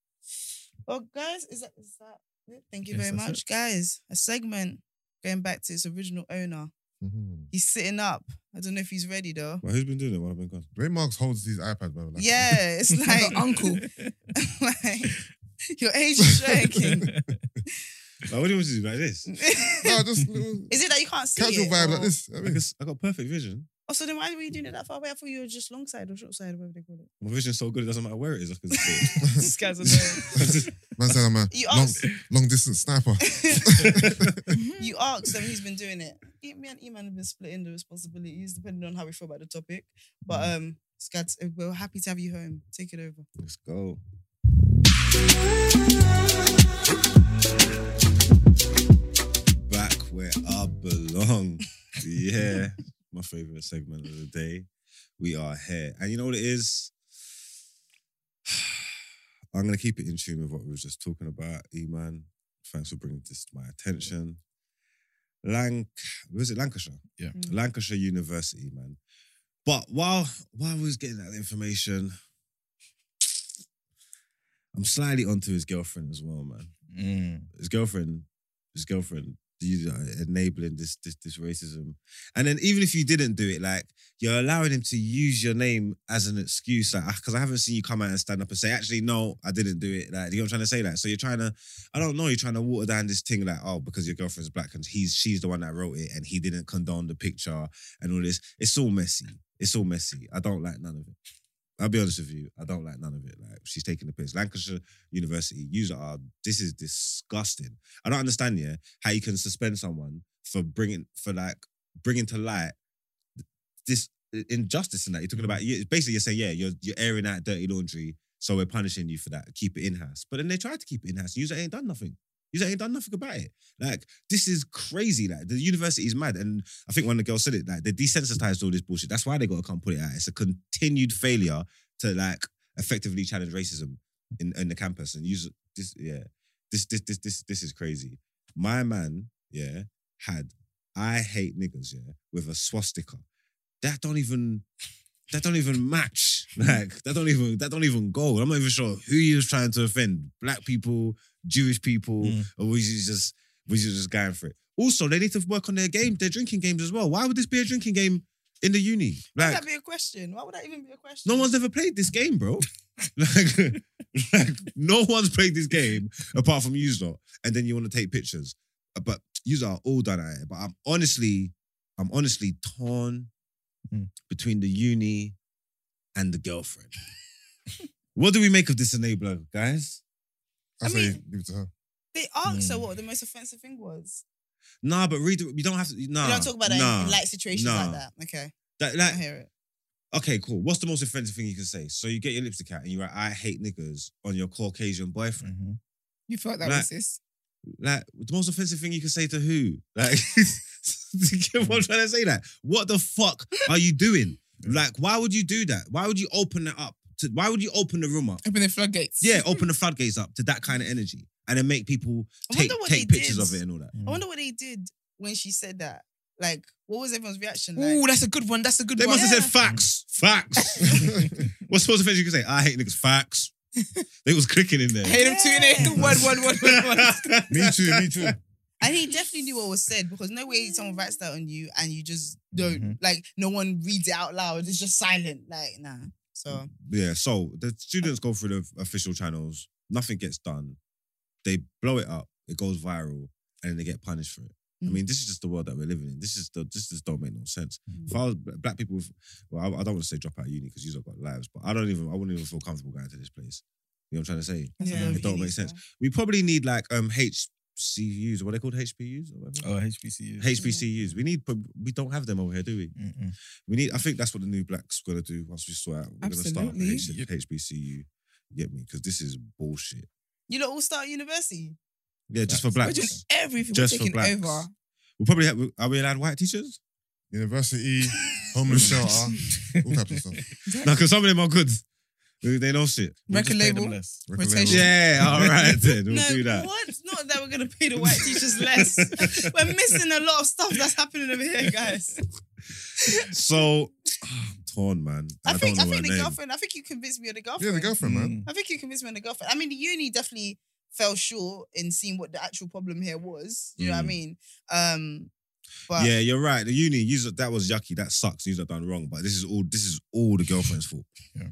Speaker 1: Well, guys, is that is that it? Thank you
Speaker 5: Yes,
Speaker 1: very
Speaker 5: that's
Speaker 1: much,
Speaker 5: it.
Speaker 1: guys. A segment going back to its original owner.
Speaker 3: Mm-hmm.
Speaker 1: He's sitting up. I don't know if he's ready though.
Speaker 2: Well, who's been doing it while I've been gone?
Speaker 3: Ray Marks holds his iPad, brother. Like,
Speaker 1: yeah, it's like uncle. <laughs> like your age is shrinking.
Speaker 2: Like, what do you want to do? Like this?
Speaker 1: is
Speaker 3: No, just
Speaker 1: <laughs>
Speaker 3: little
Speaker 1: it that you can't see
Speaker 3: casual
Speaker 1: it?
Speaker 3: vibe
Speaker 1: or-
Speaker 3: like this. <laughs> I
Speaker 2: I,
Speaker 3: mean,
Speaker 2: guess I got perfect vision.
Speaker 1: Oh, so then why were you doing it that far away? I thought you were just long side or short side, whatever they call it.
Speaker 2: My vision's so good it doesn't matter where it is. I can see
Speaker 1: These guys are there.
Speaker 2: it.
Speaker 3: <laughs>
Speaker 2: <laughs>
Speaker 3: man said I'm a
Speaker 1: You
Speaker 3: long,
Speaker 1: asked.
Speaker 3: long distance sniper.
Speaker 1: you asked them who's been doing it. E- Me and Eman have been splitting the responsibilities depending on how we feel about the topic. But um, Scads, uh, we're happy to have you home. Take it over.
Speaker 2: Let's go. Back where I belong. Yeah, <laughs> my favorite segment of the day. We are here, and you know what it is. <sighs> I'm gonna keep it in tune with what we were just talking about. Eman, thanks for bringing this to my attention. Lanc, was it Lancashire?
Speaker 5: Yeah.
Speaker 1: Mm.
Speaker 2: Lancashire University, man. But while while we was getting that information, I'm slightly onto his girlfriend as well, man.
Speaker 5: <laughs> Mm.
Speaker 2: His girlfriend, his girlfriend, you know, enabling this this this racism. And then even if you didn't do it, like you're allowing him to use your name as an excuse, like because I haven't seen you come out and stand up and say, actually, no, I didn't do it. Like you know what I'm trying to say, like so you're trying to, I don't know, you're trying to water down this thing, like oh because your girlfriend's black and he's she's the one that wrote it and he didn't condone the picture and all this. It's all messy. It's all messy. I don't like none of it. I'll be honest with you. I don't like none of it. Like she's taking the piss. Lancashire University user are. This is disgusting. I don't understand yeah how you can suspend someone for bringing for like bringing to light this injustice in that you're talking about. you- Basically, you're saying yeah, you're you're airing out dirty laundry, so we're punishing you for that. Keep it in house. But then they tried to keep it in house. User ain't done nothing. User ain't done nothing about it. Like this is crazy. Like the university is mad, and I think one of the girls said it. Like they desensitized all this bullshit. That's why they got to come put it out. It's a continued failure to like effectively challenge racism in, in the campus and use this. Yeah, this this this this this is crazy. My man, yeah, had I hate niggas, yeah, with a swastika. That don't even that don't even match. <laughs> Like that don't even that don't even go. I'm not even sure who he was trying to offend. Black people, Jewish people,
Speaker 5: Mm.
Speaker 2: or was he just was he just going for it? Also, they need to work on their game, their drinking games as well. Why would this be a drinking game in the uni?
Speaker 1: Why
Speaker 2: Like
Speaker 1: would that be a question? Why would that even be a question?
Speaker 2: no one's ever played this game, bro. <laughs> like, like, no one's played this game apart from you lot. And then you want to take pictures. But you are all done at it. But I'm honestly, I'm honestly torn
Speaker 5: Mm.
Speaker 2: between the uni and the girlfriend. what do we make of this enabler, guys?
Speaker 1: <laughs>
Speaker 3: I
Speaker 1: I
Speaker 3: say
Speaker 1: mean-
Speaker 3: give it to her.
Speaker 1: They asked her
Speaker 5: Mm.
Speaker 1: what the most offensive thing was.
Speaker 2: Nah, but read it. You don't have to. Nah,
Speaker 1: We don't talk about that in-
Speaker 2: nah,
Speaker 1: in light situations
Speaker 2: nah.
Speaker 1: like that. Okay,
Speaker 2: That-
Speaker 1: I
Speaker 2: like,
Speaker 1: hear it.
Speaker 2: Okay, cool. What's the most offensive thing you can say? So you get your lipstick out and you write, I hate niggas on your Caucasian boyfriend.
Speaker 5: Mhm.
Speaker 4: You felt that
Speaker 2: Like-
Speaker 4: racist.
Speaker 2: Like the most offensive thing you can say to who? Like, <laughs> do you get what I'm trying to say? Like, what the fuck are you doing? Like, why would you do that? Why would you open it up? To, why would you open the room up?
Speaker 4: Open the floodgates.
Speaker 2: Yeah, open the floodgates up to that kind of energy and then make people
Speaker 1: I
Speaker 2: take,
Speaker 1: wonder what
Speaker 2: take
Speaker 1: they
Speaker 2: pictures
Speaker 1: did.
Speaker 2: of it and all that.
Speaker 1: I wonder what they did when she said that. Like, what was everyone's reaction like?
Speaker 4: Ooh, that's a good one. That's a good
Speaker 2: They
Speaker 4: one.
Speaker 2: must have said facts, <laughs> facts. What's the most offensive you can say? I hate niggas, facts. They was clicking in there.
Speaker 4: Hate him too,
Speaker 2: <laughs>
Speaker 4: innit? One, one, one, one, one.
Speaker 3: Me too, me too.
Speaker 1: And he definitely knew what was said because no way someone writes that on you and you just don't
Speaker 5: Mhm.
Speaker 1: like no one reads it out loud. It's just silent. Like, nah. So
Speaker 2: yeah, so the students go through the official channels, nothing gets done. They blow it up, it goes viral, and then they get punished for it. I mean, this is just the world that we're living in. This is the this just don't make no sense. If I was black people, if- well, I, I don't want to say drop out of uni because you've got lives, but I don't even I wouldn't even feel comfortable going to this place. You know what I'm trying to say?
Speaker 1: Yeah,
Speaker 2: it don't make sense. We probably need like um HCUs, what are they called? HPUs or whatever.
Speaker 5: Oh, HBCU.
Speaker 2: HBCUs. We need, prob- we don't have them over here, do we?
Speaker 5: Mm-mm.
Speaker 2: We need. I think that's what the new black's gonna do once we sort out. We're gonna
Speaker 4: Absolutely.
Speaker 2: start up a H- HBCU. Get me? Because this is bullshit.
Speaker 1: You lot all start university.
Speaker 2: Yeah, just for
Speaker 4: We're
Speaker 2: blacks.
Speaker 4: doing everything.
Speaker 2: Just
Speaker 4: we're
Speaker 2: for
Speaker 4: taking
Speaker 2: blacks.
Speaker 4: over.
Speaker 2: We probably have, are we allowed white teachers? <laughs>
Speaker 3: University,
Speaker 1: <laughs>
Speaker 3: homeless shelter, all types of stuff.
Speaker 2: No, because some of them are good. They they know shit.
Speaker 5: We'll just
Speaker 4: Record
Speaker 5: pay them
Speaker 4: label.
Speaker 5: less.
Speaker 3: Recollection.
Speaker 2: Yeah, all right then.
Speaker 1: <laughs>
Speaker 2: We'll
Speaker 1: no,
Speaker 2: do that.
Speaker 1: what? Not that we're gonna pay the white teachers
Speaker 2: <laughs>
Speaker 1: less. we're missing a lot of stuff that's happening over here, guys.
Speaker 2: So <sighs> I'm torn, man.
Speaker 1: I,
Speaker 2: I,
Speaker 1: think I
Speaker 2: don't know
Speaker 1: think
Speaker 2: her
Speaker 1: the
Speaker 2: name.
Speaker 1: girlfriend. I think you convinced me of the
Speaker 3: Yeah,
Speaker 1: girlfriend.
Speaker 3: the girlfriend,
Speaker 5: Mm,
Speaker 3: man.
Speaker 1: I think you convinced me on the girlfriend. I mean, the uni definitely fell short in seeing what the actual problem here was. You know what I
Speaker 2: Mm.
Speaker 1: mean? Um, but
Speaker 2: yeah, you're right. The uni, user that was yucky. That sucks. User done wrong. But this is all. This is all the girlfriend's fault.
Speaker 5: Yeah.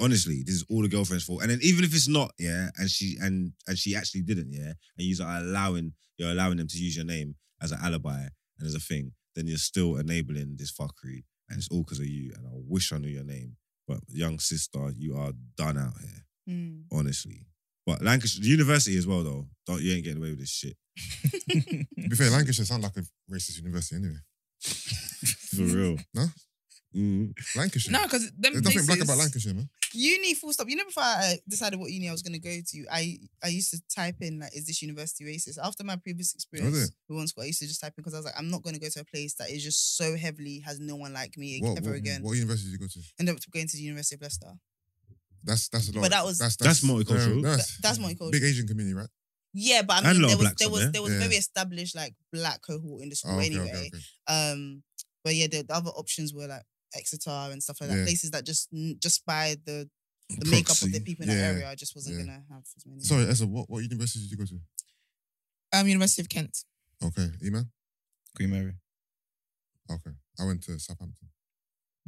Speaker 2: Honestly, this is all the girlfriend's fault. And then even if it's not, yeah, and she and and she actually didn't, yeah, and you're allowing you're allowing them to use your name as an alibi and as a thing, then you're still enabling this fuckery, and it's all because of you. And I wish I knew your name, but young sister, you are done out here,
Speaker 1: Mm.
Speaker 2: honestly. But Lancashire the university as well, though. Don't you ain't getting away with this shit Mm.
Speaker 3: To be fair, Lancashire sound like a racist university anyway.
Speaker 2: for <laughs> real.
Speaker 3: No?
Speaker 2: Mm.
Speaker 3: Lancashire.
Speaker 4: No, because them
Speaker 3: There's nothing
Speaker 4: places.
Speaker 3: black about Lancashire, man.
Speaker 1: uni full stop. You know, before I decided what uni I was going to go to, I I used to type in like, "Is this university racist?" After my previous
Speaker 3: Was
Speaker 1: experience
Speaker 3: it?
Speaker 1: with one school, I used to just type in because I was like, "I'm not going to go to a place that is just so heavily has no one like me
Speaker 3: What,
Speaker 1: ever
Speaker 3: what,
Speaker 1: again."
Speaker 3: what university did you go to?
Speaker 1: Ended up going to the University of Leicester.
Speaker 3: That's that's a lot.
Speaker 1: But that was-
Speaker 2: That's multicultural.
Speaker 3: no,
Speaker 1: That- that's multicultural.
Speaker 3: Big Asian community, right?
Speaker 1: Yeah, but
Speaker 2: And
Speaker 1: I
Speaker 2: a
Speaker 1: mean,
Speaker 2: lot
Speaker 1: there
Speaker 2: of
Speaker 1: was
Speaker 2: blacks
Speaker 1: there
Speaker 2: up
Speaker 1: was
Speaker 2: there.
Speaker 1: there was
Speaker 3: Yeah.
Speaker 1: very established like black cohort in the school
Speaker 3: Oh, okay,
Speaker 1: anyway.
Speaker 3: okay, okay.
Speaker 1: Um, but yeah, the, the other options were like Exeter and stuff like that,
Speaker 3: Yeah.
Speaker 1: places that just just by the the makeup of the
Speaker 2: Proxy.
Speaker 1: people in that
Speaker 3: Yeah.
Speaker 1: area, I just wasn't
Speaker 3: Yeah.
Speaker 1: gonna have as many.
Speaker 3: Sorry, Essa, what, what university did you go to?
Speaker 4: Um, University of Kent.
Speaker 3: Okay, Iman?
Speaker 5: Queen Mary.
Speaker 3: Okay. I went to Southampton.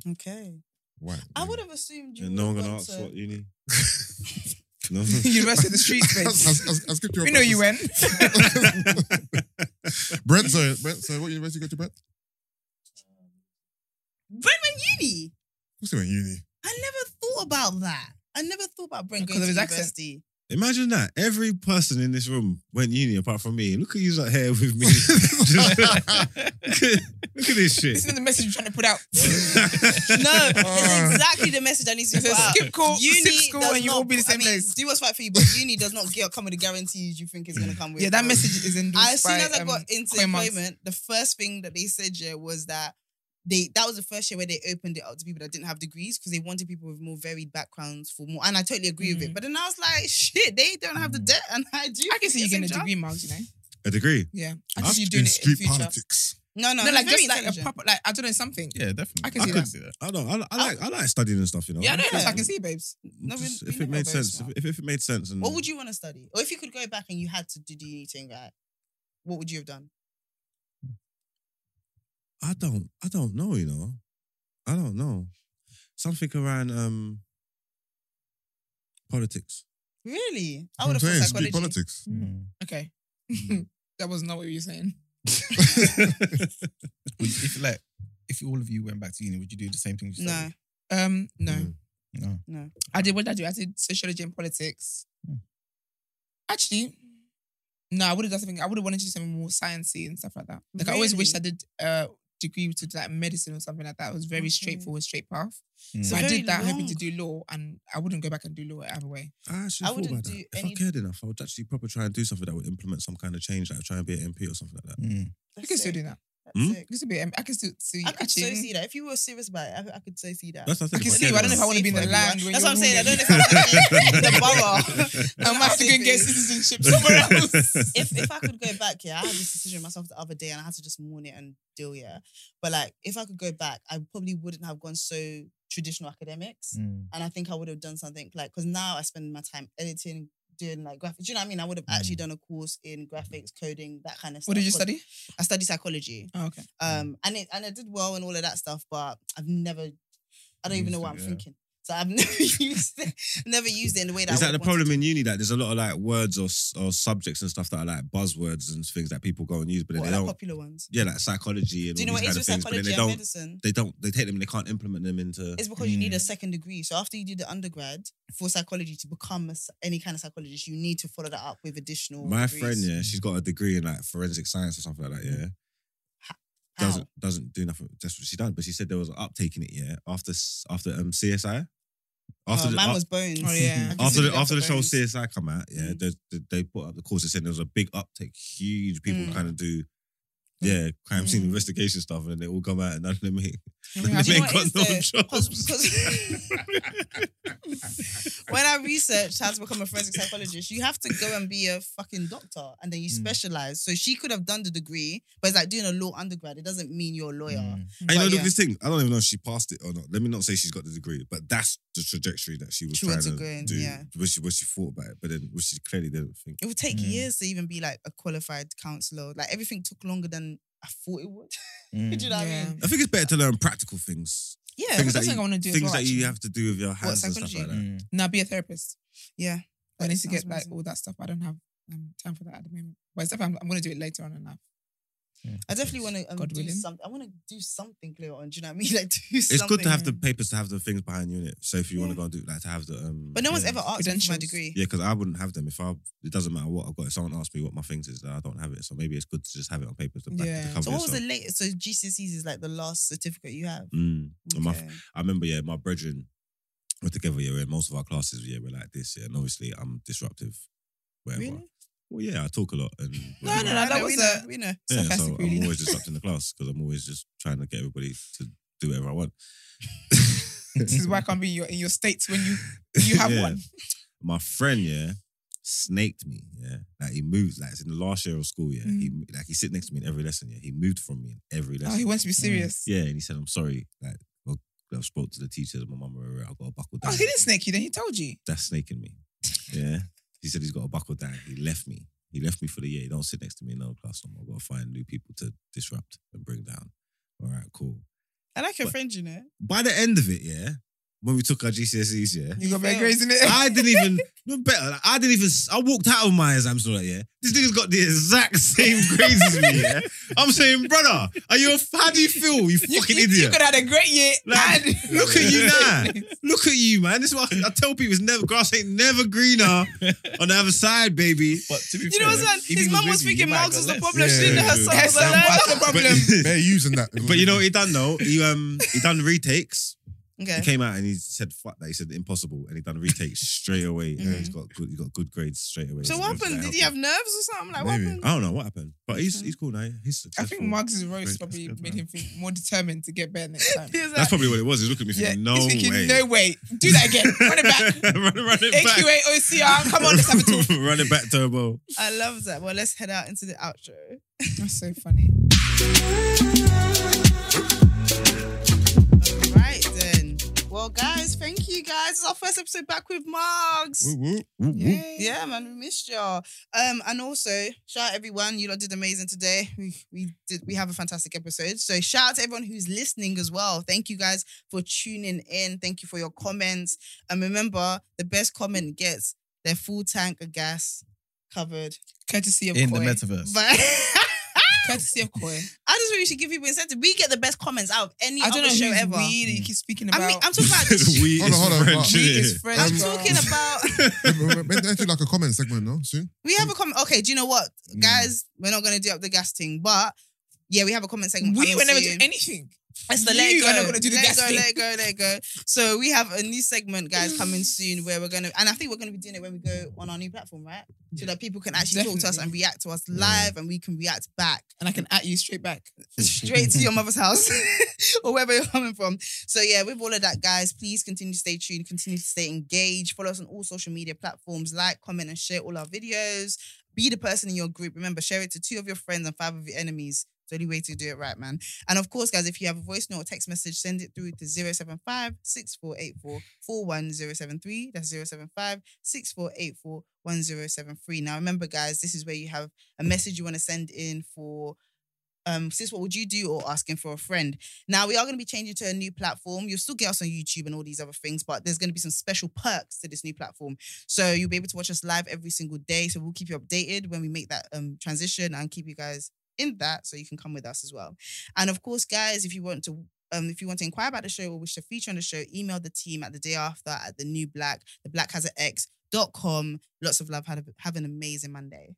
Speaker 1: Okay,
Speaker 3: White.
Speaker 1: I
Speaker 3: <laughs>
Speaker 1: would have assumed you.
Speaker 2: And no one
Speaker 1: would have gone
Speaker 2: gonna ask
Speaker 1: to- <laughs>
Speaker 2: what uni. no.
Speaker 4: <laughs> University of the Streets,
Speaker 3: I, I,
Speaker 4: babe.
Speaker 3: I, I skipped you
Speaker 4: We know you
Speaker 3: <laughs>
Speaker 4: went.
Speaker 3: Brent, sorry, Brent, sorry, what university did you go to, Brent? Of
Speaker 1: Brent went uni.
Speaker 3: course you went uni.
Speaker 1: I never thought about that. I never thought about Brent
Speaker 4: Because
Speaker 1: going
Speaker 4: of
Speaker 1: to
Speaker 4: his accent. <laughs>
Speaker 1: university.
Speaker 2: <laughs> Imagine that. Every person in this room went uni apart from me. Look at you out here with me. <laughs> Look at this shit.
Speaker 4: Listen to the message you're trying to put
Speaker 3: <laughs>
Speaker 4: out.
Speaker 2: <laughs>
Speaker 1: No,
Speaker 3: Uh.
Speaker 1: it's exactly the message that needs to
Speaker 4: It
Speaker 1: be
Speaker 4: says
Speaker 1: put out.
Speaker 4: Oh. skip call,
Speaker 1: Uni
Speaker 4: skip school,
Speaker 1: does
Speaker 4: and you
Speaker 1: not-
Speaker 4: will be the
Speaker 1: I
Speaker 4: same
Speaker 1: mean, <laughs>
Speaker 4: place.
Speaker 1: Do what's right for you, but uni does not get, come with the guarantees you think it's
Speaker 2: <laughs>
Speaker 1: gonna come with.
Speaker 4: Yeah, that
Speaker 1: Um,
Speaker 4: message is endorsed
Speaker 1: As soon
Speaker 4: by,
Speaker 1: as I
Speaker 4: um,
Speaker 1: got into
Speaker 4: Coin Monks.
Speaker 1: employment, the first thing that they said yeah was that they that was the first year where they opened it up to people that didn't have degrees because they wanted people with more varied backgrounds for more. And I totally agree with
Speaker 4: Mm.
Speaker 1: it. But then I was like, shit, they don't have the debt, and I do.
Speaker 4: I can see you
Speaker 1: get
Speaker 4: getting a
Speaker 1: the same
Speaker 4: degree, Miles. You know,
Speaker 2: A degree.
Speaker 4: yeah. I
Speaker 3: Us
Speaker 4: can see you doing it in
Speaker 3: street
Speaker 4: future.
Speaker 3: politics.
Speaker 1: job. No, no,
Speaker 4: No, like just like a proper, like I don't know something.
Speaker 5: Yeah, definitely.
Speaker 4: I can see that.
Speaker 2: I don't. I, I like. I like studying and stuff. You know.
Speaker 4: Oh. Yeah, I know.
Speaker 1: Yeah.
Speaker 4: I can see, babes.
Speaker 1: No, we-
Speaker 2: Just
Speaker 1: we
Speaker 2: if
Speaker 1: never
Speaker 2: it made
Speaker 1: go
Speaker 2: sense.
Speaker 1: smart.
Speaker 2: If, if it made sense. And
Speaker 1: What
Speaker 4: Mm.
Speaker 1: would you want to study, or if you could go back and you had to do the uni thing, right? What would you have done?
Speaker 2: I don't. I don't know. You know. I don't know. Something around um politics.
Speaker 1: Really, I
Speaker 3: I
Speaker 1: would have thought
Speaker 3: street
Speaker 1: psychology.
Speaker 3: politics.
Speaker 4: Mm.
Speaker 5: Mm.
Speaker 4: Okay, <laughs> that was not what you were saying.
Speaker 5: Would you- if like if all of you went back to uni, would you do the same thing? you
Speaker 1: No,
Speaker 5: studied?
Speaker 4: Um, no,
Speaker 3: Mm.
Speaker 5: no.
Speaker 1: no.
Speaker 4: I did. What did I do? I did sociology and politics.
Speaker 5: Mm.
Speaker 4: Actually, no, I would have done something. I would have wanted to do something more sciencey and stuff like that. Like I always
Speaker 1: Really?
Speaker 4: wished I did a degree to do, like medicine or something like that. It was very
Speaker 1: Okay.
Speaker 4: straightforward, straight path.
Speaker 5: Mm.
Speaker 4: So I
Speaker 1: Very
Speaker 4: did that hoping to
Speaker 1: long.
Speaker 4: do law, and I wouldn't go back and do law either way.
Speaker 2: I actually
Speaker 1: I
Speaker 2: thought
Speaker 1: wouldn't
Speaker 2: about
Speaker 1: do
Speaker 2: that. If I
Speaker 1: any-
Speaker 2: cared enough, I would actually probably try and do something that would implement some kind of change, like try and be an MP or something like that.
Speaker 5: Mm.
Speaker 4: You can still do that.
Speaker 1: That's
Speaker 2: Hmm?
Speaker 1: sick.
Speaker 4: You can still be. I can still see.
Speaker 1: I could so
Speaker 4: actually-
Speaker 1: see that. If you were serious about it, I, I could so see that.
Speaker 2: That's what I,
Speaker 4: I
Speaker 2: think
Speaker 4: can
Speaker 2: if
Speaker 4: see you. I don't know if I
Speaker 2: cared
Speaker 4: want to be in the
Speaker 1: Safe
Speaker 4: land.
Speaker 1: everywhere.
Speaker 4: where
Speaker 1: That's
Speaker 4: you're
Speaker 1: what I'm saying. I don't
Speaker 4: ruling.
Speaker 1: know if I want to be in <laughs> the
Speaker 4: <laughs>
Speaker 2: <laughs>
Speaker 1: borough.
Speaker 4: I'm actually going to get
Speaker 1: <laughs>
Speaker 4: citizenship somewhere
Speaker 2: enough.
Speaker 4: else.
Speaker 1: if if I could go back, yeah, I had this decision myself the other day, and I had to just mourn it and deal, yeah. But like, if I could go back, I probably wouldn't have gone so traditional academics,
Speaker 5: Mm.
Speaker 1: and I think I would have done something like because now I spend my time editing, doing like graphics. Do you know what I mean? I would have actually done a course in graphics, coding, that kind of stuff.
Speaker 4: Mm. What <laughs> did you
Speaker 1: 'cause
Speaker 4: study?
Speaker 1: I studied psychology,
Speaker 4: Oh, okay.
Speaker 2: Mm.
Speaker 1: um, and it and I did well and all of that stuff, but I've never, I don't even
Speaker 5: Used
Speaker 1: know
Speaker 5: it,
Speaker 1: what I'm
Speaker 5: yeah.
Speaker 1: thinking. So I've <laughs> never used it, never used it in the way that.
Speaker 2: Is
Speaker 1: I
Speaker 2: that the
Speaker 1: would want
Speaker 2: problem
Speaker 1: to.
Speaker 2: in uni that there's a lot of like words or, s- or subjects and stuff that are like buzzwords and things that people go and use, but then
Speaker 1: What
Speaker 2: they
Speaker 1: are the
Speaker 2: don't.
Speaker 1: popular ones?
Speaker 2: yeah, like psychology and
Speaker 1: Do you know
Speaker 2: all
Speaker 1: what it
Speaker 2: these
Speaker 1: is
Speaker 2: kind of
Speaker 1: with
Speaker 2: things, but then
Speaker 1: psychology
Speaker 2: they
Speaker 1: and
Speaker 2: don't.
Speaker 1: medicine?
Speaker 2: They don't. They take them and they can't implement them into.
Speaker 1: It's because you
Speaker 2: Mm.
Speaker 1: need a second degree. So after you do the undergrad for psychology to become a s any kind of psychologist, you need to follow that up with additional.
Speaker 2: My
Speaker 1: degrees.
Speaker 2: friend, yeah, she's got a degree in like forensic science or something like that. Yeah,
Speaker 1: How?
Speaker 2: doesn't doesn't do nothing. That's what she done. But she said there was an uptake in it. Yeah, after s- after um CSI, after
Speaker 1: oh,
Speaker 2: the
Speaker 1: mine
Speaker 2: a-
Speaker 1: was
Speaker 2: <laughs>
Speaker 1: bones.
Speaker 4: Oh, yeah.
Speaker 1: I
Speaker 2: after
Speaker 1: considered
Speaker 2: the
Speaker 1: that
Speaker 2: after the
Speaker 1: for
Speaker 2: show
Speaker 1: bones.
Speaker 2: CSI come out, yeah,
Speaker 1: Mm.
Speaker 2: they, they they put up the course. They said there was a big uptick, huge people
Speaker 1: Mm.
Speaker 2: kind of do. Yeah, crime scene
Speaker 1: Mm.
Speaker 2: investigation stuff, and they all come out and none of them ain't,
Speaker 4: Do
Speaker 2: none
Speaker 1: Do
Speaker 2: of
Speaker 1: you
Speaker 2: them
Speaker 1: know what
Speaker 2: ain't got
Speaker 1: is
Speaker 2: no
Speaker 1: the-
Speaker 2: <laughs>
Speaker 1: 'cause-
Speaker 2: jobs.
Speaker 1: 'cause- <laughs> when I researched how to become a forensic psychologist, you have to go and be a fucking doctor and then you
Speaker 5: Mm.
Speaker 1: specialize. So she could have done the degree, but it's like doing a law undergrad. It doesn't mean you're a lawyer.
Speaker 5: mm,
Speaker 2: And you know,
Speaker 1: But
Speaker 2: look,
Speaker 1: yeah.
Speaker 2: this thing, I don't even know if she passed it or not. Let me not say she's got the degree, but that's the trajectory that she was
Speaker 1: She
Speaker 2: trying
Speaker 1: wants
Speaker 2: to
Speaker 1: to go in,
Speaker 2: do.
Speaker 1: yeah.
Speaker 2: When she when she thought about it, but then which she clearly didn't think.
Speaker 1: It would take
Speaker 5: Mm.
Speaker 1: years to even be like a qualified counselor. Like everything took longer than I thought it would. <laughs>
Speaker 4: <laughs>
Speaker 5: mm,
Speaker 1: Do you know what I
Speaker 4: Yeah.
Speaker 1: mean?
Speaker 2: I think it's better to learn practical things,
Speaker 1: Yeah.
Speaker 2: things
Speaker 4: that's
Speaker 2: that
Speaker 4: something
Speaker 2: you,
Speaker 4: I wanna do as
Speaker 2: things
Speaker 4: well,
Speaker 2: that
Speaker 4: actually.
Speaker 2: you have to do with your hands and stuff like
Speaker 1: psychology? Mm.
Speaker 2: that.
Speaker 5: mm.
Speaker 4: Now be a therapist.
Speaker 1: Yeah.
Speaker 4: I
Speaker 1: That
Speaker 4: need to
Speaker 1: sounds
Speaker 4: get like
Speaker 1: amazing.
Speaker 4: all that stuff. I don't have um, time for that at the moment. But it's definitely, I'm, I'm going to do it later on in life.
Speaker 1: I definitely want to um,
Speaker 4: God
Speaker 1: do
Speaker 4: willing.
Speaker 1: something. I want to do something later on. Do you know what I mean? <laughs> Like do something.
Speaker 2: It's good to have the papers to have the things behind you in it. So if you want
Speaker 1: Yeah.
Speaker 2: to go and do like to have the um,
Speaker 1: But no one's
Speaker 2: yeah.
Speaker 1: ever asked me for my
Speaker 4: Credentials.
Speaker 1: degree.
Speaker 2: Yeah, because I wouldn't have them if I. It doesn't matter what I've got. If someone asks me what my things is, I don't have it. So maybe it's good to just have it on paper to, back,
Speaker 4: Yeah.
Speaker 2: to cover
Speaker 1: So what was the
Speaker 2: yourself.
Speaker 1: latest? So GCSEs E is like the last certificate you have.
Speaker 2: Mm. And my
Speaker 1: Okay.
Speaker 2: I remember, yeah, my brethren were together, yeah, and most of our classes, yeah, were like this, yeah, and obviously I'm disruptive, whatever.
Speaker 1: Really?
Speaker 2: Well, yeah, I talk a lot, and
Speaker 4: <laughs> No, no, no,
Speaker 1: I
Speaker 4: that
Speaker 1: know,
Speaker 4: was
Speaker 1: we know,
Speaker 4: a
Speaker 1: we know.
Speaker 2: yeah,
Speaker 4: sarcastic,
Speaker 2: so um,
Speaker 4: really.
Speaker 2: I'm always disrupting the class because I'm always just trying to get everybody to do whatever I want.
Speaker 4: this is why I can't be in your, in your states when you you have
Speaker 2: <laughs> Yeah.
Speaker 4: one.
Speaker 2: My friend, yeah, snaked me, yeah, like he moved, like it's in the last year of school, yeah, he like he sit next to me in every lesson, yeah, he moved from me in every
Speaker 4: Mm-hmm. Oh,
Speaker 2: lesson.
Speaker 4: he wants to be serious.
Speaker 2: yeah, and he said, "I'm sorry, like well, I spoke to the teachers, my mum, I got a buckle down."
Speaker 4: Oh, he didn't snake you then. He told you.
Speaker 2: that's snaking me. Yeah. he said he's got a buckle down. He left me. He left me for the year. He don't sit next to me in another class no more. I've got to find new people to disrupt and bring down. All right, cool.
Speaker 1: I like your
Speaker 2: But-
Speaker 1: friend, you know.
Speaker 2: By the end of it, yeah, when we took our GCSEs,
Speaker 4: <laughs>
Speaker 2: yeah,
Speaker 4: You got better
Speaker 1: failed.
Speaker 4: grades in it.
Speaker 2: I didn't even no better. Like, I didn't even. I walked out of my exams like, yeah. This nigga's got the exact same grades as me. Yeah, I'm saying, brother, are you? A, how do you feel? You
Speaker 4: <laughs> you,
Speaker 2: fucking
Speaker 4: you, you
Speaker 2: idiot.
Speaker 4: could have had a great year.
Speaker 2: Like,
Speaker 4: and- <laughs>
Speaker 2: look at you now. Look at you, man. This is why I tell people: it's never grass ain't never greener on the other side, baby.
Speaker 5: But to be
Speaker 1: You know
Speaker 5: fair,
Speaker 1: what I'm saying?
Speaker 5: if
Speaker 1: His
Speaker 5: he
Speaker 1: mum was
Speaker 5: with you,
Speaker 1: thinking
Speaker 5: he might
Speaker 1: Marx
Speaker 5: got
Speaker 1: was the
Speaker 5: less.
Speaker 1: problem. She didn't
Speaker 3: Yeah.
Speaker 1: know her son
Speaker 4: Her
Speaker 1: was
Speaker 4: son was
Speaker 1: alive.
Speaker 4: the <laughs>
Speaker 3: <laughs>
Speaker 4: problem.
Speaker 3: They're using that.
Speaker 2: But you know what he done though? He um he done retakes. He
Speaker 1: Okay.
Speaker 2: came out and he said fuck that. He said impossible, and he done retakes straight away. And
Speaker 4: Mm-hmm.
Speaker 2: he's got good, he got good grades straight away.
Speaker 1: So
Speaker 2: He's
Speaker 1: what
Speaker 2: able to
Speaker 1: happened?
Speaker 2: help
Speaker 1: Did he
Speaker 2: him.
Speaker 1: have nerves or something? Like what
Speaker 3: Maybe.
Speaker 1: happened?
Speaker 2: I don't know what happened, but he's he's cool now. He's
Speaker 4: I
Speaker 2: successful.
Speaker 4: think Marx's roast
Speaker 2: Great,
Speaker 4: probably
Speaker 2: that's good,
Speaker 4: made
Speaker 2: man.
Speaker 4: him feel more determined to get better next time.
Speaker 1: He was
Speaker 2: That's
Speaker 1: like,
Speaker 2: probably what it was. He's looking at me
Speaker 4: Yeah,
Speaker 2: thinking, no
Speaker 4: he's thinking,
Speaker 2: way.
Speaker 4: no way. Do that
Speaker 2: <laughs>
Speaker 4: again. Run it back.
Speaker 2: run, run it back.
Speaker 4: AQA, OCR. Come on, let's have a
Speaker 2: <laughs>
Speaker 4: talk.
Speaker 2: run it back, Turbo.
Speaker 1: <laughs> I love that. Well, let's head out into the outro.
Speaker 4: That's so funny.
Speaker 1: All right then. Well, guys, thank you guys. It's our first episode back with Margs.
Speaker 3: Woo, woo.
Speaker 4: Yay.
Speaker 1: Yeah, man, we missed y'all. Um, and also shout out everyone. You lot did amazing today. We we did we have a fantastic episode. So shout out to everyone who's listening as well. Thank you guys for tuning in. Thank you for your comments. And remember, the best comment gets their full tank of gas covered.
Speaker 4: Courtesy of
Speaker 5: In the
Speaker 4: Koi.
Speaker 5: metaverse.
Speaker 1: But <laughs> I
Speaker 4: Courtesy of Koi.
Speaker 1: just think we should give people incentive. We get the best comments out of any
Speaker 4: I don't
Speaker 1: other
Speaker 4: know
Speaker 1: show
Speaker 4: who's
Speaker 1: ever.
Speaker 4: we that
Speaker 2: Mm.
Speaker 4: you keep speaking about.
Speaker 1: I mean, I'm talking
Speaker 4: <laughs>
Speaker 1: about.
Speaker 2: <laughs> we
Speaker 3: Hold on, hold on,
Speaker 2: French,
Speaker 3: hold
Speaker 4: We
Speaker 2: innit?
Speaker 4: is friends.
Speaker 1: I'm
Speaker 4: bro.
Speaker 1: talking about.
Speaker 3: We're going to do like a comment segment, no? Soon?
Speaker 1: We have a comment. Okay, do you know what,
Speaker 4: Mm.
Speaker 1: guys? We're not gonna do up the gas thing, but yeah, we have a comment segment.
Speaker 4: We
Speaker 1: coming
Speaker 4: will never do
Speaker 1: soon.
Speaker 4: anything.
Speaker 1: It's the let
Speaker 4: you
Speaker 1: it go.
Speaker 4: are not gonna do the
Speaker 1: let
Speaker 4: gas
Speaker 1: it go,
Speaker 4: thing.
Speaker 1: Let it go. Let it go. So we have a new segment,
Speaker 4: <sighs>
Speaker 1: guys, coming soon where we're gonna, and I think we're gonna be doing it when we go on our new platform, right? So that people can actually talk to us
Speaker 4: Definitely.
Speaker 1: and react to us live, and we can react back
Speaker 4: And I can at you straight back.
Speaker 1: straight to your mother's house <laughs> or wherever you're coming from. So yeah, with all of that, guys, please continue to stay tuned, continue to stay engaged. Follow us on all social media platforms, like, comment, and share all our videos. Be the person in your group. Remember, share it to two of your friends and five of your enemies. It's the only way to do it right, man. And of course, guys, if you have a voice note or text message, send it through to 075 6484 41073. That's 075 6484 1073. Now, remember, guys, this is where you have a message you want to send in for um, sis, what would you do? Or asking for a friend. Now we are going to be changing to a new platform. You'll still get us on YouTube and all these other things, but there's going to be some special perks to this new platform. So you'll be able to watch us live every single day. So we'll keep you updated when we make that um, transition and keep you guys in that so you can come with us as well. And of course, guys, if you want to um, if you want to inquire about the show or wish to feature on the show, email the team at the day after at the new black, the black has an X dot com. Lots of love. Have, have an amazing Monday.